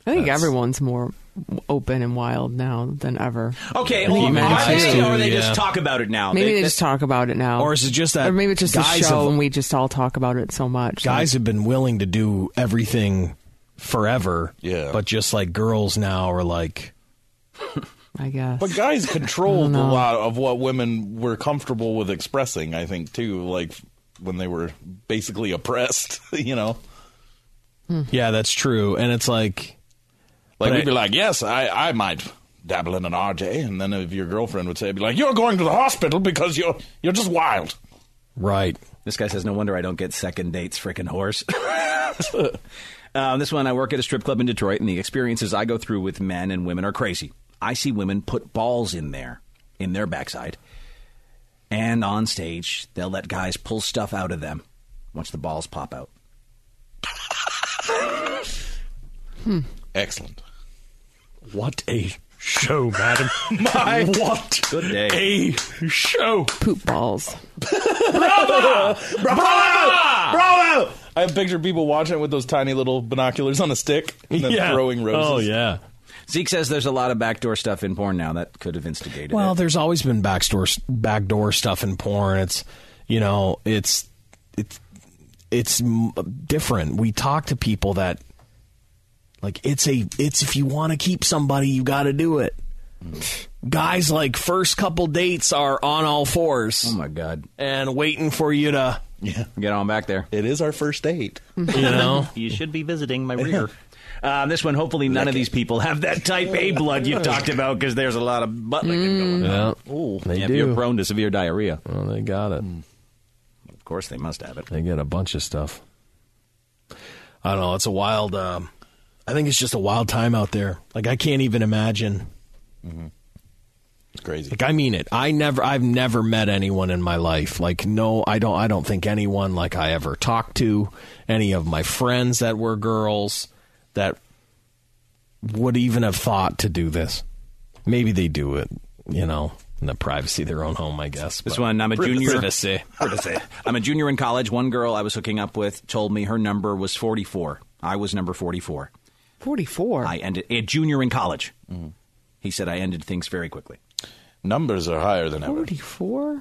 [SPEAKER 5] I think everyone's more w- open and wild now than ever.
[SPEAKER 2] Okay,
[SPEAKER 5] In the
[SPEAKER 2] well, are
[SPEAKER 5] United
[SPEAKER 2] they,
[SPEAKER 5] States.
[SPEAKER 2] or they just talk about it now?
[SPEAKER 5] Maybe they, just talk about it now,
[SPEAKER 3] Or is it just that
[SPEAKER 5] or maybe it's just a
[SPEAKER 3] guys
[SPEAKER 5] show,
[SPEAKER 3] have-
[SPEAKER 5] and we just all talk about it so much.
[SPEAKER 3] guys have been willing to do everything forever. Yeah, but just like girls now are like,
[SPEAKER 5] I guess.
[SPEAKER 7] But guys controlled a lot of what women were comfortable with expressing, I think, too, like when they were basically oppressed, <laughs> you know?
[SPEAKER 5] Hmm.
[SPEAKER 3] yeah, that's true. And it's like,
[SPEAKER 7] Like,
[SPEAKER 3] But
[SPEAKER 7] we'd
[SPEAKER 3] I-
[SPEAKER 7] be like, yes, I, I might dabble in an RJ. And then if your girlfriend would say, I'd be like, you're going to the hospital because you're, you're just wild.
[SPEAKER 3] Right.
[SPEAKER 2] This guy says, "No wonder I don't get second dates, frickin' horse." <laughs> Uh, this one, I work at a strip club in Detroit, and the experiences I go through with men and women are crazy. I see women put balls in there, in their backside, and on stage they'll let guys pull stuff out of them once the balls pop out. Hmm.
[SPEAKER 7] Excellent.
[SPEAKER 3] What a
[SPEAKER 2] <laughs>
[SPEAKER 3] show, madam.
[SPEAKER 4] My-
[SPEAKER 3] what
[SPEAKER 2] Good day.
[SPEAKER 3] a show.
[SPEAKER 5] Poop
[SPEAKER 7] <laughs>
[SPEAKER 5] balls.
[SPEAKER 3] Ah.
[SPEAKER 7] Bravo! Bravo! Bravo! I picture people watching it with those tiny little binoculars on a
[SPEAKER 3] <laughs>
[SPEAKER 7] stick and then
[SPEAKER 3] Yeah.
[SPEAKER 7] throwing roses.
[SPEAKER 3] Oh, yeah.
[SPEAKER 2] Zeke says there's a lot of backdoor stuff in porn now that could have instigated.
[SPEAKER 3] Well,
[SPEAKER 2] it.
[SPEAKER 3] there's always been backdoor backdoor stuff in porn. It's you know, it's it's it's m- different. We talk to people that like it's a it's if you want to keep somebody, you got to do it.
[SPEAKER 2] Hmm.
[SPEAKER 3] Guys, like first couple dates are on all fours. Oh
[SPEAKER 2] my god,
[SPEAKER 3] and waiting for you to
[SPEAKER 2] get on back there.
[SPEAKER 7] It is our first date. <laughs>
[SPEAKER 3] You know,
[SPEAKER 2] you should be visiting my <laughs> rear. Um, this one, hopefully, none of these people have that type A blood
[SPEAKER 7] <laughs>
[SPEAKER 2] you talked about because there's a lot of butt licking going
[SPEAKER 3] Mm.
[SPEAKER 2] on.
[SPEAKER 3] Ooh,
[SPEAKER 2] Yeah,
[SPEAKER 3] they
[SPEAKER 2] If you're
[SPEAKER 3] do.
[SPEAKER 2] prone to severe diarrhea, Hmm.
[SPEAKER 3] well, they got it.
[SPEAKER 2] of course they must have it.
[SPEAKER 3] They get a bunch of stuff. I don't know. It's a wild. Um, I think it's just a wild time out there. Like I can't even imagine.
[SPEAKER 2] Mm-hmm.
[SPEAKER 7] It's crazy.
[SPEAKER 3] Like I mean it. I never. I've never met anyone in my life. Like no, I don't. I don't think anyone like I ever talked to any of my friends that were girls that would even have thought to do this. Maybe they do it. You know, in the privacy of their own home, I guess.
[SPEAKER 2] This
[SPEAKER 3] but-
[SPEAKER 2] one, I'm a junior.
[SPEAKER 3] Privacy.
[SPEAKER 2] I'm a junior in college. One girl I was hooking up with told me her number was 44. I was number 44.
[SPEAKER 5] 44.
[SPEAKER 2] I ended a junior in college. He said I ended things very quickly.
[SPEAKER 7] Mm-hmm. Numbers are higher than ever.
[SPEAKER 2] <laughs>
[SPEAKER 3] <laughs>
[SPEAKER 5] 44?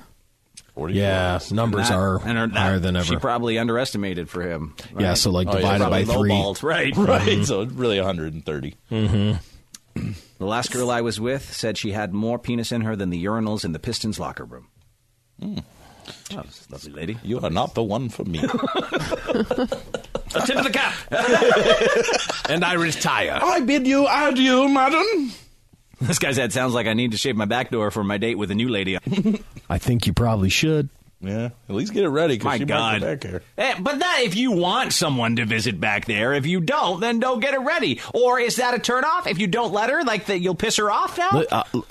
[SPEAKER 3] Yeah, numbers
[SPEAKER 2] And that-
[SPEAKER 3] are
[SPEAKER 2] and her- that
[SPEAKER 3] higher than
[SPEAKER 2] She
[SPEAKER 3] ever.
[SPEAKER 2] probably underestimated for him. Oh,
[SPEAKER 3] Yeah, so, like, divided
[SPEAKER 2] probably
[SPEAKER 3] by three. Mm-hmm.
[SPEAKER 2] lowballed. <laughs> Right,
[SPEAKER 7] Right.
[SPEAKER 2] Mhm.
[SPEAKER 7] So really 130.
[SPEAKER 3] hmm
[SPEAKER 2] The last girl I was with said she had more penis in her than the urinals in the Pistons locker room.
[SPEAKER 3] Hmm.
[SPEAKER 2] Oh, lovely lady.
[SPEAKER 7] You are not the one for
[SPEAKER 2] <laughs>
[SPEAKER 7] me.
[SPEAKER 2] A tip of the <laughs> cap.
[SPEAKER 3] and I retire.
[SPEAKER 7] I bid you adieu, madam.
[SPEAKER 2] This guy said, sounds like I need to shave my back door for my date with a new lady. <laughs>
[SPEAKER 3] I think you probably should.
[SPEAKER 7] Yeah, at least get it ready. 'cause
[SPEAKER 2] My
[SPEAKER 7] she might
[SPEAKER 2] God.
[SPEAKER 7] come back here.
[SPEAKER 2] Eh, but that if you want someone to visit back there, if you don't, then don't get it ready. Or is that a turnoff? If you don't let her, like that, you'll piss her off now.
[SPEAKER 3] Li- uh, l-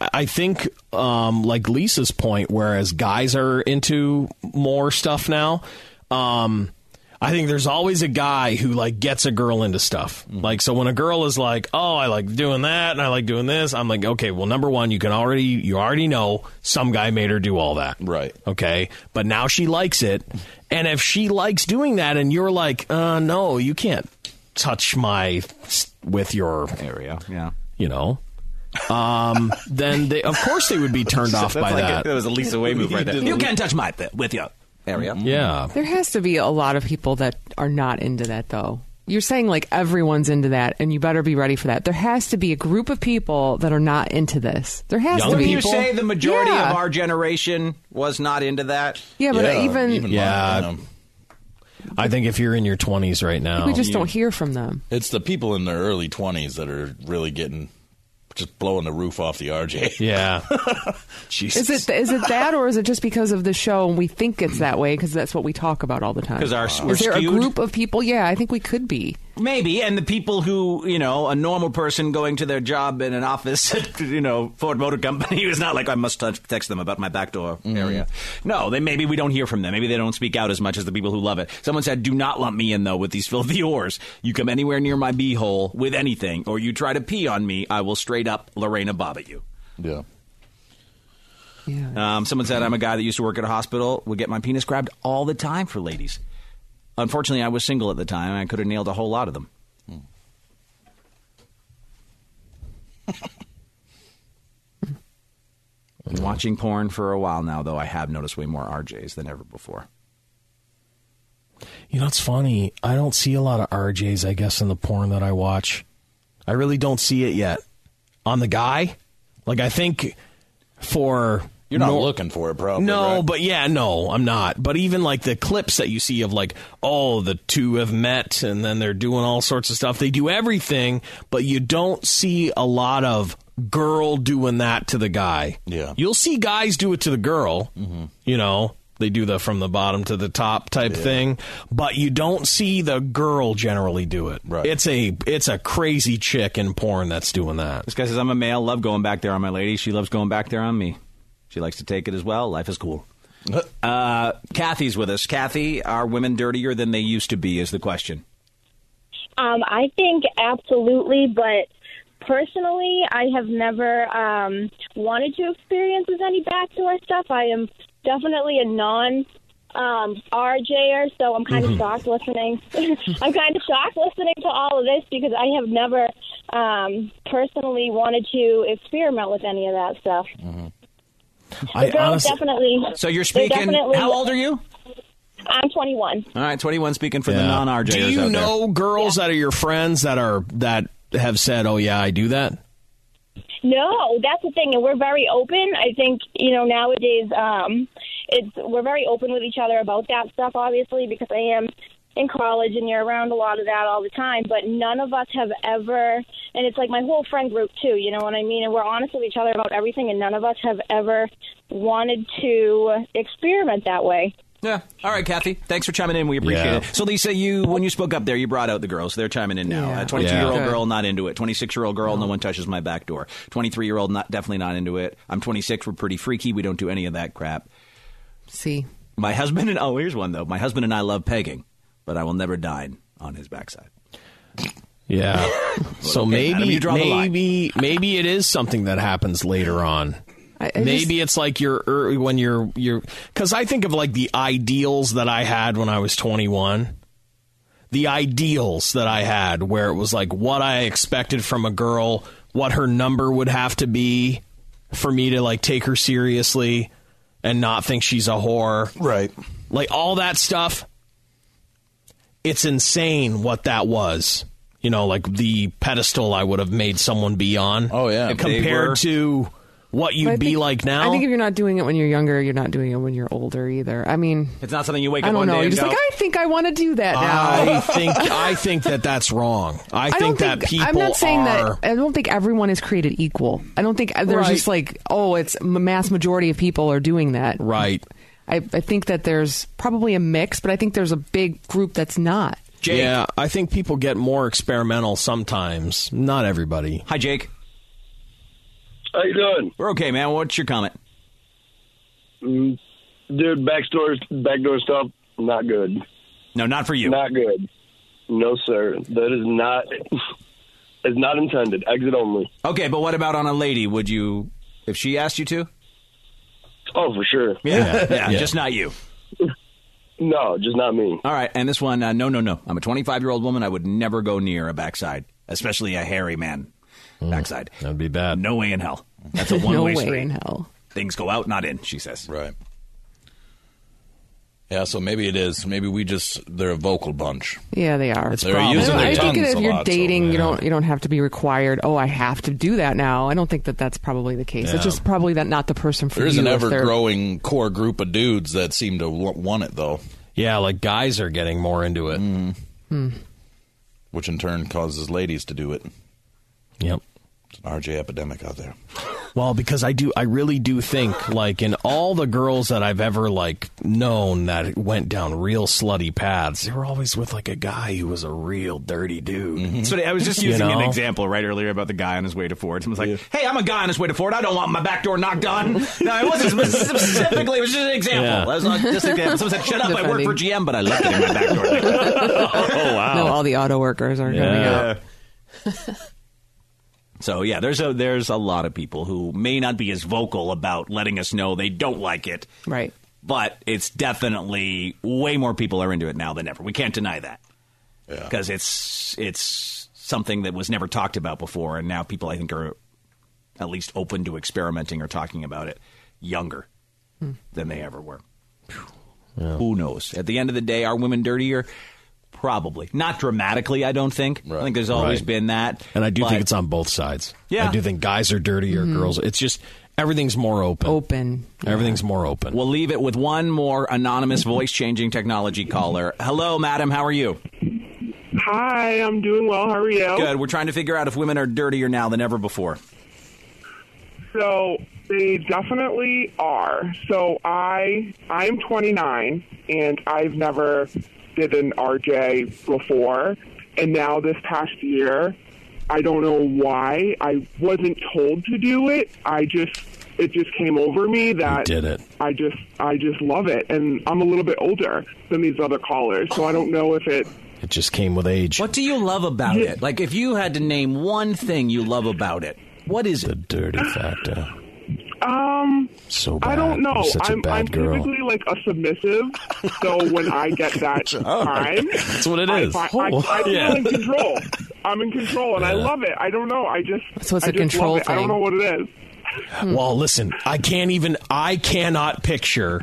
[SPEAKER 3] I think, um, like Lisa's point, whereas guys are into more stuff now, um, I think there's always a guy who like gets a girl into stuff. Like, so when a girl is like, "Oh, I like doing that and I like doing this," I'm like, "Okay, well, number one, you can already you already know some guy made her do all that, right? Okay, but now she likes it, and if she likes doing that, and you're like, uh, "No, you can't touch my s- with your area,"
[SPEAKER 2] yeah,
[SPEAKER 3] you know um, then they, of course they would be turned off by that.
[SPEAKER 2] You can't touch my th- with your area.
[SPEAKER 3] Yeah.
[SPEAKER 5] There has to be a lot of people that are not into that, though. You're saying like everyone's into that, and you better be ready for that. There has to be a group of people that are not into this. There has to
[SPEAKER 2] Wouldn't
[SPEAKER 5] be.
[SPEAKER 2] you say the majority
[SPEAKER 5] Yeah.
[SPEAKER 2] of our generation was not into that?
[SPEAKER 5] Yeah, but Yeah, even- even
[SPEAKER 3] yeah. I think if you're in your 20s right now,
[SPEAKER 5] we just don't hear from them.
[SPEAKER 7] It's the people in their early 20s that are really getting just blowing the roof off the RJ.
[SPEAKER 3] Yeah.
[SPEAKER 7] <laughs> Jesus.
[SPEAKER 5] Is it is it that, or is it just because of the show and we think it's that way because that's what we talk about all the time?
[SPEAKER 2] 'Cause our-
[SPEAKER 5] is
[SPEAKER 2] we're
[SPEAKER 5] there a
[SPEAKER 2] skewed.
[SPEAKER 5] group of people? Yeah, I think we could be.
[SPEAKER 2] Maybe, and the people who, you know, a normal person going to their job in an office <laughs> at, you know, Ford Motor Company is not like, I must touch, text them about my back door area. No, they maybe we don't hear from them. Maybe they don't speak out as much as the people who love it. Someone said, do not lump me in, though, with these filthy <laughs> oars. You come anywhere near my beehole with anything, or you try to pee on me, I will straight up Lorena Bob at you.
[SPEAKER 7] Yeah.
[SPEAKER 2] Um, someone said, I'm a guy that used to work at a hospital, would get my penis grabbed all the time for ladies. Unfortunately, I was single at the time, and I could have nailed a whole lot of them.
[SPEAKER 3] Hmm.
[SPEAKER 2] Been watching porn for a while now, though I have noticed way more RJs than ever before.
[SPEAKER 3] You know, it's funny. I don't see a lot of RJs, I guess, in the porn that I watch. I really don't see it yet. On the guy? Like, I think for.
[SPEAKER 7] You're not
[SPEAKER 3] nor-
[SPEAKER 7] looking for it, probably.
[SPEAKER 3] no,
[SPEAKER 7] right?
[SPEAKER 3] but yeah, no, I'm not. But even like the clips that you see of like, oh, the two have met and then they're doing all sorts of stuff. They do everything, but you don't see a lot of girl doing that to the guy. Yeah. Mm-hmm. You'll see guys do it to the girl. You know, they do the from the bottom to the top type thing, but you don't see the girl generally do it. Right. It's a it's a crazy chick in porn that's doing that.
[SPEAKER 2] This guy says, I'm a male, love going back there on my lady. She loves going back there on me. She likes to take it as well. Life is cool.
[SPEAKER 3] Uh-huh.
[SPEAKER 2] Uh, Kathy's with us. Kathy, are women dirtier than they used to be? Is the question.
[SPEAKER 45] Um, I think absolutely, but personally, I have never um, wanted to experience with any backdoor stuff. I am definitely a non um, RJer, so I'm kind of shocked listening. <laughs> I'm kind of shocked listening to all of this because I have never um, personally wanted to experiment with any of that stuff.
[SPEAKER 3] Mm-hmm. I
[SPEAKER 45] Girls definitely.
[SPEAKER 2] So you're
[SPEAKER 45] they
[SPEAKER 2] speaking-
[SPEAKER 45] definitely-
[SPEAKER 2] how old are you?
[SPEAKER 45] I'm 21.
[SPEAKER 2] All right, 21 speaking for the
[SPEAKER 3] Yeah.
[SPEAKER 2] non RJers.
[SPEAKER 3] Do you know girls that are your friends that are that have said, "Oh yeah, I do that"?
[SPEAKER 45] No, that's the thing, and we're very open. I think you know nowadays, um, it's we're very open with each other about that stuff. Obviously, because I am in college, and you're around a lot of that all the time. But none of us have ever, and it's like my whole friend group too. You know what I mean? And we're honest with each other about everything, and none of us have ever wanted to experiment that way.
[SPEAKER 2] Yeah. All right, Kathy. Thanks for chiming in. We appreciate
[SPEAKER 3] Yeah.
[SPEAKER 2] it. So, Lisa, you when you spoke up there, you brought out the girls. They're chiming in now.
[SPEAKER 3] Yeah.
[SPEAKER 2] A 22 year
[SPEAKER 3] Yeah.
[SPEAKER 2] old girl not into it. 26 year old girl, no. one touches my back door. 23 year old not definitely not into it. I'm 26. We're pretty freaky. We don't do any of that crap.
[SPEAKER 5] See,
[SPEAKER 2] My husband and oh, here's one though. My husband and I love pegging, but I will never dine on his backside. <laughs>
[SPEAKER 3] Yeah. so
[SPEAKER 2] okay,
[SPEAKER 3] maybe
[SPEAKER 2] Adam, you draw the line.
[SPEAKER 3] maybe maybe it is something that happens later on.
[SPEAKER 5] I, I
[SPEAKER 3] Maybe it's like you're early when you're you're because I think of like the ideals that I had when I was 21. The ideals that I had, where it was like what I expected from a girl, what her number would have to be for me to like take her seriously and not think she's a whore.
[SPEAKER 7] Right.
[SPEAKER 3] Like all that stuff. It's insane what that was. You know, like the pedestal I would have made someone be on. Oh yeah. Compared to what you'd
[SPEAKER 5] But I
[SPEAKER 3] be
[SPEAKER 5] think-
[SPEAKER 3] like now.
[SPEAKER 5] I think if you're not doing it when you're younger, you're not doing it when you're older either. I mean,
[SPEAKER 2] It's not something you wake
[SPEAKER 5] I
[SPEAKER 2] up
[SPEAKER 5] don't
[SPEAKER 2] one
[SPEAKER 5] know.
[SPEAKER 2] day
[SPEAKER 5] You're
[SPEAKER 2] and
[SPEAKER 5] just
[SPEAKER 2] go,
[SPEAKER 5] like, I think I want to do that now. <laughs>
[SPEAKER 3] I think I think that that's wrong. I,
[SPEAKER 5] I
[SPEAKER 3] think
[SPEAKER 5] don't
[SPEAKER 3] that people
[SPEAKER 5] I'm not saying
[SPEAKER 3] are.
[SPEAKER 5] that. I don't think everyone is created equal. I don't think there's
[SPEAKER 3] Right.
[SPEAKER 5] just like, oh, it's m- mass majority of people are doing that.
[SPEAKER 3] Right.
[SPEAKER 5] I, I think that there's probably a mix, but I think there's a big group that's not.
[SPEAKER 3] Yeah, I think people get more experimental sometimes. Not everybody.
[SPEAKER 2] Hi, Jake.
[SPEAKER 4] How you doing?
[SPEAKER 2] We're okay, man. What's your comment?
[SPEAKER 4] Mm, Dude, backdoor backdoor stuff, not good.
[SPEAKER 2] No, not for you.
[SPEAKER 4] Not good. No, sir. That is not is not intended. Exit only.
[SPEAKER 2] Okay, but what about on a lady? Would you, if she asked you to?
[SPEAKER 4] Oh, for sure. <laughs>
[SPEAKER 2] Yeah, yeah,
[SPEAKER 4] Yeah.
[SPEAKER 2] just not you.
[SPEAKER 4] No, just not me.
[SPEAKER 2] All right, and this one, uh, no, no, no. I'm a 25 year old woman. I would never go near a backside, especially a hairy man backside. That'd
[SPEAKER 3] Hmm, be bad.
[SPEAKER 2] No way in hell.
[SPEAKER 5] <laughs>
[SPEAKER 2] That's a
[SPEAKER 5] No
[SPEAKER 2] one way
[SPEAKER 5] way
[SPEAKER 2] street.
[SPEAKER 5] in hell.
[SPEAKER 2] Things go out, not in. She says.
[SPEAKER 7] Right. Yeah, so maybe it is. Maybe we just they're a vocal bunch.
[SPEAKER 5] Yeah, they are.
[SPEAKER 7] It's They're probably- using their
[SPEAKER 5] I think
[SPEAKER 7] tongues
[SPEAKER 5] that if
[SPEAKER 7] a
[SPEAKER 5] you're
[SPEAKER 7] lot, so,
[SPEAKER 5] dating, you
[SPEAKER 7] yeah.
[SPEAKER 5] don't you don't have to be required. Oh, I have to do that now. I don't think that that's probably the case.
[SPEAKER 7] Yeah.
[SPEAKER 5] It's just probably that not the person for
[SPEAKER 7] There is
[SPEAKER 5] you.
[SPEAKER 7] an
[SPEAKER 5] if they're-
[SPEAKER 7] ever-growing core group of dudes that seem to w- want it, though. Mm-hmm.
[SPEAKER 3] Yeah, like guys are getting more into it, Mm-hmm.
[SPEAKER 5] Hmm.
[SPEAKER 7] which in turn causes ladies to do it.
[SPEAKER 3] Yep,
[SPEAKER 7] it's an RJ epidemic out there.
[SPEAKER 3] Well, because I do, I really do think like in all the girls that I've ever like known that went down real slutty paths, they were always with like a guy who was a real dirty dude.
[SPEAKER 2] So Mm-hmm. I was just using
[SPEAKER 3] You
[SPEAKER 2] an
[SPEAKER 3] know?
[SPEAKER 2] example right earlier about the guy on his way to Ford. Someone's like, "Hey, I'm a guy on his way to Ford. I don't want my back door knocked on." No, it wasn't specifically. It was just an example.
[SPEAKER 3] Yeah.
[SPEAKER 2] That was not just an example. Someone said, "Shut up! I work for GM, but I love getting my back door."
[SPEAKER 5] <laughs>
[SPEAKER 2] knocked
[SPEAKER 3] oh
[SPEAKER 2] wow.
[SPEAKER 5] No, all the auto workers are coming out.
[SPEAKER 2] <laughs> so yeah, there's a there's a lot of people who may not be as vocal about letting us know they don't like it.
[SPEAKER 5] Right.
[SPEAKER 2] But it's definitely way more people are into it now than ever. We can't deny that. Because it's it's something that was never talked about before and now people I think are at least open to experimenting or talking about it younger
[SPEAKER 51] Hmm.
[SPEAKER 2] than they ever were. Who knows? At the end of the day, are women dirtier? Probably. Not dramatically, I don't think. I think there's always
[SPEAKER 3] Right.
[SPEAKER 2] been that.
[SPEAKER 3] And I do
[SPEAKER 2] but-
[SPEAKER 3] think it's on both sides.
[SPEAKER 2] Yeah.
[SPEAKER 3] I do think guys are dirtier,
[SPEAKER 2] Mhm.
[SPEAKER 3] girls. It's just everything's more open.
[SPEAKER 5] Open.
[SPEAKER 3] Everything's more open.
[SPEAKER 2] We'll leave it with one more anonymous voice changing technology caller. Hello, madam. How are you?
[SPEAKER 54] Hi, I'm doing well. How are you?
[SPEAKER 2] Good. We're trying to figure out if women are dirtier now than ever before.
[SPEAKER 54] So they definitely are. So I I'm 29 and I've never did an RJ before, and now this past year, I don't know why I wasn't told to do it. I just it just came over me that
[SPEAKER 3] did it.
[SPEAKER 54] I just I just love it, and I'm a little bit older than these other callers, so I don't know if it
[SPEAKER 3] It just came with age.
[SPEAKER 2] What do you love about it? Like, if you had to name one thing you love about it, what is it?
[SPEAKER 3] The dirty factor.
[SPEAKER 54] Um,
[SPEAKER 3] So
[SPEAKER 54] I
[SPEAKER 3] bad.
[SPEAKER 54] don't know.
[SPEAKER 3] You're such a
[SPEAKER 54] I'm,
[SPEAKER 3] bad
[SPEAKER 54] I'm
[SPEAKER 3] girl.
[SPEAKER 54] typically like a submissive, so when I
[SPEAKER 3] <laughs>
[SPEAKER 54] get that time,
[SPEAKER 3] oh, That's what it
[SPEAKER 54] I
[SPEAKER 3] is.
[SPEAKER 54] fi- I,
[SPEAKER 3] Oh,
[SPEAKER 54] I feel
[SPEAKER 3] yeah.
[SPEAKER 54] in control. I'm in control, and I
[SPEAKER 3] Yeah.
[SPEAKER 54] love it. I don't know. I just
[SPEAKER 3] So it's
[SPEAKER 54] I
[SPEAKER 3] a
[SPEAKER 54] just love
[SPEAKER 3] control
[SPEAKER 54] it. I
[SPEAKER 3] thing.
[SPEAKER 54] don't know what it is.
[SPEAKER 2] Hmm.
[SPEAKER 3] Well, listen, I can't even, I cannot picture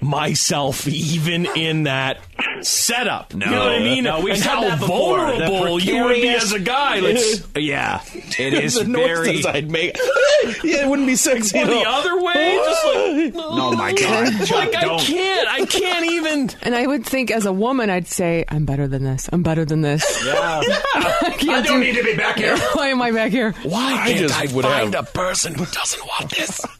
[SPEAKER 3] myself even in that setup.
[SPEAKER 2] No,
[SPEAKER 3] you know what I mean?
[SPEAKER 2] No, we've
[SPEAKER 3] and
[SPEAKER 2] said
[SPEAKER 3] how
[SPEAKER 2] that before. The
[SPEAKER 3] vulnerable you would be
[SPEAKER 2] precarious-
[SPEAKER 3] as a <laughs> guy. Like,
[SPEAKER 2] <laughs> yeah, it is
[SPEAKER 3] The noise
[SPEAKER 2] very.
[SPEAKER 3] that I'd
[SPEAKER 7] make. yeah, it wouldn't be sexy.
[SPEAKER 3] Or the other way, just
[SPEAKER 5] <laughs>
[SPEAKER 3] like
[SPEAKER 2] oh
[SPEAKER 4] <laughs>
[SPEAKER 2] my god,
[SPEAKER 3] like I
[SPEAKER 2] don't.
[SPEAKER 3] can't, I can't even.
[SPEAKER 5] And I would think as a woman, I'd say, I'm better than this. I'm better than this.
[SPEAKER 2] Yeah.
[SPEAKER 5] <laughs> I, can't
[SPEAKER 51] I
[SPEAKER 5] do-
[SPEAKER 51] don't need to be back
[SPEAKER 4] <laughs>
[SPEAKER 51] here.
[SPEAKER 5] Why <laughs> am I back <laughs> here?
[SPEAKER 3] Why
[SPEAKER 7] I just would have
[SPEAKER 3] a person who doesn't want
[SPEAKER 4] <laughs>
[SPEAKER 3] this?
[SPEAKER 7] <laughs>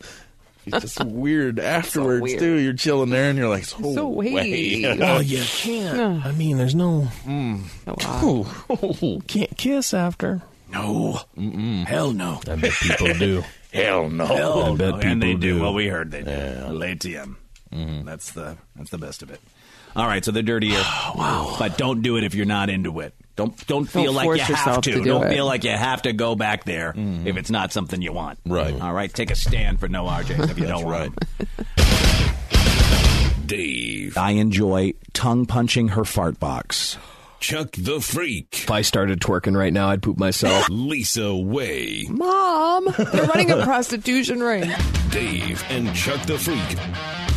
[SPEAKER 7] It's just weird afterwards too. You're chilling there and you're like, oh,
[SPEAKER 5] So wait.
[SPEAKER 7] <laughs> way.
[SPEAKER 3] Oh, you can't. I mean, there's no.
[SPEAKER 2] Hmm.
[SPEAKER 3] Oh, <laughs> Can't kiss after.
[SPEAKER 2] No. Mm-mm. Hell no.
[SPEAKER 3] I bet people do.
[SPEAKER 7] Hell no.
[SPEAKER 3] Hell
[SPEAKER 2] I
[SPEAKER 3] no.
[SPEAKER 2] bet people and they do. Mm-hmm. Well, we heard they do. Latium. <sighs> That's the that's the best of it. All right, so they're dirtier. wow. But don't do it if you're not into it. Don't don't feel like
[SPEAKER 5] force
[SPEAKER 2] you have
[SPEAKER 5] yourself
[SPEAKER 2] to. Mm-hmm.
[SPEAKER 5] to do
[SPEAKER 2] not
[SPEAKER 5] it.
[SPEAKER 2] feel like you have to go back there if it's not something you want. Right. All right. Take a stand for no RJ <laughs> if you don't want.
[SPEAKER 56] Dave.
[SPEAKER 2] I enjoy tongue punching her fart box.
[SPEAKER 56] Chuck the Freak.
[SPEAKER 3] If I started twerking right now, I'd poop myself.
[SPEAKER 56] Lisa Way.
[SPEAKER 5] Mom, they're running a prostitution ring.
[SPEAKER 56] Dave and Chuck the Freak.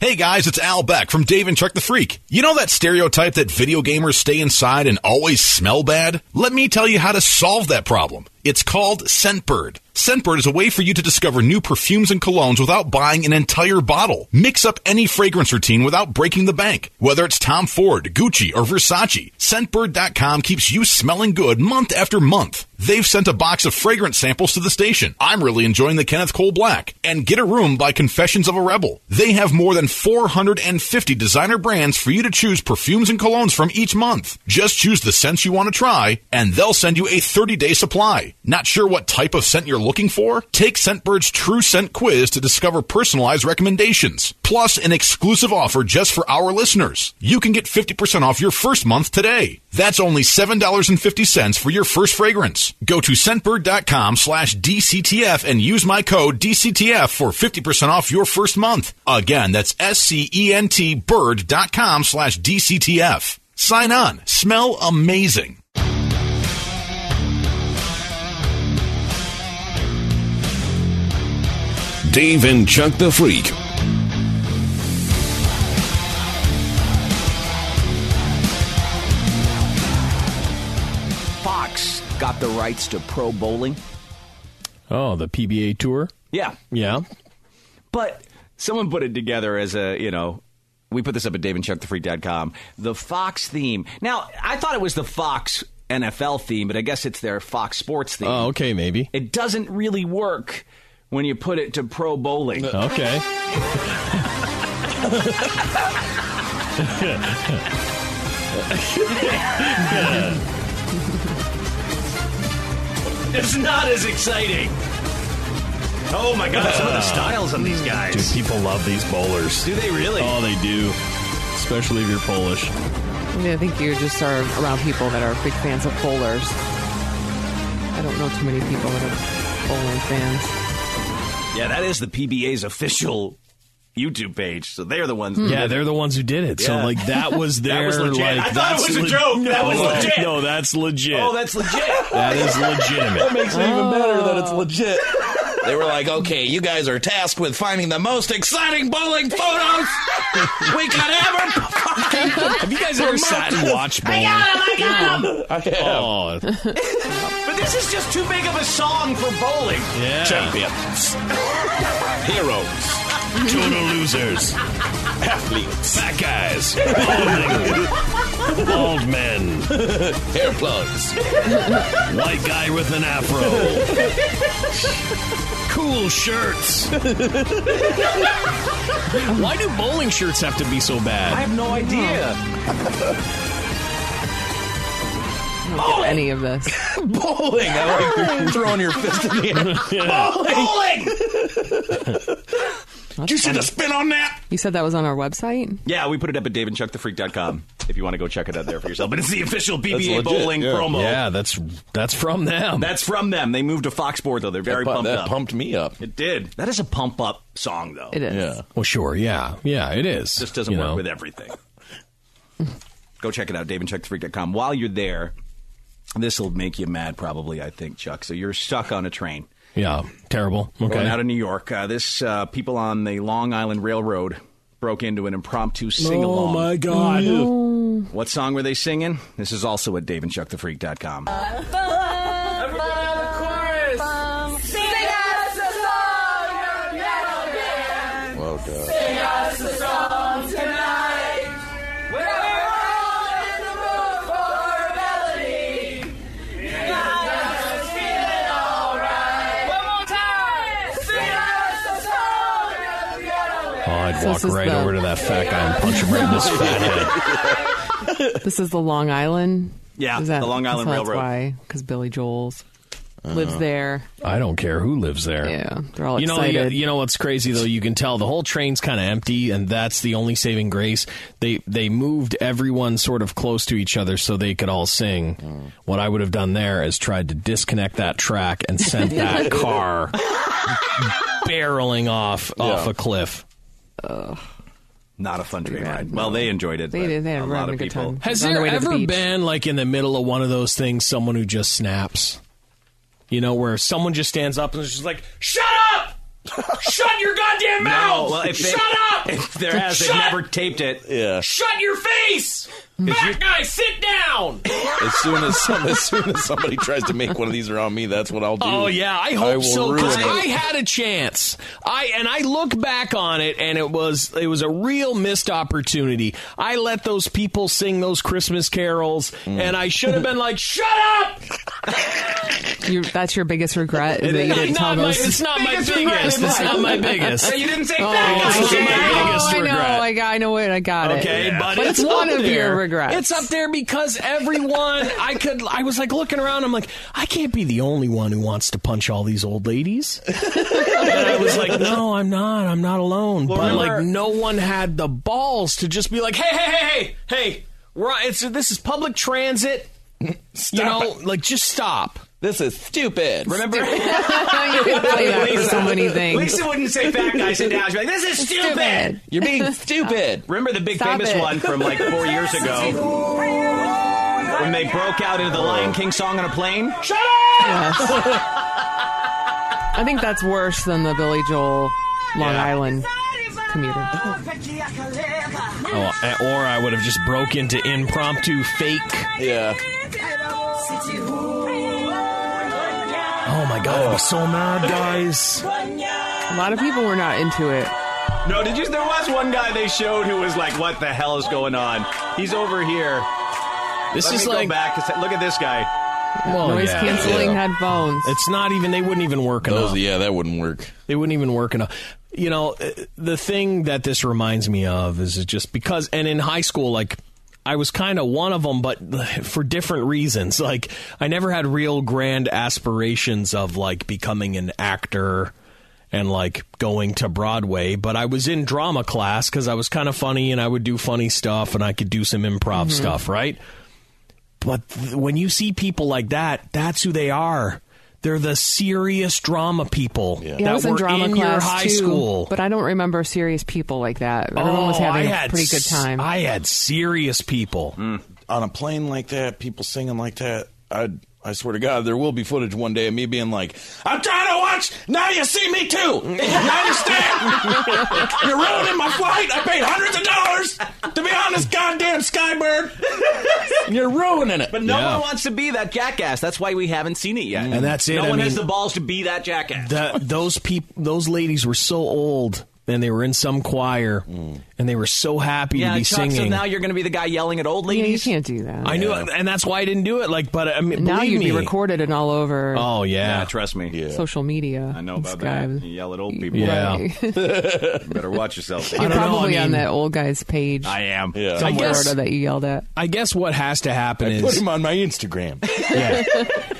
[SPEAKER 38] Hey guys, it's Al Beck from Dave and Chuck the Freak. You know that stereotype that video gamers stay inside and always smell bad? Let me tell you how to solve that problem. It's called Scentbird. Scentbird is a way for you to discover new perfumes and colognes without buying an entire bottle. Mix up any fragrance routine without breaking the bank. Whether it's Tom Ford, Gucci, or Versace, Scentbird.com keeps you smelling good month after month. They've sent a box of fragrance samples to the station. I'm really enjoying the Kenneth Cole Black and Get a Room by Confessions of a Rebel. They have more than 450 designer brands for you to choose perfumes and colognes from each month. Just choose the scents you want to try and they'll send you a 30-day supply. Not sure what type of scent you're looking for? Take Scentbird's True Scent Quiz to discover personalized recommendations. Plus an exclusive offer just for our listeners. You can get 50% off your first month today. That's only $7.50 for your first fragrance. Go to scentbird.com slash DCTF and use my code DCTF for 50% off your first month. Again, that's E S-C-E-N-T bird.com slash DCTF. Sign on. Smell amazing.
[SPEAKER 56] Dave and Chuck the Freak.
[SPEAKER 2] Fox got the rights to pro bowling.
[SPEAKER 3] Oh, the
[SPEAKER 2] <laughs>
[SPEAKER 3] PBA tour?
[SPEAKER 2] Yeah.
[SPEAKER 3] Yeah.
[SPEAKER 2] But someone put it together as a, you know, we put this up at daveandchuckthefreak.com. The Fox theme. Now, I thought it was the Fox NFL theme, but I guess it's their Fox Sports theme.
[SPEAKER 3] Oh, okay, maybe.
[SPEAKER 2] It doesn't really work when you put it to pro bowling.
[SPEAKER 3] Uh, Okay.
[SPEAKER 4] It's not as exciting.
[SPEAKER 2] Oh my God! Some of the styles on these guys.
[SPEAKER 57] Dude, Ah. people love these bowlers.
[SPEAKER 2] Do they really?
[SPEAKER 57] Oh, they do. Especially if you're Polish.
[SPEAKER 5] I, mean, I think you just are around people that are big fans of bowlers. I don't know too many people that are bowling fans.
[SPEAKER 2] <laughs> Yeah, that is the PBA's official YouTube page. So they're the ones.
[SPEAKER 3] Yeah, they're the ones who did it. So
[SPEAKER 2] Hmm. Yeah.
[SPEAKER 3] like that
[SPEAKER 2] <laughs>
[SPEAKER 3] was
[SPEAKER 2] That
[SPEAKER 3] their
[SPEAKER 2] was legit.
[SPEAKER 3] like
[SPEAKER 2] I thought it
[SPEAKER 3] that's
[SPEAKER 2] was a joke. That was
[SPEAKER 3] no,
[SPEAKER 2] legit.
[SPEAKER 3] No, that's legit.
[SPEAKER 2] Oh, that's legit.
[SPEAKER 3] That is legitimate.
[SPEAKER 7] That makes it even better that it's legit. They were like, okay, you guys are tasked with finding the most exciting bowling photos we could ever find.
[SPEAKER 4] Have you guys ever sat and watched
[SPEAKER 7] I got him! I got him!
[SPEAKER 3] Oh.
[SPEAKER 2] But this is just too big of a song for
[SPEAKER 4] <laughs>
[SPEAKER 2] bowling.
[SPEAKER 7] Oh,
[SPEAKER 3] Yeah.
[SPEAKER 4] Champions.
[SPEAKER 56] Heroes. Total losers. Athletes. Fat guys. Balding.
[SPEAKER 2] <laughs>
[SPEAKER 56] Bald men. Hair plugs.
[SPEAKER 4] <laughs>
[SPEAKER 57] White guy with an afro.
[SPEAKER 2] <laughs>
[SPEAKER 3] cool shirts. Why do bowling shirts have to be so bad?
[SPEAKER 2] I have no idea.
[SPEAKER 5] I don't get any of
[SPEAKER 2] <laughs>
[SPEAKER 5] this.
[SPEAKER 7] bowling.
[SPEAKER 5] <laughs>
[SPEAKER 7] I like throwing your fist in the air.
[SPEAKER 4] Oh,
[SPEAKER 7] Bowling!
[SPEAKER 5] Did
[SPEAKER 7] you see the spin on that?
[SPEAKER 5] You said that was on our
[SPEAKER 2] <laughs>
[SPEAKER 5] website?
[SPEAKER 2] Yeah, we put it up at daveandchuckthefreak.com if you want to go check it out there for yourself. But it's the official
[SPEAKER 3] That's
[SPEAKER 2] PBA
[SPEAKER 3] legit,
[SPEAKER 2] bowling
[SPEAKER 3] yeah.
[SPEAKER 2] promo.
[SPEAKER 3] Yeah, that's that's from them.
[SPEAKER 2] That's from them. They moved to Fox Sports, though. They're very
[SPEAKER 3] pu-
[SPEAKER 2] pumped
[SPEAKER 3] that
[SPEAKER 2] up.
[SPEAKER 3] pumped
[SPEAKER 7] me up.
[SPEAKER 2] It did. That is a pump up song, though.
[SPEAKER 5] It is.
[SPEAKER 3] Yeah. Well, sure. Yeah. Yeah, it is.
[SPEAKER 2] Just doesn't
[SPEAKER 3] you
[SPEAKER 2] work
[SPEAKER 3] know.
[SPEAKER 2] with everything. <laughs> Go check it out, daveandchuckthefreak.com. While you're there, this will make you mad, probably, I think, Chuck. So you're stuck on a train.
[SPEAKER 3] Yeah. Terrible.
[SPEAKER 2] We're Going
[SPEAKER 3] Okay.
[SPEAKER 2] out of New York. Uh, this uh, people on the Long Island Railroad broke into an impromptu sing along.
[SPEAKER 4] Oh
[SPEAKER 3] Oh,
[SPEAKER 4] my God. No.
[SPEAKER 2] What song were they singing? This is also at daveandchuckthefreak.com.
[SPEAKER 4] Everybody on the chorus. Sing us a song of Mexican.
[SPEAKER 7] Well done.
[SPEAKER 4] Sing us a song tonight. We're all in the mood for a melody. You got us feeling alright. One more time. Sing us a song of Mexican.
[SPEAKER 3] Oh, I'd
[SPEAKER 5] So
[SPEAKER 3] walk
[SPEAKER 5] this is
[SPEAKER 3] right
[SPEAKER 5] the-
[SPEAKER 3] over to that fat guy and punch him right
[SPEAKER 5] <laughs>
[SPEAKER 3] in his fat head.
[SPEAKER 5] this is the Long Island.
[SPEAKER 2] Yeah,
[SPEAKER 5] Is that-
[SPEAKER 2] the Long Island
[SPEAKER 5] so that's
[SPEAKER 2] Railroad.
[SPEAKER 5] Why? Because Billy Joel's. lives there.
[SPEAKER 3] I don't care who lives there. Yeah,
[SPEAKER 5] they're all
[SPEAKER 3] you know,
[SPEAKER 5] excited.
[SPEAKER 3] You, you know what's crazy though? You can tell the whole train's kind of empty, and that's the only saving grace. They they moved everyone sort of close to each other so they could all sing.
[SPEAKER 5] Oh.
[SPEAKER 3] What I would have done there is tried to disconnect that track
[SPEAKER 5] <laughs>
[SPEAKER 3] and sent that car
[SPEAKER 4] <laughs>
[SPEAKER 3] barreling off off
[SPEAKER 2] Yeah.
[SPEAKER 3] a cliff.
[SPEAKER 2] Not a fun train ride. Well, they enjoyed it.
[SPEAKER 3] They
[SPEAKER 2] but
[SPEAKER 3] did. They had
[SPEAKER 2] a
[SPEAKER 3] a
[SPEAKER 2] lot of
[SPEAKER 3] good
[SPEAKER 2] people.
[SPEAKER 3] Has
[SPEAKER 5] On their
[SPEAKER 3] there
[SPEAKER 5] way to the
[SPEAKER 3] ever
[SPEAKER 5] beach.
[SPEAKER 3] been like in the middle of one of those things someone who just snaps? You know, where someone just stands up and is just like, "Shut up!
[SPEAKER 2] <laughs>
[SPEAKER 3] Shut your goddamn
[SPEAKER 4] mouth!
[SPEAKER 2] well, if they-
[SPEAKER 4] Shut up!
[SPEAKER 2] If there has, they've
[SPEAKER 4] Shut-
[SPEAKER 2] never taped it. Yeah.
[SPEAKER 4] Shut your face! Fat guy, sit down!
[SPEAKER 7] As soon as some, as soon as somebody tries to make one of these around me, that's what I'll do.
[SPEAKER 3] <laughs> Oh yeah, I hope
[SPEAKER 7] will
[SPEAKER 3] so
[SPEAKER 7] ruin
[SPEAKER 3] because
[SPEAKER 7] it.
[SPEAKER 3] I had a chance. I and I look back on it, and it was it was a real missed opportunity. I let those people sing those Christmas carols,
[SPEAKER 7] Mm.
[SPEAKER 3] and I should have been like, "Shut up!"
[SPEAKER 5] You- that's your biggest regret. is
[SPEAKER 3] It
[SPEAKER 5] that you
[SPEAKER 3] is.
[SPEAKER 5] didn't
[SPEAKER 3] Not
[SPEAKER 5] tell
[SPEAKER 3] my-
[SPEAKER 5] those-
[SPEAKER 3] it's not my Biggest regret biggest. in It's life. not
[SPEAKER 4] <laughs>
[SPEAKER 3] my biggest. You didn't say
[SPEAKER 5] oh,
[SPEAKER 3] fat guy,
[SPEAKER 5] it's
[SPEAKER 3] Jay.
[SPEAKER 5] my
[SPEAKER 3] biggest
[SPEAKER 5] biggest I know.
[SPEAKER 3] regret.
[SPEAKER 5] I got. I know it. I got it.
[SPEAKER 3] Okay, but,
[SPEAKER 5] it's,
[SPEAKER 3] up
[SPEAKER 5] one of
[SPEAKER 3] there.
[SPEAKER 5] your regrets.
[SPEAKER 3] It's <laughs> up there because everyone I could I was like looking around, I'm like, I can't be the only one who wants to punch all these
[SPEAKER 5] <laughs>
[SPEAKER 3] old ladies. and I was like, no, I'm not. I'm not alone. but like no one had the balls to just be like, hey, hey, hey, hey, hey, we're on, it's this is public transit. you know, like just stop.
[SPEAKER 7] This is stupid.
[SPEAKER 3] Remember
[SPEAKER 5] You
[SPEAKER 2] <laughs>
[SPEAKER 5] could play that for so many things.
[SPEAKER 2] Lisa wouldn't say fat guy sit down. She'd be like, this is stupid.
[SPEAKER 5] Stupid.
[SPEAKER 2] <laughs>
[SPEAKER 7] You're being stupid.
[SPEAKER 2] Remember the big
[SPEAKER 5] Stop
[SPEAKER 2] famous
[SPEAKER 5] it.
[SPEAKER 2] one from like four years <laughs> ago when they broke out into the Lion King song on a plane? Shut up!
[SPEAKER 5] Yes. <laughs> I think that's worse than the Billy Joel Long Island commuter.
[SPEAKER 3] <laughs> Oh, or I would have just broke into impromptu fake.
[SPEAKER 7] Yeah.
[SPEAKER 3] Oh my god, I'd be so mad, guys.
[SPEAKER 5] A lot of people were not into it.
[SPEAKER 2] No, did you? There was one guy they showed who was like, "What the hell is going on? He's over here."
[SPEAKER 3] This
[SPEAKER 2] Let
[SPEAKER 3] is
[SPEAKER 2] me go
[SPEAKER 3] like-
[SPEAKER 2] back. It's- Look at this guy.
[SPEAKER 3] Well,
[SPEAKER 5] Noise
[SPEAKER 3] yeah.
[SPEAKER 5] canceling
[SPEAKER 3] Yeah.
[SPEAKER 5] headphones.
[SPEAKER 3] It's not even. They wouldn't even work
[SPEAKER 7] Those,
[SPEAKER 3] enough.
[SPEAKER 7] yeah, that wouldn't work.
[SPEAKER 3] They wouldn't even work enough. You know, uh, the thing that this reminds me of is it just because, and in high school, like. I was kind of one of them, but <laughs> for different reasons. <laughs> Like, I never had real grand aspirations of like becoming an actor and like going to Broadway, but I was in drama class because I was kind of funny and I would do funny stuff and I could do some improv
[SPEAKER 5] Mm-hmm.
[SPEAKER 15] Mhm.
[SPEAKER 3] stuff, right? But th- when you see people like that, that's who they are. They're the serious drama people
[SPEAKER 5] Yeah, I
[SPEAKER 3] that
[SPEAKER 5] was in
[SPEAKER 3] were
[SPEAKER 5] drama
[SPEAKER 3] in
[SPEAKER 5] class
[SPEAKER 3] your high
[SPEAKER 5] too,
[SPEAKER 3] school.
[SPEAKER 5] but I don't remember serious people like that. Everyone was
[SPEAKER 3] Oh,
[SPEAKER 5] having
[SPEAKER 3] I
[SPEAKER 5] a
[SPEAKER 3] had
[SPEAKER 5] pretty good
[SPEAKER 3] s-
[SPEAKER 5] time.
[SPEAKER 3] I had serious people.
[SPEAKER 7] Mm, On a plane like that, people singing like that, I I swear to God, there will be footage one day of me being like, I'm trying to watch. Now you see me too. <laughs> You
[SPEAKER 5] <laughs>
[SPEAKER 7] understand? You're ruining my flight. I paid hundreds of dollars to be on this goddamn
[SPEAKER 3] <laughs>
[SPEAKER 7] Skybird. You're ruining it.
[SPEAKER 2] But no
[SPEAKER 3] Yeah.
[SPEAKER 2] one wants to be that jackass. That's why we haven't seen it yet.
[SPEAKER 3] Mm. And that's it.
[SPEAKER 2] No
[SPEAKER 3] I
[SPEAKER 2] one has
[SPEAKER 3] mean-
[SPEAKER 2] the balls to be that jackass.
[SPEAKER 3] That those people, those ladies were so old, and they were in some choir,
[SPEAKER 7] Mm.
[SPEAKER 3] and they were so happy
[SPEAKER 2] yeah,
[SPEAKER 3] to be
[SPEAKER 2] Chuck,
[SPEAKER 3] singing.
[SPEAKER 2] so now you're going to be the guy yelling at old
[SPEAKER 5] Yeah, you
[SPEAKER 2] ladies.
[SPEAKER 5] can't do that.
[SPEAKER 3] I knew, it, and that's why I didn't do it. Like, but I mean,
[SPEAKER 5] now
[SPEAKER 3] believe
[SPEAKER 5] you'd be
[SPEAKER 3] me.
[SPEAKER 5] recorded and all over
[SPEAKER 3] Oh yeah,
[SPEAKER 2] trust me.
[SPEAKER 5] social media.
[SPEAKER 2] I know about
[SPEAKER 5] Skype.
[SPEAKER 2] that. You yell at old people.
[SPEAKER 3] Yeah. <laughs>
[SPEAKER 2] Better watch yourself.
[SPEAKER 5] You're probably on that old guy's page.
[SPEAKER 2] I am.
[SPEAKER 7] Yeah.
[SPEAKER 5] somewhere
[SPEAKER 3] I guess-
[SPEAKER 5] that you yelled at.
[SPEAKER 3] I guess what has to happen
[SPEAKER 7] I
[SPEAKER 3] is
[SPEAKER 7] put him on my Instagram. <laughs>
[SPEAKER 3] <laughs> Yeah.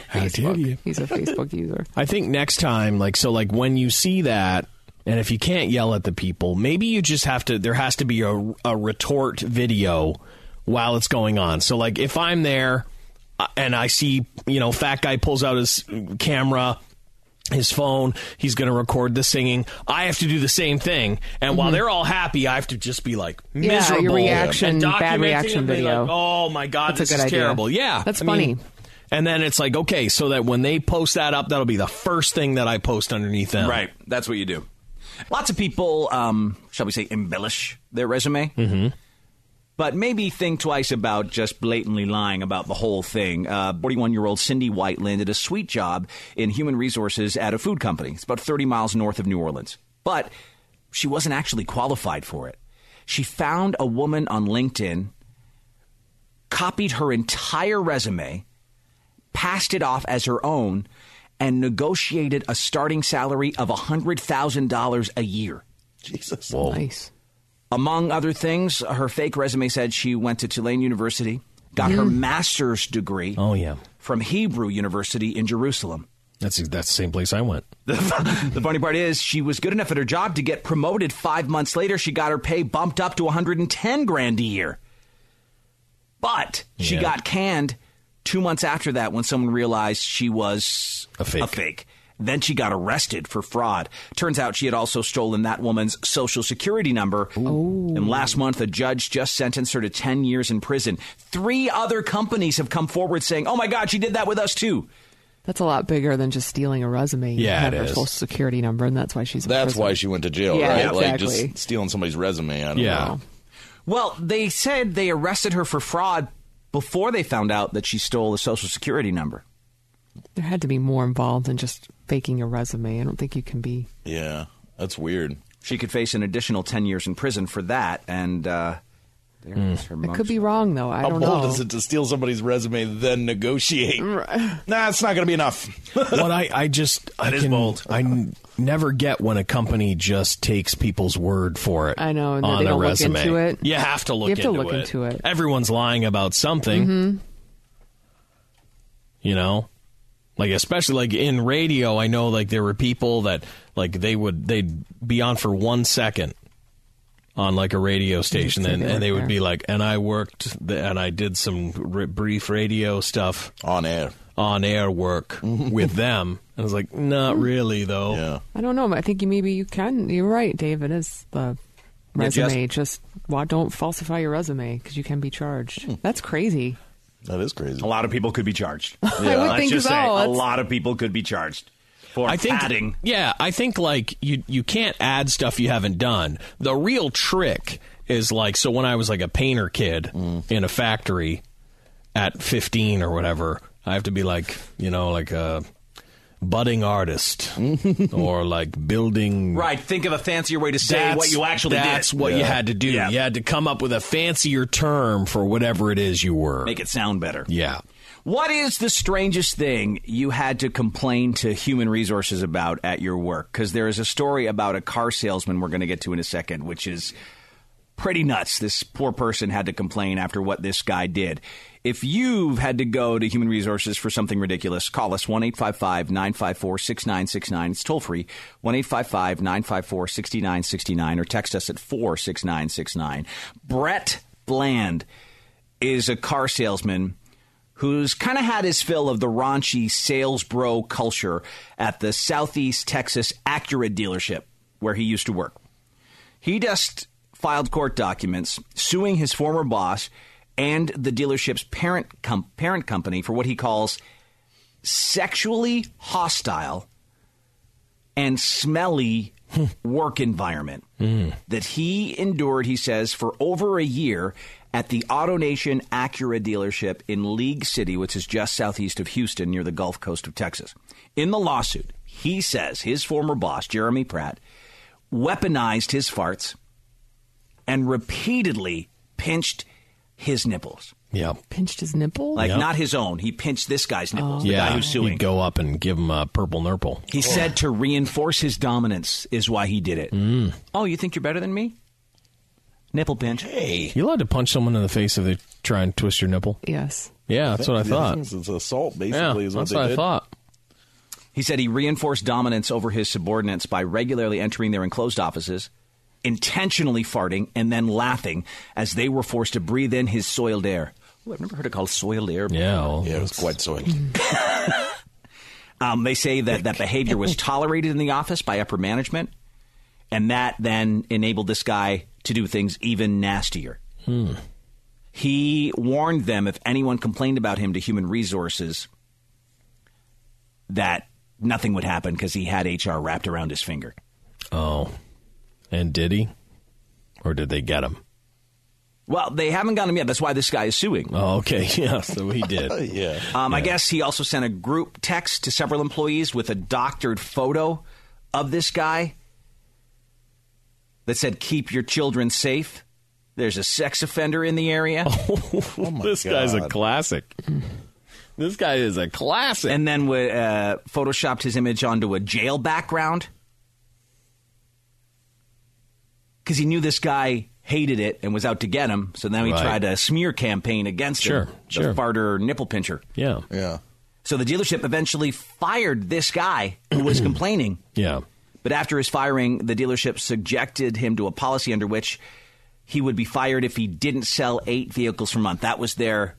[SPEAKER 3] How dare you?
[SPEAKER 5] He's a Facebook user.
[SPEAKER 3] I think next time, like, so, like, when you see that, and if you can't yell at the people, maybe you just have to, there has to be a, a retort video while it's going on. So, like, if I'm there uh, and I see, you know, fat guy pulls out his camera, his phone, he's going to record the singing. I have to do the same thing. And while
[SPEAKER 5] Mhm.
[SPEAKER 3] they're all happy, I have to just be like
[SPEAKER 5] Yeah, your
[SPEAKER 3] miserable.
[SPEAKER 5] reaction,
[SPEAKER 3] and
[SPEAKER 5] bad
[SPEAKER 3] documenting it,
[SPEAKER 5] reaction
[SPEAKER 3] be like,
[SPEAKER 5] video.
[SPEAKER 3] oh my God,
[SPEAKER 5] That's a
[SPEAKER 3] this
[SPEAKER 5] good
[SPEAKER 3] is
[SPEAKER 5] idea.
[SPEAKER 3] terrible. Yeah.
[SPEAKER 5] That's
[SPEAKER 3] I
[SPEAKER 5] funny.
[SPEAKER 3] mean, and then it's like, okay, so that when they post that up, that'll be the first thing that I post underneath them.
[SPEAKER 2] Right. That's what you do. Lots of people, um, shall we say, embellish their resume. Mm-hmm. But maybe think twice about just blatantly lying about the whole thing. Uh, 41-year-old Cindy Whiteland did a sweet job in human resources at a food company. It's about 30 miles north of New Orleans. But she wasn't actually qualified for it. She found a woman on LinkedIn, copied her entire resume, passed it off as her own, and negotiated a starting salary of $100,000 a year.
[SPEAKER 7] Jesus.
[SPEAKER 5] Nice.
[SPEAKER 2] Among other things, her fake resume said she went to Tulane University, got her master's degree
[SPEAKER 3] oh, yeah.
[SPEAKER 2] from Hebrew University in Jerusalem.
[SPEAKER 3] That's that's the same place I went.
[SPEAKER 2] The, the <laughs> funny part is, she was good enough at her job to get promoted. Five months later, she got her pay bumped up to 110 grand a year. But she
[SPEAKER 4] Yeah.
[SPEAKER 2] got canned two months after that when someone realized she was a fake. Then she got arrested for fraud. Turns out she had also stolen that woman's social security number. And last month, a judge just sentenced her to 10 years in prison. Three other companies have come forward saying, oh my God, she did that with us too.
[SPEAKER 5] That's a lot bigger than just stealing a resume. You
[SPEAKER 7] Yeah,
[SPEAKER 5] have
[SPEAKER 7] it
[SPEAKER 5] her
[SPEAKER 7] is.
[SPEAKER 5] social security number, and that's why she's. in
[SPEAKER 7] That's
[SPEAKER 5] prison.
[SPEAKER 7] why she went to jail,
[SPEAKER 5] Yeah,
[SPEAKER 7] right? Like
[SPEAKER 5] exactly.
[SPEAKER 7] just stealing somebody's resume. I don't
[SPEAKER 2] Yeah.
[SPEAKER 7] know.
[SPEAKER 2] Well, they said they arrested her for fraud before they found out that she stole a social security number.
[SPEAKER 5] There had to be more involved than just faking a resume. I don't think you can be.
[SPEAKER 2] Yeah, that's weird. She could face an additional 10 years in prison for that, and uh, there is her
[SPEAKER 5] I
[SPEAKER 2] mom.
[SPEAKER 5] could be wrong though. I
[SPEAKER 7] How
[SPEAKER 5] don't
[SPEAKER 7] bold
[SPEAKER 5] know.
[SPEAKER 7] is it to steal somebody's resume then negotiate? Nah, it's not going to be enough.
[SPEAKER 3] what I, I <laughs> just I can, I n- never get when a company just takes people's word for it.
[SPEAKER 5] I know, and
[SPEAKER 3] on
[SPEAKER 5] they
[SPEAKER 3] a
[SPEAKER 5] don't look
[SPEAKER 3] resume.
[SPEAKER 5] into it.
[SPEAKER 3] You have to look.
[SPEAKER 5] You have to
[SPEAKER 3] into
[SPEAKER 5] look
[SPEAKER 3] it.
[SPEAKER 5] into it.
[SPEAKER 3] Everyone's lying about something.
[SPEAKER 5] Mhm.
[SPEAKER 3] You know, like especially like in radio, I know like there were people that like they would they'd be on for one second on like a radio station
[SPEAKER 15] say
[SPEAKER 3] and,
[SPEAKER 15] they
[SPEAKER 3] and
[SPEAKER 15] worked
[SPEAKER 3] they would
[SPEAKER 15] there.
[SPEAKER 3] be like and i worked th- and i did some r- brief radio stuff
[SPEAKER 7] on air
[SPEAKER 3] on air <laughs> work with them and i was like not
[SPEAKER 5] Mm-hmm.
[SPEAKER 3] really though
[SPEAKER 5] I don't know. I think you maybe you can. You're right, Dave. It is the
[SPEAKER 3] Yeah,
[SPEAKER 5] resume. just why don't falsify your resume because you can be charged. That's crazy.
[SPEAKER 7] That is crazy.
[SPEAKER 2] A lot of people could be charged.
[SPEAKER 5] <laughs> I would
[SPEAKER 2] Let's
[SPEAKER 5] think
[SPEAKER 2] just
[SPEAKER 5] so.
[SPEAKER 2] say a
[SPEAKER 5] That's-
[SPEAKER 2] lot of people could be charged for
[SPEAKER 3] I think,
[SPEAKER 2] padding.
[SPEAKER 3] Yeah, I think like you you can't add stuff you haven't done. The real trick is like so when I was like a painter kid in a factory at 15 or whatever, I have to be like, you know, like a budding
[SPEAKER 2] <laughs>
[SPEAKER 3] artist or like building
[SPEAKER 2] Right, think of a fancier way to say
[SPEAKER 3] that's,
[SPEAKER 2] what you actually did.
[SPEAKER 3] that's what you had to do. You had to come up with a fancier term for whatever it is you were.
[SPEAKER 2] Make it sound better.
[SPEAKER 3] Yeah.
[SPEAKER 2] What is the strangest thing you had to complain to human resources about at your work? Because there is a story about a car salesman we're going to get to in a second, which is pretty nuts. This poor person had to complain after what this guy did. If you've had to go to human resources for something ridiculous, call us 1 855 954 6969. It's toll free 1 855 954 6969 or text us at 46969. Brett Bland is a car salesman who's kind of had his fill of the raunchy sales bro culture at the Southeast Texas Acura dealership where he used to work. He just filed court documents suing his former boss and the dealership's parent com- parent company for what he calls sexually hostile and smelly work environment that he endured, he says, for over a year at the AutoNation Acura dealership in League City, which is just southeast of Houston near the Gulf Coast of Texas. In the lawsuit, he says his former boss, Jeremy Pratt, weaponized his farts and repeatedly pinched his nipples.
[SPEAKER 3] Yeah.
[SPEAKER 5] Pinched his nipple.
[SPEAKER 2] Like, not his own. He pinched this guy's nipples, the guy who's suing.
[SPEAKER 3] He'd go up and give him a purple nurple.
[SPEAKER 2] He said to reinforce his dominance is why he
[SPEAKER 3] Mm.
[SPEAKER 2] did it. Oh, you think you're better than me? Nipple pinch. Hey.
[SPEAKER 3] You allowed to punch someone in the face if they try and twist your nipple?
[SPEAKER 5] Yes.
[SPEAKER 3] Yeah, that's what I thought.
[SPEAKER 7] It's assault, basically,
[SPEAKER 3] Yeah,
[SPEAKER 7] is what
[SPEAKER 3] that's
[SPEAKER 7] they
[SPEAKER 3] what I
[SPEAKER 7] did.
[SPEAKER 3] thought.
[SPEAKER 2] He said he reinforced dominance over his subordinates by regularly entering their enclosed offices, intentionally farting, and then laughing as they were forced to breathe in his soiled air. Ooh, I've never heard it called soiled air.
[SPEAKER 3] Yeah,
[SPEAKER 7] yeah, it was quite soiled.
[SPEAKER 2] <laughs> Um, they say that that behavior was tolerated in the office by upper management, and that then enabled this guy to do things even nastier.
[SPEAKER 4] Hmm.
[SPEAKER 2] He warned them if anyone complained about him to human resources that nothing would happen because he had HR wrapped around his finger.
[SPEAKER 3] Oh. And did he? Or did they get him?
[SPEAKER 2] Well, they haven't got him yet. That's why this guy is suing.
[SPEAKER 3] Oh, okay. <laughs> Yeah, so he did.
[SPEAKER 7] yeah.
[SPEAKER 2] Um, I
[SPEAKER 3] Yeah.
[SPEAKER 2] guess he also sent a group text to several employees with a doctored photo of this guy that said, Keep your children safe. There's a sex offender in the
[SPEAKER 3] <laughs>
[SPEAKER 2] area.
[SPEAKER 3] Oh, this guy's a classic. This guy is a classic.
[SPEAKER 2] And then wa- uh, photoshopped his image onto a jail background because he knew this guy hated it and was out to get him. So now he
[SPEAKER 3] Right.
[SPEAKER 2] tried a smear campaign against
[SPEAKER 3] Sure,
[SPEAKER 2] him,
[SPEAKER 3] sure.
[SPEAKER 2] the farter nipple pincher.
[SPEAKER 3] Yeah.
[SPEAKER 7] Yeah.
[SPEAKER 2] So the dealership eventually fired this guy who
[SPEAKER 3] <clears throat>
[SPEAKER 2] was complaining.
[SPEAKER 3] Yeah.
[SPEAKER 2] But after his firing, the dealership subjected him to a policy under which he would be fired if he didn't sell eight vehicles per month. That was their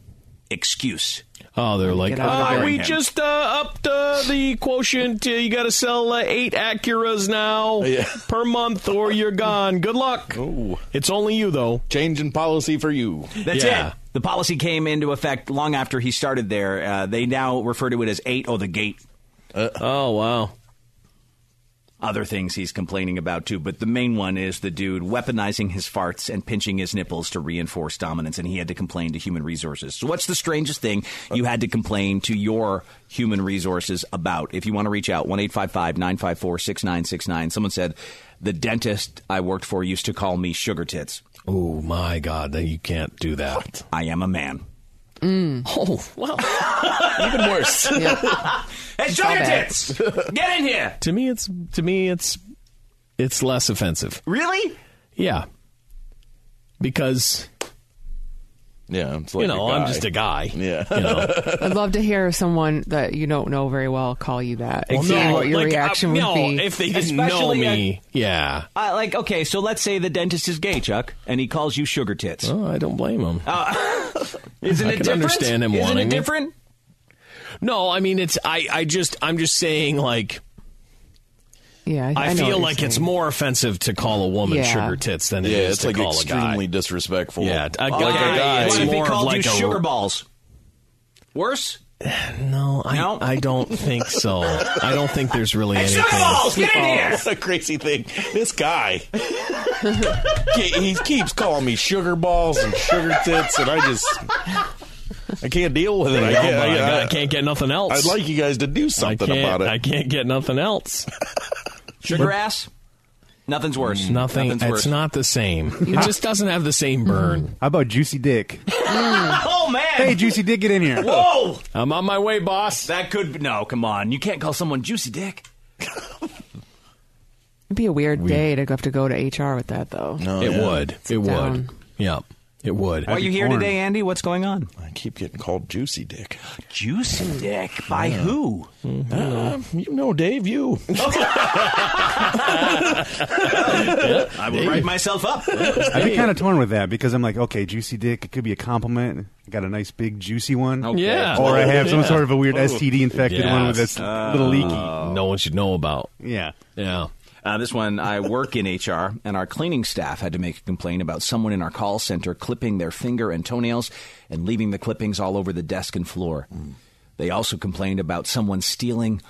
[SPEAKER 2] excuse.
[SPEAKER 3] Oh, they're like,
[SPEAKER 2] Get out of
[SPEAKER 3] "Uh,
[SPEAKER 2] here."
[SPEAKER 3] we just uh, upped uh, the quotient. Uh, you got to sell uh, eight Acuras
[SPEAKER 7] <laughs>
[SPEAKER 3] now per month, or you're gone. Good luck. It's only you, though.
[SPEAKER 7] Change in policy for you.
[SPEAKER 2] That's it. The policy came into effect long after he started there. Uh, they now refer to it as 8 or the gate.
[SPEAKER 3] oh, wow.
[SPEAKER 2] Other things he's complaining about, too. But the main one is the dude weaponizing his farts and pinching his nipples to reinforce dominance, and he had to complain to human resources. So, what's the strangest thing you had to complain to your human resources about? If you want to reach out, 1 954 6969. Someone said, The dentist I worked for used to call me sugar tits.
[SPEAKER 3] Oh, my God. You can't do that.
[SPEAKER 2] I am a man.
[SPEAKER 3] Oh, well. <laughs>
[SPEAKER 7] Even
[SPEAKER 4] <laughs>
[SPEAKER 7] worse.
[SPEAKER 2] Hey,
[SPEAKER 3] sugar
[SPEAKER 2] tits! Get in here!
[SPEAKER 3] <laughs> To me, it's to me, it's it's less offensive.
[SPEAKER 2] Really?
[SPEAKER 3] Yeah, because
[SPEAKER 7] yeah, it's
[SPEAKER 3] you
[SPEAKER 7] like
[SPEAKER 3] know,
[SPEAKER 7] a
[SPEAKER 3] I'm
[SPEAKER 7] guy.
[SPEAKER 3] just a guy.
[SPEAKER 7] Yeah, <laughs>
[SPEAKER 5] I'd love to hear someone that you don't know very well call you that.
[SPEAKER 3] Well,
[SPEAKER 5] and see
[SPEAKER 3] no,
[SPEAKER 5] what your
[SPEAKER 3] like, uh,
[SPEAKER 5] reaction would
[SPEAKER 3] no,
[SPEAKER 5] be.
[SPEAKER 3] if they didn't know
[SPEAKER 2] Especially
[SPEAKER 3] me, yeah.
[SPEAKER 2] Uh, like, okay, so let's say the dentist is gay, Chuck, and he calls you sugar tits. Uh,
[SPEAKER 3] Oh, I don't blame him.
[SPEAKER 2] <laughs> Isn't
[SPEAKER 3] I
[SPEAKER 2] it
[SPEAKER 3] can
[SPEAKER 2] different?
[SPEAKER 3] understand him
[SPEAKER 2] Isn't
[SPEAKER 3] wanting
[SPEAKER 2] it
[SPEAKER 3] it.
[SPEAKER 2] different?
[SPEAKER 3] No, I mean it's I. I just I'm just saying like
[SPEAKER 5] yeah, I,
[SPEAKER 3] I,
[SPEAKER 5] know what
[SPEAKER 3] feel
[SPEAKER 5] you're
[SPEAKER 3] like it's
[SPEAKER 5] saying.
[SPEAKER 3] more offensive to call a woman
[SPEAKER 5] Yeah.
[SPEAKER 3] sugar tits than it is
[SPEAKER 7] Yeah, it's
[SPEAKER 3] to
[SPEAKER 7] like
[SPEAKER 3] call a guy.
[SPEAKER 7] extremely disrespectful.
[SPEAKER 3] Yeah, a guy.
[SPEAKER 7] Like a guy.
[SPEAKER 3] It's
[SPEAKER 7] What if he
[SPEAKER 3] more of
[SPEAKER 7] called
[SPEAKER 3] like
[SPEAKER 7] you
[SPEAKER 3] a
[SPEAKER 7] sugar
[SPEAKER 2] balls. Worse?
[SPEAKER 3] No, I I don't think so. I don't think there's really anything.
[SPEAKER 7] <laughs> That's a crazy thing. This guy, he <laughs> he keeps calling me sugar balls and sugar tits, and I just, I can't deal with it. I
[SPEAKER 3] Oh
[SPEAKER 7] can't,
[SPEAKER 3] my
[SPEAKER 7] I,
[SPEAKER 3] God, I can't get nothing else.
[SPEAKER 7] I'd like you guys to do something
[SPEAKER 3] I can't-
[SPEAKER 7] about it.
[SPEAKER 3] I can't get nothing else.
[SPEAKER 2] Sugar ass? Nothing's worse.
[SPEAKER 3] Mm, Nothing.
[SPEAKER 2] Nothing's
[SPEAKER 3] it's
[SPEAKER 2] worse.
[SPEAKER 3] not the same. It just doesn't have the same burn.
[SPEAKER 28] How about Juicy Dick?
[SPEAKER 2] <laughs> oh, man.
[SPEAKER 28] hey, Juicy Dick, get in here.
[SPEAKER 2] Whoa!
[SPEAKER 3] I'm on my way, boss.
[SPEAKER 2] That could be. No, come on. You can't call someone juicy dick.
[SPEAKER 5] It'd be a weird day to have to go to HR with that, though.
[SPEAKER 3] it would. It
[SPEAKER 5] down.
[SPEAKER 3] would. Yeah. It would.
[SPEAKER 2] Why are you here today, Andy? What's going on?
[SPEAKER 7] I keep getting called Juicy Dick.
[SPEAKER 2] Juicy dick? By who?
[SPEAKER 7] Uh, you know, Dave, you.
[SPEAKER 2] I will write myself up.
[SPEAKER 28] I'd be kind of torn with that because I'm like, okay, Juicy Dick, it could be a compliment. I got a nice big juicy one.
[SPEAKER 3] Okay. Yeah.
[SPEAKER 28] Or I have some
[SPEAKER 3] Yeah.
[SPEAKER 28] sort of a weird
[SPEAKER 3] Oh.
[SPEAKER 28] STD infected one with
[SPEAKER 3] Yes.
[SPEAKER 28] that's a little leaky.
[SPEAKER 3] Uh, No one should know about.
[SPEAKER 28] Yeah.
[SPEAKER 3] Yeah.
[SPEAKER 2] Uh, this one, I work in HR, and our cleaning staff had to make a complaint about someone in our call center clipping their finger and toenails and leaving the clippings all over the desk and floor.
[SPEAKER 3] Mm.
[SPEAKER 2] They also complained about someone stealing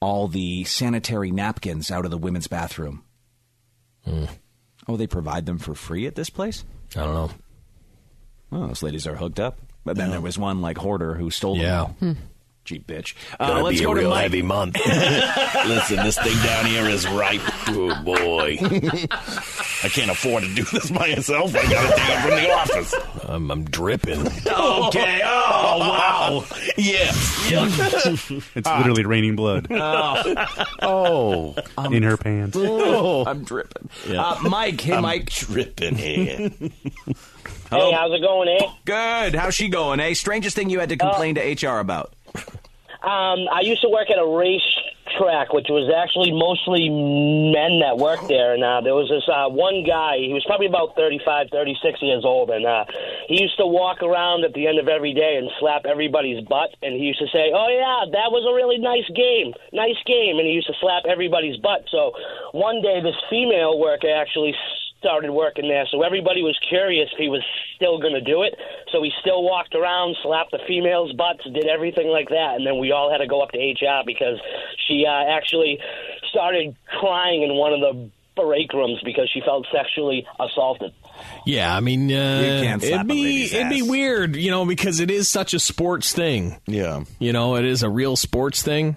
[SPEAKER 2] all the sanitary napkins out of the women's bathroom.
[SPEAKER 3] Mm.
[SPEAKER 2] Oh, they provide them for free at this place?
[SPEAKER 3] I don't know.
[SPEAKER 2] Oh, those ladies are hooked up. But then there was one like hoarder who stole
[SPEAKER 3] Yeah.
[SPEAKER 2] them. all. Cheap bitch. Uh, let's
[SPEAKER 3] be
[SPEAKER 2] go
[SPEAKER 3] a
[SPEAKER 2] to
[SPEAKER 3] real
[SPEAKER 2] Mike. <laughs>
[SPEAKER 3] heavy month.
[SPEAKER 9] Listen, this thing down here is ripe. Oh boy, I can't afford to do this myself. I gotta take it from the office.
[SPEAKER 3] I'm, I'm dripping.
[SPEAKER 9] Okay. Oh wow.
[SPEAKER 3] <laughs>
[SPEAKER 4] <laughs>
[SPEAKER 2] <laughs>
[SPEAKER 9] Yeah.
[SPEAKER 28] It's literally raining blood
[SPEAKER 7] Oh,
[SPEAKER 28] in her pants.
[SPEAKER 4] Oh.
[SPEAKER 2] I'm dripping.
[SPEAKER 28] <laughs> Yeah. Um,
[SPEAKER 2] Uh, Mike, hey,
[SPEAKER 28] I'm
[SPEAKER 2] Mike.
[SPEAKER 7] dripping here.
[SPEAKER 2] <laughs> Oh.
[SPEAKER 44] Hey, how's it going, Uh, eh?
[SPEAKER 2] Good. How's she going, eh? Strangest thing you had to complain to HR about.
[SPEAKER 44] Um, I used to work at a race track, which was actually mostly men that worked there. And uh, there was this uh, one guy, he was probably about 35, 36 years old. And uh, he used to walk around at the end of every day and slap everybody's butt. And he used to say, Oh, yeah, that was a really nice game. Nice game. And he used to slap everybody's butt. So one day, this female worker actually started working there. So everybody was curious if he was still going to do it. So he still walked around, slapped the females' butts, did everything like that. And then we all had to go up to HR because she uh, actually started crying in one of the break rooms because she felt sexually assaulted.
[SPEAKER 3] Uh, Yeah, I mean,
[SPEAKER 44] You
[SPEAKER 3] uh,
[SPEAKER 44] can't slap
[SPEAKER 3] it'd
[SPEAKER 44] a
[SPEAKER 3] be
[SPEAKER 44] lady's
[SPEAKER 3] it'd be
[SPEAKER 44] ass.
[SPEAKER 3] weird, you know, because it is such a sports thing.
[SPEAKER 7] Yeah,
[SPEAKER 3] you know, it is a real sports thing,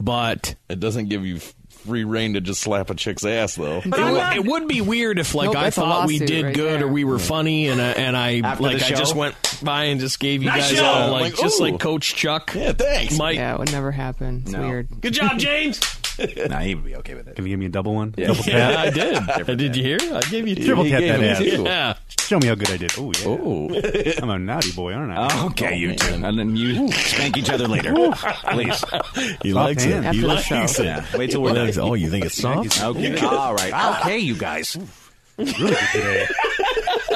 [SPEAKER 3] but
[SPEAKER 7] it doesn't give you free reign to just slap a chick's ass, though.
[SPEAKER 3] It, would- it would be weird if, like,
[SPEAKER 7] Nope,
[SPEAKER 3] I
[SPEAKER 7] that's a
[SPEAKER 3] thought we
[SPEAKER 7] lawsuit
[SPEAKER 3] did
[SPEAKER 7] right
[SPEAKER 3] good or we were funny, and I, and I
[SPEAKER 7] After
[SPEAKER 3] like
[SPEAKER 7] the
[SPEAKER 3] I
[SPEAKER 7] show?
[SPEAKER 3] just went by and just gave you
[SPEAKER 7] Nice
[SPEAKER 3] guys
[SPEAKER 7] show.
[SPEAKER 3] all like,
[SPEAKER 7] Like,
[SPEAKER 3] just
[SPEAKER 7] ooh.
[SPEAKER 3] like Coach Chuck.
[SPEAKER 7] Yeah, thanks.
[SPEAKER 3] Mike.
[SPEAKER 5] Yeah, it would never happen. It's weird.
[SPEAKER 3] Good job, James.
[SPEAKER 2] <laughs> nah, he would be okay with it.
[SPEAKER 28] Can you give me a double one?
[SPEAKER 2] Yeah.
[SPEAKER 28] Double
[SPEAKER 3] Yeah,
[SPEAKER 28] tap?
[SPEAKER 3] I did.
[SPEAKER 2] <laughs>
[SPEAKER 3] Uh, did you hear? I gave you two.
[SPEAKER 28] Triple tap that ass.
[SPEAKER 3] Yeah.
[SPEAKER 28] Show me how good I did. Oh, yeah. I'm a naughty boy, aren't I?
[SPEAKER 2] Oh, okay, you two. And then you spank each other later.
[SPEAKER 28] Ooh.
[SPEAKER 2] Please.
[SPEAKER 28] <laughs> He likes it. After He the
[SPEAKER 3] likes show. it.
[SPEAKER 2] Yeah. Wait till we're
[SPEAKER 3] He likes it. Oh, you think it's soft?
[SPEAKER 2] Okay.
[SPEAKER 3] Yeah.
[SPEAKER 2] All
[SPEAKER 44] uh,
[SPEAKER 2] right. Okay, you
[SPEAKER 44] <laughs>
[SPEAKER 2] guys.
[SPEAKER 28] Really good
[SPEAKER 44] eh?
[SPEAKER 28] today.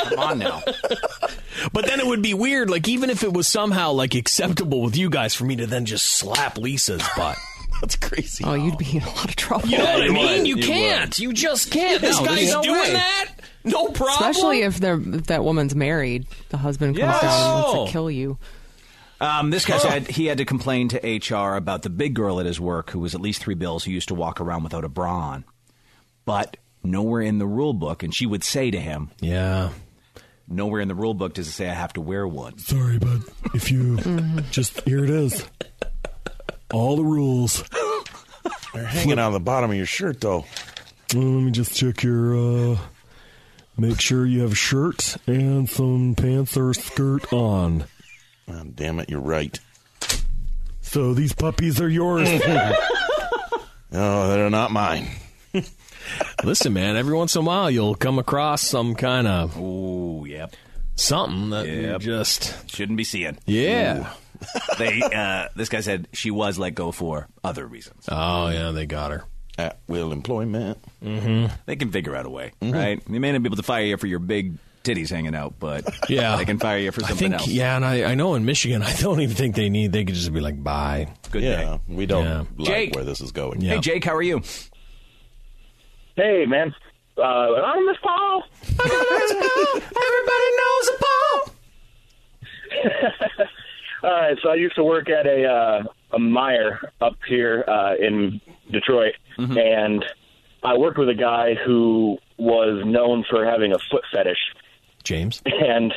[SPEAKER 2] Come on now.
[SPEAKER 3] <laughs> But then it would be weird, like even if it was somehow like acceptable with you guys for me to then just slap Lisa's butt.
[SPEAKER 7] That's crazy.
[SPEAKER 3] Oh,
[SPEAKER 5] you'd be in a lot of trouble.
[SPEAKER 3] You know what I
[SPEAKER 5] Yeah, you
[SPEAKER 3] mean?
[SPEAKER 5] would.
[SPEAKER 3] You
[SPEAKER 5] You
[SPEAKER 3] can't.
[SPEAKER 5] would.
[SPEAKER 3] You just can't. This
[SPEAKER 5] No, there's
[SPEAKER 3] guy's
[SPEAKER 5] no
[SPEAKER 3] doing
[SPEAKER 5] way.
[SPEAKER 3] that. No problem.
[SPEAKER 5] Especially if they're if that woman's married, the husband comes
[SPEAKER 2] Yes.
[SPEAKER 5] down and
[SPEAKER 2] Oh.
[SPEAKER 5] wants to kill you.
[SPEAKER 2] Um, this
[SPEAKER 3] Oh.
[SPEAKER 2] guy said he had to complain to HR about the big girl at his work who was at least three bills who used to walk around without a bra on. But nowhere in the rule book, and she would say to him,
[SPEAKER 3] Yeah.
[SPEAKER 2] Nowhere in the rule book does it say I have to wear one.
[SPEAKER 1] Sorry, but if
[SPEAKER 5] <laughs>
[SPEAKER 1] you
[SPEAKER 5] Mm-hmm.
[SPEAKER 1] just here it is. All the rules.
[SPEAKER 7] They're hanging on the bottom of your shirt, though.
[SPEAKER 1] Well, let me just check your. uh Make sure you have a shirt and some pants or skirt on.
[SPEAKER 7] Oh, damn it, you're right.
[SPEAKER 1] So these puppies are
[SPEAKER 7] <laughs>
[SPEAKER 1] yours.
[SPEAKER 7] No, they're not mine.
[SPEAKER 3] <laughs> Listen, man, every once in a while you'll come across some kind of
[SPEAKER 2] Ooh, yep.
[SPEAKER 3] something that you
[SPEAKER 2] Yep.
[SPEAKER 3] just
[SPEAKER 2] Shouldn't be seeing.
[SPEAKER 3] Yeah.
[SPEAKER 2] Ooh. they
[SPEAKER 3] <laughs>
[SPEAKER 2] uh, this guy said she was let go for other reasons.
[SPEAKER 3] Oh yeah, they got her.
[SPEAKER 7] At will employment.
[SPEAKER 3] Hmm.
[SPEAKER 2] Mm-hmm. They can figure out a way,
[SPEAKER 3] Mm-hmm.
[SPEAKER 2] right? They may not be able to fire you for your big titties hanging out, but
[SPEAKER 3] Yeah.
[SPEAKER 2] they can fire you for
[SPEAKER 3] I
[SPEAKER 2] something
[SPEAKER 3] think
[SPEAKER 2] else.
[SPEAKER 3] yeah, and I, I know in Michigan <laughs> I don't even think they need they could just be like bye.
[SPEAKER 2] Good
[SPEAKER 7] yeah, we don't
[SPEAKER 3] Yeah.
[SPEAKER 7] like
[SPEAKER 2] Jake.
[SPEAKER 7] where this is going.
[SPEAKER 3] Yeah.
[SPEAKER 2] Hey, Jake, how are you?
[SPEAKER 29] Hey, man. Uh, I'm Miss Paul.
[SPEAKER 2] Everybody knows a Paul.
[SPEAKER 29] All right, Uh, so I used to work at a uh, a mire up here uh, in Detroit,
[SPEAKER 1] Mm-hmm.
[SPEAKER 29] and I worked with a guy who was known for having a foot fetish,
[SPEAKER 3] James.
[SPEAKER 29] and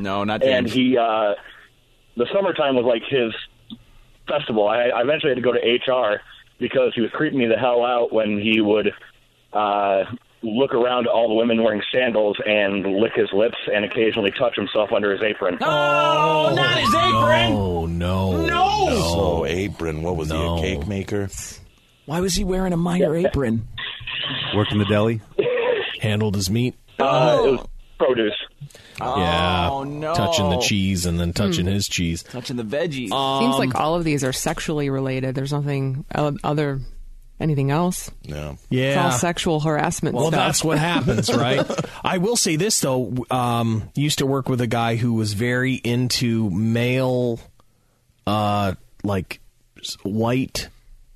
[SPEAKER 2] No, not
[SPEAKER 29] and
[SPEAKER 2] James.
[SPEAKER 29] he uh, the summertime was like his festival. I, I eventually had to go to HR because he was creeping me the hell out when he would uh, look around at all the women wearing sandals and lick his lips and occasionally touch himself under his apron.
[SPEAKER 2] Oh, not his apron.
[SPEAKER 3] Oh no. No.
[SPEAKER 7] So apron, what was he, a cake maker?
[SPEAKER 2] Why was he wearing a minor apron?
[SPEAKER 28] Worked in the deli.
[SPEAKER 3] Handled his meat.
[SPEAKER 29] Uh,
[SPEAKER 2] Oh.
[SPEAKER 29] it was produce.
[SPEAKER 3] Uh, yeah.
[SPEAKER 2] no.
[SPEAKER 3] Touching the cheese and then touching
[SPEAKER 5] Hmm.
[SPEAKER 3] his cheese.
[SPEAKER 2] Touching the veggies.
[SPEAKER 5] Seems like all of these are sexually related. There's nothing el- other, anything else.
[SPEAKER 7] No.
[SPEAKER 5] It's all
[SPEAKER 3] Yeah.
[SPEAKER 5] sexual harassment
[SPEAKER 3] Well,
[SPEAKER 5] stuff.
[SPEAKER 3] that's what happens,
[SPEAKER 5] <laughs>
[SPEAKER 3] right? I will say this though. Um, used to work with a guy who was very into male, uh, like s- white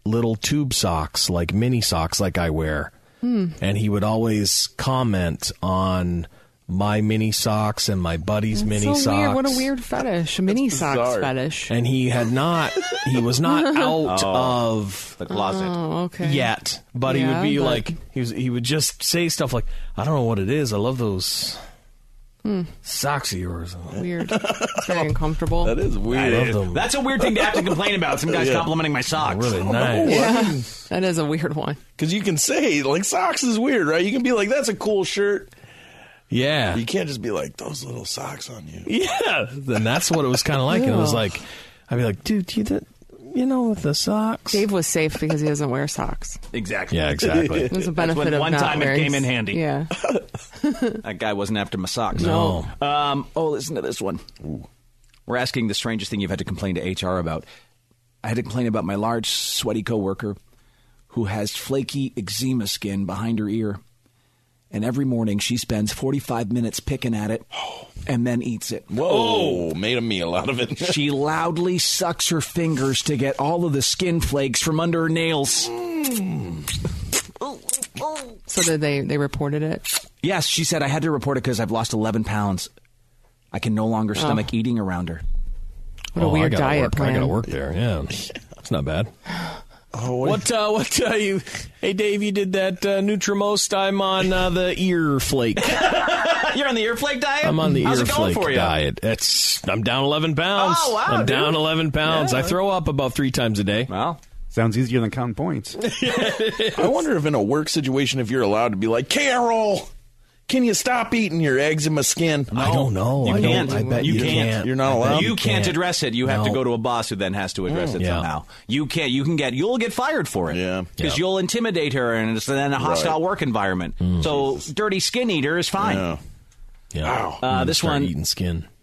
[SPEAKER 3] little tube socks, like mini socks, like I wear.
[SPEAKER 4] Hmm.
[SPEAKER 3] And he would always comment on my mini socks and my buddy's mini
[SPEAKER 5] so
[SPEAKER 3] socks.
[SPEAKER 5] weird. What a weird fetish. A mini socks fetish.
[SPEAKER 3] And he had not, he
[SPEAKER 5] <laughs>
[SPEAKER 3] was not out
[SPEAKER 5] Oh,
[SPEAKER 3] of
[SPEAKER 2] the
[SPEAKER 5] closet. Oh, okay.
[SPEAKER 3] yet. But he
[SPEAKER 5] Yeah,
[SPEAKER 3] would be
[SPEAKER 5] but-
[SPEAKER 3] like, he was, he would just say stuff like, "I don't know what it is. I love those
[SPEAKER 5] Hmm.
[SPEAKER 3] socks of yours." <laughs>
[SPEAKER 5] Weird. It's very uncomfortable.
[SPEAKER 7] That is
[SPEAKER 3] weird. I love them.
[SPEAKER 2] That's a weird thing to have <laughs> to complain about. Some guy's
[SPEAKER 7] Yeah. Oh,
[SPEAKER 2] complimenting my socks.
[SPEAKER 3] Really
[SPEAKER 5] Yeah, <laughs> that is a weird one.
[SPEAKER 7] Because you can say, like, socks is weird, right? You can be like, that's a cool shirt.
[SPEAKER 3] Yeah.
[SPEAKER 7] You can't just be like, those little socks on you.
[SPEAKER 3] Yeah. Then that's what it was kind of like. And it was
[SPEAKER 5] Ew.
[SPEAKER 3] like, I'd be like, "Dude, you did, you know, with the socks."
[SPEAKER 5] Dave was safe because he doesn't wear socks.
[SPEAKER 2] Exactly. <laughs>
[SPEAKER 3] Yeah, exactly.
[SPEAKER 5] <laughs> There's a
[SPEAKER 2] That's
[SPEAKER 5] benefit
[SPEAKER 2] when
[SPEAKER 5] of
[SPEAKER 2] one
[SPEAKER 5] not
[SPEAKER 2] time
[SPEAKER 5] wearing
[SPEAKER 2] it came in
[SPEAKER 5] s-
[SPEAKER 2] handy.
[SPEAKER 3] <laughs>
[SPEAKER 5] Yeah.
[SPEAKER 2] That guy wasn't after my socks.
[SPEAKER 3] No.
[SPEAKER 2] Um, oh, listen to this one. We're asking the strangest thing you've had to complain to HR about. I had to complain about my large, sweaty coworker who has flaky eczema skin behind her ear. And every morning she spends 45 minutes picking at it
[SPEAKER 3] Oh.
[SPEAKER 2] and then eats it.
[SPEAKER 7] Whoa, made a meal out of
[SPEAKER 2] <laughs>
[SPEAKER 7] it.
[SPEAKER 2] She loudly sucks her fingers to get all of the skin flakes from under her nails.
[SPEAKER 5] So did they? They reported it.
[SPEAKER 2] Yes, she said I had to report it because I've lost 11 pounds. I can no longer stomach eating around her.
[SPEAKER 5] Oh. What a
[SPEAKER 3] Oh, I
[SPEAKER 5] weird
[SPEAKER 3] gotta
[SPEAKER 5] diet
[SPEAKER 3] work.
[SPEAKER 5] plan.
[SPEAKER 3] I got to work there. Yeah, it's not bad.
[SPEAKER 7] Oh,
[SPEAKER 3] what? Uh, what? Uh, you? Hey, Dave, you did that uh, Nutrimost. I'm on uh, the ear
[SPEAKER 2] <laughs>
[SPEAKER 3] flake.
[SPEAKER 2] <laughs> You're on the earflake diet?
[SPEAKER 3] I'm on the
[SPEAKER 2] How's
[SPEAKER 3] ear
[SPEAKER 2] it going
[SPEAKER 3] flake
[SPEAKER 2] for you?
[SPEAKER 3] diet. It's I'm down 11 pounds.
[SPEAKER 2] Oh, wow,
[SPEAKER 3] I'm
[SPEAKER 2] dude.
[SPEAKER 3] down 11 pounds. I
[SPEAKER 2] Yeah.
[SPEAKER 3] throw up about three times a day.
[SPEAKER 2] Wow.
[SPEAKER 28] Sounds easier than counting points.
[SPEAKER 7] I wonder if in a work situation, if you're allowed to be like, Carol, Can you stop eating your eczema skin?
[SPEAKER 4] I don't know.
[SPEAKER 2] You
[SPEAKER 4] I don't-
[SPEAKER 2] can't.
[SPEAKER 4] I bet you
[SPEAKER 2] can't.
[SPEAKER 4] can't.
[SPEAKER 7] You're not allowed.
[SPEAKER 2] You can't address it. You have to
[SPEAKER 7] No.
[SPEAKER 2] go to a boss who then has to address
[SPEAKER 7] Mm.
[SPEAKER 2] it
[SPEAKER 7] Yeah.
[SPEAKER 2] somehow. You can't. You can get. You'll get fired for it. Yeah. Because
[SPEAKER 7] Yeah.
[SPEAKER 2] you'll intimidate her, and it's then a hostile
[SPEAKER 7] Right.
[SPEAKER 2] work environment. So dirty skin eater is fine. Yeah. Uh,
[SPEAKER 4] Mm,
[SPEAKER 2] this
[SPEAKER 4] start
[SPEAKER 2] one
[SPEAKER 4] eating skin.
[SPEAKER 2] <laughs>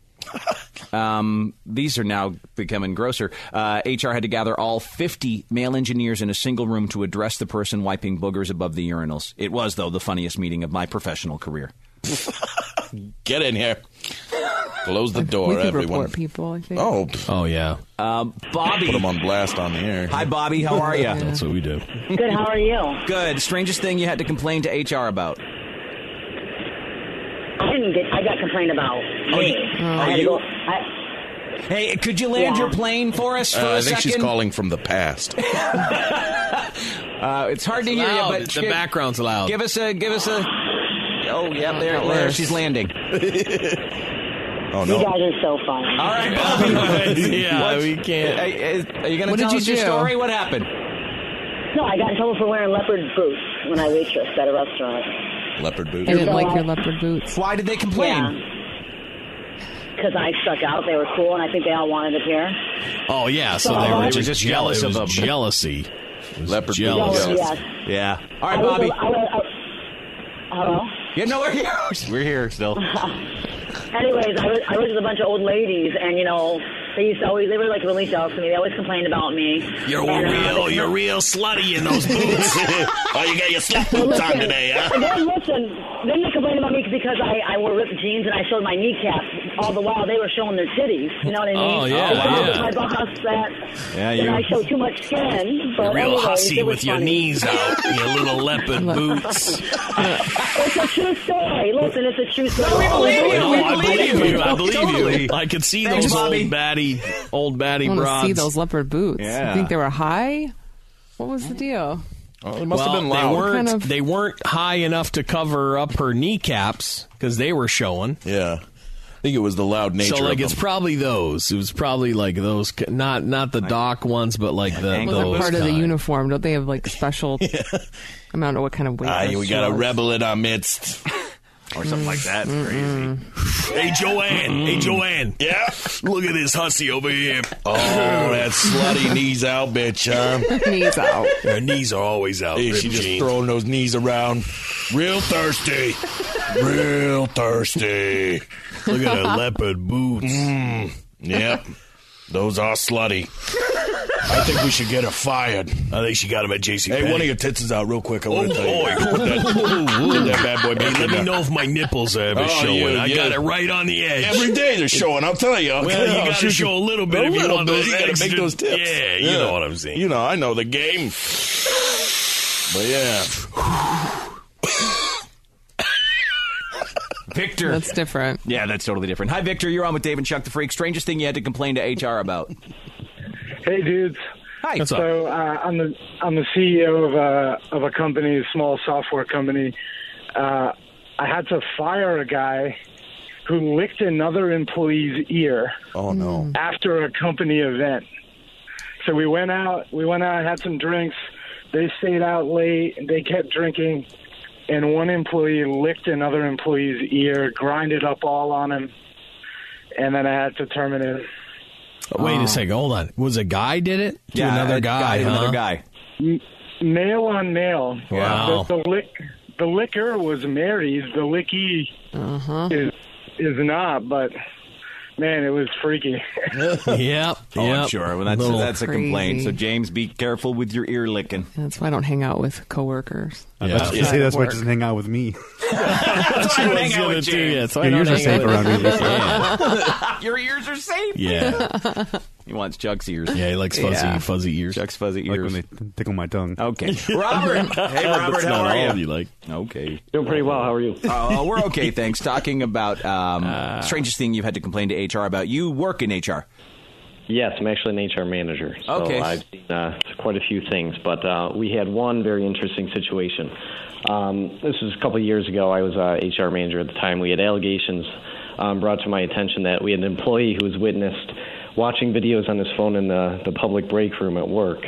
[SPEAKER 2] Um, these are now becoming grosser. Uh, HR had to gather all 50 male engineers in a single room to address the person wiping boogers above the urinals. It was, though, the funniest meeting of my professional career.
[SPEAKER 7] Get in here. Close the door,
[SPEAKER 5] we could
[SPEAKER 7] everyone.
[SPEAKER 5] report people. I think.
[SPEAKER 7] Oh, oh yeah.
[SPEAKER 2] Um, Bobby,
[SPEAKER 7] put him on blast on the air.
[SPEAKER 2] Hi, Bobby. How are you?
[SPEAKER 7] Yeah. That's
[SPEAKER 2] what we do.
[SPEAKER 50] Good. How are you?
[SPEAKER 2] Good. Strangest thing you had to complain to HR about?
[SPEAKER 50] I didn't get. I got complained about.
[SPEAKER 2] Oh,
[SPEAKER 50] I
[SPEAKER 2] you- oh,
[SPEAKER 50] had to
[SPEAKER 2] you-
[SPEAKER 50] go. I,
[SPEAKER 2] Hey, could you land
[SPEAKER 50] Yeah.
[SPEAKER 2] your plane
[SPEAKER 50] <laughs>
[SPEAKER 2] for us for
[SPEAKER 7] Uh,
[SPEAKER 2] a
[SPEAKER 7] I think
[SPEAKER 2] second?
[SPEAKER 7] she's calling from the <laughs> past.
[SPEAKER 2] Uh, it's hard to
[SPEAKER 10] It's
[SPEAKER 2] hear
[SPEAKER 10] loud.
[SPEAKER 2] you, but
[SPEAKER 10] The background's loud.
[SPEAKER 2] Give us a. Give us a. Oh yeah, there,
[SPEAKER 10] Got
[SPEAKER 2] there.
[SPEAKER 10] worse.
[SPEAKER 2] She's landing.
[SPEAKER 7] oh
[SPEAKER 50] You guys are so fun.
[SPEAKER 2] All right, Bobby.
[SPEAKER 50] Yeah,
[SPEAKER 2] we can't. Are you going to
[SPEAKER 50] What
[SPEAKER 2] tell
[SPEAKER 50] did you
[SPEAKER 2] us your
[SPEAKER 50] do?
[SPEAKER 2] story? What happened?
[SPEAKER 50] No, I got in trouble for wearing leopard boots when I waitressed at a restaurant
[SPEAKER 7] Leopard
[SPEAKER 5] I
[SPEAKER 7] boots.
[SPEAKER 5] didn't like your leopard boots.
[SPEAKER 2] Why did they complain?
[SPEAKER 50] because I stuck out. They were cool, and I think they all wanted a pair.
[SPEAKER 4] Oh yeah, so they
[SPEAKER 50] They
[SPEAKER 4] were
[SPEAKER 50] were
[SPEAKER 4] just,
[SPEAKER 2] just jealous
[SPEAKER 4] jealous
[SPEAKER 2] of
[SPEAKER 4] it was
[SPEAKER 2] them.
[SPEAKER 4] Jealousy. It was
[SPEAKER 2] Leopard
[SPEAKER 4] jealous.
[SPEAKER 50] boots. Jealous,
[SPEAKER 2] Yeah. All
[SPEAKER 50] I
[SPEAKER 2] right,
[SPEAKER 50] was
[SPEAKER 2] Bobby.
[SPEAKER 50] a- I was- I- Hello.
[SPEAKER 2] Yeah, no, <laughs> we're here. We're here still.
[SPEAKER 50] Anyways, I was, I was with a bunch of old ladies, and you know, they used to always they were like really jealous of me. They always complained about me.
[SPEAKER 3] You're
[SPEAKER 50] And, uh,
[SPEAKER 3] real, you're real slutty in those boots. oh, you got your slut
[SPEAKER 50] Well,
[SPEAKER 3] boots on
[SPEAKER 50] listen,
[SPEAKER 3] today, huh?
[SPEAKER 50] Then listen, then they complained about me because I, I wore ripped jeans and I showed my kneecaps. All the while they were showing their titties. You know what I mean?
[SPEAKER 3] Oh, yeah,
[SPEAKER 50] So I was
[SPEAKER 3] yeah.
[SPEAKER 50] My boss that
[SPEAKER 3] Yeah,
[SPEAKER 50] and
[SPEAKER 3] you-
[SPEAKER 50] I show too much skin. But
[SPEAKER 3] You're real
[SPEAKER 50] anyways,
[SPEAKER 3] hussy
[SPEAKER 50] it was
[SPEAKER 3] with your
[SPEAKER 50] funny.
[SPEAKER 3] knees out, your little leopard boots.
[SPEAKER 50] it's a true story. Listen, it's a true story.
[SPEAKER 3] we believe you.
[SPEAKER 4] No,
[SPEAKER 3] We
[SPEAKER 4] I believe you. I believe
[SPEAKER 10] Totally.
[SPEAKER 4] you. I could see
[SPEAKER 10] Thanks,
[SPEAKER 4] those
[SPEAKER 10] Bobby.
[SPEAKER 4] old batty, old batty
[SPEAKER 5] I want
[SPEAKER 4] broads.
[SPEAKER 5] to see those leopard boots.
[SPEAKER 4] Yeah.
[SPEAKER 5] I think they were high. What was the deal?
[SPEAKER 7] Oh,
[SPEAKER 10] well, They weren't,
[SPEAKER 5] Kind of-
[SPEAKER 10] they weren't high enough to cover up her kneecaps because they were showing.
[SPEAKER 7] Yeah. I think it was the loud nature.
[SPEAKER 10] So like
[SPEAKER 7] of
[SPEAKER 10] it's
[SPEAKER 7] them.
[SPEAKER 10] probably those. It was probably like those, c- not not the dock ones, but like the
[SPEAKER 5] Well,
[SPEAKER 10] those
[SPEAKER 5] they're part of the
[SPEAKER 10] kind.
[SPEAKER 5] uniform. Don't they have like
[SPEAKER 3] <laughs>
[SPEAKER 5] special? I don't know what kind of weight.
[SPEAKER 7] Ah,
[SPEAKER 5] those
[SPEAKER 7] we got a
[SPEAKER 5] show.
[SPEAKER 7] rebel in our midst. Mm-hmm.
[SPEAKER 5] Or something like that.
[SPEAKER 7] Crazy.
[SPEAKER 3] Hey, Joanne. Hey, Joanne. Yeah? Look at this hussy over here.
[SPEAKER 7] Oh, that slutty <laughs> knees out, bitch,
[SPEAKER 5] <laughs>
[SPEAKER 7] huh?
[SPEAKER 5] knees out.
[SPEAKER 7] Her knees are always out. Hey, she
[SPEAKER 3] ripped
[SPEAKER 7] just
[SPEAKER 3] jeans.
[SPEAKER 7] throwing those knees around. Real thirsty. Real thirsty.
[SPEAKER 3] Look at her
[SPEAKER 7] leopard boots. Mm, yep. Those are slutty. I think we should get her fired. I think she got him at JC. Hey,
[SPEAKER 3] Penney.
[SPEAKER 7] one of your tits is out real quick. I
[SPEAKER 3] Oh,
[SPEAKER 7] want to tell
[SPEAKER 3] boy.
[SPEAKER 7] you. Put <laughs> that, put that bad boy
[SPEAKER 3] Hey,
[SPEAKER 7] back
[SPEAKER 3] let
[SPEAKER 7] in
[SPEAKER 3] me
[SPEAKER 7] there.
[SPEAKER 3] know if my nipples are ever
[SPEAKER 7] Oh,
[SPEAKER 3] showing.
[SPEAKER 7] you-
[SPEAKER 3] I
[SPEAKER 7] you-
[SPEAKER 3] got it right on the edge.
[SPEAKER 7] Every day they're showing. I'll tell you. I'll <laughs>
[SPEAKER 3] Well,
[SPEAKER 7] tell
[SPEAKER 3] you
[SPEAKER 7] I'll
[SPEAKER 3] gotta
[SPEAKER 7] shoot
[SPEAKER 3] show a little bit if you
[SPEAKER 7] little
[SPEAKER 3] want
[SPEAKER 7] bit.
[SPEAKER 3] those
[SPEAKER 7] You gotta make
[SPEAKER 3] extra-
[SPEAKER 7] those tips.
[SPEAKER 3] Yeah, you know what I'm saying.
[SPEAKER 7] You know, I know the game. But yeah,
[SPEAKER 2] Victor.
[SPEAKER 5] That's different.
[SPEAKER 2] Yeah, that's totally different. Hi, Victor. You're on with Dave and Chuck the Freak. Strangest thing you had to complain to HR about?
[SPEAKER 53] Hey, dudes.
[SPEAKER 2] Hi.
[SPEAKER 53] So uh, I'm the I'm the CEO of a of a company, a small software company. Uh, I had to fire a guy who licked another employee's ear.
[SPEAKER 7] Oh no!
[SPEAKER 53] After a company event, so we went out. We went out, had some drinks. They stayed out late. and They kept drinking, and one employee licked another employee's ear, grinded up all on him, and then I had to terminate him.
[SPEAKER 10] Wait a second, hold on. Was a guy did it? To
[SPEAKER 53] Yeah,
[SPEAKER 10] another
[SPEAKER 53] a
[SPEAKER 10] guy,
[SPEAKER 53] guy to
[SPEAKER 10] huh?
[SPEAKER 53] another guy. N- nail on nail.
[SPEAKER 10] Wow.
[SPEAKER 53] The, the, lick, the liquor was married. The licky
[SPEAKER 3] Oh.
[SPEAKER 5] Uh-huh.
[SPEAKER 53] is is not. But man, it was freaky. <laughs>
[SPEAKER 2] Yep. Oh, I'm
[SPEAKER 53] yep.
[SPEAKER 2] sure. Well, that's
[SPEAKER 53] Little
[SPEAKER 2] that's a complaint.
[SPEAKER 5] crazy.
[SPEAKER 2] So James, be careful with your ear licking.
[SPEAKER 5] That's why I don't hang out with coworkers.
[SPEAKER 2] Yeah.
[SPEAKER 9] That's,
[SPEAKER 2] Yeah.
[SPEAKER 9] See, that's why
[SPEAKER 5] Work.
[SPEAKER 9] it doesn't hang out
[SPEAKER 5] <laughs>
[SPEAKER 9] with me.
[SPEAKER 2] that's why I don't hang out
[SPEAKER 9] gonna
[SPEAKER 2] with
[SPEAKER 9] do,
[SPEAKER 2] James.
[SPEAKER 9] yeah, that's why I Yeah, don't yours are hang out safe with around me. me.
[SPEAKER 2] <laughs>
[SPEAKER 9] Yeah.
[SPEAKER 2] Your ears are safe.
[SPEAKER 9] Yeah.
[SPEAKER 2] <laughs> he wants Chuck's ears.
[SPEAKER 9] Yeah, he likes fuzzy-
[SPEAKER 2] fuzzy ears. Chuck's fuzzy
[SPEAKER 9] Like
[SPEAKER 2] ears.
[SPEAKER 9] when they tickle my tongue.
[SPEAKER 2] Okay. Robert. hey, Robert.
[SPEAKER 9] That's
[SPEAKER 2] How
[SPEAKER 9] not
[SPEAKER 2] are
[SPEAKER 9] all
[SPEAKER 2] you?
[SPEAKER 9] of you,
[SPEAKER 2] like. Okay.
[SPEAKER 49] Doing pretty well. How are
[SPEAKER 2] <laughs>
[SPEAKER 49] you?
[SPEAKER 2] Oh, we're okay, thanks. Talking about um, strangest thing you've had to complain to HR about. You work in HR.
[SPEAKER 49] Yes, I'm actually an HR manager. So
[SPEAKER 2] Okay.
[SPEAKER 49] I've seen uh, quite a few things, but uh, we had one very interesting situation. Um, this was a couple of years ago. I was uh, HR manager at the time. We had allegations um, brought to my attention that we had an employee who was witnessed watching videos on his phone in the, the public break room at work.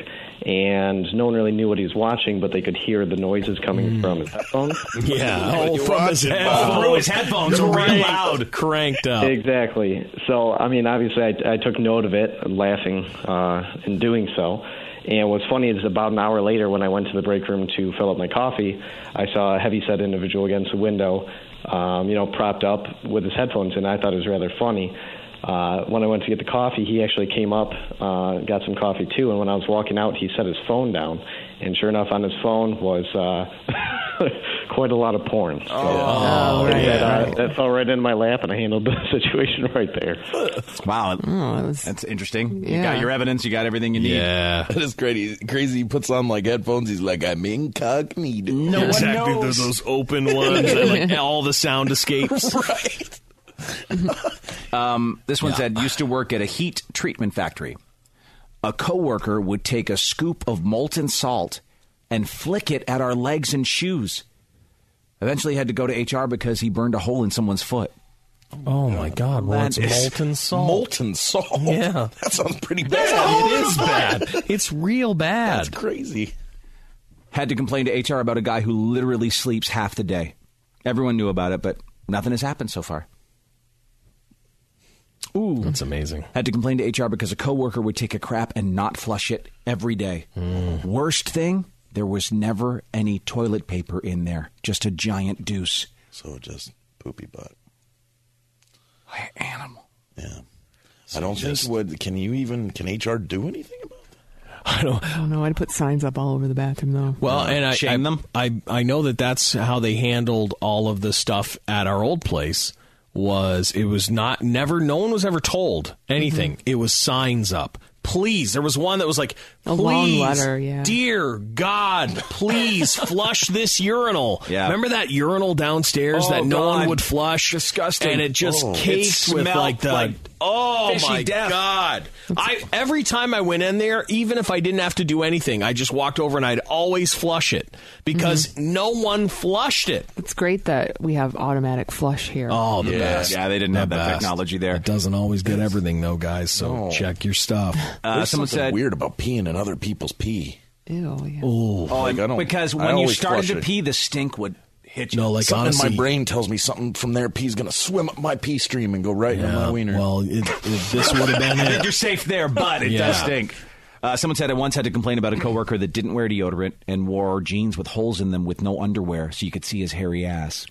[SPEAKER 49] and no one really knew what he was watching, but they could hear the noises coming from his headphones.
[SPEAKER 3] Yeah, oh, from his headphones. Through his headphones were real loud, cranked up.
[SPEAKER 49] Exactly. So, I mean, obviously, I, I took note of it, laughing uh, in doing so. And what's funny is about an hour later, when I went to the break room to fill up my coffee, I saw a heavy set individual against the window, um, you know, propped up with his headphones in. I thought it was rather funny. Uh, when I went to get the coffee, he actually came up, uh, got some coffee too. And when I was walking out, he set his phone down. And sure enough, on his phone was uh, <laughs> quite a lot of porn. So,
[SPEAKER 4] Oh,
[SPEAKER 49] uh,
[SPEAKER 4] right,
[SPEAKER 49] that, uh,
[SPEAKER 4] right.
[SPEAKER 49] that fell right in my lap, and I handled the <laughs> situation right there.
[SPEAKER 2] Wow,
[SPEAKER 4] Oh,
[SPEAKER 2] that's interesting. You got
[SPEAKER 49] yeah.
[SPEAKER 2] your evidence. You got everything you need.
[SPEAKER 3] Yeah,
[SPEAKER 7] that is crazy. Crazy. He puts on like headphones. He's like, I'm incognito.
[SPEAKER 3] No exactly. They're those open
[SPEAKER 7] <laughs>
[SPEAKER 3] ones.
[SPEAKER 5] <laughs>
[SPEAKER 3] that, like, all the sound escapes.
[SPEAKER 2] Um, this one said used to work at a heat treatment factory. A coworker would take a scoop of molten salt and flick it at our legs and shoes. Eventually, had to go to HR because he burned a hole in someone's foot.
[SPEAKER 3] Oh my God! Well, it's
[SPEAKER 2] That is- <laughs>
[SPEAKER 3] molten salt.
[SPEAKER 7] Molten salt. <laughs>
[SPEAKER 3] Yeah,
[SPEAKER 7] that sounds pretty
[SPEAKER 3] bad. It is bad. Oh, It's real bad. That's
[SPEAKER 7] crazy.
[SPEAKER 2] Had to complain to HR about a guy who literally sleeps half the day. Everyone knew about it, but nothing has happened so far. Ooh,
[SPEAKER 3] that's amazing.
[SPEAKER 2] Had to complain to HR because a coworker would take a crap and not flush it every day.
[SPEAKER 7] Mm.
[SPEAKER 2] Worst thing, there was never any toilet paper in there. Just a giant deuce.
[SPEAKER 7] So just poopy butt.
[SPEAKER 2] Animal.
[SPEAKER 7] Yeah. I don't think would. Can you even? Can HR do anything?
[SPEAKER 3] <laughs> I don't,
[SPEAKER 5] I don't know. I'd put signs up all over the bathroom though.
[SPEAKER 3] Well,
[SPEAKER 2] Uh,
[SPEAKER 3] and I, I them. I I know that that's how they handled all of the stuff at our old place. Was it was not never no one was ever told anything.
[SPEAKER 5] Mm-hmm.
[SPEAKER 3] It was signs up. Please, there was one that was like,
[SPEAKER 5] A long
[SPEAKER 3] "Please,
[SPEAKER 5] letter, yeah.
[SPEAKER 3] Dear God, please flush this urinal.
[SPEAKER 2] Yeah.
[SPEAKER 3] Remember that urinal downstairs
[SPEAKER 2] Oh,
[SPEAKER 3] that no
[SPEAKER 2] God.
[SPEAKER 3] one would flush? Disgusting. And it just
[SPEAKER 2] Oh. It
[SPEAKER 3] caked
[SPEAKER 2] smelled
[SPEAKER 3] with like the
[SPEAKER 2] like
[SPEAKER 3] oh
[SPEAKER 2] fishy
[SPEAKER 3] my
[SPEAKER 2] death.
[SPEAKER 3] God. I every time I went in there, even if I didn't have to do anything, I just walked over and I'd always flush it because
[SPEAKER 2] Mm-hmm.
[SPEAKER 3] no one flushed it.
[SPEAKER 5] It's great that we have automatic flush here.
[SPEAKER 3] Oh, the best.
[SPEAKER 2] Yeah, they didn't
[SPEAKER 3] The
[SPEAKER 2] have that
[SPEAKER 3] best.
[SPEAKER 2] technology there.
[SPEAKER 3] It doesn't always get everything though, guys. So
[SPEAKER 7] No.
[SPEAKER 3] check your stuff.
[SPEAKER 2] Uh,
[SPEAKER 7] There's something weird about peeing in other people's pee.
[SPEAKER 5] Ew. Yeah.
[SPEAKER 3] Oh,
[SPEAKER 2] Oh, and because when you started to pee, the stink would hit you.
[SPEAKER 7] something in my brain tells me something from their pee is going to swim up my pee stream and go right in my wiener.
[SPEAKER 3] Well, it, this
[SPEAKER 2] <laughs>
[SPEAKER 7] <laughs>
[SPEAKER 2] You're safe there, but it does
[SPEAKER 7] Yeah.
[SPEAKER 2] stink. Uh, someone said I once had to complain about a coworker that didn't wear deodorant and wore jeans with holes in them with no underwear, so you could see his hairy ass.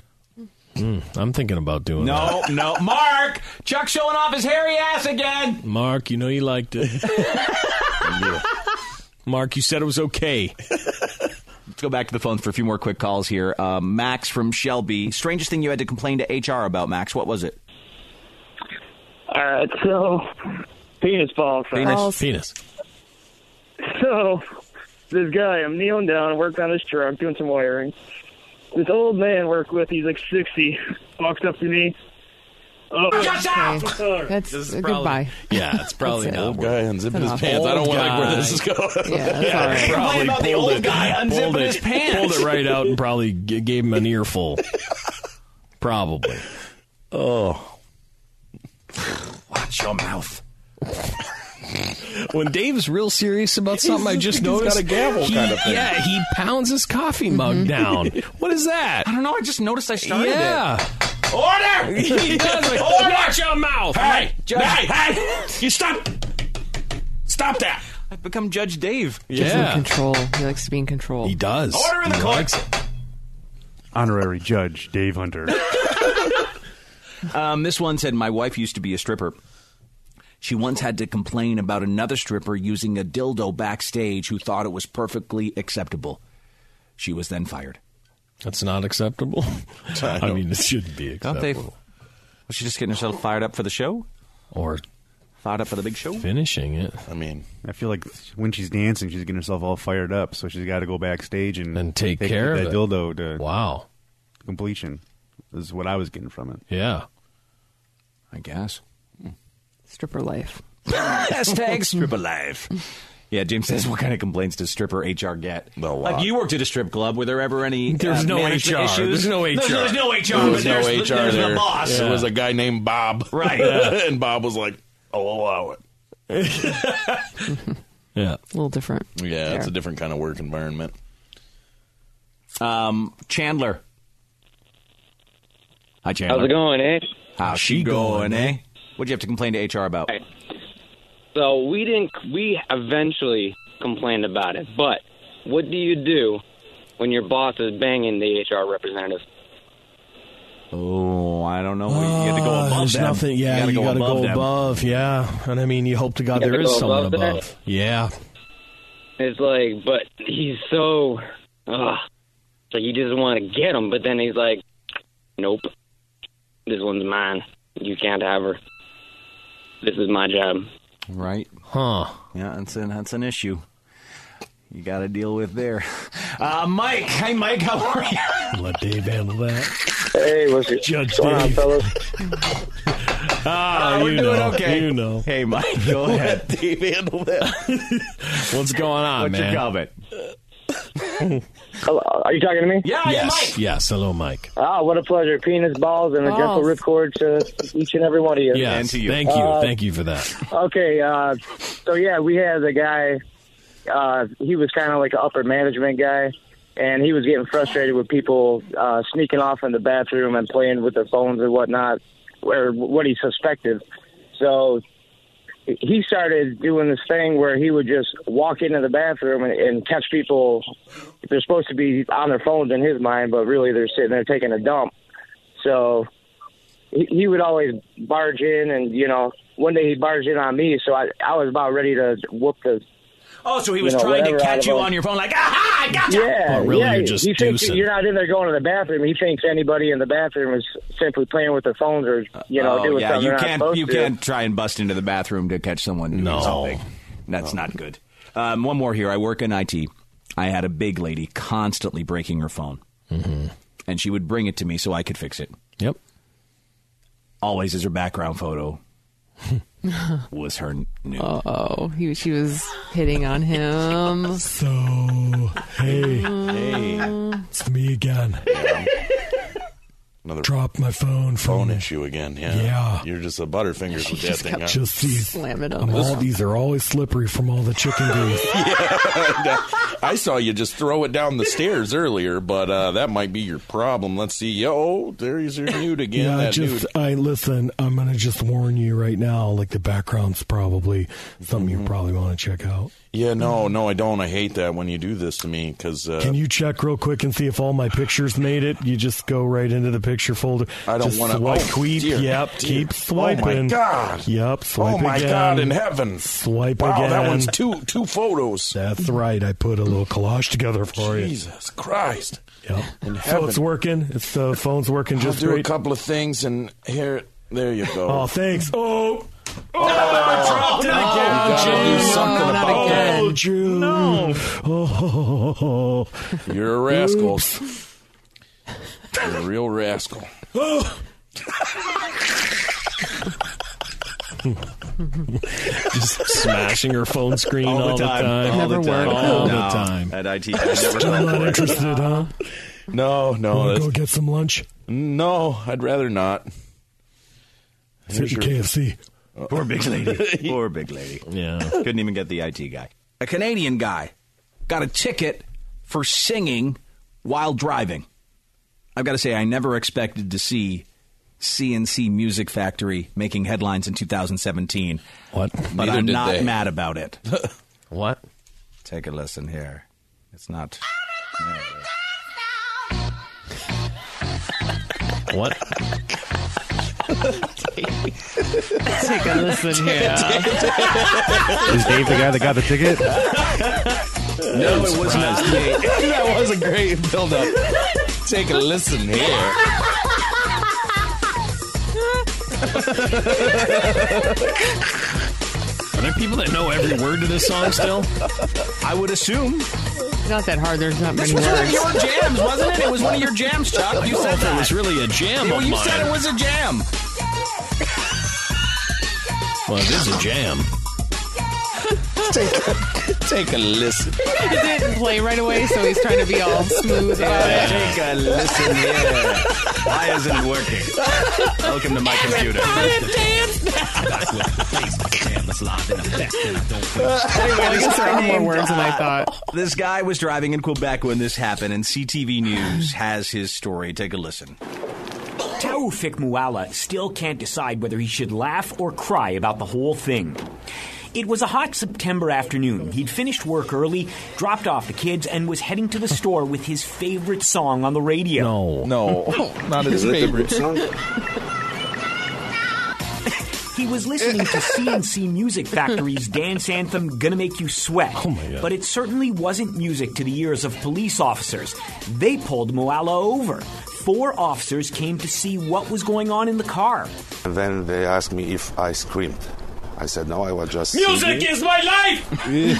[SPEAKER 3] Hmm, I'm thinking about doing
[SPEAKER 2] No, no, Mark, Chuck's showing off his hairy ass again.
[SPEAKER 3] that. Mark, you know you liked
[SPEAKER 7] <laughs>
[SPEAKER 3] it. Mark, you said it was okay.
[SPEAKER 2] Let's go back to the phones for a few more quick calls here. Uh, Max from Shelby. Strangest thing you had to complain to HR about, Max? What was it?
[SPEAKER 13] All right, so penis balls.
[SPEAKER 3] Penis. Penis.
[SPEAKER 13] <laughs> So this guy, I'm kneeling down, working on his truck, doing some wiring. This old man I work with, he's like 60, walks up to me. Oh,
[SPEAKER 4] Shut up!
[SPEAKER 5] That's
[SPEAKER 13] This is
[SPEAKER 5] uh,
[SPEAKER 13] probably-
[SPEAKER 5] goodbye.
[SPEAKER 3] Yeah, it's
[SPEAKER 13] probably
[SPEAKER 7] old guy unzipping his
[SPEAKER 13] Old
[SPEAKER 7] pants. I don't want to like where this is
[SPEAKER 3] guy.
[SPEAKER 7] going. <laughs>
[SPEAKER 3] Yeah, that's all <laughs> right.
[SPEAKER 7] probably
[SPEAKER 3] Complain about the
[SPEAKER 7] pulled
[SPEAKER 3] old
[SPEAKER 7] it.
[SPEAKER 3] guy unzipping
[SPEAKER 7] Pulled it.
[SPEAKER 3] his pants. Pulled it right out and <laughs> probably g- gave him an earful. probably. Oh.
[SPEAKER 2] Watch your mouth.
[SPEAKER 3] When Dave's real serious about something, I
[SPEAKER 7] He's-
[SPEAKER 3] just
[SPEAKER 7] he's
[SPEAKER 3] noticed
[SPEAKER 7] got a gavel
[SPEAKER 3] he-
[SPEAKER 7] kind of thing.
[SPEAKER 3] Yeah, he pounds his coffee mug down. What is that?
[SPEAKER 2] I don't know. I just noticed I started
[SPEAKER 3] yeah.
[SPEAKER 2] it.
[SPEAKER 3] Order! He does. Like,
[SPEAKER 4] Order!
[SPEAKER 3] Watch your mouth.
[SPEAKER 4] Hey,
[SPEAKER 3] Judge-
[SPEAKER 4] hey,
[SPEAKER 3] hey!
[SPEAKER 2] You stop! Stop that! I've become Judge Dave.
[SPEAKER 5] Gives him control. He likes to be in control. He
[SPEAKER 3] does.
[SPEAKER 2] Order in the court.
[SPEAKER 28] Honorary Judge Dave Hunter.
[SPEAKER 2] <laughs> Um, this one said, My wife used to be a stripper. She once had to complain about another stripper using a dildo backstage who thought it was perfectly acceptable. She was then fired.
[SPEAKER 3] That's not acceptable. <laughs> I,
[SPEAKER 2] don't-
[SPEAKER 3] mean, it shouldn't be
[SPEAKER 2] Don't
[SPEAKER 3] acceptable.
[SPEAKER 2] they- Was she just getting herself fired up for the show?
[SPEAKER 3] Or
[SPEAKER 2] fired up for the big show?
[SPEAKER 3] Finishing it.
[SPEAKER 7] I mean,
[SPEAKER 28] I feel like when she's dancing, she's getting herself all fired up, so she's got to go backstage and, and
[SPEAKER 3] take care of
[SPEAKER 28] that
[SPEAKER 3] it.
[SPEAKER 28] dildo to
[SPEAKER 3] wow
[SPEAKER 28] completion. Is what I was getting from it.
[SPEAKER 3] Yeah,
[SPEAKER 2] I guess.
[SPEAKER 5] Stripper life.
[SPEAKER 2] <laughs> Hashtag stripper life. Yeah, James says, what kind of complaints does stripper HR get? Like, you worked at a strip club. Were there ever any
[SPEAKER 7] There's
[SPEAKER 2] uh,
[SPEAKER 7] no
[SPEAKER 2] management
[SPEAKER 7] HR.
[SPEAKER 2] issues?
[SPEAKER 7] There's no
[SPEAKER 2] There's,
[SPEAKER 7] HR.
[SPEAKER 2] there's no HR,
[SPEAKER 7] There was
[SPEAKER 2] but
[SPEAKER 7] no
[SPEAKER 2] there's,
[SPEAKER 7] HR
[SPEAKER 2] there's
[SPEAKER 7] there.
[SPEAKER 2] the boss.
[SPEAKER 7] There was a guy named Bob. <laughs> "Oh,
[SPEAKER 2] Right.
[SPEAKER 3] <laughs>
[SPEAKER 7] and Bob was like, I'll allow it.
[SPEAKER 4] Yeah.
[SPEAKER 5] A little different.
[SPEAKER 7] Yeah, it's
[SPEAKER 5] there.
[SPEAKER 7] a different kind of work environment.
[SPEAKER 2] Um, Chandler. Hi, Chandler.
[SPEAKER 58] How's it going, eh?
[SPEAKER 2] How's she going, eh? What'd you have to complain to HR about?
[SPEAKER 58] So we didn't. We eventually complained about it, but what do you do when your boss is banging the HR representative?
[SPEAKER 2] Oh, I don't know.
[SPEAKER 3] Uh,
[SPEAKER 2] you had to go above
[SPEAKER 4] Uh, There's
[SPEAKER 2] them.
[SPEAKER 4] nothing. Yeah, you got to go
[SPEAKER 2] them.
[SPEAKER 4] above. Yeah, and I mean, you hope to God
[SPEAKER 58] You
[SPEAKER 4] there
[SPEAKER 58] gotta
[SPEAKER 4] is
[SPEAKER 58] go
[SPEAKER 4] someone
[SPEAKER 58] above
[SPEAKER 4] above.
[SPEAKER 58] that.
[SPEAKER 4] Yeah.
[SPEAKER 58] It's like, but he's so, ugh. So you just want to get him, but then he's like, nope, this one's mine. You can't have her. This is my job.
[SPEAKER 2] Right.
[SPEAKER 4] Huh.
[SPEAKER 2] Yeah, that's an, that's an issue. You got to deal with there. Uh, Mike. Hey, Mike. How are you?
[SPEAKER 4] Let Dave handle that.
[SPEAKER 58] Hey, what's it?
[SPEAKER 4] Judge
[SPEAKER 58] going on,
[SPEAKER 4] Dave.
[SPEAKER 58] fellas?
[SPEAKER 4] Ah,
[SPEAKER 38] we're
[SPEAKER 4] you
[SPEAKER 38] doing
[SPEAKER 4] know.
[SPEAKER 38] okay.
[SPEAKER 4] You know.
[SPEAKER 2] Hey, Mike.
[SPEAKER 4] Go
[SPEAKER 38] Let
[SPEAKER 7] <laughs>
[SPEAKER 4] ahead.
[SPEAKER 7] Dave handle that.
[SPEAKER 4] <laughs> What's going on,
[SPEAKER 2] What's your
[SPEAKER 4] man? <laughs>
[SPEAKER 2] comment?
[SPEAKER 58] Hello, are you talking to me?
[SPEAKER 2] Yeah,
[SPEAKER 4] yes. Yes. Hello, Mike.
[SPEAKER 58] Ah, what a pleasure. Penis balls and a gentle
[SPEAKER 4] Balls.
[SPEAKER 58] ripcord to each and every one of you.
[SPEAKER 4] Yes. Thank you.
[SPEAKER 58] Uh,
[SPEAKER 4] Thank you for that.
[SPEAKER 58] <laughs> Okay, uh, so yeah, we had a guy. Uh, he was kind of like an upper management guy, and he was getting frustrated with people uh, sneaking off in the bathroom and playing with their phones and whatnot, or what he suspected. So he started doing this thing where he would just walk into the bathroom and, and catch people. They're supposed to be on their phones in his mind, but really they're sitting there taking a dump. So he, he would always barge in, and you know, one day he barged in on me, so I I was about ready to whoop the.
[SPEAKER 2] Oh, so he
[SPEAKER 58] you
[SPEAKER 2] was
[SPEAKER 58] know,
[SPEAKER 2] trying to
[SPEAKER 58] whatever out
[SPEAKER 2] catch
[SPEAKER 58] of
[SPEAKER 2] you
[SPEAKER 58] him.
[SPEAKER 2] on your phone, like, aha, I Ah, gotcha.
[SPEAKER 58] Yeah, yeah, he thinks
[SPEAKER 2] deucing.
[SPEAKER 58] you're not in there going to the bathroom. He thinks anybody in the bathroom is simply playing with their phones or you know
[SPEAKER 2] oh,
[SPEAKER 58] doing
[SPEAKER 2] yeah,
[SPEAKER 58] something
[SPEAKER 2] you
[SPEAKER 58] they're not
[SPEAKER 2] can't
[SPEAKER 58] supposed
[SPEAKER 2] you
[SPEAKER 58] to.
[SPEAKER 2] can't try and bust into the bathroom to catch someone doing something. That's not good. Um, one more here. I work in IT. I had a big lady constantly breaking her phone, and she would bring it to me so I could fix it.
[SPEAKER 4] Yep.
[SPEAKER 2] Always as her background photo was her new.
[SPEAKER 5] Oh, he she was hitting on him.
[SPEAKER 3] So hey,
[SPEAKER 5] Hey.
[SPEAKER 3] it's me again.
[SPEAKER 7] Another
[SPEAKER 3] Drop my phone
[SPEAKER 7] phone
[SPEAKER 3] from
[SPEAKER 7] issue again. Yeah.
[SPEAKER 3] Yeah.
[SPEAKER 7] You're just a butterfingers with that thing. Huh?
[SPEAKER 3] Just these.
[SPEAKER 5] Slamming
[SPEAKER 3] I'm Um, all these are always slippery from all the chicken grease.
[SPEAKER 7] <laughs> Yeah. I saw you just throw it down the stairs earlier, but uh, that might be your problem. Let's see. Yo, there's
[SPEAKER 3] <laughs>
[SPEAKER 7] your nude again.
[SPEAKER 3] Yeah, I
[SPEAKER 7] that
[SPEAKER 3] just
[SPEAKER 7] nude.
[SPEAKER 3] I listen. I'm gonna just warn you right now. Like the background's probably something you probably want to check out.
[SPEAKER 7] Yeah, no, no, I don't. I hate that when you do this to me because uh,
[SPEAKER 3] Can you check real quick and see if all my pictures made it? You just go right into the picture folder.
[SPEAKER 7] I don't
[SPEAKER 3] Just
[SPEAKER 7] want to.
[SPEAKER 3] swipe.
[SPEAKER 7] oh,
[SPEAKER 3] keep,
[SPEAKER 7] dear,
[SPEAKER 3] yep,
[SPEAKER 7] dear.
[SPEAKER 3] keep swiping.
[SPEAKER 7] Oh my god.
[SPEAKER 3] Yep, swipe
[SPEAKER 7] oh my
[SPEAKER 3] again.
[SPEAKER 7] god in heaven.
[SPEAKER 3] Swipe
[SPEAKER 7] wow,
[SPEAKER 3] again.
[SPEAKER 7] that one's two two photos.
[SPEAKER 3] That's right. I put a little collage together for <laughs> you.
[SPEAKER 7] Jesus Christ.
[SPEAKER 3] Yep. So
[SPEAKER 7] heaven.
[SPEAKER 3] it's working. It's the phone's working
[SPEAKER 7] I'll
[SPEAKER 3] just
[SPEAKER 7] do a
[SPEAKER 3] great.
[SPEAKER 7] couple of things and here, there you go.
[SPEAKER 3] <laughs> Oh, thanks. Oh,
[SPEAKER 4] Oh.
[SPEAKER 7] dropped it again.
[SPEAKER 3] June.
[SPEAKER 7] do something
[SPEAKER 3] No, not
[SPEAKER 7] about
[SPEAKER 3] again.
[SPEAKER 7] that.
[SPEAKER 3] June.
[SPEAKER 7] No.
[SPEAKER 3] Oh,
[SPEAKER 7] You're a rascal. You're a real rascal.
[SPEAKER 4] Just smashing her phone screen all,
[SPEAKER 7] All the time.
[SPEAKER 4] All the time. All the time.
[SPEAKER 2] At
[SPEAKER 3] <laughs>
[SPEAKER 2] IT,
[SPEAKER 3] Still not interested, huh?
[SPEAKER 7] No, no,
[SPEAKER 3] Want to
[SPEAKER 7] that's-
[SPEAKER 3] go get some lunch?
[SPEAKER 7] no. I'd rather not.
[SPEAKER 3] Sit in KFC.
[SPEAKER 7] Oh.
[SPEAKER 2] <laughs> Poor big
[SPEAKER 7] <laughs>
[SPEAKER 4] <laughs>
[SPEAKER 2] lady. Poor big lady.
[SPEAKER 4] Yeah.
[SPEAKER 2] Couldn't even get the IT guy. A Canadian guy got a ticket for singing while driving. I've got to say, I never expected to see CNC Music Factory making headlines in 2017.
[SPEAKER 4] What?
[SPEAKER 2] But
[SPEAKER 4] Neither
[SPEAKER 2] I'm
[SPEAKER 4] did
[SPEAKER 2] not
[SPEAKER 4] they.
[SPEAKER 2] mad about it.
[SPEAKER 4] <laughs> what?
[SPEAKER 2] Take a listen here. It's not.
[SPEAKER 4] What?
[SPEAKER 38] Take
[SPEAKER 4] a listen <laughs> here.
[SPEAKER 9] Is Dave the guy that got the ticket?
[SPEAKER 38] No, it was not.
[SPEAKER 7] <laughs> that was a great build-up. Take a listen here.
[SPEAKER 4] Are there people that know every word to this
[SPEAKER 3] <laughs>
[SPEAKER 4] song still?
[SPEAKER 2] I would assume.
[SPEAKER 5] It's not that hard. There's not
[SPEAKER 2] This
[SPEAKER 5] many
[SPEAKER 2] was one
[SPEAKER 5] words.
[SPEAKER 2] of your jams, wasn't it? It was one of your jams, Chuck. You
[SPEAKER 4] Oh,
[SPEAKER 2] said
[SPEAKER 4] if
[SPEAKER 2] that.
[SPEAKER 4] it was really a jam
[SPEAKER 2] You,
[SPEAKER 4] of
[SPEAKER 2] you
[SPEAKER 4] mine.
[SPEAKER 2] said it was a jam. Oh,
[SPEAKER 4] Well, it is a jam.
[SPEAKER 7] <laughs> take, a, take a listen.
[SPEAKER 5] It didn't <laughs> play right away, so he's trying to be all
[SPEAKER 2] <laughs>
[SPEAKER 5] smooth about it.
[SPEAKER 2] Take a listen here. Why isn't it working? Welcome to my computer.
[SPEAKER 38] dance now.
[SPEAKER 4] Back with the face, damn, that's live and I'm best, and I don't
[SPEAKER 5] I guess there are more words than I
[SPEAKER 2] thought. <laughs> This guy was driving in Quebec when this happened, and CTV News has his story. Take a listen.
[SPEAKER 17] Taufik Mualla still can't decide whether he should laugh or cry about the whole thing. It was a hot September afternoon. He'd finished work early, dropped off the kids, and was heading to the store with his favorite song on the radio. No,
[SPEAKER 16] <laughs>
[SPEAKER 7] no, not his Is it the favorite. <laughs> song?
[SPEAKER 17] He was listening to CNC Music Factory's dance anthem, Gonna Make You Sweat. Oh my God. But it certainly wasn't music to the ears of police officers. They pulled Moala over. Four officers came to see what was going on in the car.
[SPEAKER 38] And then they asked me if I screamed. I said, no, I was just.
[SPEAKER 17] Music
[SPEAKER 38] singing."
[SPEAKER 17] is my
[SPEAKER 38] Uh,
[SPEAKER 17] life!
[SPEAKER 38] <laughs> he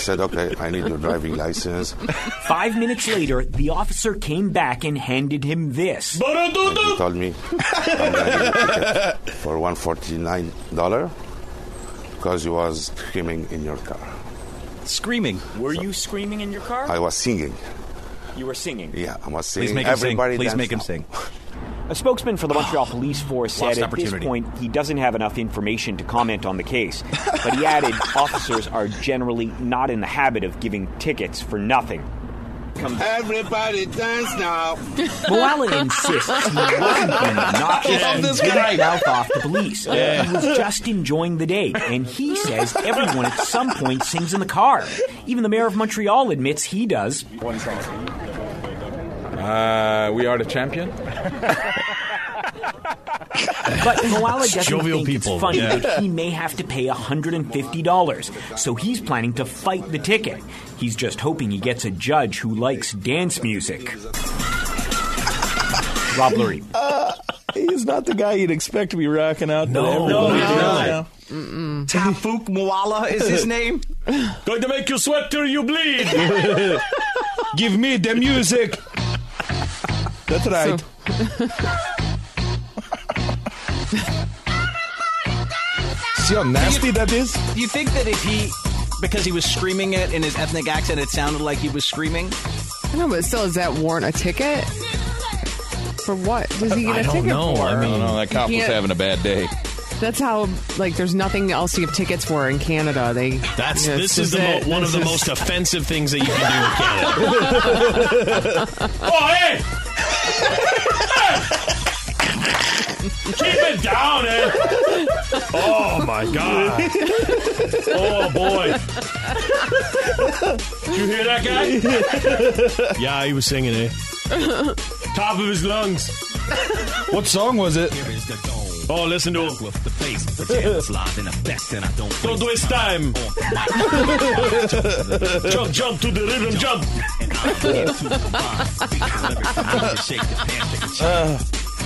[SPEAKER 38] said, okay, I need your driving license.
[SPEAKER 17] Five minutes later, the officer came back and handed him this.
[SPEAKER 38] He told me I'm gonna give you a ticket for one forty nine dollar because you was screaming in your car.
[SPEAKER 2] Screaming.
[SPEAKER 17] Were you screaming in your car?
[SPEAKER 38] I was singing.
[SPEAKER 17] You were singing.
[SPEAKER 38] Yeah, I was
[SPEAKER 17] Please
[SPEAKER 38] singing.
[SPEAKER 17] make him sing.
[SPEAKER 38] Everybody
[SPEAKER 17] Please
[SPEAKER 38] danced
[SPEAKER 17] make him
[SPEAKER 38] now.
[SPEAKER 17] sing. A spokesman for the
[SPEAKER 4] <sighs>
[SPEAKER 17] Montreal Police Force said
[SPEAKER 38] Lost
[SPEAKER 17] at this
[SPEAKER 38] opportunity.
[SPEAKER 17] point he doesn't have enough information to comment on the case. But he
[SPEAKER 4] <laughs>
[SPEAKER 17] added officers are generally not in the habit of giving tickets for nothing.
[SPEAKER 4] Everybody dance now.
[SPEAKER 40] <laughs>
[SPEAKER 17] Moala insists
[SPEAKER 4] <laughs>
[SPEAKER 17] he wasn't being obnoxious
[SPEAKER 4] I love
[SPEAKER 17] and
[SPEAKER 4] this
[SPEAKER 17] didn't
[SPEAKER 4] guy.
[SPEAKER 17] mouth off the police.
[SPEAKER 4] <laughs> Yeah.
[SPEAKER 17] He was just enjoying the day, and he says everyone at some point sings in the car. Even the mayor of Montreal admits he does. One song.
[SPEAKER 7] Uh, we are the champion.
[SPEAKER 17] But Moala doesn't
[SPEAKER 7] Jovial
[SPEAKER 17] think
[SPEAKER 7] people,
[SPEAKER 17] it's funny
[SPEAKER 7] yeah.
[SPEAKER 17] that he may have to pay $150, so he's planning to fight the ticket. He's just hoping he gets a judge who likes dance music. <laughs> Rob Lurie.
[SPEAKER 7] He's not the guy you'd expect to be rocking out. No,
[SPEAKER 2] Tafuk Mualla is his
[SPEAKER 4] <laughs>
[SPEAKER 2] name.
[SPEAKER 7] Going to make you sweat till
[SPEAKER 2] <laughs>
[SPEAKER 7] you bleed. Give me the music. That's right. See how nasty that is?
[SPEAKER 2] Do you think that if he, because he was screaming it in his ethnic accent, it sounded like he was screaming?
[SPEAKER 5] I know, but still, does that warrant a ticket? For what? Does he get a ticket for?
[SPEAKER 7] no, no, that cop
[SPEAKER 5] He
[SPEAKER 7] was
[SPEAKER 5] can't-
[SPEAKER 7] having a bad day.
[SPEAKER 5] That's how, like, there's nothing else to give tickets for in Canada. They
[SPEAKER 3] That's
[SPEAKER 5] you know,
[SPEAKER 3] this
[SPEAKER 5] this
[SPEAKER 3] is the
[SPEAKER 5] it.
[SPEAKER 3] mo- one of the
[SPEAKER 5] This
[SPEAKER 3] most
[SPEAKER 5] is-
[SPEAKER 3] offensive things that you can do in Canada.
[SPEAKER 4] Oh,
[SPEAKER 2] <laughs>
[SPEAKER 4] hey! Keep it down, eh?
[SPEAKER 3] oh my god!
[SPEAKER 2] <laughs>
[SPEAKER 4] Oh, boy.
[SPEAKER 3] You hear that guy? yeah, he was singing eh? it.
[SPEAKER 2] <laughs>
[SPEAKER 3] Top of his lungs.
[SPEAKER 7] What song was it?
[SPEAKER 3] Oh, listen to him.
[SPEAKER 4] The face, the jams live and the best, and I don't
[SPEAKER 3] Don't waste time. <laughs> jump, jump to the rhythm, jump.
[SPEAKER 2] Oh,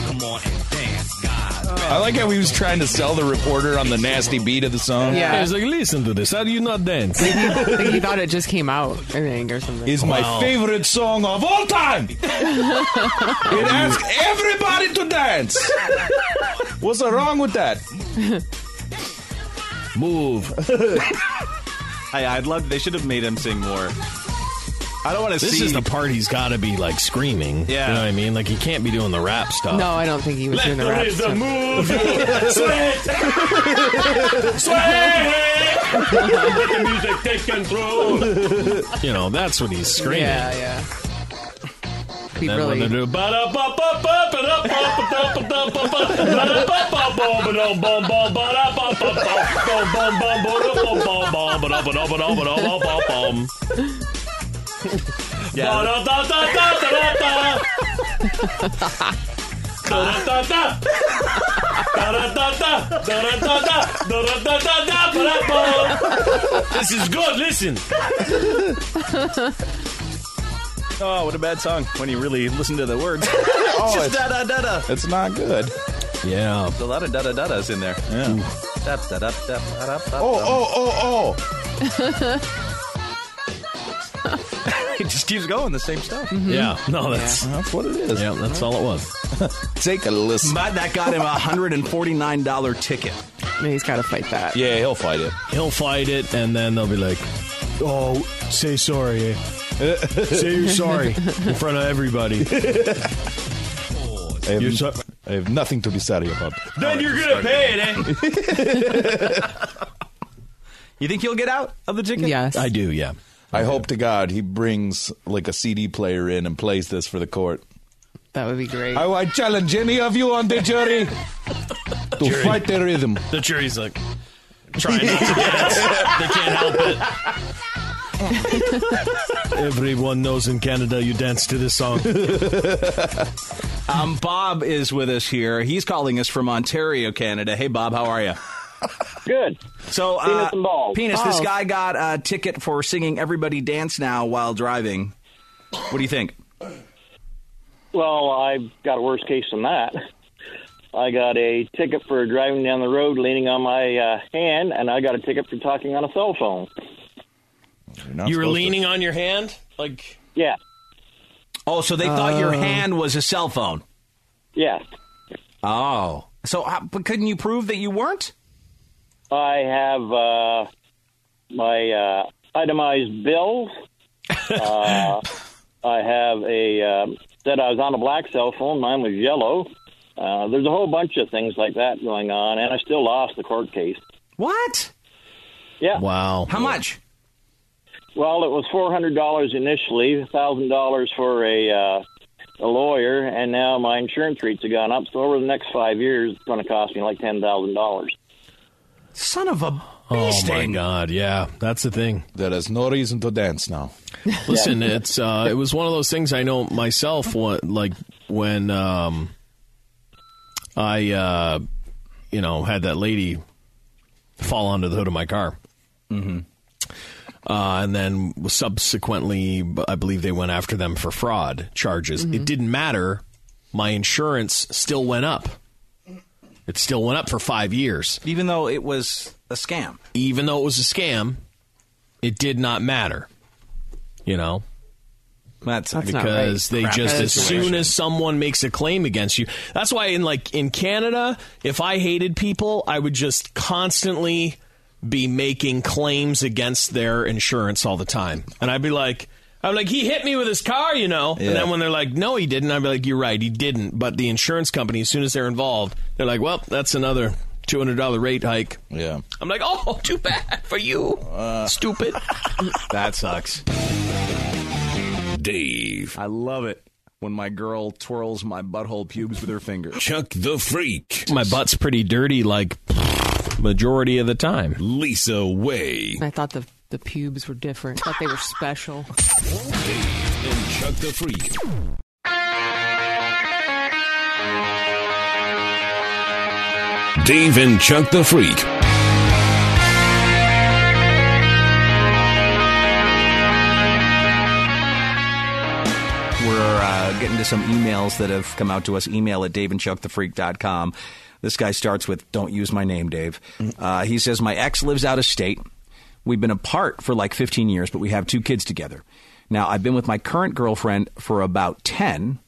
[SPEAKER 4] Come on and dance, guys.
[SPEAKER 7] I like how he was trying to sell the reporter on the nasty beat of the song.
[SPEAKER 5] Yeah. He was
[SPEAKER 7] like, listen to this. How do you not
[SPEAKER 5] <laughs>
[SPEAKER 7] dance?
[SPEAKER 5] I think he thought it just came out, I think, or
[SPEAKER 7] <laughs>
[SPEAKER 5] something.
[SPEAKER 7] Is my favorite song of all
[SPEAKER 5] <laughs>
[SPEAKER 7] time. It asks everybody to dance. What's wrong with that?
[SPEAKER 2] <laughs> Move. I, I'd love. They should have made him sing more. I don't want to see.
[SPEAKER 3] This is the part he's got to be like screaming.
[SPEAKER 2] Yeah.
[SPEAKER 3] you know what I mean. Like he can't be doing the rap stuff.
[SPEAKER 5] No, I don't think he was
[SPEAKER 3] Let
[SPEAKER 5] doing the
[SPEAKER 3] the
[SPEAKER 5] rap.
[SPEAKER 3] rhythm
[SPEAKER 5] stuff.
[SPEAKER 3] move.
[SPEAKER 4] Sweat! Sweat! Let the music take control.
[SPEAKER 3] <laughs> you know that's what he's screaming.
[SPEAKER 4] Yeah, yeah.
[SPEAKER 3] And then when they do
[SPEAKER 5] <laughs>
[SPEAKER 3] uh, This is good, listen.
[SPEAKER 2] Oh, what a bad song when you really listen to the <laughs> words.
[SPEAKER 7] Oh,
[SPEAKER 2] it's just da
[SPEAKER 7] it's-
[SPEAKER 2] da da da.
[SPEAKER 7] It's not good.
[SPEAKER 3] Yeah.
[SPEAKER 2] There's a lot of da da da da's in there.
[SPEAKER 7] Yeah.
[SPEAKER 2] Da, da, da, da, da, da, da.
[SPEAKER 7] Oh, oh, oh, oh.
[SPEAKER 2] <laughs> It just keeps going, the same stuff.
[SPEAKER 7] Mm-hmm.
[SPEAKER 3] Yeah,
[SPEAKER 7] <laughs>
[SPEAKER 3] no, that's
[SPEAKER 7] that's what it is.
[SPEAKER 3] Yeah, that's
[SPEAKER 7] <laughs>
[SPEAKER 3] all it was.
[SPEAKER 7] Uh-huh. Take a listen.
[SPEAKER 2] But that got him a hundred and forty nine dollar ticket.
[SPEAKER 5] he's got to fight that.
[SPEAKER 7] Yeah, he'll fight it.
[SPEAKER 3] He'll fight it, and then they'll be like, "Oh, say sorry,
[SPEAKER 5] <laughs>
[SPEAKER 2] <laughs>
[SPEAKER 3] eh?
[SPEAKER 7] <laughs>
[SPEAKER 3] say you're sorry in front of everybody."
[SPEAKER 7] I have,
[SPEAKER 3] You're so-
[SPEAKER 7] I I have nothing to be sorry about.
[SPEAKER 2] Then you're gonna pay it, eh?
[SPEAKER 7] <laughs>
[SPEAKER 2] you think he'll get out of the ticket?
[SPEAKER 7] I do, yeah. I hope to God he brings like a CD player in and plays this for the court.
[SPEAKER 5] That would be great.
[SPEAKER 7] I, I challenge any of you on the <laughs> jury to fight the rhythm.
[SPEAKER 3] The jury's
[SPEAKER 7] <laughs>
[SPEAKER 3] like trying not to dance. they can't help it. Everyone knows in Canada you dance to
[SPEAKER 2] <laughs>
[SPEAKER 3] this song.
[SPEAKER 2] Um, Bob is with us here. He's calling us from Ontario, Canada. Hey, Bob, how are you?
[SPEAKER 6] Good.
[SPEAKER 2] So, uh,
[SPEAKER 6] Penis and balls.
[SPEAKER 2] Penis, this
[SPEAKER 5] Oh.
[SPEAKER 6] Balls.
[SPEAKER 2] guy got a ticket for singing "Everybody Dance Now" while driving. What do you think?
[SPEAKER 6] Well, I got a worse case than that. I got a ticket for driving down the road leaning on my uh, hand, and I got a ticket for talking on a cell phone.
[SPEAKER 3] You were leaning on your hand, like
[SPEAKER 6] yeah,
[SPEAKER 2] Oh, so they thought your
[SPEAKER 3] Uh.
[SPEAKER 2] hand was a cell phone.
[SPEAKER 6] yeah.
[SPEAKER 2] Oh, so how, but couldn't you prove that you weren't?
[SPEAKER 6] I have uh, my uh, itemized
[SPEAKER 2] <laughs>
[SPEAKER 6] bills. uh, I have a uh, said I was on a black cell phone. Mine was yellow. Uh, there's a whole bunch of things like that going on, and I still lost the court case.
[SPEAKER 2] What?
[SPEAKER 6] Yeah.
[SPEAKER 3] Wow.
[SPEAKER 2] How much?
[SPEAKER 6] Well, it was four hundred dollars initially, thousand dollars for a uh, a lawyer, and now my insurance rates have gone up. So over the next five years, it's going to cost me like ten thousand dollars.
[SPEAKER 2] Son of a
[SPEAKER 3] Oh my god, yeah, that's the thing.
[SPEAKER 7] There is no reason to dance now.
[SPEAKER 3] <laughs> Listen,
[SPEAKER 7] Yeah.
[SPEAKER 3] it's uh, it was one of those things I know myself. What like when um, I uh, you know had that lady fall onto the hood of my car.
[SPEAKER 4] Mm-hmm.
[SPEAKER 3] Uh, and then subsequently, b- I believe they went after them for fraud charges.
[SPEAKER 4] Mm-hmm.
[SPEAKER 3] It didn't matter. My insurance still went up. It still went up for five years.
[SPEAKER 2] Even though it was a scam.
[SPEAKER 3] Even though it was a scam, it did not matter. You know?
[SPEAKER 2] That's,
[SPEAKER 4] That's not
[SPEAKER 3] because
[SPEAKER 4] right.
[SPEAKER 3] they
[SPEAKER 4] Crap
[SPEAKER 3] just as
[SPEAKER 4] situation.
[SPEAKER 3] soon as someone makes a claim against you. That's why in like in Canada, if I hated people, I would just constantly be making claims against their insurance all the time. And I'd be like I'm like he hit me with his car, you know.
[SPEAKER 4] Yeah.
[SPEAKER 3] And then when they're like no he didn't, I'd be like you're right, he didn't. But the insurance company as soon as they're involved, they're like, "Well, that's another $200 rate hike."
[SPEAKER 7] Yeah.
[SPEAKER 3] I'm like, "Oh, too bad for you."
[SPEAKER 2] Uh,
[SPEAKER 3] Stupid.
[SPEAKER 2] that sucks. Dave. I love it when my girl twirls my butthole pubes with her finger.
[SPEAKER 3] Chuck the Freak. My butt's pretty dirty, like majority of the time. Lisa Way.
[SPEAKER 5] I thought the the pubes were different. thought they were special.
[SPEAKER 39] And Chuck the Freak.
[SPEAKER 45] Dave and Chuck the Freak.
[SPEAKER 2] We're uh, getting to some emails that have come out to us. Email at daveandchuckthefreak.com. This guy starts with, Don't use my name, Dave. Uh, he says, My ex lives out of state. We've been apart for like 15 years, but we have two kids together. Now, I've been with my current girlfriend for about 10,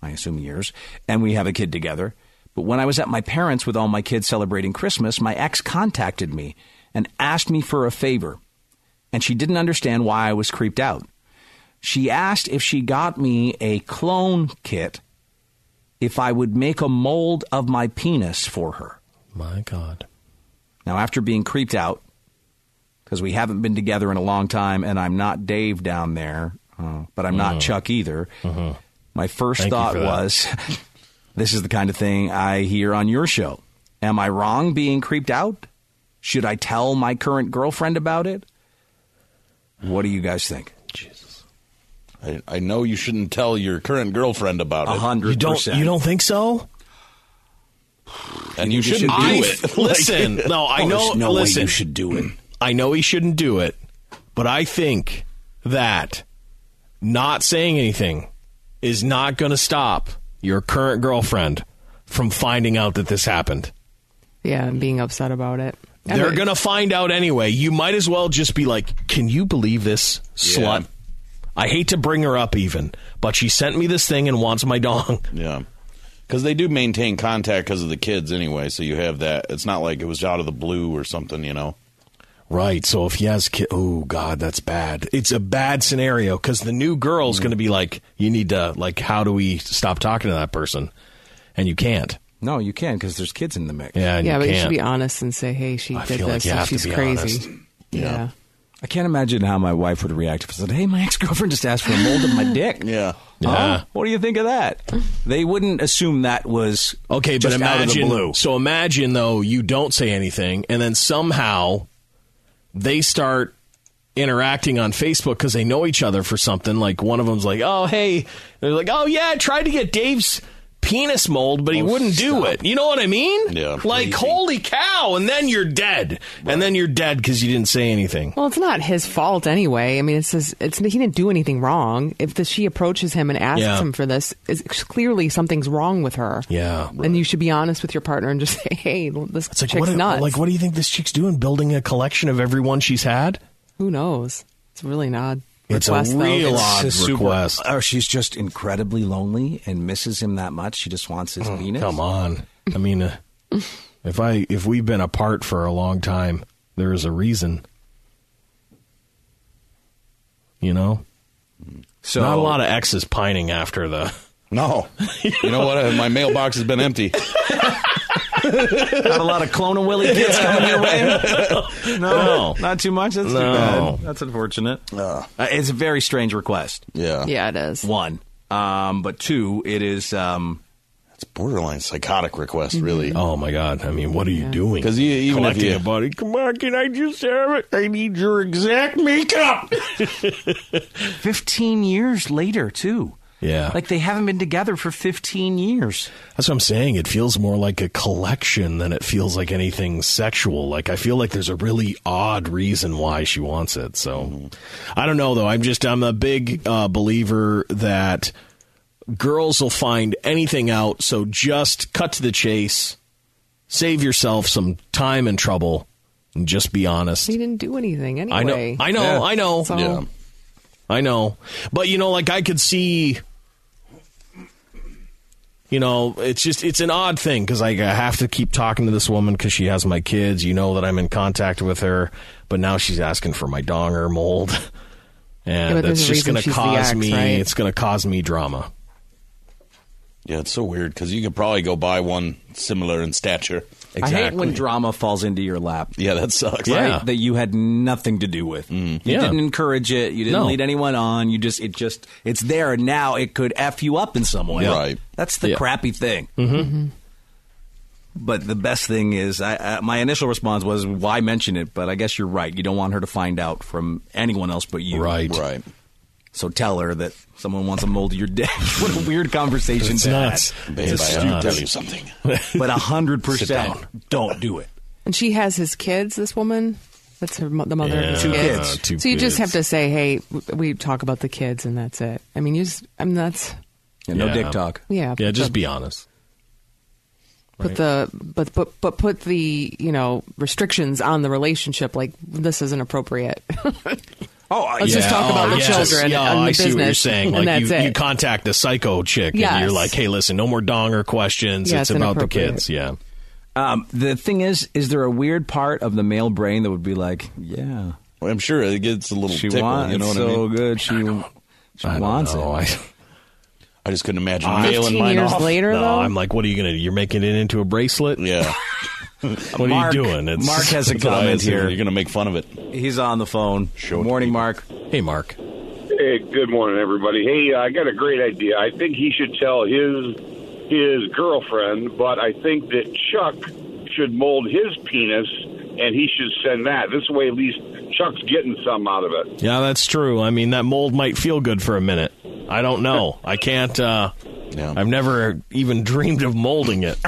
[SPEAKER 2] I assume years, and we have a kid together. But when I was at my parents' with all my kids celebrating Christmas, my ex contacted me and asked me for a favor. And she didn't understand why I was creeped out. She asked if she got me a clone kit if I would make a mold of my penis for her.
[SPEAKER 3] My God.
[SPEAKER 2] Now, after being creeped out, because we haven't been together in a long time, and I'm not Dave down there, uh, but I'm not
[SPEAKER 4] Mm.
[SPEAKER 2] Chuck either, my first
[SPEAKER 4] Mm-hmm. Thank you
[SPEAKER 2] thought
[SPEAKER 4] for that.
[SPEAKER 2] was <laughs> this is the kind of thing I hear on your show. Am I wrong being creeped out? Should I tell my current girlfriend about it? What do you guys think?
[SPEAKER 7] I, I know you shouldn't tell your current girlfriend about it. A
[SPEAKER 3] You don't you don't think so?
[SPEAKER 7] And you, shouldn't
[SPEAKER 3] I-
[SPEAKER 7] do
[SPEAKER 3] <laughs>
[SPEAKER 7] it. <laughs> Like-
[SPEAKER 3] Listen, no, I
[SPEAKER 7] Oh,
[SPEAKER 3] know
[SPEAKER 7] there's no way
[SPEAKER 3] listen,
[SPEAKER 7] you should
[SPEAKER 3] do it. I know he shouldn't do it, but I think that not saying anything is not going to stop your current girlfriend from finding out that this happened.
[SPEAKER 5] Yeah, and being upset about it. And
[SPEAKER 3] They're
[SPEAKER 5] it-
[SPEAKER 3] going to find out anyway. You might as well just be like, "Can you believe this slut?" I hate to bring her up even, but she sent me this thing <clears throat> <laughs> and wants my dong.
[SPEAKER 7] Yeah. Because they do maintain contact because of the kids anyway, so you have that. It's not like it was out of the blue or something, you know.
[SPEAKER 3] Right. So if he has kid, oh god, that's bad. It's a bad scenario
[SPEAKER 2] Mm.
[SPEAKER 3] because the new girl's going to be like, you need to like, how do we stop talking to that person? and you can't.
[SPEAKER 2] No, you can because there's kids in the mix.
[SPEAKER 3] Yeah, and
[SPEAKER 5] yeah,
[SPEAKER 3] you
[SPEAKER 5] but
[SPEAKER 3] can't.
[SPEAKER 5] you should be honest and say, "Hey, she
[SPEAKER 2] I
[SPEAKER 5] did
[SPEAKER 2] feel
[SPEAKER 5] this.
[SPEAKER 2] like you
[SPEAKER 5] and
[SPEAKER 2] have to
[SPEAKER 5] she's
[SPEAKER 2] be honest.
[SPEAKER 5] crazy."
[SPEAKER 2] Yeah.
[SPEAKER 5] Yeah.
[SPEAKER 2] I can't imagine how my wife would react if I said, "Hey, my ex-girlfriend just asked for a mold of my dick." Yeah.
[SPEAKER 3] Yeah.
[SPEAKER 2] What do you think of that? They wouldn't assume that was
[SPEAKER 3] Okay,
[SPEAKER 2] just
[SPEAKER 3] but imagine.
[SPEAKER 2] out of the blue.
[SPEAKER 3] So imagine though you don't say anything, and then somehow they start interacting on Facebook because they know each other for something. Like one of them's like, "Oh, hey," they're like, "Oh yeah, I tried to get Dave's penis mold, but he wouldn't do it." You know what I mean? Oh, Yeah. Like, holy cow! And then you're dead, and then you're dead because you didn't say anything.
[SPEAKER 5] Well, it's not his fault anyway. I mean, it's his, it's he didn't do anything wrong. If the, she approaches him and asks
[SPEAKER 3] Yeah.
[SPEAKER 5] him for this, is clearly something's wrong with her.
[SPEAKER 3] Yeah.
[SPEAKER 5] And you should be honest with your partner and just <laughs> say, "Hey, this
[SPEAKER 3] It's like
[SPEAKER 5] chick's
[SPEAKER 3] what?
[SPEAKER 5] nuts."
[SPEAKER 3] Like, what do you think this chick's doing? Building a collection of everyone she's had?
[SPEAKER 5] Who knows? It's really an odd
[SPEAKER 2] It's a
[SPEAKER 5] request, though.
[SPEAKER 2] real
[SPEAKER 5] It's-
[SPEAKER 2] odd
[SPEAKER 5] it's super-
[SPEAKER 2] request. Oh, she's just incredibly lonely and misses him that much. She just wants his
[SPEAKER 3] Oh,
[SPEAKER 2] penis.
[SPEAKER 3] Come
[SPEAKER 2] <laughs>
[SPEAKER 3] on. I mean, uh, if I if we've been apart for a long time, there is a reason. You know.
[SPEAKER 7] So-
[SPEAKER 3] not a lot of exes pining after the.
[SPEAKER 7] <laughs> No. You know what? My mailbox has been empty.
[SPEAKER 2] Not a lot of Clona Willie kids coming your way. No,
[SPEAKER 7] No.
[SPEAKER 2] <laughs> not too much. That's
[SPEAKER 7] No.
[SPEAKER 2] too bad. That's unfortunate. Uh, it's a very strange request.
[SPEAKER 7] Yeah.
[SPEAKER 5] Yeah, it is.
[SPEAKER 2] One, um, but two, it is. Um,
[SPEAKER 7] it's borderline psychotic request, really.
[SPEAKER 3] Oh my god! I mean, what are you doing?
[SPEAKER 7] Because even if
[SPEAKER 3] Collecting
[SPEAKER 7] you,
[SPEAKER 3] a body. Come on, can I just have it? I need your exact makeup.
[SPEAKER 2] <laughs> Fifteen years later, too.
[SPEAKER 3] Yeah.
[SPEAKER 2] Like they haven't been together for fifteen years.
[SPEAKER 3] That's what I'm saying. It feels more like a collection than it feels like anything sexual. Like I feel like there's a really odd reason why she wants it. So I don't know though. I'm just I'm a big uh, believer that girls will find anything out. So just cut to the chase. Save yourself some time and trouble, and just be honest.
[SPEAKER 5] He didn't do anything
[SPEAKER 3] I know.
[SPEAKER 5] anyway.
[SPEAKER 3] I know. I know.
[SPEAKER 5] So-
[SPEAKER 3] I know. But you know, like I could see. You know, it's just it's an odd thing because I, I have to keep talking to this woman because she has my kids. You know that I'm in contact with her, but now she's asking for my donger mold, <laughs>
[SPEAKER 5] Yeah,
[SPEAKER 3] and
[SPEAKER 5] but there's
[SPEAKER 3] that's
[SPEAKER 5] a
[SPEAKER 3] just
[SPEAKER 5] reason
[SPEAKER 3] going to
[SPEAKER 5] she's the
[SPEAKER 3] cause
[SPEAKER 5] ex,
[SPEAKER 3] me.
[SPEAKER 5] right?
[SPEAKER 3] It's going to cause me drama.
[SPEAKER 7] yeah, it's so weird because you could probably go buy one similar in stature.
[SPEAKER 2] I hate when drama falls into your lap.
[SPEAKER 7] Yeah, that sucks.
[SPEAKER 2] Right?
[SPEAKER 7] Yeah. Mm.
[SPEAKER 2] That you had nothing to do with. You
[SPEAKER 7] Yeah.
[SPEAKER 2] didn't encourage it. You didn't
[SPEAKER 7] No.
[SPEAKER 2] lead anyone on. You just it just it's there and now it could f you up in some way.
[SPEAKER 7] Yeah. Right.
[SPEAKER 2] That's the
[SPEAKER 7] Yeah.
[SPEAKER 2] crappy thing.
[SPEAKER 3] Mm-hmm.
[SPEAKER 2] But the best thing is, I, I, my initial response was, "Why mention it?" But I guess you're right. You don't want her to find out from anyone else but you. Right.
[SPEAKER 7] Right.
[SPEAKER 2] So tell her that someone wants a mold of your dick. <laughs> what a weird conversation
[SPEAKER 3] It's
[SPEAKER 2] to
[SPEAKER 3] nuts.
[SPEAKER 2] have.
[SPEAKER 7] Babe,
[SPEAKER 2] It's
[SPEAKER 7] I have to
[SPEAKER 2] nuts.
[SPEAKER 7] tell you something.
[SPEAKER 2] But hundred
[SPEAKER 7] Sit
[SPEAKER 2] percent,
[SPEAKER 7] down.
[SPEAKER 2] don't do it.
[SPEAKER 5] And she has his kids. This woman, that's her mo- the mother of his
[SPEAKER 2] Yeah, Two
[SPEAKER 5] kids.
[SPEAKER 2] kids. two
[SPEAKER 5] so you just
[SPEAKER 2] kids.
[SPEAKER 5] have to say, "Hey, w- we talk about the kids, and that's it." I mean, you just, I mean, that's
[SPEAKER 2] Yeah, no dick talk.
[SPEAKER 5] Yeah,
[SPEAKER 3] Yeah.
[SPEAKER 5] but
[SPEAKER 3] Just
[SPEAKER 5] the-
[SPEAKER 3] be honest.
[SPEAKER 5] Put the but but but put the you know restrictions on the relationship. Like this isn't appropriate. <laughs>
[SPEAKER 2] Oh,
[SPEAKER 5] Let's just talk about the children
[SPEAKER 3] Yeah,
[SPEAKER 5] and the
[SPEAKER 3] I see
[SPEAKER 5] business,
[SPEAKER 3] what you're saying.
[SPEAKER 5] and
[SPEAKER 3] Like
[SPEAKER 5] that's
[SPEAKER 3] you,
[SPEAKER 5] it.
[SPEAKER 3] you contact the psycho chick, and
[SPEAKER 5] Yes.
[SPEAKER 3] you're like, "Hey, listen, no more donger questions.
[SPEAKER 2] Yeah,
[SPEAKER 3] it's
[SPEAKER 2] it's
[SPEAKER 3] about the
[SPEAKER 2] inappropriate.
[SPEAKER 3] kids." Yeah.
[SPEAKER 2] Um, the thing is, is there a weird part of the male brain that would be like, yeah,
[SPEAKER 7] I'm sure it gets a little
[SPEAKER 2] she
[SPEAKER 7] tickle,
[SPEAKER 2] wants
[SPEAKER 7] you know what I
[SPEAKER 2] so
[SPEAKER 7] mean?
[SPEAKER 2] good, she, she wants it.
[SPEAKER 3] I,
[SPEAKER 7] I just couldn't imagine
[SPEAKER 3] I-
[SPEAKER 7] mailing mine off.
[SPEAKER 3] no, I'm like, what are you gonna? do? You're making it into a bracelet?
[SPEAKER 7] Yeah.
[SPEAKER 3] <laughs> what are you doing? It's-
[SPEAKER 2] Mark
[SPEAKER 7] <laughs>
[SPEAKER 2] has a
[SPEAKER 3] that's what I
[SPEAKER 2] comment
[SPEAKER 3] assume.
[SPEAKER 2] here.
[SPEAKER 7] You're gonna make fun of it.
[SPEAKER 2] He's on the phone. Morning, Mark.
[SPEAKER 3] Hey, Mark.
[SPEAKER 9] Hey, good morning, everybody. Hey, I got a great idea. I think he should tell his his girlfriend, but I think that Chuck should mold his penis and he should send that. This way, at least Chuck's getting some out of it.
[SPEAKER 3] Yeah, that's true. I mean, that mold might feel good for a minute. I
[SPEAKER 5] <laughs>
[SPEAKER 3] don't know. I can't. uh I've never even dreamed of molding it.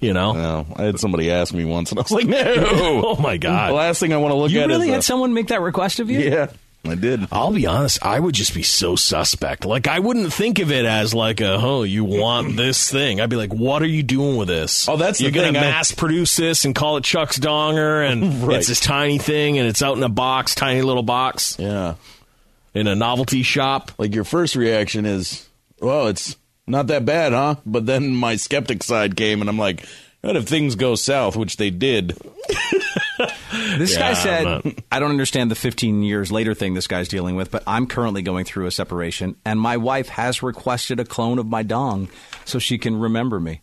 [SPEAKER 3] You know,
[SPEAKER 7] I had somebody ask me once, and I was like, "No!"
[SPEAKER 3] <laughs> oh my god!
[SPEAKER 7] The last thing I want to look
[SPEAKER 3] You
[SPEAKER 7] at
[SPEAKER 3] really
[SPEAKER 7] is
[SPEAKER 3] had
[SPEAKER 7] a-
[SPEAKER 2] someone make that request of you?
[SPEAKER 7] Yeah, I did.
[SPEAKER 3] I'll be honest, I would just be so suspect. Like I wouldn't think of it as like a oh, you want this thing. I'd be like, what are you doing with this?
[SPEAKER 7] <laughs>
[SPEAKER 3] Oh,
[SPEAKER 7] that's the
[SPEAKER 3] you're
[SPEAKER 7] thing,
[SPEAKER 3] gonna
[SPEAKER 7] I-
[SPEAKER 3] mass produce this and call it Chuck's Donger,
[SPEAKER 7] <laughs>
[SPEAKER 3] and
[SPEAKER 7] Right.
[SPEAKER 3] it's this tiny thing, and it's out in a box, tiny little box.
[SPEAKER 7] Yeah,
[SPEAKER 3] in a novelty shop.
[SPEAKER 7] Like your first reaction is, "Well, it's not that bad, huh?" But then my skeptic side came, and I'm like, "What if things go south?" Which they did.
[SPEAKER 2] This guy
[SPEAKER 3] Yeah,
[SPEAKER 2] said,
[SPEAKER 3] I'm
[SPEAKER 2] <laughs> I don't understand the 15 years later thing this guy's dealing with, but I'm currently going through a separation, and my wife has requested a clone of my dong so she can remember me.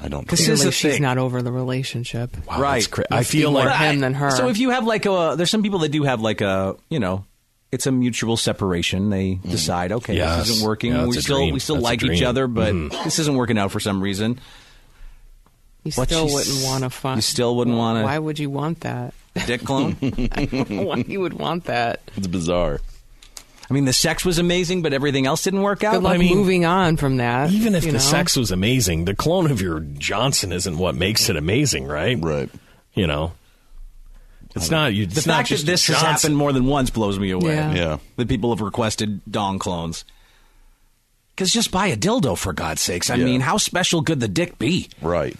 [SPEAKER 7] I don't
[SPEAKER 2] This is a
[SPEAKER 5] Clearly she's
[SPEAKER 2] thing.
[SPEAKER 5] not over the relationship.
[SPEAKER 2] right.
[SPEAKER 5] Must be more him than her.
[SPEAKER 2] So if you have like a, there's some people that do have like a, you know, it's a mutual separation. They decide, okay,
[SPEAKER 3] Mm. Yes.
[SPEAKER 2] this isn't working.
[SPEAKER 3] Yeah,
[SPEAKER 2] we
[SPEAKER 3] that's a
[SPEAKER 2] still
[SPEAKER 3] dream.
[SPEAKER 2] we still
[SPEAKER 3] That's a
[SPEAKER 2] like each
[SPEAKER 3] dream.
[SPEAKER 2] other, but <laughs>
[SPEAKER 3] Mhm.
[SPEAKER 2] this isn't working out for some reason.
[SPEAKER 5] you
[SPEAKER 2] What
[SPEAKER 5] still
[SPEAKER 2] she
[SPEAKER 5] wouldn't
[SPEAKER 2] s-
[SPEAKER 5] want to find.
[SPEAKER 2] You still wouldn't want to.
[SPEAKER 5] Why would you want that?
[SPEAKER 2] Dick clone?
[SPEAKER 5] <laughs> I don't know why you would want that.
[SPEAKER 7] It's bizarre.
[SPEAKER 2] I mean, the sex was amazing, but everything else didn't work out.
[SPEAKER 5] Good luck
[SPEAKER 2] I mean,
[SPEAKER 5] moving on from that.
[SPEAKER 3] Even if
[SPEAKER 5] you
[SPEAKER 3] the
[SPEAKER 5] know?
[SPEAKER 3] sex was amazing, the clone of your Johnson isn't what makes it amazing, right?
[SPEAKER 7] Right.
[SPEAKER 3] You know, it's not. You,
[SPEAKER 2] the
[SPEAKER 3] it's
[SPEAKER 2] fact
[SPEAKER 3] not
[SPEAKER 2] that
[SPEAKER 3] just
[SPEAKER 2] this
[SPEAKER 3] Johnson.
[SPEAKER 2] has happened more than once blows me away.
[SPEAKER 3] Yeah. Yeah.
[SPEAKER 2] that people have requested dong clones. Because just buy a dildo for God's sakes. I
[SPEAKER 7] Yeah.
[SPEAKER 2] mean, how special could the dick be?
[SPEAKER 7] Right.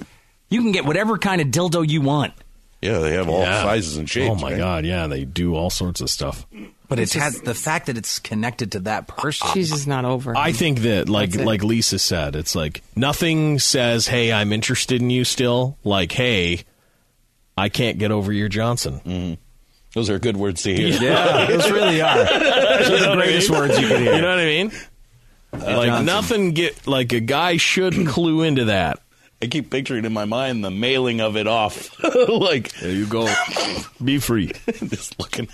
[SPEAKER 2] You can get whatever kind of dildo you want,
[SPEAKER 7] Yeah, they have all
[SPEAKER 3] Yeah.
[SPEAKER 7] sizes and shapes.
[SPEAKER 3] Oh my
[SPEAKER 7] right?
[SPEAKER 3] god, yeah, they do all sorts of stuff.
[SPEAKER 2] but it's had the fact that it's connected to that person.
[SPEAKER 5] She's just not over.
[SPEAKER 3] I
[SPEAKER 5] him.
[SPEAKER 3] think that like
[SPEAKER 5] That's it.
[SPEAKER 3] like Lisa said, it's like nothing says, "Hey, I'm interested in you still." Like, "Hey, I can't get over your Johnson."
[SPEAKER 7] Mm-hmm. Those are good words to hear.
[SPEAKER 3] <laughs> Yeah, those
[SPEAKER 7] <laughs>
[SPEAKER 3] really are. Those
[SPEAKER 7] are the greatest words you could hear.
[SPEAKER 3] You know what I mean? like
[SPEAKER 7] Johnson.
[SPEAKER 3] nothing get like a guy should <clears throat> clue into that.
[SPEAKER 7] I keep picturing in my mind the mailing of it off. <laughs> like there
[SPEAKER 3] you go. Be free.
[SPEAKER 7] <laughs> Just looking.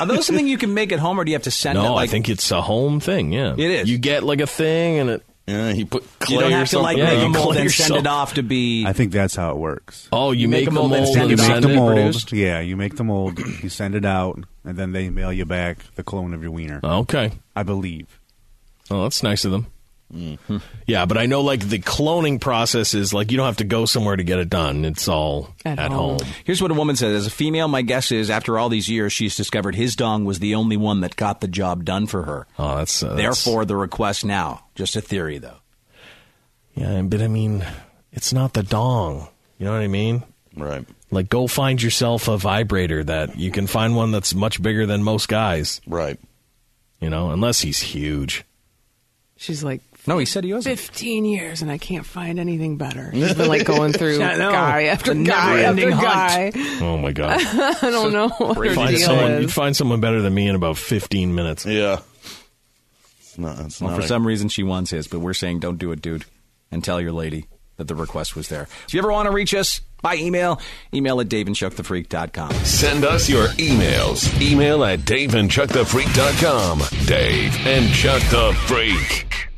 [SPEAKER 2] Are those something you can make at home, or do you have to send it?
[SPEAKER 3] no,
[SPEAKER 2] Like,
[SPEAKER 3] I think it's a home thing. Yeah,
[SPEAKER 2] It is.
[SPEAKER 3] You get like a thing, and it.
[SPEAKER 7] Yeah, you put
[SPEAKER 2] you don't have to like
[SPEAKER 3] Yeah,
[SPEAKER 2] make
[SPEAKER 3] you
[SPEAKER 2] a mold
[SPEAKER 3] clay
[SPEAKER 2] and
[SPEAKER 3] yourself.
[SPEAKER 2] <laughs> send it off to be.
[SPEAKER 28] I think that's how it works.
[SPEAKER 3] Oh, you,
[SPEAKER 2] You
[SPEAKER 3] make,
[SPEAKER 2] make
[SPEAKER 3] a
[SPEAKER 2] a mold
[SPEAKER 3] mold,
[SPEAKER 2] and
[SPEAKER 3] and
[SPEAKER 2] send
[SPEAKER 28] You
[SPEAKER 2] it
[SPEAKER 28] make
[SPEAKER 3] send
[SPEAKER 28] the
[SPEAKER 3] it.
[SPEAKER 28] mold.
[SPEAKER 3] Produced?
[SPEAKER 28] Yeah, you make the mold. You send it out, and then they mail you back the clone of your wiener.
[SPEAKER 3] Okay.
[SPEAKER 28] I believe.
[SPEAKER 3] Oh, that's nice of them.
[SPEAKER 7] Mm-hmm.
[SPEAKER 3] Yeah, but I know like the cloning process is like you don't have to go somewhere to get it done. It's all at, home.
[SPEAKER 2] Here's what a woman said. As a female, my guess is after all these years, she's discovered his dong was the only one that got the job done for her.
[SPEAKER 3] Oh, that's, uh, that's-
[SPEAKER 2] Therefore, the request now. Just a theory, though.
[SPEAKER 3] Yeah, but I mean, it's not the dong. You know what I mean?
[SPEAKER 7] Right.
[SPEAKER 3] Like, go find yourself a vibrator that you can find one that's much bigger than most guys.
[SPEAKER 7] Right.
[SPEAKER 3] You know, unless he's huge.
[SPEAKER 5] she's like
[SPEAKER 2] No, he said he was.
[SPEAKER 5] 15 years and I can't find anything <laughs> better. She's been like going <laughs> through
[SPEAKER 2] I know.
[SPEAKER 5] guy after
[SPEAKER 2] The
[SPEAKER 5] guy after guy.
[SPEAKER 2] never-ending hunt.
[SPEAKER 3] Oh
[SPEAKER 2] <laughs>
[SPEAKER 3] my god.
[SPEAKER 5] <laughs> I don't know what her
[SPEAKER 3] find
[SPEAKER 5] deal
[SPEAKER 3] someone,
[SPEAKER 5] is.
[SPEAKER 3] you'd find someone better than me in about 15 minutes.
[SPEAKER 7] Yeah. It's not, it's
[SPEAKER 2] Well,
[SPEAKER 7] not
[SPEAKER 2] for
[SPEAKER 7] a-
[SPEAKER 2] some reason, she wants his, but we're saying don't do it, dude, and tell your lady that the request was there. If you ever want to reach us by email, email at daveandchuckthefreak.com.
[SPEAKER 45] Send us your emails. Email at daveandchuckthefreak.com. Dave and Chuck the Freak.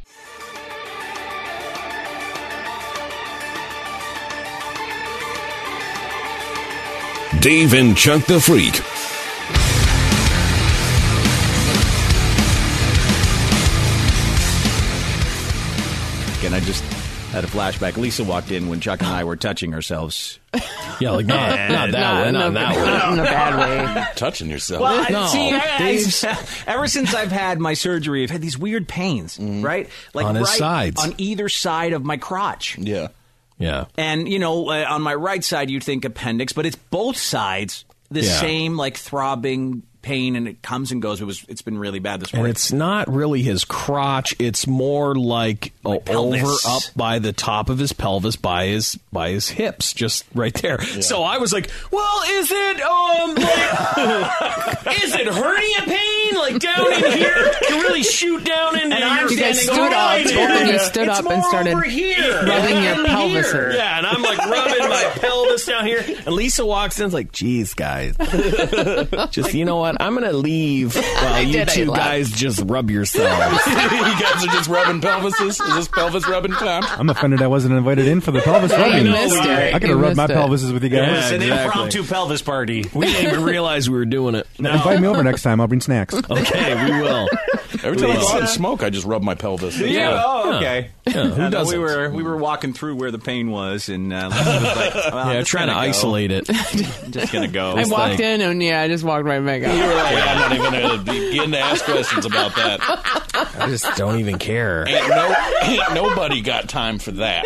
[SPEAKER 45] Dave and Chuck the Freak.
[SPEAKER 2] Again, I just had a flashback. Lisa walked in when Chuck and I were touching ourselves.
[SPEAKER 3] <laughs> Yeah, like not, not that way, not that way.
[SPEAKER 5] in a bad way.
[SPEAKER 3] <laughs>
[SPEAKER 7] touching yourself.
[SPEAKER 2] Well, I-
[SPEAKER 3] No,
[SPEAKER 2] see,
[SPEAKER 3] Dave's-
[SPEAKER 2] I, I, <laughs> ever since I've had my surgery, I've had these weird pains, right? Like
[SPEAKER 3] Mm-hmm. On his
[SPEAKER 2] right
[SPEAKER 3] sides.
[SPEAKER 2] on either side of my crotch.
[SPEAKER 7] yeah.
[SPEAKER 3] Yeah.
[SPEAKER 2] And you know, uh, on my right side, you'd think appendix, but it's both sides the
[SPEAKER 3] Yeah.
[SPEAKER 2] same like throbbing pain, and it comes and goes. It was, it's been really bad this
[SPEAKER 3] And
[SPEAKER 2] morning.
[SPEAKER 3] it's not really his crotch. It's more like oh,
[SPEAKER 2] pelvis.
[SPEAKER 3] over up by the top of his pelvis by his by his hips, just right there. So <laughs> I was like, Well, is it um
[SPEAKER 2] <laughs>
[SPEAKER 3] like, is it hernia pain? Like down in here? You really shoot down into
[SPEAKER 5] And
[SPEAKER 3] your
[SPEAKER 5] I'm standing You guys stood up.
[SPEAKER 3] Right
[SPEAKER 5] Both of you
[SPEAKER 3] here.
[SPEAKER 5] stood
[SPEAKER 3] It's
[SPEAKER 5] up and
[SPEAKER 3] more
[SPEAKER 5] started
[SPEAKER 3] over here.
[SPEAKER 5] rubbing your
[SPEAKER 3] Down
[SPEAKER 5] pelvis
[SPEAKER 3] here.
[SPEAKER 5] in.
[SPEAKER 3] Yeah, and I'm like
[SPEAKER 5] <laughs>
[SPEAKER 3] rubbing my pelvis down here. And Lisa walks in and's like, geez guys. <laughs> just you know what? I'm gonna
[SPEAKER 2] <laughs>
[SPEAKER 3] leave while you
[SPEAKER 5] did, I
[SPEAKER 3] two
[SPEAKER 5] left.
[SPEAKER 3] guys just rub
[SPEAKER 7] <laughs>
[SPEAKER 3] yourselves.
[SPEAKER 7] you guys are just rubbing pelvises. Is this pelvis rubbing time?
[SPEAKER 28] I'm offended I wasn't invited in for the
[SPEAKER 2] <laughs>
[SPEAKER 28] pelvis
[SPEAKER 5] Yeah, you
[SPEAKER 28] rubbing.
[SPEAKER 5] missed it.
[SPEAKER 28] I could
[SPEAKER 5] You
[SPEAKER 28] have rubbed my
[SPEAKER 5] missed it.
[SPEAKER 28] pelvises with you guys.
[SPEAKER 3] Yeah, exactly.
[SPEAKER 2] pelvis party.
[SPEAKER 3] We didn't even realize we were doing it.
[SPEAKER 28] Invite me over next time. I'll bring snacks.
[SPEAKER 3] <laughs> Okay, we will.
[SPEAKER 7] Every time I
[SPEAKER 3] It's,
[SPEAKER 7] go out
[SPEAKER 3] uh,
[SPEAKER 7] and smoke, I just rub my pelvis.
[SPEAKER 2] Yeah.
[SPEAKER 3] Yeah.
[SPEAKER 2] Oh,
[SPEAKER 3] Yeah.
[SPEAKER 2] okay.
[SPEAKER 3] Yeah, who
[SPEAKER 2] no,
[SPEAKER 3] doesn't?
[SPEAKER 2] We were we were walking through where the pain was, and uh, Lisa was like, well, I'm
[SPEAKER 3] yeah,
[SPEAKER 2] just
[SPEAKER 3] trying to
[SPEAKER 2] gonna go.
[SPEAKER 3] isolate it.
[SPEAKER 2] I'm <laughs> just gonna go.
[SPEAKER 5] I walked in and yeah, I just walked right back
[SPEAKER 7] You
[SPEAKER 5] out.
[SPEAKER 7] were like, I'm not even going to begin to ask questions about that.
[SPEAKER 3] I just don't even care.
[SPEAKER 7] Ain't, no, ain't nobody got time for that.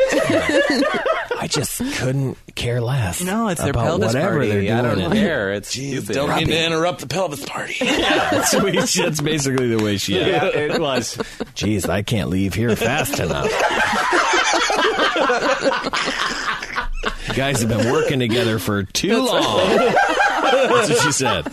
[SPEAKER 3] I just couldn't care less.
[SPEAKER 2] No, it's their
[SPEAKER 3] about
[SPEAKER 2] pelvis
[SPEAKER 3] whatever
[SPEAKER 2] party.
[SPEAKER 3] they're doing.
[SPEAKER 2] I don't
[SPEAKER 3] in it.
[SPEAKER 2] care. It's stupid.
[SPEAKER 7] Don't mean
[SPEAKER 2] Rubbing.
[SPEAKER 3] <laughs>
[SPEAKER 7] to interrupt the pelvis <laughs> party.
[SPEAKER 3] That's, the way- that's basically the way she
[SPEAKER 2] Yeah,
[SPEAKER 3] acts.
[SPEAKER 2] it was.
[SPEAKER 3] Jeez, I can't leave here fast enough. You guys have been working together for too long. That's what she said.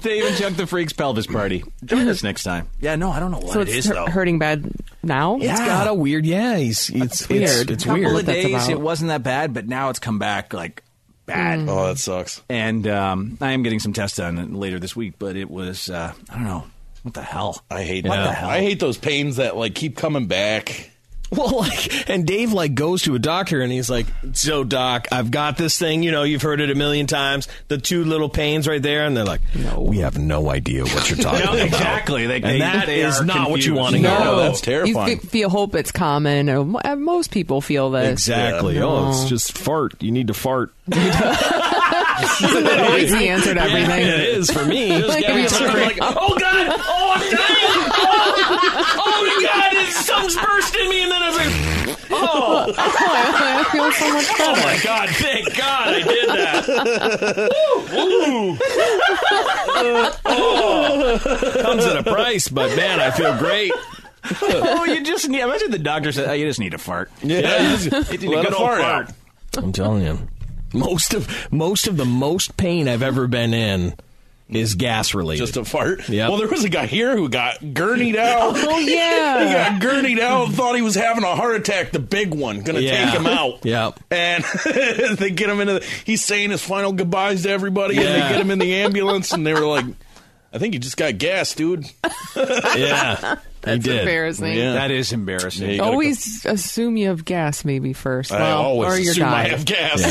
[SPEAKER 2] Dave and Chuck the Freak's pelvis party. Join us next time. Yeah, no, I don't know what
[SPEAKER 5] so
[SPEAKER 2] it
[SPEAKER 5] it's
[SPEAKER 2] is
[SPEAKER 5] hu-
[SPEAKER 2] though.
[SPEAKER 5] hurting bad now.
[SPEAKER 2] It's got a
[SPEAKER 3] weird. Yeah, he's, it's
[SPEAKER 5] weird.
[SPEAKER 2] It's
[SPEAKER 5] I don't know
[SPEAKER 2] weird.
[SPEAKER 5] what that's
[SPEAKER 2] days,
[SPEAKER 5] about.
[SPEAKER 2] it wasn't that bad, but now it's come back like bad.
[SPEAKER 5] Mm.
[SPEAKER 2] Oh, that sucks. And um, I am getting some tests done later this week, but it was uh, I don't know what the hell.
[SPEAKER 7] I hate
[SPEAKER 2] what
[SPEAKER 7] that.
[SPEAKER 2] the hell.
[SPEAKER 7] I hate those pains that like keep coming back.
[SPEAKER 3] Well, like, and Dave like goes to a doctor and he's like, "So, doc, I've got this thing. You know, you've heard it a million times. The two little pains right there." And they're like, "No, we have no idea
[SPEAKER 7] <laughs>
[SPEAKER 3] what you're talking
[SPEAKER 2] No,
[SPEAKER 3] about."
[SPEAKER 2] exactly. They- they-
[SPEAKER 3] and that
[SPEAKER 2] they
[SPEAKER 3] is
[SPEAKER 2] are
[SPEAKER 3] not what you
[SPEAKER 2] confused.
[SPEAKER 3] want to hear.
[SPEAKER 2] No, that's
[SPEAKER 5] You fe- feel hope it's common, or mo- uh, most people feel this.
[SPEAKER 3] Exactly. Oh, it's
[SPEAKER 5] No.
[SPEAKER 3] just fart. You need to fart.
[SPEAKER 5] Isn't that always the answer to everything?
[SPEAKER 3] Yeah, it is for me.
[SPEAKER 5] Like,
[SPEAKER 4] get
[SPEAKER 5] if you
[SPEAKER 4] it
[SPEAKER 5] look
[SPEAKER 4] to
[SPEAKER 5] right-
[SPEAKER 3] oh god! Oh, I'm dying!
[SPEAKER 5] <laughs>
[SPEAKER 4] Oh,
[SPEAKER 3] oh my god! It's, something's burst in me, and then I'm like,
[SPEAKER 4] <laughs>
[SPEAKER 3] oh,
[SPEAKER 5] I feel so much better.
[SPEAKER 3] Oh my god! Thank God I did that. Woo, woo. Oh, comes at a price, but man, I feel great.
[SPEAKER 2] oh, you just need. Imagine the doctor said, oh, "You just need a fart."
[SPEAKER 3] Yeah.
[SPEAKER 2] you just you need a
[SPEAKER 3] Let
[SPEAKER 2] good
[SPEAKER 3] a
[SPEAKER 2] old
[SPEAKER 3] fart
[SPEAKER 2] fart.
[SPEAKER 3] out. I'm telling you, most of most of the most pain I've ever been in is gas related. Just
[SPEAKER 7] a fart.
[SPEAKER 3] Yeah.
[SPEAKER 7] Well, there was a guy here who got gurneyed out.
[SPEAKER 3] Oh, yeah.
[SPEAKER 7] <laughs> he got gurneyed out. Thought he was having a heart attack. The big one, gonna
[SPEAKER 3] Yeah.
[SPEAKER 7] take him <laughs> out.
[SPEAKER 3] Yeah.
[SPEAKER 7] And they get him into. The, he's saying his final goodbyes to everybody, and
[SPEAKER 3] Yeah.
[SPEAKER 7] they get him in the ambulance, and they were like, "I think you just got gas, dude."
[SPEAKER 2] <laughs>
[SPEAKER 3] yeah.
[SPEAKER 5] That's did. embarrassing.
[SPEAKER 2] That is embarrassing.
[SPEAKER 5] Always assume you have gas maybe first.
[SPEAKER 7] I
[SPEAKER 5] Well,
[SPEAKER 7] always
[SPEAKER 5] or you're
[SPEAKER 7] assume I
[SPEAKER 5] dying.
[SPEAKER 7] have gas.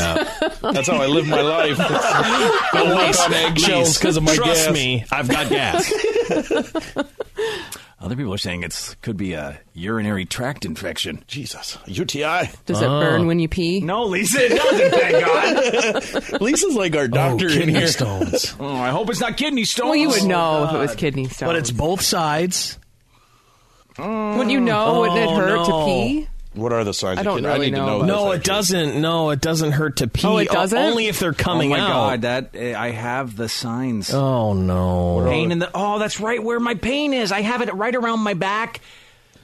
[SPEAKER 7] That's how I live
[SPEAKER 2] <laughs>
[SPEAKER 7] my
[SPEAKER 3] <laughs>
[SPEAKER 7] life. Don't walk on eggshells because of my gas.
[SPEAKER 2] Trust me, I've got
[SPEAKER 7] <laughs>
[SPEAKER 2] gas. Other people are saying it's could be a urinary tract infection. Oh.
[SPEAKER 7] Jesus, UTI.
[SPEAKER 5] <laughs> Does it
[SPEAKER 3] Oh.
[SPEAKER 5] burn when you pee?
[SPEAKER 2] No, Lisa, it doesn't. Thank God.
[SPEAKER 7] Lisa's like our doctor in
[SPEAKER 2] kidney
[SPEAKER 7] here.
[SPEAKER 4] <laughs>
[SPEAKER 2] stones. oh, I hope it's not kidney stones.
[SPEAKER 5] Well, you would know
[SPEAKER 4] Oh,
[SPEAKER 5] if it was kidney stones.
[SPEAKER 15] But it's both sides.
[SPEAKER 5] Would you know? Wouldn't it
[SPEAKER 15] Oh,
[SPEAKER 5] hurt
[SPEAKER 15] no.
[SPEAKER 5] to pee?
[SPEAKER 7] What are the signs?
[SPEAKER 5] I don't
[SPEAKER 7] kidney-
[SPEAKER 5] really
[SPEAKER 7] I need
[SPEAKER 5] know
[SPEAKER 7] to know.
[SPEAKER 5] about
[SPEAKER 3] No, it doesn't. No, it doesn't hurt to pee.
[SPEAKER 5] Oh, it
[SPEAKER 3] O-
[SPEAKER 5] doesn't?
[SPEAKER 3] Only if they're coming
[SPEAKER 2] oh my
[SPEAKER 3] out.
[SPEAKER 2] God, that eh, I have the signs.
[SPEAKER 3] Oh no.
[SPEAKER 2] Pain in the oh, that's right where my pain is. I have it right around my back,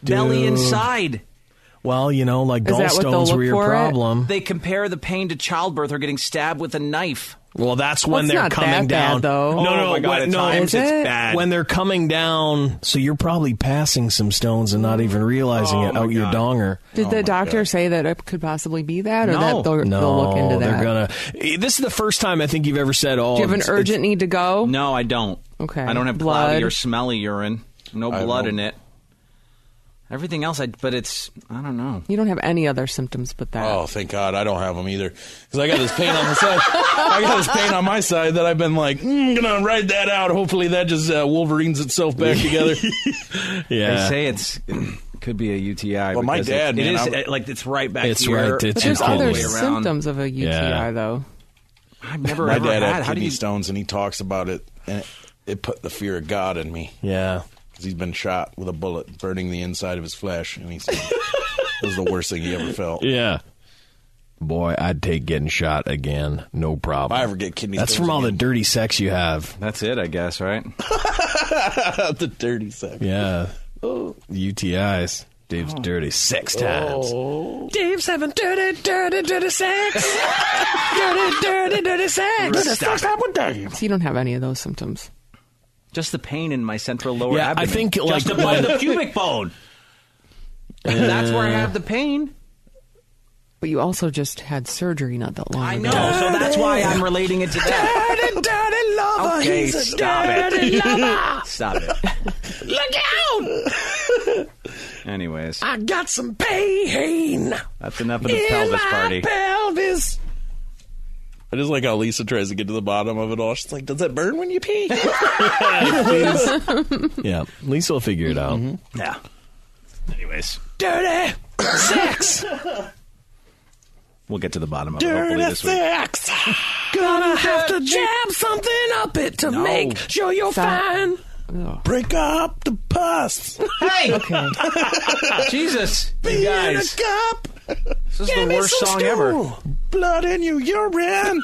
[SPEAKER 2] belly, and
[SPEAKER 3] Dude.
[SPEAKER 2] side.
[SPEAKER 3] Well, you know, like
[SPEAKER 2] Is that what they'll
[SPEAKER 3] gallstones
[SPEAKER 2] look
[SPEAKER 3] were your
[SPEAKER 2] for it?
[SPEAKER 3] problem.
[SPEAKER 2] They compare the pain to childbirth or getting stabbed with a knife.
[SPEAKER 3] Well, that's
[SPEAKER 2] Well,
[SPEAKER 3] when
[SPEAKER 2] it's
[SPEAKER 3] they're
[SPEAKER 2] not that
[SPEAKER 3] coming
[SPEAKER 2] bad,
[SPEAKER 3] down.
[SPEAKER 2] though.
[SPEAKER 3] No,
[SPEAKER 2] Oh,
[SPEAKER 3] no,
[SPEAKER 2] my God,
[SPEAKER 3] when-
[SPEAKER 2] at
[SPEAKER 3] no,
[SPEAKER 2] times it's Is it? bad.
[SPEAKER 3] When they're coming down, so you're probably passing some stones and not even realizing it
[SPEAKER 2] Oh
[SPEAKER 3] out your donger.
[SPEAKER 5] Did the doctor say that it could possibly be that, or that they'll,
[SPEAKER 3] Oh no,
[SPEAKER 5] they'll look into that?
[SPEAKER 3] They're gonna. eh, This is the first time I think you've ever said, "Oh,
[SPEAKER 5] Do you have an
[SPEAKER 3] it's-
[SPEAKER 5] urgent need to go?
[SPEAKER 2] No, I don't.
[SPEAKER 5] Okay.
[SPEAKER 2] I don't have
[SPEAKER 5] Blood.
[SPEAKER 2] cloudy or smelly urine. No
[SPEAKER 5] I
[SPEAKER 2] blood
[SPEAKER 5] don't-
[SPEAKER 2] in it. Everything else, I but it's I don't know.
[SPEAKER 5] You don't have any other symptoms but that.
[SPEAKER 7] Oh, thank God, I don't have them either because I got this pain on
[SPEAKER 5] <laughs>
[SPEAKER 7] the side. I got this pain on my side that I've been like, mm, gonna ride that out. Hopefully, that just uh, Wolverines itself back together.
[SPEAKER 2] They say it's could be a UTI.
[SPEAKER 7] Well, my
[SPEAKER 2] because
[SPEAKER 7] dad,
[SPEAKER 2] it,
[SPEAKER 7] man,
[SPEAKER 2] it is
[SPEAKER 7] I'm-
[SPEAKER 2] eh, like it's right back.
[SPEAKER 3] It's
[SPEAKER 2] here.
[SPEAKER 3] right, it's
[SPEAKER 5] but there's other
[SPEAKER 2] way around.
[SPEAKER 5] symptoms of a UTI,
[SPEAKER 7] Yeah.
[SPEAKER 5] though.
[SPEAKER 2] I've never
[SPEAKER 7] my
[SPEAKER 2] ever had.
[SPEAKER 7] dad had
[SPEAKER 2] How do
[SPEAKER 7] kidney
[SPEAKER 2] you?
[SPEAKER 7] stones, and he talks about it, and it, it put the fear of God in me.
[SPEAKER 3] Yeah,
[SPEAKER 7] because he's been shot with a bullet, burning the inside of his flesh, and he said it was the worst thing he ever felt.
[SPEAKER 3] Yeah. Boy, I'd take getting shot again. No problem.
[SPEAKER 7] If I ever get kidney
[SPEAKER 3] That's
[SPEAKER 7] stones
[SPEAKER 3] from all the dirty sex you have.
[SPEAKER 2] That's it, I guess. Right?
[SPEAKER 7] <laughs> the dirty sex.
[SPEAKER 3] Yeah. UTIs. Dave's
[SPEAKER 7] Oh.
[SPEAKER 3] dirty six times.
[SPEAKER 4] Dave's having dirty, dirty,
[SPEAKER 3] <laughs>
[SPEAKER 4] dirty sex. dirty, dirty, dirty sex.
[SPEAKER 5] So you don't have any of those symptoms.
[SPEAKER 2] Just the pain in my central lower
[SPEAKER 5] Yeah, I
[SPEAKER 2] abdomen.
[SPEAKER 5] think,
[SPEAKER 2] just
[SPEAKER 5] like,
[SPEAKER 2] above
[SPEAKER 5] when-
[SPEAKER 2] the pubic bone. That's where I have the pain.
[SPEAKER 5] But you also just had surgery not that long ago.
[SPEAKER 2] No, so that's why I'm relating it to that.
[SPEAKER 4] Dirty, dirty lover.
[SPEAKER 2] Okay,
[SPEAKER 4] He's a
[SPEAKER 2] stop
[SPEAKER 4] dirty
[SPEAKER 2] it.
[SPEAKER 4] lover.
[SPEAKER 2] <laughs> stop it.
[SPEAKER 4] Look out!
[SPEAKER 2] Anyways,
[SPEAKER 4] I got some pain.
[SPEAKER 2] that's enough of the
[SPEAKER 4] In
[SPEAKER 2] pelvis
[SPEAKER 4] my
[SPEAKER 2] party.
[SPEAKER 4] pelvis.
[SPEAKER 7] I just like how Lisa tries to get to the bottom of it all. She's like, "Does it burn when you
[SPEAKER 4] <laughs>
[SPEAKER 7] pee?"
[SPEAKER 3] Yeah. Lisa will figure it out.
[SPEAKER 7] Mm-hmm.
[SPEAKER 2] Yeah. Anyways,
[SPEAKER 4] Dirty sex.
[SPEAKER 2] we'll get to the bottom of it hopefully
[SPEAKER 4] Dirty
[SPEAKER 2] this week.
[SPEAKER 4] sex. Gonna have to jab something up it to
[SPEAKER 2] No.
[SPEAKER 4] make sure you're fine.
[SPEAKER 7] Break up the pus.
[SPEAKER 2] Hey! <laughs> Jesus,
[SPEAKER 4] Be
[SPEAKER 2] guys.
[SPEAKER 4] in a cup.
[SPEAKER 2] This is
[SPEAKER 4] Give
[SPEAKER 2] the
[SPEAKER 4] me
[SPEAKER 2] worst
[SPEAKER 4] some
[SPEAKER 2] song
[SPEAKER 4] stew.
[SPEAKER 2] ever.
[SPEAKER 4] Blood in
[SPEAKER 2] <laughs>
[SPEAKER 4] your urine.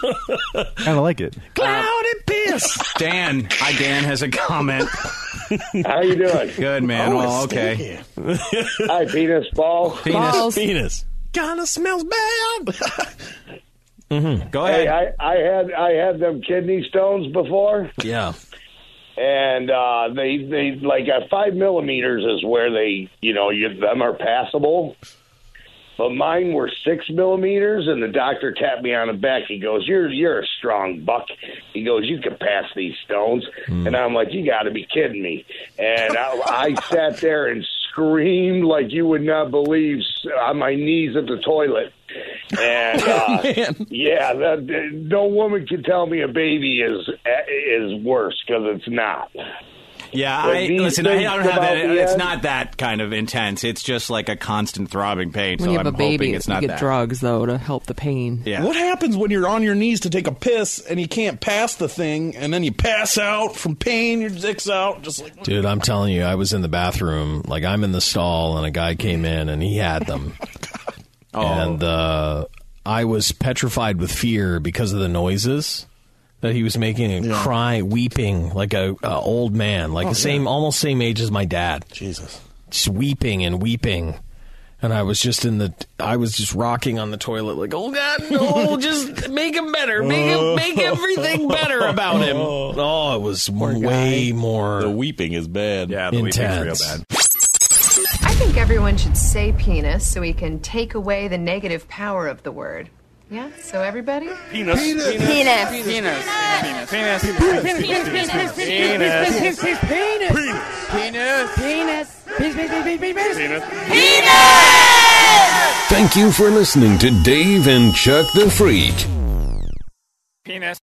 [SPEAKER 28] kind of like it.
[SPEAKER 4] Cloudy
[SPEAKER 2] Uh,
[SPEAKER 4] piss.
[SPEAKER 2] Dan, hi Dan has a comment.
[SPEAKER 37] How you doing?
[SPEAKER 2] Good man.
[SPEAKER 4] Oh,
[SPEAKER 2] well, okay.
[SPEAKER 37] Hi, penis ball.
[SPEAKER 2] Penis. Balls. Penis.
[SPEAKER 4] Kinda smells bad.
[SPEAKER 3] Mm-hmm. Go
[SPEAKER 56] Hey, I, I had I had them kidney stones before,
[SPEAKER 3] Yeah.
[SPEAKER 56] and uh, they they like at five millimeters is where they you know you, them are passable. But mine were six millimeters, and the doctor tapped me on the back. He goes, "You're you're a strong buck." He goes, "You can pass these stones," and I'm like, "You got to be kidding me!" And I, I sat there and screamed like you would not believe s- on my knees at the toilet. And uh, yeah, that, that- no woman can tell me a baby is is worse because it's not.
[SPEAKER 2] Yeah,
[SPEAKER 56] But
[SPEAKER 2] I,
[SPEAKER 56] these
[SPEAKER 2] listen. I
[SPEAKER 56] things
[SPEAKER 2] don't have that.
[SPEAKER 56] about the
[SPEAKER 2] It's
[SPEAKER 56] end-
[SPEAKER 2] not that kind of intense. It's just like a constant throbbing pain.
[SPEAKER 5] When
[SPEAKER 2] so
[SPEAKER 5] you have
[SPEAKER 2] I'm
[SPEAKER 5] a baby,
[SPEAKER 2] hoping it's not
[SPEAKER 5] you get
[SPEAKER 2] that.
[SPEAKER 5] drugs though to help the pain.
[SPEAKER 2] Yeah.
[SPEAKER 7] What happens when you're on your knees to take a piss and you can't pass the thing and then you pass out from pain, your dick's out, just like
[SPEAKER 3] Dude, I'm telling you, I was in the bathroom. Like, I'm in the stall, and a guy came in, and he
[SPEAKER 7] <laughs>
[SPEAKER 3] had them.
[SPEAKER 7] Oh.
[SPEAKER 3] And uh, I was petrified with fear because of the noises that he was making and cry, weeping like a, a old man, like
[SPEAKER 7] Oh,
[SPEAKER 3] the same, almost same age as my dad.
[SPEAKER 7] Jesus,
[SPEAKER 3] just weeping and weeping. And I was just in the, I was just rocking on the toilet, like, oh God, no, just make him better, make him,
[SPEAKER 4] <laughs>
[SPEAKER 3] make
[SPEAKER 4] Oh.
[SPEAKER 3] everything better about him. Oh, it was way more. The
[SPEAKER 7] weeping is bad.
[SPEAKER 3] Yeah,
[SPEAKER 2] the weeping's real
[SPEAKER 3] intense.
[SPEAKER 2] bad.
[SPEAKER 23] I think everyone should say penis so we can take away the negative power of the word. Yeah? So everybody?
[SPEAKER 20] Penis. Penis. Penis. Penis. Penis. Penis. Penis. Penis. Penis. Penis. Penis. Penis. Penis. Penis. Penis. Penis.
[SPEAKER 4] Thank you for listening to Dave and Chuck the Freak.
[SPEAKER 20] Penis.